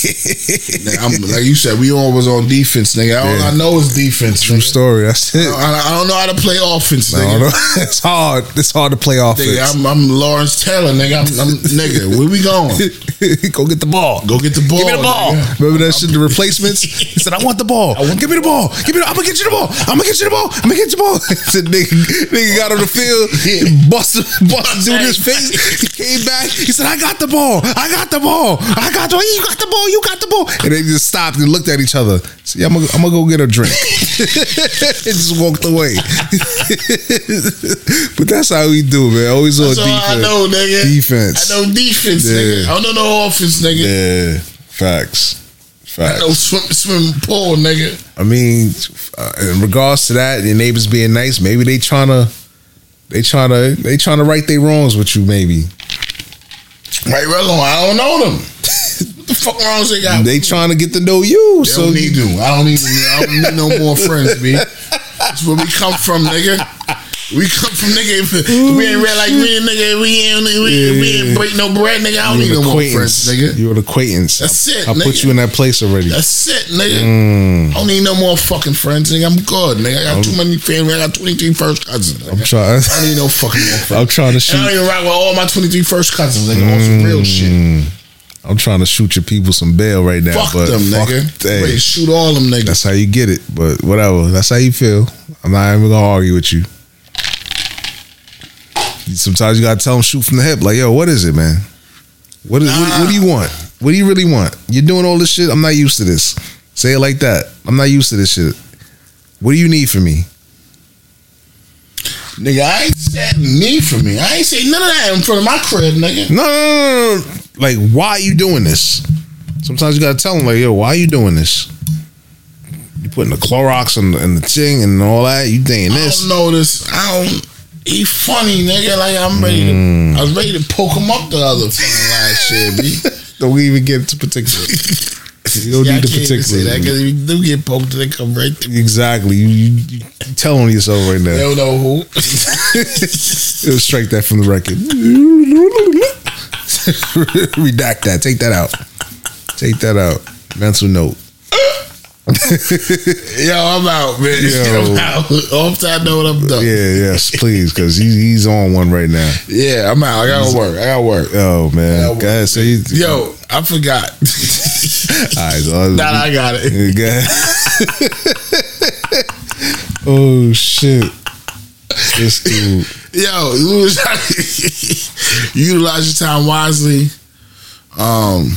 Speaker 3: Nigga, I'm, like you said, we always on defense, nigga. All
Speaker 5: Yeah.
Speaker 3: I know is defense.
Speaker 5: True
Speaker 3: nigga.
Speaker 5: story. That's
Speaker 3: *laughs*
Speaker 5: it.
Speaker 3: I, I don't know how to play offense,
Speaker 5: I don't
Speaker 3: nigga.
Speaker 5: know. *laughs* it's hard. It's hard to play offense. *laughs*
Speaker 3: Nigga, I'm, I'm Lawrence Taylor, nigga. I'm, I'm nigga. Where we going?
Speaker 5: Go get the ball.
Speaker 3: Go get the ball.
Speaker 5: Give me the ball. *laughs*
Speaker 3: nigga.
Speaker 5: Remember that shit, the *laughs* replacements? He said, I want the ball. Give me the ball. Give me the, I'm gonna get you the ball. I'm gonna get you the ball. I'm gonna get you the ball. *laughs* He said, nigga, nigga got on the *laughs* field, busted, busted dude in his face. He came back. He said, I got the ball. I got the ball. I got the ball. You got the ball. You got the ball. And they just stopped and looked at each other. See, I'm gonna, I'm gonna go get a drink. *laughs* and just walked away. *laughs* but that's how we do, man. Always on
Speaker 3: That's all
Speaker 5: defense.
Speaker 3: I know, nigga.
Speaker 5: Defense.
Speaker 3: I know defense, nigga.
Speaker 5: Yeah.
Speaker 3: I don't know no offense, nigga.
Speaker 5: Yeah, facts.
Speaker 3: I know
Speaker 5: Facts.
Speaker 3: swim, swim pool, nigga.
Speaker 5: I, mean, uh, in regards to that, your neighbors being nice, maybe they trying to, they trying to, they trying to right their wrongs with you. Maybe
Speaker 3: Right, right along. I don't know
Speaker 5: *laughs*
Speaker 3: them. what the fuck wrongs they got?
Speaker 5: they trying to get to know you.
Speaker 3: They
Speaker 5: so
Speaker 3: don't need to. I don't even. I don't need no more friends, B. That's where we come from, nigga. We come from nigga. If we ain't red like we ain't nigga. We ain't we, we ain't break no bread, nigga. I don't need
Speaker 5: you're an
Speaker 3: no more
Speaker 5: acquaintance.
Speaker 3: friends, nigga.
Speaker 5: You're an acquaintance.
Speaker 3: That's it,
Speaker 5: I, I put
Speaker 3: nigga.
Speaker 5: you in Mm. that place already.
Speaker 3: That's it, nigga. I don't need no more fucking friends, nigga. I'm good, nigga. I got too many family. I got 23 first cousins.
Speaker 5: I'm
Speaker 3: Nigga.
Speaker 5: trying.
Speaker 3: I don't need no fucking more friends.
Speaker 5: I'm trying to
Speaker 3: And I don't
Speaker 5: shoot.
Speaker 3: even rock with all my 23 first cousins, nigga. On some
Speaker 5: Mm,
Speaker 3: real shit.
Speaker 5: I'm trying to shoot your people some bail right now. but
Speaker 3: Fuck them,
Speaker 5: fuck
Speaker 3: nigga.
Speaker 5: that.
Speaker 3: Ready to shoot all them niggas.
Speaker 5: That's how you get it. But whatever. That's how you feel. I'm not even gonna argue with you. Sometimes you gotta tell them shoot from the hip. Like, yo, what is it, man? What is what, what do you want? What do you really want? You're doing all this shit. I'm not used to this. Say it like that. I'm not used to this shit. What do you need from me?
Speaker 3: Nigga, I ain't said me for me. I ain't say none of that in front of my crib, nigga.
Speaker 5: No, no, no, no, no. Like, why are you doing this? Sometimes you gotta tell them, like, yo, why are you doing this? You putting the Clorox and, and the thing and all that. You doing
Speaker 3: I
Speaker 5: this?
Speaker 3: don't know this. I don't. He funny, nigga. Like I'm ready.
Speaker 5: Mm.
Speaker 3: To, I was ready to poke him up the other fucking last shit, b.
Speaker 5: *laughs* Don't even get to particulars. you don't
Speaker 3: Yeah, I
Speaker 5: need the
Speaker 3: can't even say that
Speaker 5: particulars.
Speaker 3: because if you do get poked, they come right through.
Speaker 5: Exactly. You, you, you tell on yourself right
Speaker 3: They
Speaker 5: now.
Speaker 3: don't
Speaker 5: *laughs*
Speaker 3: know who.
Speaker 5: It'll strike that from the record. *laughs* Redact that. Take that out. Take that out. Mental note.
Speaker 3: Yo, I'm out, man.
Speaker 5: Yo.
Speaker 3: *laughs* I'm out. Off that note, I'm done. Yeah,
Speaker 5: Yeah, yes, please, because he, he's on one right now.
Speaker 3: I'm out. I gotta work. I gotta work.
Speaker 5: Oh
Speaker 3: Yeah,
Speaker 5: man, go ahead. So you,
Speaker 3: Yo, I forgot. *laughs*
Speaker 5: all right, so I was-
Speaker 3: nah, I got it.
Speaker 5: Go ahead. oh shit, this dude.
Speaker 3: Yo, you was- *laughs* utilize your time wisely. Um.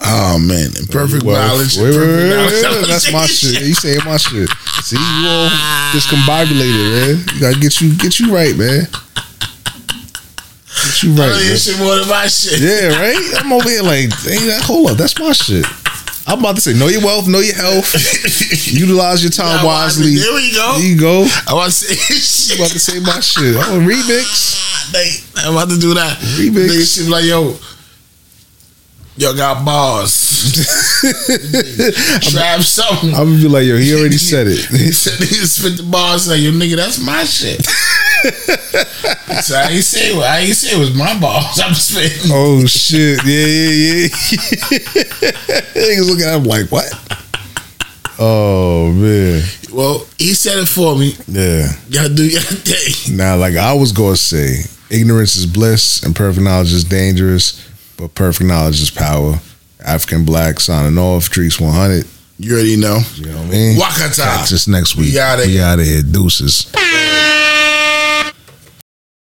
Speaker 3: Oh man, and perfect
Speaker 5: Well,
Speaker 3: balance.
Speaker 5: Wait, wait,
Speaker 3: perfect
Speaker 5: wait, wait,
Speaker 3: balance.
Speaker 5: wait, That's my shit. You saying my shit. See, you all discombobulated, man. You gotta get you get you right, man. Get you right,
Speaker 3: I know your
Speaker 5: man.
Speaker 3: shit more than my shit.
Speaker 5: Yeah, right. I'm over here like, hey, that- hold up, that's my shit. I'm about to say, know your wealth, know your *laughs* health, utilize your time
Speaker 3: Now,
Speaker 5: wisely.
Speaker 3: There we go.
Speaker 5: There you go.
Speaker 3: I want to say shit.
Speaker 5: I'm about to say my shit. Oh, remix.
Speaker 3: They, Ah, I'm about to do that.
Speaker 5: Remix.
Speaker 3: Nigga shit be like, yo, yo
Speaker 5: *laughs*
Speaker 3: got bars. Trap something.
Speaker 5: I'm gonna be like, yo, he already said
Speaker 3: He
Speaker 5: it.
Speaker 3: said he spit the bars like, yo nigga, that's my shit. so I ain't say what I ain't say it was my balls. *laughs* I'm spitting.
Speaker 5: oh shit! Yeah, yeah, yeah. *laughs* Niggas looking at him like, what? Oh man,
Speaker 3: Well, he said it for me.
Speaker 5: yeah.
Speaker 3: Y'all do your *laughs* thing.
Speaker 5: Now, like I was gonna say, ignorance is bliss and perfect knowledge is dangerous, but perfect knowledge is power. African Black signing off, Treeks 100.
Speaker 3: You already know.
Speaker 5: You know what I mean?
Speaker 3: Wakata.
Speaker 5: Catch us next week.
Speaker 3: We outta
Speaker 5: We out of here. Deuces.
Speaker 3: Peace.